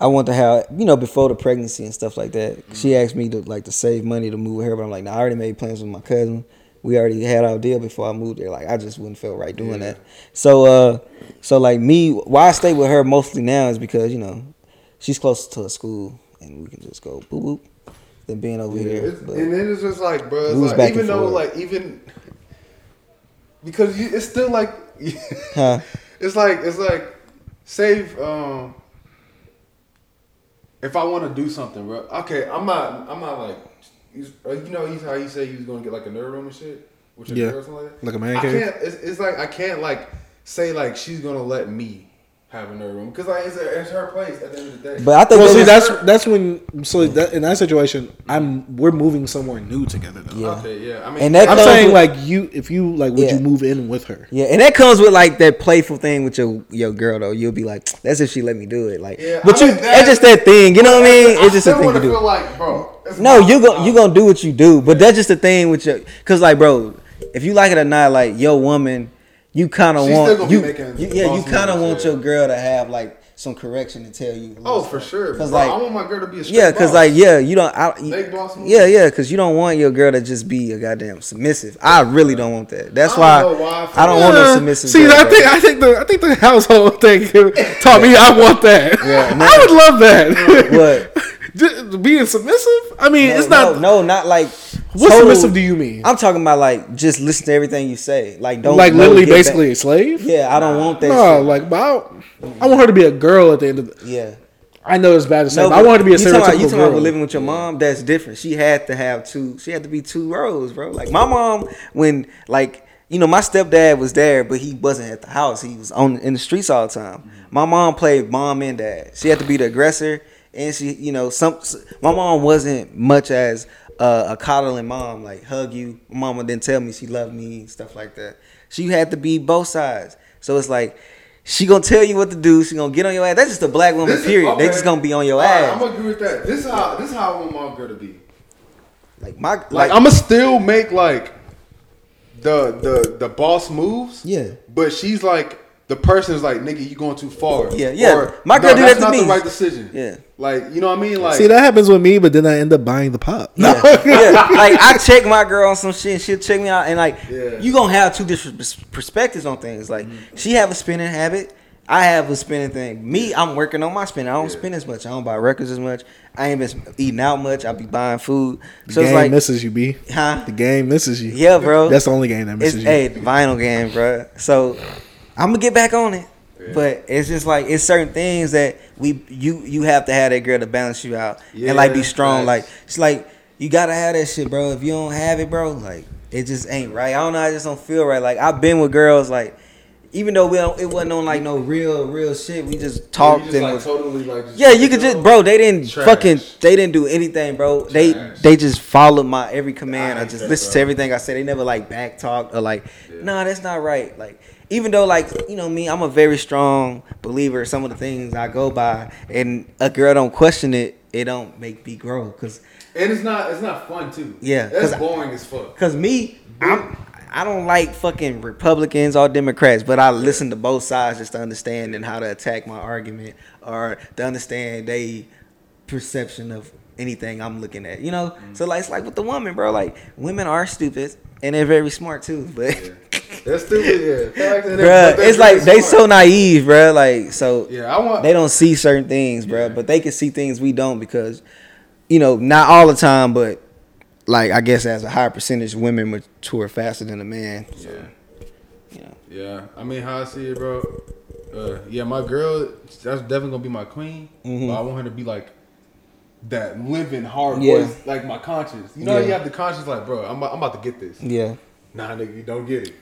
Speaker 1: I want to have you know before the pregnancy and stuff like that.
Speaker 2: Mm-hmm.
Speaker 1: She asked me to like to save money to move with her, but I'm like nah, I already made plans with my cousin. We already had our deal before I moved there. Like I just wouldn't feel right doing that. So uh, so like me, why I stay with her mostly now is because you know she's close to a school and we can just go boop boop than being over here.
Speaker 4: It's-
Speaker 1: But,
Speaker 4: and then it's just like, bro, it's
Speaker 1: Moves
Speaker 4: like,
Speaker 1: back
Speaker 4: even
Speaker 1: and
Speaker 4: though,
Speaker 1: forth.
Speaker 4: like, even because you, it's still like,
Speaker 1: Huh.
Speaker 4: it's like, it's like, save. Um, if I want to do something, bro, okay, I'm not, I'm not like, you you know, he's how you say you was gonna get like a nerd room and shit with your
Speaker 2: Yeah.
Speaker 4: girl or something like that.
Speaker 2: Like a man
Speaker 4: I
Speaker 2: cave?
Speaker 4: can't. It's, it's like I can't like say like she's gonna let me have a nerd room because like it's, it's her place at the end of the day.
Speaker 1: but I think that
Speaker 2: Well, see,
Speaker 1: was-
Speaker 2: that's that's when. So that, in that situation, I'm we're moving somewhere new together. Though.
Speaker 1: yeah.
Speaker 4: okay, yeah, I mean,
Speaker 1: And that
Speaker 2: I'm
Speaker 1: comes
Speaker 2: saying
Speaker 1: with-
Speaker 2: like you, if you like, would
Speaker 1: Yeah.
Speaker 2: you move in with her?
Speaker 1: Yeah, and that comes with like that playful thing with your your girl though. You'll be like, that's if she let me do it. Like,
Speaker 4: Yeah,
Speaker 1: but
Speaker 4: I
Speaker 1: you,
Speaker 4: mean, that-
Speaker 1: that's just that thing. You know what I mean?
Speaker 4: I
Speaker 1: It's just a
Speaker 4: still
Speaker 1: thing
Speaker 4: wanna
Speaker 1: to do.
Speaker 4: Feel like, bro, it's
Speaker 1: No,
Speaker 4: my
Speaker 1: you go
Speaker 4: house.
Speaker 1: you gonna do what you do, but that's just the thing with your because like bro, if you like it or not, like your woman, you kind of
Speaker 4: She's still
Speaker 1: want
Speaker 4: gonna be
Speaker 1: you,
Speaker 4: making
Speaker 1: you- yeah, you
Speaker 4: boss
Speaker 1: kind of want
Speaker 4: moves, yeah.
Speaker 1: your girl to have like some correction to tell you.
Speaker 4: Oh, for sure. Bro,
Speaker 1: Because like
Speaker 4: I want my girl to be a straight
Speaker 1: yeah, because
Speaker 4: boss.
Speaker 1: like yeah, you don't. I, you-
Speaker 4: Big boss move.
Speaker 1: yeah, yeah, because you don't want your girl to just be a goddamn submissive. I really don't want that. That's
Speaker 4: I
Speaker 1: why,
Speaker 4: don't know why I feel
Speaker 1: I don't want no
Speaker 2: Uh,
Speaker 1: submissive.
Speaker 2: See,
Speaker 1: girl,
Speaker 2: I
Speaker 1: bro.
Speaker 2: think I think the I think the household thing taught me I want that. I would love that.
Speaker 1: What?
Speaker 2: Just Being submissive? I mean,
Speaker 1: No,
Speaker 2: it's not.
Speaker 1: no, no, not like.
Speaker 2: What
Speaker 1: total-
Speaker 2: submissive do you mean?
Speaker 1: I'm talking about like just listen to everything you say. Like don't
Speaker 2: like
Speaker 1: don't
Speaker 2: literally,
Speaker 1: get back-
Speaker 2: basically a slave.
Speaker 1: Yeah, I don't want that.
Speaker 2: No,
Speaker 1: shit.
Speaker 2: like but I, I want her to be a girl at the end of. The,
Speaker 1: yeah.
Speaker 2: I know it's bad to say,
Speaker 1: No,
Speaker 2: but I want her to be a
Speaker 1: you talking about, you
Speaker 2: stereotypical
Speaker 1: talking about
Speaker 2: girl.
Speaker 1: living with your mom? That's different. She had to have two. She had to be two roles, bro. Like my mom, when like you know, my stepdad was there, but he wasn't at the house. He was on in the streets all the
Speaker 2: Mm-hmm.
Speaker 1: time. My mom played mom and dad. She had to be the aggressor, and she, you know, some. My mom wasn't much as uh, a coddling mom, like hug you. My mama didn't tell me she loved me and stuff like that. She had to be both sides. So it's like. She gonna tell you what to do. She gonna get on your ass. That's just a black woman.
Speaker 4: This is-
Speaker 1: period. They
Speaker 4: okay.
Speaker 1: just gonna be on your
Speaker 4: All
Speaker 1: ass.
Speaker 4: right, I'm gonna agree with that. This is how this is how I want my girl to be.
Speaker 1: Like my like,
Speaker 4: Like, I'm gonna still make like the the the boss moves.
Speaker 1: Yeah.
Speaker 4: But she's like the person is like, nigga, you going too far.
Speaker 1: Yeah, yeah.
Speaker 4: Or,
Speaker 1: My girl
Speaker 4: no,
Speaker 1: do that
Speaker 4: that's
Speaker 1: to
Speaker 4: not
Speaker 1: me.
Speaker 4: the right decision.
Speaker 1: Yeah.
Speaker 4: Like you know what I mean? Like
Speaker 2: See, that happens with me, but then I end up buying the pop. No,
Speaker 1: yeah, like I check my girl on some shit and she'll check me out and like
Speaker 4: Yeah. Mm-hmm.
Speaker 1: you gonna have two different pers- perspectives on things. Like she have a spinning habit, I have a spinning thing. Me, I'm working on my spinning. I don't spend as much. I don't buy records as much. I ain't been eating out much. I be buying food.
Speaker 2: the
Speaker 1: So
Speaker 2: game
Speaker 1: it's like
Speaker 2: misses you, b.
Speaker 1: Huh?
Speaker 2: The game misses you.
Speaker 1: Yeah, bro.
Speaker 2: That's the only game that
Speaker 1: it's
Speaker 2: misses you.
Speaker 1: hey the vinyl game, bro. So I'm gonna get back on it, but it's just like it's certain things that we you you have to have that girl to balance you out and like be
Speaker 4: Yeah,
Speaker 1: strong.
Speaker 4: facts.
Speaker 1: Like it's like you gotta have that shit, bro. If you don't have it, bro, like it just ain't right. I don't know. I just don't feel right. Like I've been with girls like. Even though we don't, it wasn't on like no real, real shit, we just
Speaker 4: you
Speaker 1: talked
Speaker 4: just,
Speaker 1: and
Speaker 4: like,
Speaker 1: was-
Speaker 4: totally like just
Speaker 1: yeah, you could just, bro. They didn't
Speaker 4: Trash.
Speaker 1: fucking, they didn't do anything, bro. They
Speaker 4: Trash.
Speaker 1: they just followed my every command.
Speaker 4: I
Speaker 1: I,
Speaker 4: hate
Speaker 1: just
Speaker 4: that,
Speaker 1: listened
Speaker 4: bro.
Speaker 1: to everything I said. They never like back talked or like, nah, that's not right. Like, even though like you know me, I'm a very strong believer. of Some of the things I go by, and a girl don't question it. It don't make me grow, cause
Speaker 4: and it's not it's not fun too.
Speaker 1: Yeah, 'cause
Speaker 4: That's
Speaker 1: I-
Speaker 4: boring as fuck.
Speaker 1: Cause me, I'm I don't like fucking Republicans or Democrats, but I listen to both sides just to understand and how to attack my argument or to understand they perception of anything I'm looking at. You know?
Speaker 4: Mm-hmm.
Speaker 1: So like it's like with the woman, bro, like women are stupid and they're very smart too. But
Speaker 4: That's stupid. Yeah. Facts, and
Speaker 1: bruh,
Speaker 4: that- but
Speaker 1: it's
Speaker 4: that's
Speaker 1: like
Speaker 4: really
Speaker 1: they so
Speaker 4: smart.
Speaker 1: naive, bruh. Like so
Speaker 4: Yeah, I want.
Speaker 1: they don't see certain things, bruh, but they can see things we don't because, you know, not all the time, but like I guess as a high percentage, women mature faster than a man. So,
Speaker 4: Yeah.
Speaker 1: you know.
Speaker 4: Yeah, I mean, how I see it, bro.
Speaker 1: Mm-hmm.
Speaker 4: Uh, yeah, my girl, that's definitely gonna be my queen. But I want her to be like that living hard
Speaker 3: Yeah.
Speaker 4: voice, like my conscience. You know, how
Speaker 3: Yeah.
Speaker 4: you have the conscience, like, bro, I'm, about- I'm about to get this.
Speaker 3: Yeah.
Speaker 4: Nah, nigga, you don't get it.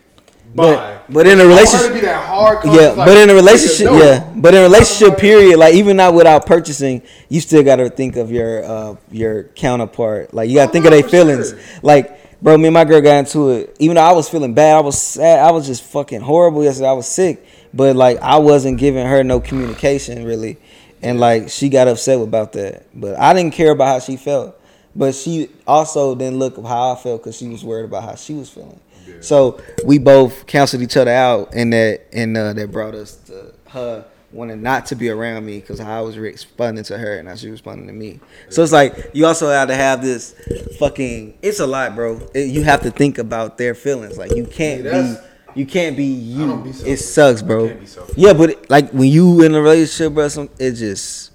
Speaker 4: Bye.
Speaker 1: Mm-hmm. But but in a
Speaker 4: I wanted to
Speaker 1: relationship,
Speaker 4: be that hard. Conscience,
Speaker 1: yeah.
Speaker 4: like,
Speaker 1: But in a
Speaker 4: nigga,
Speaker 1: relationship,
Speaker 4: no.
Speaker 1: yeah. But in a relationship, period. Like even not without purchasing, you still got to think of your uh your counterpart. Like you got to think of their feelings. Like bro, me and my girl got into it. Even though I was feeling bad, I was sad. I was just fucking horrible yesterday. I was sick, but like I wasn't giving her no communication really, and like she got upset about that. But I didn't care about how she felt. But she also didn't look at how I felt because she was worried about how she was feeling. So we both canceled each other out, and that and uh, that brought us to her wanting not to be around me because I was responding to her and how she was responding to me. So it's like you also have to have this fucking. It's a lot, bro. It- you have to think about their feelings. Like you can't be.
Speaker 4: that's-
Speaker 1: You can't be you.
Speaker 4: don't be
Speaker 1: it
Speaker 4: selfish.
Speaker 1: sucks, bro.
Speaker 4: I can't be selfish.
Speaker 1: yeah, but it, like when you in a relationship, bro, some, it just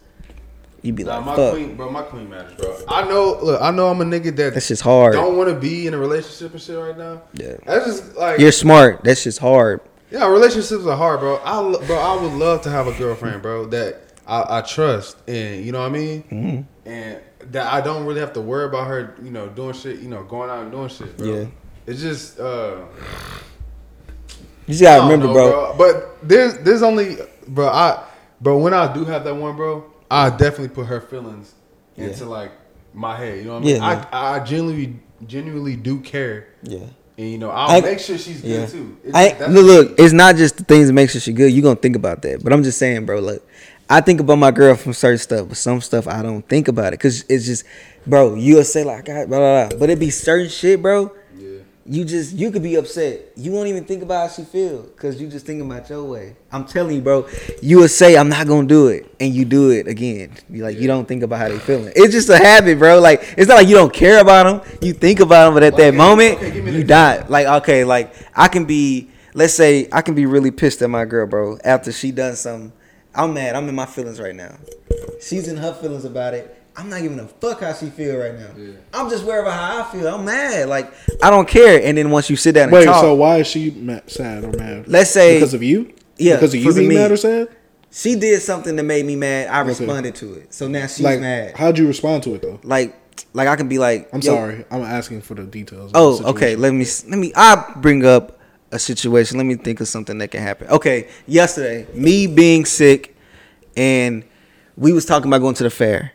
Speaker 1: you be
Speaker 4: Nah,
Speaker 1: like,
Speaker 4: my
Speaker 1: fuck,
Speaker 4: queen, bro, my queen matters, bro. I know, look, I know I'm a nigga that
Speaker 1: that's just hard.
Speaker 4: don't want to be in a relationship and shit right now.
Speaker 1: Yeah.
Speaker 4: That's just like
Speaker 1: You're smart. That's just hard.
Speaker 4: Yeah, relationships are hard, bro. I lo- bro, I would love to have a girlfriend, bro, that I, I trust and you know what I mean,
Speaker 1: Mm-hmm.
Speaker 4: and that I don't really have to worry about her, you know, doing shit, you know, going out and doing shit, bro.
Speaker 1: Yeah.
Speaker 4: It's just, uh,
Speaker 1: You just gotta
Speaker 4: I don't
Speaker 1: remember,
Speaker 4: know,
Speaker 1: bro.
Speaker 4: But there's there's only, bro. I, bro, when I do have that one, bro, I definitely put her feelings into like my head. You know what I mean?
Speaker 1: Yeah, yeah.
Speaker 4: I, I genuinely, genuinely do care,
Speaker 1: Yeah.
Speaker 4: and you know, I'll
Speaker 1: I-
Speaker 4: make sure she's good
Speaker 1: Yeah.
Speaker 4: too. It's-
Speaker 1: I
Speaker 4: that's-
Speaker 1: look, look, it's not just the things that makes her she good. You gonna think about that, but I'm just saying, bro. Look, I think about my girl from certain stuff, but some stuff I don't think about it because it's just, bro. You'll say like, God, blah blah blah, but it be certain shit, bro.
Speaker 4: Yeah.
Speaker 1: You just you could be upset. You won't even think about how she feel because you just thinking about your way. I'm telling you, bro. You will say I'm not gonna do it, and you do it again. You like you don't think about how they feeling. It's just a habit, bro. Like it's not like you don't care about them. You think about them, but at that
Speaker 4: okay,
Speaker 1: moment,
Speaker 4: okay, give me an
Speaker 1: you
Speaker 4: example.
Speaker 1: not like okay like i can be let's say i can be really pissed at my girl bro after she done something i'm mad i'm in my feelings right now she's in her feelings about it i'm not giving a fuck how she feel right now i'm just worried about how i feel i'm mad like i don't care and then once you sit down and
Speaker 2: Wait,
Speaker 1: talk
Speaker 2: so why is she ma sad or mad?
Speaker 1: Let's say-
Speaker 2: because of you.
Speaker 1: Yeah,
Speaker 2: because of you
Speaker 1: because of
Speaker 2: being
Speaker 1: me.
Speaker 2: mad or sad.
Speaker 1: she did something that made me mad i
Speaker 2: Okay.
Speaker 1: responded to it so now she's
Speaker 2: like,
Speaker 1: mad
Speaker 2: how'd you respond to it though?
Speaker 1: like like i can be like
Speaker 2: I'm
Speaker 1: yo-
Speaker 2: sorry, I'm asking for the details. of the
Speaker 1: Oh,
Speaker 2: situation.
Speaker 1: okay. Let me let me. I bring up a situation. Let me think of something that can happen. Okay, yesterday, me being sick, and we was talking about going to the fair.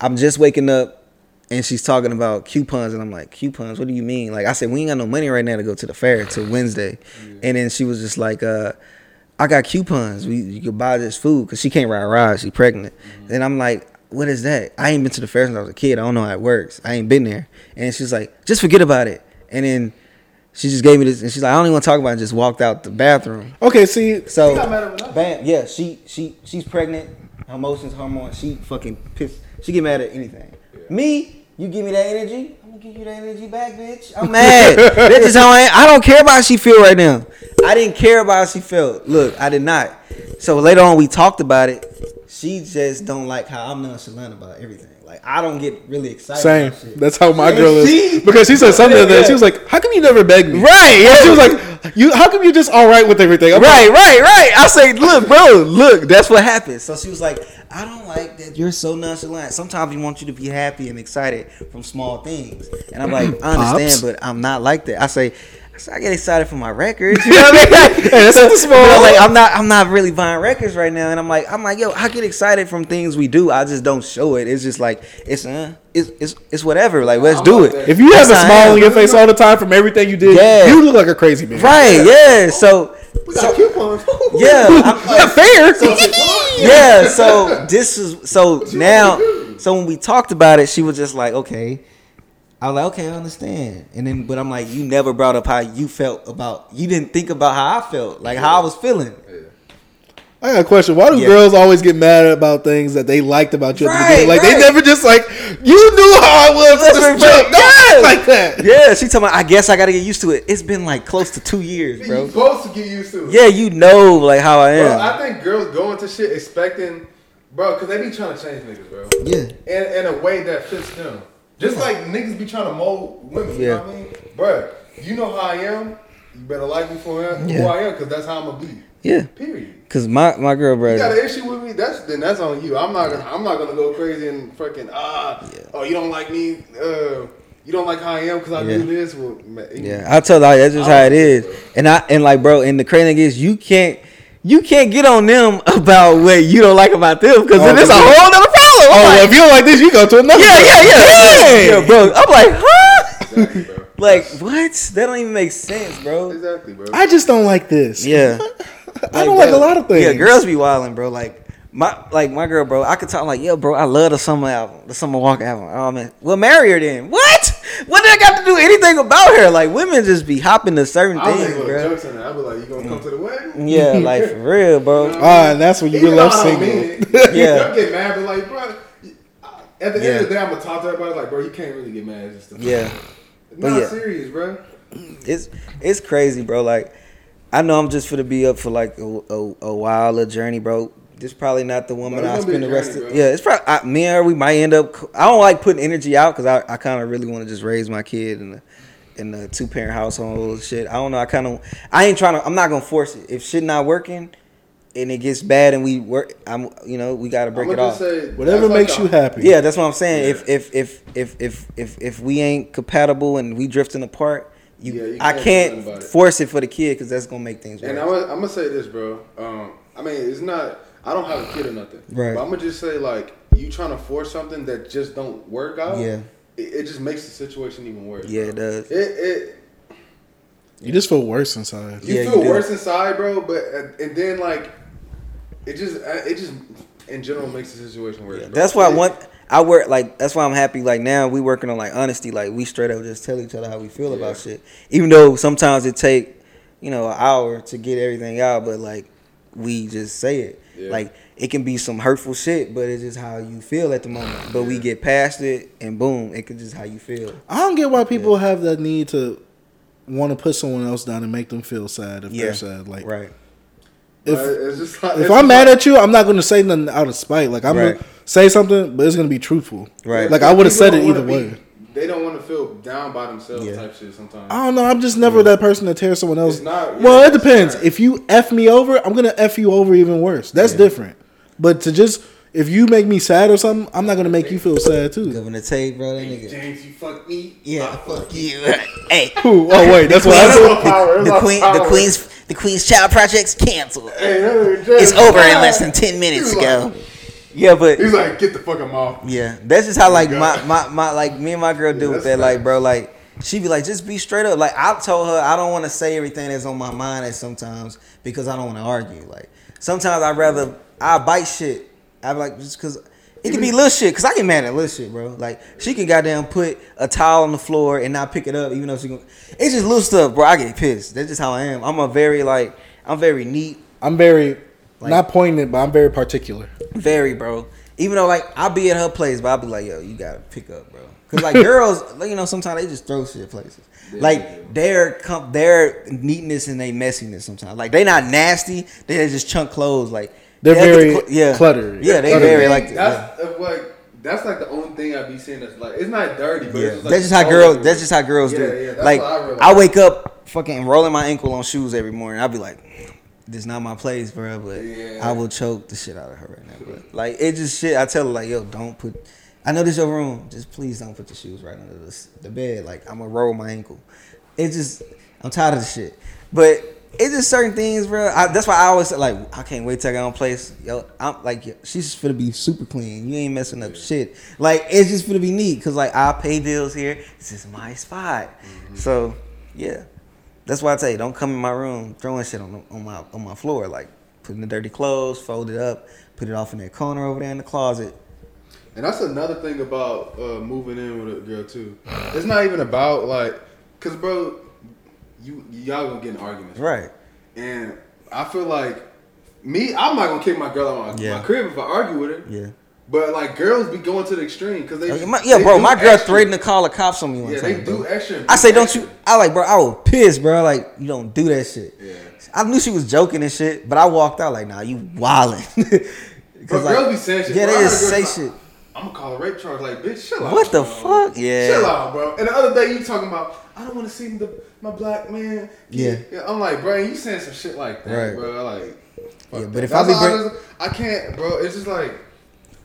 Speaker 1: I'm just waking up, and she's talking about coupons, and I'm like, coupons? What do you mean? Like I said, we ain't got no money right now to go to the fair till Wednesday, and then she was just like, uh. I got coupons. We you could buy this food because she can't ride rides. She's pregnant, and I'm like, what is that? I ain't been to the fair since I was a kid. I don't know how it works. I ain't been there. And she's like, just forget about it. And then she just gave me this, and she's like, I don't even want to talk about it. and Just walked out the bathroom.
Speaker 2: Okay, see,
Speaker 1: So
Speaker 4: mad over nothing.
Speaker 1: bam, yeah, she she she's pregnant. Her emotions, hormones. She fucking pissed. She get mad at anything. Me, you give me that energy, I'm gonna give you that energy back, bitch. I'm mad. That's just how I am. I don't care about how she feel right now. I didn't care about how she felt. Look, I did not. So later on, we talked about it. She just don't like how I'm nonchalant about everything. Like I don't get really excited.
Speaker 2: same.
Speaker 1: About shit.
Speaker 2: That's how my girl
Speaker 1: see?
Speaker 2: is because she said something the other day. She was like, "How come you never beg me?"
Speaker 1: Right,
Speaker 2: Yeah, she was like, "You, how come you just all right with everything?" I'm
Speaker 1: Right,
Speaker 2: like,
Speaker 1: right, right. I say, look, bro, look, that's what happens. So she was like, I don't like that you're so nonchalant. Sometimes we want you to be happy and excited from small things. And I'm like, I
Speaker 2: Mm-hmm. Pops.
Speaker 1: understand, but I'm not like that. I say, I say, I get excited for my records. You know what I mean? Like,
Speaker 2: Hey, that's not the small.
Speaker 1: but I'm like, I'm not, I'm not really buying records right now. And I'm like, I'm like, yo, I get excited from things we do. I just don't show it. It's just like, it's, uh, it's, it's, it's whatever. Like, let's do it.
Speaker 2: if you have a
Speaker 1: That's how I
Speaker 2: smile
Speaker 1: am.
Speaker 2: on your face all the time from everything you did,
Speaker 1: Yeah.
Speaker 2: you look like a crazy man.
Speaker 1: Right? Yeah. So,
Speaker 4: We got coupons.
Speaker 1: yeah. I'm like,
Speaker 2: fair.
Speaker 1: yeah, so this is so now so when we talked about it, she was just like, Okay. I was like, Okay, I understand. And then but I'm like, You never brought up how you felt about you didn't think about how I felt, like how I was feeling.
Speaker 2: I got a question. Why do
Speaker 1: Yeah.
Speaker 2: girls always get mad about things that they liked about you? at the
Speaker 1: Right,
Speaker 2: beginning? Like they
Speaker 1: right.
Speaker 2: never just like you knew how I was.
Speaker 1: That's
Speaker 2: from the
Speaker 1: what I'm
Speaker 2: jump. Don't
Speaker 1: saying. Yes.
Speaker 2: act like that.
Speaker 1: Yeah, she told me I guess I gotta get used to it. It's been like close to two years,
Speaker 4: You're
Speaker 1: bro.
Speaker 4: supposed to get used to it.
Speaker 1: Yeah, you know like how I
Speaker 4: Bro,
Speaker 1: am.
Speaker 4: I think girls go into shit expecting, bro, because they be trying to change niggas, bro.
Speaker 1: Yeah.
Speaker 4: In, in a way that fits them. Just like niggas be trying to mold women, you know what I mean? Bro, you know how I am. You better like me for who I am, because that's how I'm going to be.
Speaker 1: Yeah,
Speaker 4: Period.
Speaker 1: cause my my girl,
Speaker 4: You got
Speaker 1: brother.
Speaker 4: an issue with me? That's then that's on you. I'm not gonna I'm not gonna go crazy and freaking ah oh you don't like me uh you don't like how I am because I
Speaker 1: Yeah.
Speaker 4: do this. Well, ma-
Speaker 1: Yeah, I tell like that's just how
Speaker 2: Oh.
Speaker 1: it is. And I and like, bro, and the crazy thing is, you can't you can't get on them about what you don't like about them, cause then it's a whole nother problem. I'm
Speaker 2: Oh,
Speaker 1: like,
Speaker 2: if you don't like this, you go to another.
Speaker 1: yeah, yeah, yeah, yeah, bro. I'm like, huh?
Speaker 4: Exactly, bro.
Speaker 1: like what? That don't even make sense, bro.
Speaker 4: Exactly, bro.
Speaker 2: I just don't like this.
Speaker 1: Yeah.
Speaker 2: I don't like a
Speaker 1: bro,
Speaker 2: lot of things.
Speaker 1: Yeah, girls be wilding, bro. Like my like my girl, bro. I could talk like, yo, bro. I love the summer album, the summer walk album. Oh man, well, marry her then. What? What did I got to do anything about her? Like women just be hopping to certain
Speaker 4: I was
Speaker 1: things,
Speaker 4: like,
Speaker 1: bro.
Speaker 4: jokes on that. I'd be like, you gonna
Speaker 1: Mm.
Speaker 4: come to the wedding?
Speaker 1: Yeah, like for real, bro.
Speaker 2: Ah, and that's when you
Speaker 4: Even
Speaker 2: get
Speaker 4: though
Speaker 2: left
Speaker 4: I don't mean
Speaker 2: single.
Speaker 4: it.
Speaker 1: Yeah.
Speaker 4: They'll get mad, but like, bro, at the
Speaker 1: Yeah.
Speaker 4: end of the day, I'm gonna talk to everybody. Like, bro, you can't really get mad. It's just the-
Speaker 1: Yeah, but
Speaker 4: not
Speaker 1: yeah.
Speaker 4: serious, bro.
Speaker 1: it's it's crazy, bro. Like I know I'm just for to be up for like a, a, a while a journey, bro. This probably not the woman
Speaker 4: it's
Speaker 1: I
Speaker 4: gonna be
Speaker 1: spend
Speaker 4: a
Speaker 1: the rest
Speaker 4: journey,
Speaker 1: of.
Speaker 4: bro.
Speaker 1: Yeah, it's probably I, me and her. We might end up. co- I don't like putting energy out because I, I kind of really want to just raise my kid in the in the two parent household and shit. I don't know. I kind of I ain't trying to. I'm not gonna force it. If shit not working and it gets bad and we work, I'm you know we gotta break
Speaker 4: I'ma
Speaker 1: it off.
Speaker 4: say,
Speaker 2: Whatever
Speaker 4: that's like
Speaker 2: makes
Speaker 4: the-
Speaker 2: you happy.
Speaker 1: Yeah, that's what I'm saying. If if if if if if if we ain't compatible and we drifting apart, you,
Speaker 4: Yeah, you
Speaker 1: I
Speaker 4: can't do nothing
Speaker 1: can't
Speaker 4: about it.
Speaker 1: force it for the kid because that's gonna make things worse.
Speaker 4: And I'm gonna, I'm gonna say this, bro. Um, I mean, it's not. I don't have a kid or nothing.
Speaker 1: Right.
Speaker 4: But I'm gonna just say like you trying to force something that just don't work out.
Speaker 1: Yeah.
Speaker 4: It, it just makes the situation even worse.
Speaker 1: yeah, it
Speaker 4: Bro.
Speaker 1: does.
Speaker 4: It it
Speaker 2: You just feel worse inside.
Speaker 4: you
Speaker 1: Yeah, you
Speaker 4: feel
Speaker 1: do.
Speaker 4: worse inside, bro. But uh, and then like it just uh, it just in general makes the situation worse. bro.
Speaker 1: That's why
Speaker 4: It-
Speaker 1: one I work like that's why I'm happy. Like now we working on like honesty. Like we straight up just tell each other how we feel about shit. Even though sometimes it take you know an hour to get everything out, but like we just say it.
Speaker 4: Yeah.
Speaker 1: Like it can be some hurtful shit, but it's just how you feel at the moment. But we get past it, and boom, it could just how you feel.
Speaker 2: I don't get why people have that need to want to put someone else down and make them feel sad if
Speaker 1: Yeah,
Speaker 2: they're sad. Like
Speaker 1: right.
Speaker 2: if
Speaker 4: uh, it's just like,
Speaker 2: if I'm mad at you, I'm not gonna say nothing out of spite. Like I'm
Speaker 1: Right.
Speaker 2: gonna say something, but it's gonna be truthful.
Speaker 1: Right.
Speaker 2: Like I would have
Speaker 4: people
Speaker 2: said
Speaker 4: don't
Speaker 2: it
Speaker 4: wanna
Speaker 2: either
Speaker 4: be-
Speaker 2: way.
Speaker 4: They don't want to feel down by themselves,
Speaker 1: Yeah.
Speaker 4: type shit. Sometimes.
Speaker 2: I don't know. I'm just never that person to tear someone else.
Speaker 4: It's not-
Speaker 2: well,
Speaker 4: yeah,
Speaker 2: it
Speaker 4: it's
Speaker 2: depends.
Speaker 4: not.
Speaker 2: If you f me over, I'm gonna f you over even worse. That's different. But to just if you make me sad or something, I'm not gonna make you feel sad too.
Speaker 1: Governor Tate, bro, that nigga.
Speaker 4: James, you fuck me.
Speaker 1: Yeah, fuck you. hey,
Speaker 2: Ooh, oh wait, that's what I said.
Speaker 4: Power,
Speaker 1: the
Speaker 4: that's
Speaker 1: queen,
Speaker 4: power.
Speaker 1: the queen's, the queen's child project's canceled.
Speaker 4: Hey, hey, James,
Speaker 1: It's over in
Speaker 4: ah.
Speaker 1: less than ten minutes
Speaker 4: He's
Speaker 1: ago.
Speaker 4: like-
Speaker 1: Yeah, but
Speaker 4: He's like, get the fuck out my
Speaker 1: yeah, that's just how like my, my my like me and my girl do with that.
Speaker 4: that's
Speaker 1: Like, bro, like she be like, just be straight up. Like I told her I don't want to say everything that's on my mind at sometimes because I don't want to argue. Like sometimes I'd rather I bite shit. I be like just because. It can be little shit, cause I get mad at little shit, bro. Like she can goddamn put a towel on the floor and not pick it up, even though she. Gonna, it's just little stuff, bro. I get pissed. That's just how I am. I'm a very like, I'm very neat.
Speaker 2: I'm very
Speaker 1: Like-
Speaker 2: not pointed, but I'm very particular.
Speaker 1: Very, bro. Even though like I'll be at her place, but I'll be like, yo, you gotta pick up, bro. Cause like girls, like, you know, sometimes they just throw shit places. Like their com- their neatness and their messiness sometimes. Like they not nasty. They just chunk clothes. Like
Speaker 2: They're
Speaker 1: they'll get
Speaker 2: very
Speaker 1: cl- yeah
Speaker 2: cluttered.
Speaker 1: Yeah, they
Speaker 2: Cluttered.
Speaker 1: very like that. yeah.
Speaker 4: That's uh, like that's like the only thing I be seeing that's like it's not dirty, but
Speaker 1: Yeah.
Speaker 4: it's just like
Speaker 1: that's just how
Speaker 4: all
Speaker 1: girls.
Speaker 4: over.
Speaker 1: That's just how girls do.
Speaker 4: Yeah,
Speaker 1: it.
Speaker 4: yeah, that's
Speaker 1: like
Speaker 4: what I realized.
Speaker 1: I, wake up fucking rolling my ankle on shoes every morning. I'll be like, this not my place, bro. But
Speaker 4: Yeah.
Speaker 1: I will choke the shit out of her right now, bro. Like it just shit. I tell her like, yo, don't put. I know this your room. Just please don't put the shoes right under this, the bed. Like I'm gonna roll my ankle. It just I'm tired of the shit. But it's just certain things, bro. I, that's why I always say like I can't wait till I get on place. Yo, I'm like yo, she's just finna be super clean. You ain't messing up shit. Like it's just finna be neat because like I pay bills here. This is my spot. So yeah. That's why I tell you, don't come in my room throwing shit on the, on my on my floor, like putting the dirty clothes, fold it up, put it off in that corner over there in the closet.
Speaker 4: And that's another thing about uh, moving in with a girl too. It's not even about like, cause bro, you y'all gonna get in arguments,
Speaker 1: Right.
Speaker 4: And I feel like me, I'm not gonna kick my girl out my,
Speaker 1: Yeah.
Speaker 4: my crib if I argue with her.
Speaker 1: Yeah.
Speaker 4: But like girls be going to the extreme because they,
Speaker 1: Like, my- Oh, yeah,
Speaker 4: they
Speaker 1: bro,
Speaker 4: do
Speaker 1: my girl
Speaker 4: extra.
Speaker 1: threatened to call the cops on me one
Speaker 4: Yeah,
Speaker 1: time.
Speaker 4: they
Speaker 1: bro.
Speaker 4: do extra.
Speaker 1: I say, don't you? I like, bro. I was pissed, bro. Like, you don't do that shit.
Speaker 4: Yeah.
Speaker 1: I knew she was joking and shit, but I walked out like, nah, you wildin'. 'Cause,
Speaker 4: Bro, girls be saying shit.
Speaker 1: Yeah, they
Speaker 4: Bro, I heard
Speaker 1: just say
Speaker 4: girls-
Speaker 1: shit.
Speaker 4: I I'm gonna call a rape charge. Like, bitch, chill out.
Speaker 1: What the
Speaker 4: bro.
Speaker 1: fuck?
Speaker 4: Chill
Speaker 1: Yeah.
Speaker 4: out, bro. And the other day you talking about I don't want to see the my black man.
Speaker 1: Yeah.
Speaker 4: I'm like, bro, you saying some shit like that,
Speaker 1: Right.
Speaker 4: bro. Like,
Speaker 1: Yeah,
Speaker 4: fuck
Speaker 1: but
Speaker 4: that.
Speaker 1: if I be
Speaker 4: That's all
Speaker 1: bring-
Speaker 4: just- I can't, bro. It's just like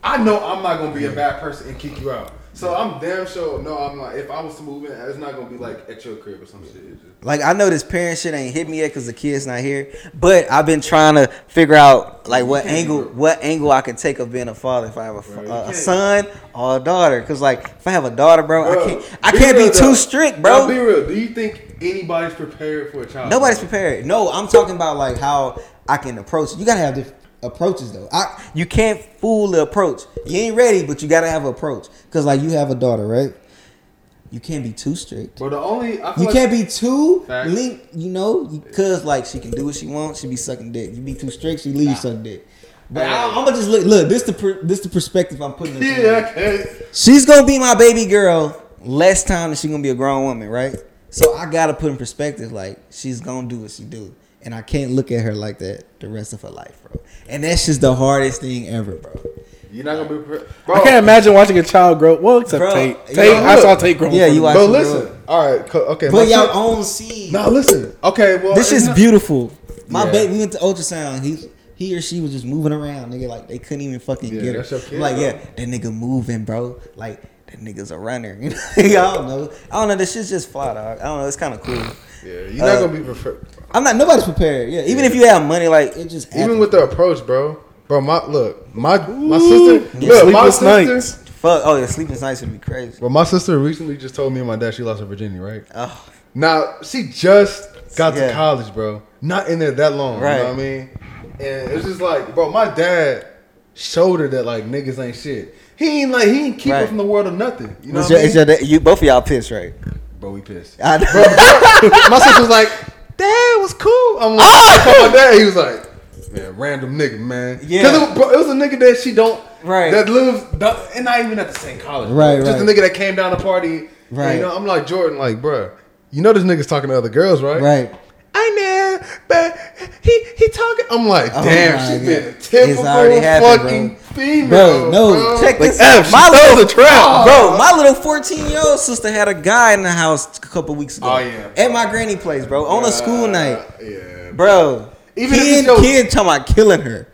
Speaker 4: I know I'm not gonna be a bad person and kick you out. So I'm damn sure. No, I'm like, if I was to move in, it's not gonna be like at your crib or some shit. It's just-
Speaker 1: Like I know this parent shit ain't hit me yet because the kid's not here, but I've been trying to figure out like what angle, what angle I can take of being a father if I have a, fa- a- a son or a daughter. Because like if I have a daughter, bro, I
Speaker 4: Bro,
Speaker 1: can't, I
Speaker 4: be
Speaker 1: can't
Speaker 4: real,
Speaker 1: be
Speaker 4: though.
Speaker 1: too strict, bro.
Speaker 4: Now, be real. Do you think anybody's prepared for a child?
Speaker 1: Nobody's prepared. No, I'm talking about like how I can approach. You gotta have different approaches though. I you can't fool the approach. You ain't ready, but you gotta have an approach. Cause like you have a daughter, right? You can't be too strict.
Speaker 4: Bro, the only I
Speaker 1: You
Speaker 4: feel like,
Speaker 1: can't be too
Speaker 4: Facts.
Speaker 1: linked, you know, because like she can do what she wants. She be sucking dick. You be too strict, she leave you sucking dick. But I, I'm gonna just look. Look, this the per, this the perspective I'm putting. This in.
Speaker 4: Yeah, okay.
Speaker 1: She's gonna be my baby girl less time than she's gonna be a grown woman, right? So I gotta put in perspective, like she's gonna do what she do, and I can't look at her like that the rest of her life, bro. And that's just the hardest thing ever, bro.
Speaker 4: You're not gonna be prepared.
Speaker 2: I can't imagine watching a child grow. Well, except
Speaker 1: Oh. Bro,
Speaker 2: Tate.
Speaker 1: yeah,
Speaker 2: Tate, I
Speaker 1: look.
Speaker 2: saw Tate grow.
Speaker 1: Yeah,
Speaker 2: up.
Speaker 1: you watch.
Speaker 4: But
Speaker 1: it, bro.
Speaker 4: listen, all right, co- okay.
Speaker 1: but
Speaker 4: my
Speaker 1: y'all
Speaker 4: son-
Speaker 1: own seed.
Speaker 4: Now listen. Okay, well,
Speaker 1: this
Speaker 4: Oh, it's
Speaker 1: is
Speaker 4: not-
Speaker 1: beautiful. My
Speaker 4: Yeah.
Speaker 1: baby, we went to ultrasound. He he or she was just moving around, nigga. Like they couldn't even fucking
Speaker 4: Yeah,
Speaker 1: get her.
Speaker 4: that's your kid,
Speaker 1: I'm like
Speaker 4: bro.
Speaker 1: yeah, that nigga moving, bro. Like that nigga's a runner. You know, I don't know. I don't know. This shit's just fly, dog. I don't know. It's kind of cool.
Speaker 4: Yeah, you're not
Speaker 1: Uh,
Speaker 4: gonna be prepared.
Speaker 1: I'm not. Nobody's prepared. Yeah, even if you have money, like it just
Speaker 4: Even
Speaker 1: happens.
Speaker 4: with the approach, bro. Bro, my look, my my sister, look, my
Speaker 2: Sleepless
Speaker 4: sister.
Speaker 2: nights.
Speaker 1: fuck. Oh yeah, sleeping nights would be crazy.
Speaker 4: Well, my sister recently just told me and my dad she lost her virginity, right?
Speaker 1: Oh,
Speaker 4: Now she just got
Speaker 1: Yeah.
Speaker 4: to college, bro. Not in there that long. You
Speaker 1: Right.
Speaker 4: know what I mean? And it's just like, bro, my dad showed her that like niggas ain't shit. He ain't like he ain't keep
Speaker 1: Right.
Speaker 4: her from the world or nothing. You know
Speaker 1: it's
Speaker 4: what
Speaker 1: your,
Speaker 4: I mean?
Speaker 1: it's your, you both of y'all pissed, right?
Speaker 4: bro, we pissed.
Speaker 1: I know.
Speaker 4: my sister's like, Dad was cool. I'm like, I called my dad. He was like, man, random nigga, man.
Speaker 1: Ah! Yeah.
Speaker 4: Cause it, was- bro, it was a nigga that she don't
Speaker 1: Right.
Speaker 4: that lives don't- and not even at the same college. bro.
Speaker 1: Right,
Speaker 4: Just a
Speaker 1: right.
Speaker 4: nigga that came down to party. Right.
Speaker 1: Right.
Speaker 4: You know, I'm like Jordan, like, bruh, you know this nigga's talking to other girls, right?
Speaker 1: right.
Speaker 4: I know, but he he talking. I'm like,
Speaker 1: Oh
Speaker 4: damn,
Speaker 1: my
Speaker 4: she
Speaker 1: God.
Speaker 4: been a
Speaker 1: It's
Speaker 4: typical
Speaker 1: already happened,
Speaker 4: fucking
Speaker 1: bro. Bro,
Speaker 4: female.
Speaker 1: no, check this out. my little Bro, my little 14 year old sister had a guy in the house a couple weeks ago.
Speaker 4: Oh, yeah.
Speaker 1: At my granny place, bro. On a school night.
Speaker 4: Yeah,
Speaker 1: Bro.
Speaker 4: Even if
Speaker 1: kid,
Speaker 4: it's your-
Speaker 1: kid talking about killing her.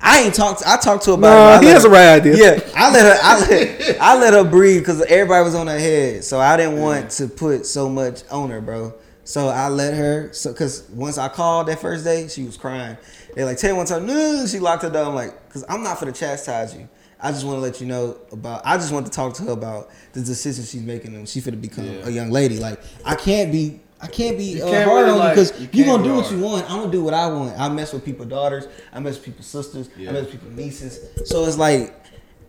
Speaker 1: I ain't talked I talked to her about
Speaker 2: Nah,
Speaker 1: it. but I
Speaker 2: he
Speaker 1: let
Speaker 2: has
Speaker 1: her-
Speaker 2: a right idea.
Speaker 1: Yeah. I let her I let, I let her breathe because everybody was on her head. So I didn't want to put so much on her, bro. So I let her so cause once I called that first day, she was crying. They like, tell one time, no, she locked her door. I'm like, cause I'm not for to chastise you. I just want to let you know about. I just want to talk to her about the decisions she's making, and she finna become a young lady. Like I can't be, I can't be uh,
Speaker 4: can't
Speaker 1: hard on
Speaker 4: really, like,
Speaker 1: you because
Speaker 4: you
Speaker 1: you are gonna
Speaker 4: can't be
Speaker 1: do what
Speaker 4: hard.
Speaker 1: you want. I'm gonna do what I want. I mess with people's daughters. I mess with people's sisters. I mess with people's nieces. So it's like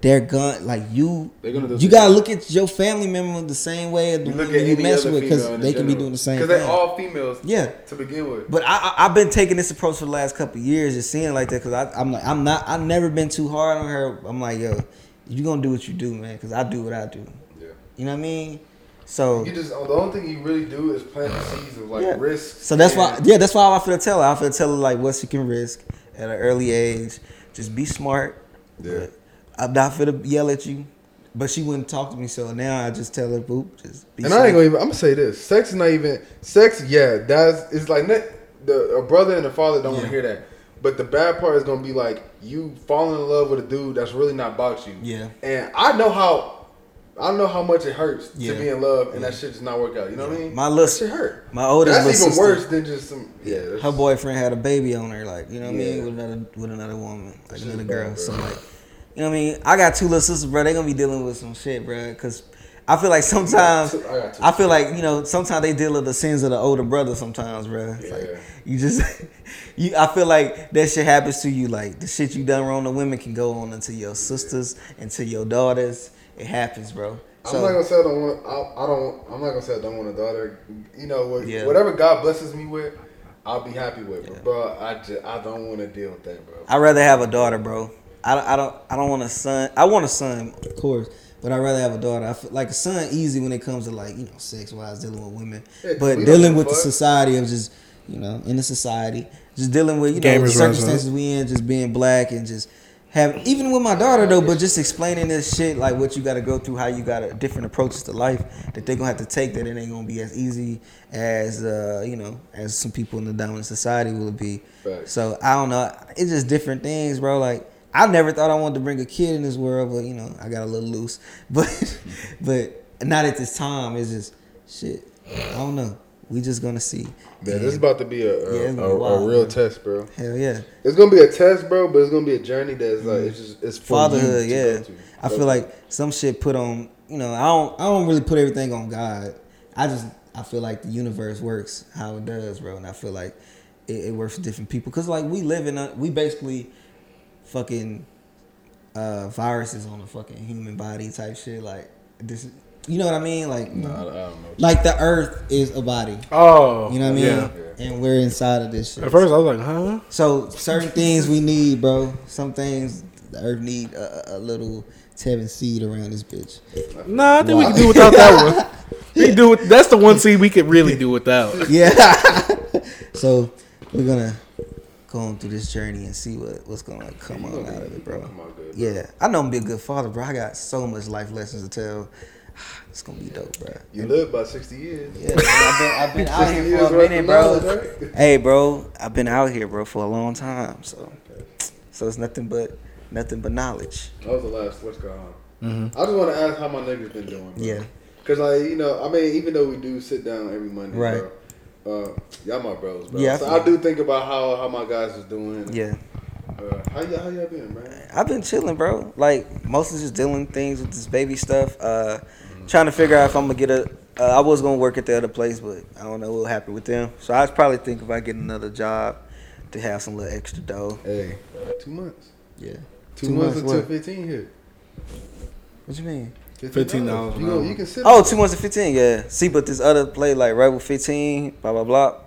Speaker 1: they're gon' like you.
Speaker 4: They're gonna do
Speaker 1: you gotta look at your family member the same way as the
Speaker 4: You look
Speaker 1: women
Speaker 4: at
Speaker 1: you
Speaker 4: any
Speaker 1: mess
Speaker 4: other
Speaker 1: with because
Speaker 4: female in
Speaker 1: they can be
Speaker 4: general.
Speaker 1: doing the same.
Speaker 4: 'Cause
Speaker 1: thing.
Speaker 4: they all females.
Speaker 1: Yeah.
Speaker 4: to begin with.
Speaker 1: But I, I, I've been taking this approach for the last couple of years, just seeing it like that, because I'm like, I'm not, I've never been too hard on her. I'm like, yo, you gonna do what you do, man, because I do what I do.
Speaker 4: Yeah.
Speaker 1: You know what I mean? So,
Speaker 4: You just the only thing you really do is plant the seeds of like
Speaker 1: Yeah.
Speaker 4: risk.
Speaker 1: so that's
Speaker 4: and-
Speaker 1: why, yeah, that's why I feel to tell her. I feel to tell her like what she can risk at an early age. Just be smart.
Speaker 4: Yeah.
Speaker 1: I'm not finna yell at you, but she wouldn't talk to me, so now I just tell her, boop, just be.
Speaker 4: And I ain't
Speaker 1: safe.
Speaker 4: gonna even. I'm gonna say this: sex is not even sex. Yeah, that's it's like ne- the a brother and a father don't want to hear that. But the bad part is gonna be like you falling in love with a dude that's really not about you.
Speaker 1: Yeah.
Speaker 4: And I know how, I know how much it hurts
Speaker 1: Yeah.
Speaker 4: to be in love and that shit does not work out. You know what I mean?
Speaker 1: My little-
Speaker 4: that shit hurt.
Speaker 1: my oldest
Speaker 4: That's
Speaker 1: little
Speaker 4: even
Speaker 1: sister-
Speaker 4: worse than just some. Yeah. that's-
Speaker 1: her boyfriend had a baby on her, like you know what I
Speaker 4: Yeah.
Speaker 1: mean, with another with another woman, like
Speaker 4: Shit,
Speaker 1: another
Speaker 4: bro,
Speaker 1: girl.
Speaker 4: bro.
Speaker 1: So like, you know what I mean. I got two little sisters, bro. They gonna be dealing with some shit, bro. Cause I feel like sometimes
Speaker 4: two- I got two
Speaker 1: I, feel like you know sometimes they deal with the sins of the older brother. Sometimes, bro. It's like
Speaker 4: Yeah.
Speaker 1: you just you. I feel like that shit happens to you. Like the shit you done wrong to women can go on into your sisters, into your daughters. It happens, bro.
Speaker 4: I'm not
Speaker 1: So
Speaker 4: gonna say I don't want. I, I don't. I'm not gonna say I don't want a daughter. You know, what,
Speaker 1: Yeah.
Speaker 4: whatever God blesses me with, I'll be happy with. But bro, I just I don't want to deal with that, bro.
Speaker 1: I'd rather have a daughter, bro. I don't, I don't I don't want a son. I want a son, of course, but I'd rather have a daughter. I feel like a son easy when it comes to like you know sex wise dealing with women,
Speaker 4: Yeah, 'cause
Speaker 1: but
Speaker 4: we don't
Speaker 1: dealing
Speaker 4: give a
Speaker 1: with the
Speaker 4: fuck.
Speaker 1: society of just you know in the society, just dealing with you know
Speaker 2: Gamers
Speaker 1: the
Speaker 2: runs
Speaker 1: circumstances we in, just being black and just have even with my daughter though, but just explaining this shit like what you got to go through, how you got a different approaches to life that they're gonna have to take that it ain't gonna be as easy as uh, you know as some people in the dominant society will be.
Speaker 4: Facts.
Speaker 1: So I don't know. It's just different things, bro. Like I never thought I wanted to bring a kid in this world, but you know I got a little loose, but but not at this time. It's just shit. I don't know. We just gonna see.
Speaker 4: Man,
Speaker 1: And
Speaker 4: this is about to be a a,
Speaker 1: Yeah, it's gonna be
Speaker 4: a, a
Speaker 1: wild,
Speaker 4: real
Speaker 1: man.
Speaker 4: test, bro.
Speaker 1: hell yeah.
Speaker 4: It's gonna be a test, bro, but it's gonna be a journey that's like it's just it's for
Speaker 1: Mm-hmm. fatherhood.
Speaker 4: you to
Speaker 1: Yeah,
Speaker 4: go through.
Speaker 1: I feel like some shit put on. You know, I don't. I don't really put everything on God. I just. I feel like the universe works how it does, bro, and I feel like it, it works for different people. Cause like we live in a, we basically fucking uh, viruses on a fucking human body type shit. Like this, you know what I mean? Like,
Speaker 4: I, I don't know.
Speaker 1: like the Earth is a body.
Speaker 2: Oh,
Speaker 1: You know what I mean?
Speaker 2: Yeah.
Speaker 1: And we're inside of this shit.
Speaker 2: At first, I was like, huh?
Speaker 1: So certain things we need, bro. Some things the earth need a, a a little Tevin seed around this bitch.
Speaker 2: Nah, I think we can do without that one. We can do with, that's the one seed we could really do without.
Speaker 1: Yeah. so we're gonna go on through this journey and see what, what's gonna come on out of it, bro. Yeah, I know I'm gonna be a good father, bro. I got so much life lessons to tell. It's gonna be dope, bro.
Speaker 4: You live by sixty years.
Speaker 1: Yeah, I've been, I've been out
Speaker 4: 60
Speaker 1: here
Speaker 4: years
Speaker 1: for a
Speaker 4: worth
Speaker 1: minute,
Speaker 4: of
Speaker 1: bro.
Speaker 4: knowledge, right?
Speaker 1: Hey, bro, I've been out here, bro, for a long time. So, so it's nothing but nothing but knowledge.
Speaker 4: That was the last Let's Go Home. I just want to ask how my niggas been doing. Bro.
Speaker 1: Yeah.
Speaker 4: Cause like you know, I mean, even though we do sit down every Monday,
Speaker 1: Right.
Speaker 4: Bro, uh, y'all my bros, bro.
Speaker 1: Yeah, I
Speaker 4: So
Speaker 1: feel
Speaker 4: I do think about how how my guys is doing.
Speaker 1: Yeah.
Speaker 4: Uh, how y'all how y'all been, man?
Speaker 1: I've been chilling, bro. Like mostly just dealing things with this baby stuff. Uh, trying to figure out if I'm gonna get a. Uh, I was gonna work at the other place, but I don't know what happened with them. So I was probably thinking about getting another job to have some little extra dough.
Speaker 4: Hey, two months.
Speaker 1: Yeah.
Speaker 4: Two,
Speaker 1: Two
Speaker 4: months,
Speaker 1: months
Speaker 4: until
Speaker 1: what?
Speaker 4: fifteen hit.
Speaker 1: What you mean?
Speaker 2: $15
Speaker 4: You,
Speaker 2: an
Speaker 4: know,
Speaker 2: hour.
Speaker 4: you can sit.
Speaker 1: Oh, two months and fifteen. Yeah. See, but this other play like Rebel fifteen, blah blah blah.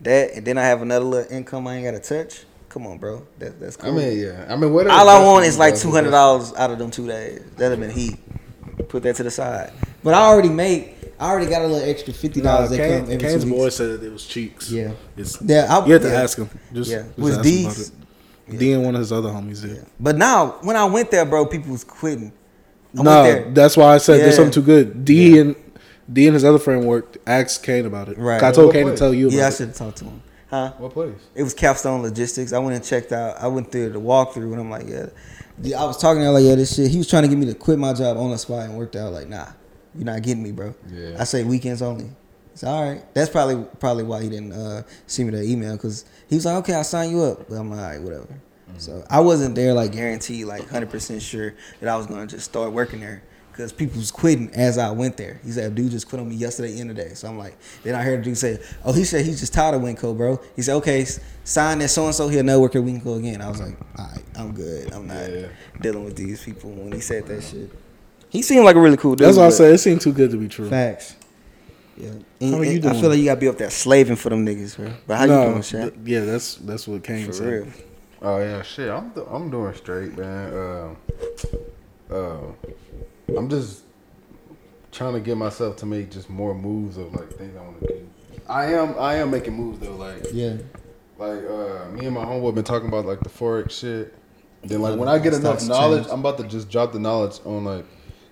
Speaker 1: That and then I have another little income I ain't gotta touch. Come on, bro. That, that's
Speaker 4: I
Speaker 1: cool.
Speaker 4: mean, yeah. I mean, whatever.
Speaker 1: All I want is like two hundred dollars out of them two days. That'd have been heat. Put that to the side. But I already make. I already got a little extra fifty dollars that come every
Speaker 2: Kane's
Speaker 1: two weeks.
Speaker 2: boy said it was cheeks.
Speaker 1: Yeah.
Speaker 2: It's,
Speaker 1: Yeah, I,
Speaker 2: you have to
Speaker 1: yeah.
Speaker 2: ask him. Just,
Speaker 1: Yeah.
Speaker 2: just
Speaker 1: Was
Speaker 2: ask him
Speaker 1: D's-
Speaker 2: about it. D and one of his other homies did.
Speaker 1: But now, when I went there, bro, people was quitting. I went
Speaker 2: No,
Speaker 1: there.
Speaker 2: that's why I said
Speaker 1: Yeah.
Speaker 2: there's something too good. D and D and his other friend worked. Asked Kane about it.
Speaker 1: Right.
Speaker 2: I told
Speaker 4: What
Speaker 2: Kane to
Speaker 4: place?
Speaker 2: tell you. About
Speaker 1: yeah, I
Speaker 2: it.
Speaker 1: should have talked to him. Huh?
Speaker 4: What place?
Speaker 1: It was Capstone Logistics. I went and checked out. I went through the walkthrough, and I'm like, yeah. Yeah, I was talking to him like, yeah, this shit. He was trying to get me to quit my job on the spot and worked out. Like, nah, you're not getting me, bro.
Speaker 4: Yeah.
Speaker 1: I say weekends only. It's all right. That's probably probably why he didn't uh, send me the email because he was like, okay, I'll sign you up. But I'm like, all right, whatever. So I wasn't there like guaranteed, like 100% sure that I was going to just start working there because people was quitting as I went there. He said, dude just quit on me yesterday and today. So I'm like, then I heard a dude say, oh, he said he's just tired of Winco, bro. He said, okay, s- sign that so and so, he'll never work at Winco again. I was like, all right, I'm good. I'm not
Speaker 4: Yeah.
Speaker 1: dealing with these people when he said that shit. He seemed like a really cool dude.
Speaker 2: That's why I
Speaker 1: but-
Speaker 2: said it seemed too good to be true.
Speaker 1: Facts. Yeah. And-
Speaker 2: How are you
Speaker 1: and I
Speaker 2: doing?
Speaker 1: feel like you gotta be up there slaving for them niggas, bro. But how you doing, Shaq?
Speaker 2: th- yeah, that's that's what Kane
Speaker 1: For
Speaker 2: said.
Speaker 1: real.
Speaker 4: Oh yeah, shit. I'm do- I'm doing straight, man. Uh, uh, I'm just trying to get myself to make just more moves of like things I want to do. I am I am making moves though. Like
Speaker 1: Yeah.
Speaker 4: like uh, me and my homeboy been talking about like the forex shit. Then like when I get enough
Speaker 2: Stocks
Speaker 4: knowledge,
Speaker 2: change.
Speaker 4: I'm about to just drop the knowledge on like,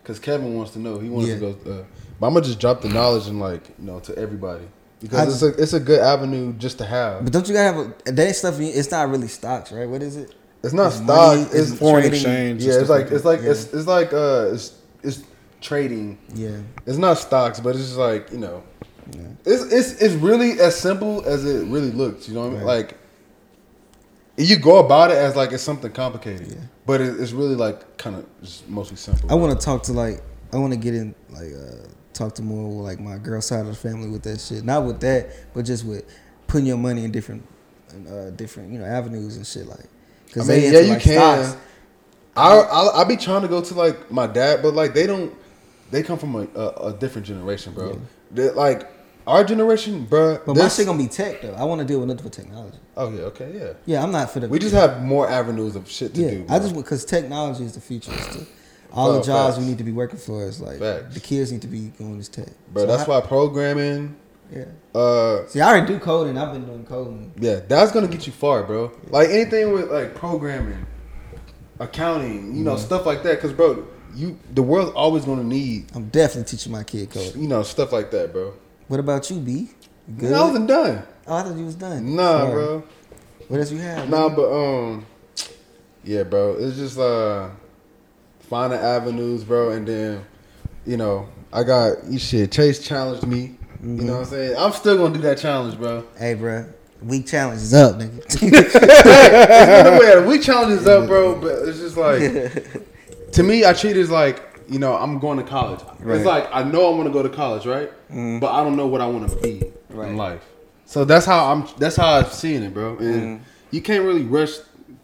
Speaker 4: cause Kevin wants to know. He wants
Speaker 1: Yeah.
Speaker 4: to go. Uh, but I'm gonna just drop the knowledge and like you know to everybody because
Speaker 1: I
Speaker 4: it's a it's a good avenue just to have.
Speaker 1: But don't you gotta have a, that stuff? It's not really stocks, right? What is it?
Speaker 4: It's not
Speaker 1: It's
Speaker 4: stock.
Speaker 1: money,
Speaker 4: it's
Speaker 1: it's
Speaker 2: Foreign
Speaker 1: Trading-
Speaker 2: exchange.
Speaker 4: Yeah,
Speaker 2: and
Speaker 4: it's
Speaker 2: stuff
Speaker 4: like it's like it's it's like uh it's it's trading.
Speaker 1: Yeah.
Speaker 4: It's not stocks, but it's just like you know, it's it's it's really as simple as it really looks. You know what I mean?
Speaker 1: Right.
Speaker 4: Like you go about it as like it's something complicated, but it, it's really like kind of just mostly simple.
Speaker 1: I want to talk to like I want to get in like uh, talk to more with, like my girl side of the family with that shit. Not with that, but just with putting your money in different, uh, different you know avenues and shit like.
Speaker 4: I
Speaker 1: Cause
Speaker 4: mean,
Speaker 1: they
Speaker 4: yeah,
Speaker 1: into,
Speaker 4: you
Speaker 1: like,
Speaker 4: can.
Speaker 1: stocks.
Speaker 4: I I I be trying to go to like my dad, but like they don't. They come from a, a, a different generation, bro. They're, like our generation, bro.
Speaker 1: But my shit gonna be tech though. I want to deal with nothing for technology.
Speaker 4: oh yeah, okay, yeah.
Speaker 1: Yeah, I'm not for the.
Speaker 4: We just have more avenues of shit to
Speaker 1: yeah,
Speaker 4: do.
Speaker 1: I
Speaker 4: bro.
Speaker 1: just because technology is the future. It's the- all
Speaker 4: Oh,
Speaker 1: the jobs
Speaker 4: facts.
Speaker 1: we need to be working for is like
Speaker 4: Facts.
Speaker 1: the kids need to be going to tech.
Speaker 4: Bro,
Speaker 1: So
Speaker 4: that's
Speaker 1: I-
Speaker 4: why programming,
Speaker 1: Yeah.
Speaker 4: uh,
Speaker 1: See, I already do coding. I've been doing coding.
Speaker 4: yeah, that's gonna get you far, bro. Like anything with like programming, accounting, you
Speaker 1: Mhm.
Speaker 4: know, stuff like that. Because bro, you the world's always gonna need
Speaker 1: I'm definitely teaching my kid code.
Speaker 4: you know stuff like that, bro.
Speaker 1: What about you, B? Good.
Speaker 4: I wasn't done.
Speaker 1: oh, I thought you was done.
Speaker 4: Nah,
Speaker 1: Sorry.
Speaker 4: bro.
Speaker 1: What else you have?
Speaker 4: Nah, but um, yeah, bro. It's just uh, finding avenues, bro, and then you know I got you shit. Chase challenged me. You know what I'm
Speaker 1: Mm-hmm.
Speaker 4: saying? I'm still gonna do that challenge, bro.
Speaker 1: Hey, bro. Week challenge is up, nigga.
Speaker 4: It's we challenge is up, bro. But it's just like to me, I treat it as like you know I'm going to college.
Speaker 1: Right. Mm.
Speaker 4: It's like I know I'm gonna go to college, right? But I don't know what I want to be
Speaker 1: Right.
Speaker 4: in life. So that's how I'm. That's how I've seen it, bro.
Speaker 1: Mm.
Speaker 4: And you can't really rush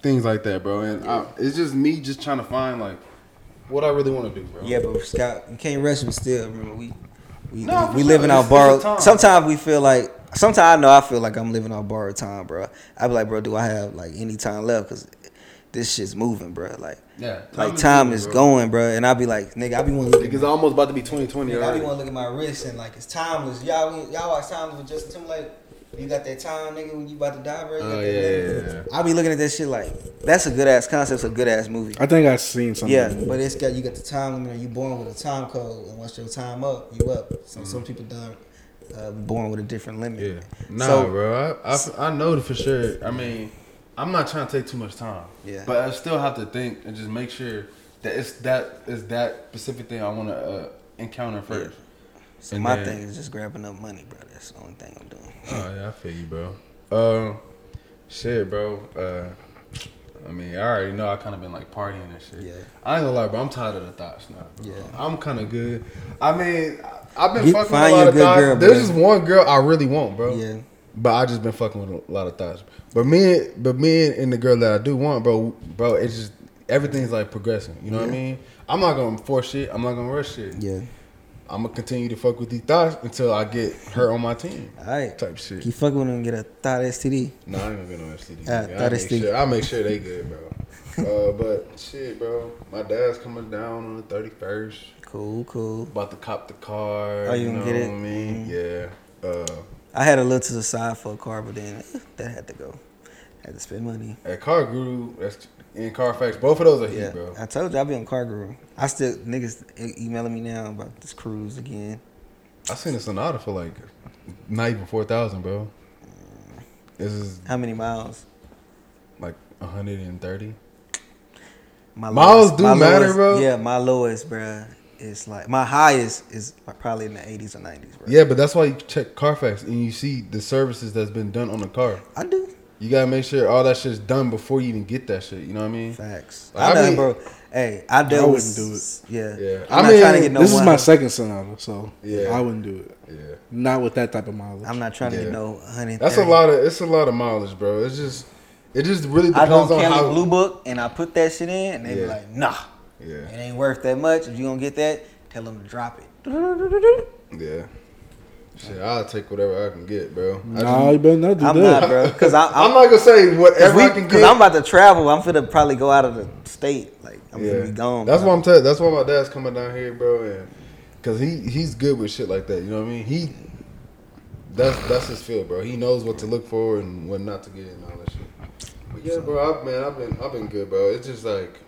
Speaker 4: things like that, bro. And I, it's just me just trying to find like what I really want to do, bro.
Speaker 1: yeah, but Scott, you can't rush him still. Remember, we we,
Speaker 4: No,
Speaker 1: we
Speaker 4: for
Speaker 1: living
Speaker 4: sure.
Speaker 1: on
Speaker 4: It's- it's a
Speaker 1: borrowed.
Speaker 4: time.
Speaker 1: Sometimes we feel like. Sometimes I know I feel like I'm living on borrowed time, bro. I be like, bro, do I have like any time left? Cause this shit's moving, bro. Like,
Speaker 4: Yeah.
Speaker 1: like time is going, bro. And I be like, nigga, I be want to look at
Speaker 4: Because almost about to be 2020
Speaker 1: Nigga, I be
Speaker 4: already.
Speaker 1: want to look at my wrist and like it's timeless. Y'all, y'all watch timeless with Justin Timberlake. You got that time, nigga, when you about to die, bro. You got
Speaker 4: Oh
Speaker 1: that
Speaker 4: yeah, yeah,
Speaker 1: nigga.
Speaker 4: yeah.
Speaker 1: I be looking at that shit like that's a good ass concept, it's a good ass movie.
Speaker 2: I think I've seen something.
Speaker 1: Yeah, but it's got you got the time limit. You born with a time code, and once your time up, you up. So some people done uh, born with a different limit.
Speaker 4: Mm-hmm. Yeah. Nah,
Speaker 1: So-
Speaker 4: bro. I, I, I know for sure. I mean, I'm not trying to take too much time.
Speaker 1: Yeah.
Speaker 4: But I still have to think and just make sure that it's that is that specific thing I want to uh, encounter first.
Speaker 1: So
Speaker 4: And
Speaker 1: my
Speaker 4: then-
Speaker 1: thing is just grabbing up money, bro. That's the only thing I'm doing.
Speaker 4: Oh yeah, I feel you, bro. Um, shit, bro. Uh, I mean, I already know I kind of been like partying and shit.
Speaker 1: Yeah.
Speaker 4: I ain't gonna lie, bro. I'm tired of the thoughts now. bro.
Speaker 1: Yeah.
Speaker 4: I'm kind of good. I mean, I- I've been
Speaker 1: You
Speaker 4: fucking with
Speaker 1: find
Speaker 4: a lot
Speaker 1: your
Speaker 4: of
Speaker 1: good
Speaker 4: thoughts.
Speaker 1: girl,
Speaker 4: There's
Speaker 1: bro.
Speaker 4: just one girl I really want, bro.
Speaker 1: Yeah.
Speaker 4: But I just been fucking with a lot of thoughts. But me, but me and the girl that I do want, bro, bro, it's just everything's like progressing. You know what I mean? I'm not gonna force shit. I'm not gonna rush shit.
Speaker 1: Yeah.
Speaker 4: I'm gonna continue to fuck with these thoughts until I get her on my team.
Speaker 1: All right.
Speaker 4: Type shit.
Speaker 1: Keep fucking with him and get a thought STD.
Speaker 4: No, I ain't gonna get no STD.
Speaker 1: Ah,
Speaker 4: nigga. I
Speaker 1: thought
Speaker 4: make
Speaker 1: STD.
Speaker 4: sure, I make sure they good, bro. uh, but shit, bro, my dad's coming down on the thirty first.
Speaker 1: Cool, cool.
Speaker 4: About to cop the car.
Speaker 1: Oh, you
Speaker 4: know
Speaker 1: gonna get it? Mm-hmm.
Speaker 4: what I mean? Yeah. Uh,
Speaker 1: I had a look to the side for a car, but then eh, that had to go. Had to spend money.
Speaker 4: at Car Guru, that's in Carfax. Both of those are heat,
Speaker 1: Yeah,
Speaker 4: bro.
Speaker 1: I told you I be on car guru. I still niggas e- emailing me now about this cruise again.
Speaker 4: I seen a Sonata for like not even four thousand, bro. This is
Speaker 1: How many miles?
Speaker 4: like hundred and thirty.
Speaker 1: My
Speaker 4: Miles do
Speaker 1: my
Speaker 4: matter,
Speaker 1: lowest-
Speaker 4: bro.
Speaker 1: Yeah, my lowest, bro, is like my highest is like probably in the eighties or nineties, bro.
Speaker 4: Yeah, but that's why you check Carfax and you see the services that's been done on the car.
Speaker 1: I do
Speaker 4: You gotta make sure all that shit's done before you even get that shit. You know what I mean?
Speaker 1: facts.
Speaker 4: I
Speaker 1: I, know,
Speaker 4: mean-
Speaker 1: bro. Hey, I dealt with.
Speaker 2: wouldn't do
Speaker 1: Yeah,
Speaker 4: Yeah.
Speaker 1: I'm
Speaker 4: I
Speaker 1: not trying to
Speaker 4: mean,
Speaker 1: get no.
Speaker 2: this is
Speaker 1: one-
Speaker 2: my second sonata, so
Speaker 4: Yeah.
Speaker 2: I wouldn't do it.
Speaker 4: Yeah,
Speaker 2: Not with that type of mileage.
Speaker 1: I'm not trying to
Speaker 4: Yeah.
Speaker 1: get no hundred.
Speaker 4: that's a lot of it's a lot of mileage, bro. It's just it just really
Speaker 1: I
Speaker 4: depends
Speaker 1: don't
Speaker 4: on
Speaker 1: Kelly
Speaker 4: how.
Speaker 1: Blue Book, and I put that shit in, and they be
Speaker 4: Yeah.
Speaker 1: like, Nah, it
Speaker 4: Yeah,
Speaker 1: ain't worth that much. If you gonna get that, tell them to drop it.
Speaker 4: yeah. Shit, I'll take whatever I can get, bro. I just-
Speaker 2: Nah, you better not do
Speaker 1: I'm
Speaker 2: that.
Speaker 1: not, bro, because I'm,
Speaker 4: I'm not gonna say
Speaker 1: Cause
Speaker 4: whatever
Speaker 1: we,
Speaker 4: I can
Speaker 1: cause
Speaker 4: get.
Speaker 1: I'm about to travel. I'm finna probably go out of the state. Like I'm
Speaker 4: Yeah.
Speaker 1: gonna be gone.
Speaker 4: That's
Speaker 1: bro.
Speaker 4: why I'm telling. That's why my dad's coming down here, bro, and because he he's good with shit like that. You know what I mean? He that's that's his field, bro. He knows what to look for and what not to get and all that shit. But yeah, bro, I've, man, I've been I've been good, bro. It's just like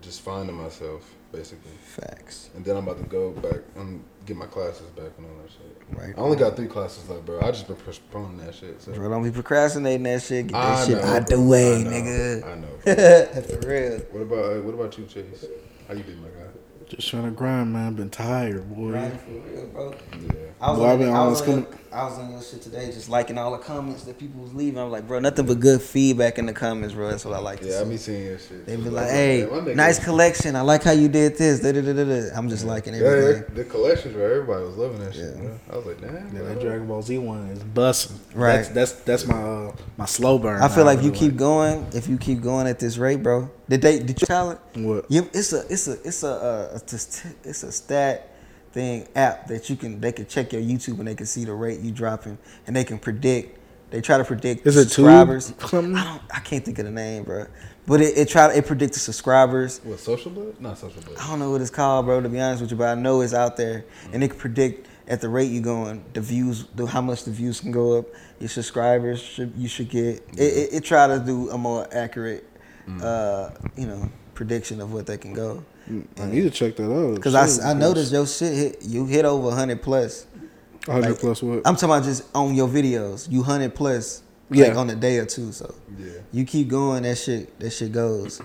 Speaker 4: just finding myself basically,
Speaker 1: facts,
Speaker 4: and then I'm about to go back and get my classes back and all that shit.
Speaker 1: right?
Speaker 4: I only got three classes left, bro. I just been postponing that shit. So.
Speaker 1: Bro, don't be procrastinating that shit. Get that
Speaker 4: I
Speaker 1: shit
Speaker 4: know,
Speaker 1: out
Speaker 4: bro.
Speaker 1: the way,
Speaker 4: I know.
Speaker 1: nigga.
Speaker 4: I know. bro.
Speaker 1: For real.
Speaker 4: What about uh, what about you, Chase? How you been, my guy?
Speaker 2: Just trying to grind, man. I've been tired, boy.
Speaker 1: Right, for real, bro.
Speaker 4: Yeah.
Speaker 1: I was,
Speaker 2: Well, I've
Speaker 1: on,
Speaker 2: been
Speaker 1: I, was
Speaker 2: almost
Speaker 1: on your, I was on your shit today, just liking all the comments that people was leaving. I'm like, bro, nothing but good feedback in the comments, bro. That's what I like to
Speaker 4: Yeah, I
Speaker 1: see.
Speaker 4: be seeing that shit.
Speaker 1: they be
Speaker 4: Just
Speaker 1: like,
Speaker 4: my
Speaker 1: hey,
Speaker 4: man, my nigga-
Speaker 1: nice collection. I like how you did this. Da, da, da, da, da. I'm just liking
Speaker 4: Yeah,
Speaker 1: everything.
Speaker 4: the collections, bro. Everybody was loving that shit.
Speaker 1: Yeah.
Speaker 4: Bro. I was like, damn.
Speaker 2: Yeah,
Speaker 4: bro.
Speaker 2: that Dragon Ball Z one is busting.
Speaker 1: Right.
Speaker 2: That's that's, that's my uh, my slow burn.
Speaker 1: I feel like if you
Speaker 2: really
Speaker 1: keep going, if you keep going at this rate, bro. Did they? Did you call it?
Speaker 2: What?
Speaker 1: You, it's a it's a it's a uh, a tis- it's a stat thing app that you can they can check your YouTube and they can see the rate you dropping and they can predict. They try to predict
Speaker 2: Is it Tube
Speaker 1: subscribers.
Speaker 2: something?
Speaker 1: I don't. I can't think of the name, bro. But it, it try it predicts the subscribers.
Speaker 4: What, social blood? Not social blood.
Speaker 1: I don't know what it's called, bro. To be honest with you, but I know it's out there, and it can predict at the rate you going, the views, the, how much the views can go up, your subscribers should, you should get. It, it, it try to do a more accurate uh, you know, prediction of what they can go.
Speaker 2: I need to check that out.
Speaker 1: Because
Speaker 2: Shit,
Speaker 1: I, I noticed your shit hit you hit over hundred plus.
Speaker 2: 100
Speaker 1: like-
Speaker 2: plus what?
Speaker 1: I'm talking about just on your videos. You hundred plus like
Speaker 2: Yeah.
Speaker 1: on a day or two. So you keep going, that shit that shit goes.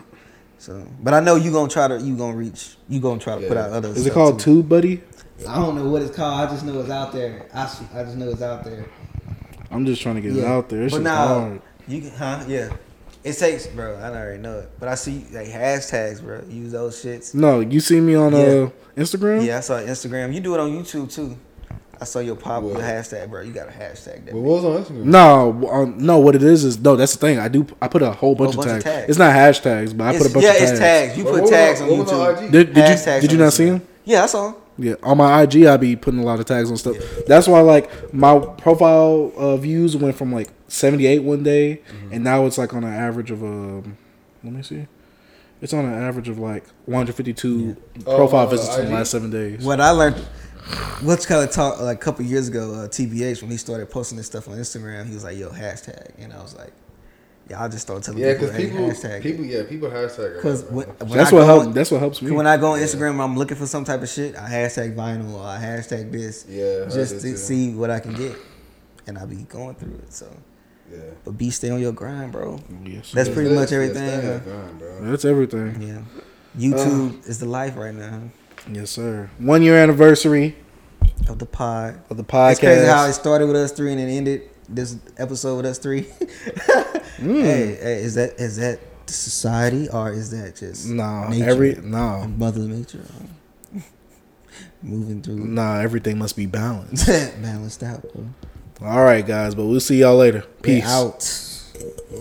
Speaker 1: So but I know you gonna try to you gonna reach you gonna try to put out other
Speaker 2: Is it
Speaker 1: stuff,
Speaker 2: called
Speaker 1: too.
Speaker 2: Tube Buddy?
Speaker 1: I don't know what it's called. I just know it's out there. I, s- I just know it's out there.
Speaker 2: I'm just trying to get it out there. It's
Speaker 1: but
Speaker 2: just
Speaker 1: nah,
Speaker 2: hard.
Speaker 1: you can, huh? Yeah. It takes, bro. I already know it. But I see like hashtags, bro. Use those shits.
Speaker 2: No, you see me on
Speaker 1: Yeah.
Speaker 2: uh, Instagram?
Speaker 1: Yeah, I saw Instagram. You do it on YouTube too. I saw your pop your hashtag, bro. You got a hashtag there.
Speaker 4: But what was on Instagram?
Speaker 2: No, um, no. What it is is no. That's the thing. I do. I put a whole bunch,
Speaker 1: bunch
Speaker 2: of,
Speaker 1: of
Speaker 2: tags.
Speaker 1: tags.
Speaker 2: It's not hashtags, but I put a
Speaker 1: It's-
Speaker 2: bunch
Speaker 1: yeah,
Speaker 2: of tags.
Speaker 1: it's tags. You
Speaker 4: But
Speaker 1: put
Speaker 4: what was
Speaker 1: tags
Speaker 4: on-
Speaker 1: on
Speaker 4: what was on
Speaker 1: YouTube.
Speaker 4: IG?
Speaker 2: Did, did you
Speaker 1: Hashtags
Speaker 2: did you
Speaker 1: on
Speaker 2: not see
Speaker 1: Instagram.
Speaker 2: him?
Speaker 1: Yeah, I saw 'em.
Speaker 2: Yeah, on my IG, I be putting a lot of tags on stuff. That's why, like, my profile uh, views went from like 78 one day, and now it's like on an average of um, let me see, it's on an average of like 152 profile
Speaker 4: Oh,
Speaker 2: visits in the
Speaker 4: IG?
Speaker 2: last seven days.
Speaker 1: What I learned, what's kind of talk like a couple years ago, uh, TBH when he started posting this stuff on Instagram, he was like, "Yo, hashtag," and I was like, "Yeah, I just started telling
Speaker 4: Yeah,
Speaker 1: people,
Speaker 4: because
Speaker 1: hey,
Speaker 4: people,
Speaker 1: Mm-hmm. hashtag."
Speaker 4: people, yeah, people hashtag.
Speaker 1: Because when, when
Speaker 2: That's
Speaker 1: I
Speaker 2: what
Speaker 1: go
Speaker 2: helped.
Speaker 1: on-
Speaker 2: that's what helps me.
Speaker 1: when I go on Instagram, I'm looking for some type of shit. I hashtag vinyl or I hashtag this,
Speaker 4: Yeah, I heard
Speaker 1: just
Speaker 4: that
Speaker 1: to
Speaker 4: too.
Speaker 1: see what I can get, and I be going through it. So,
Speaker 4: yeah,
Speaker 1: but be stay on your grind, bro.
Speaker 2: Mm, Yes,
Speaker 1: That's
Speaker 2: sir.
Speaker 1: pretty much
Speaker 4: That's- that's
Speaker 1: everything. uh,
Speaker 4: that
Speaker 1: bro.
Speaker 4: gun, bro.
Speaker 2: that's everything.
Speaker 1: Yeah, YouTube is the life right now
Speaker 2: Yes, sir. One year anniversary
Speaker 1: huh, of the pod.
Speaker 2: of the
Speaker 1: It's crazy how it
Speaker 2: podcast.
Speaker 1: started with us three and it ended this episode with us three.
Speaker 2: Mm.
Speaker 1: hey, hey, is that is that the society or is that just
Speaker 2: Nah,
Speaker 1: nature?
Speaker 2: every nah,
Speaker 1: mother nature moving through
Speaker 2: nah. Everything must be balanced.
Speaker 1: balanced out? Bro.
Speaker 2: All right, guys, but we'll see y'all later.
Speaker 1: We're
Speaker 2: Peace.
Speaker 1: out.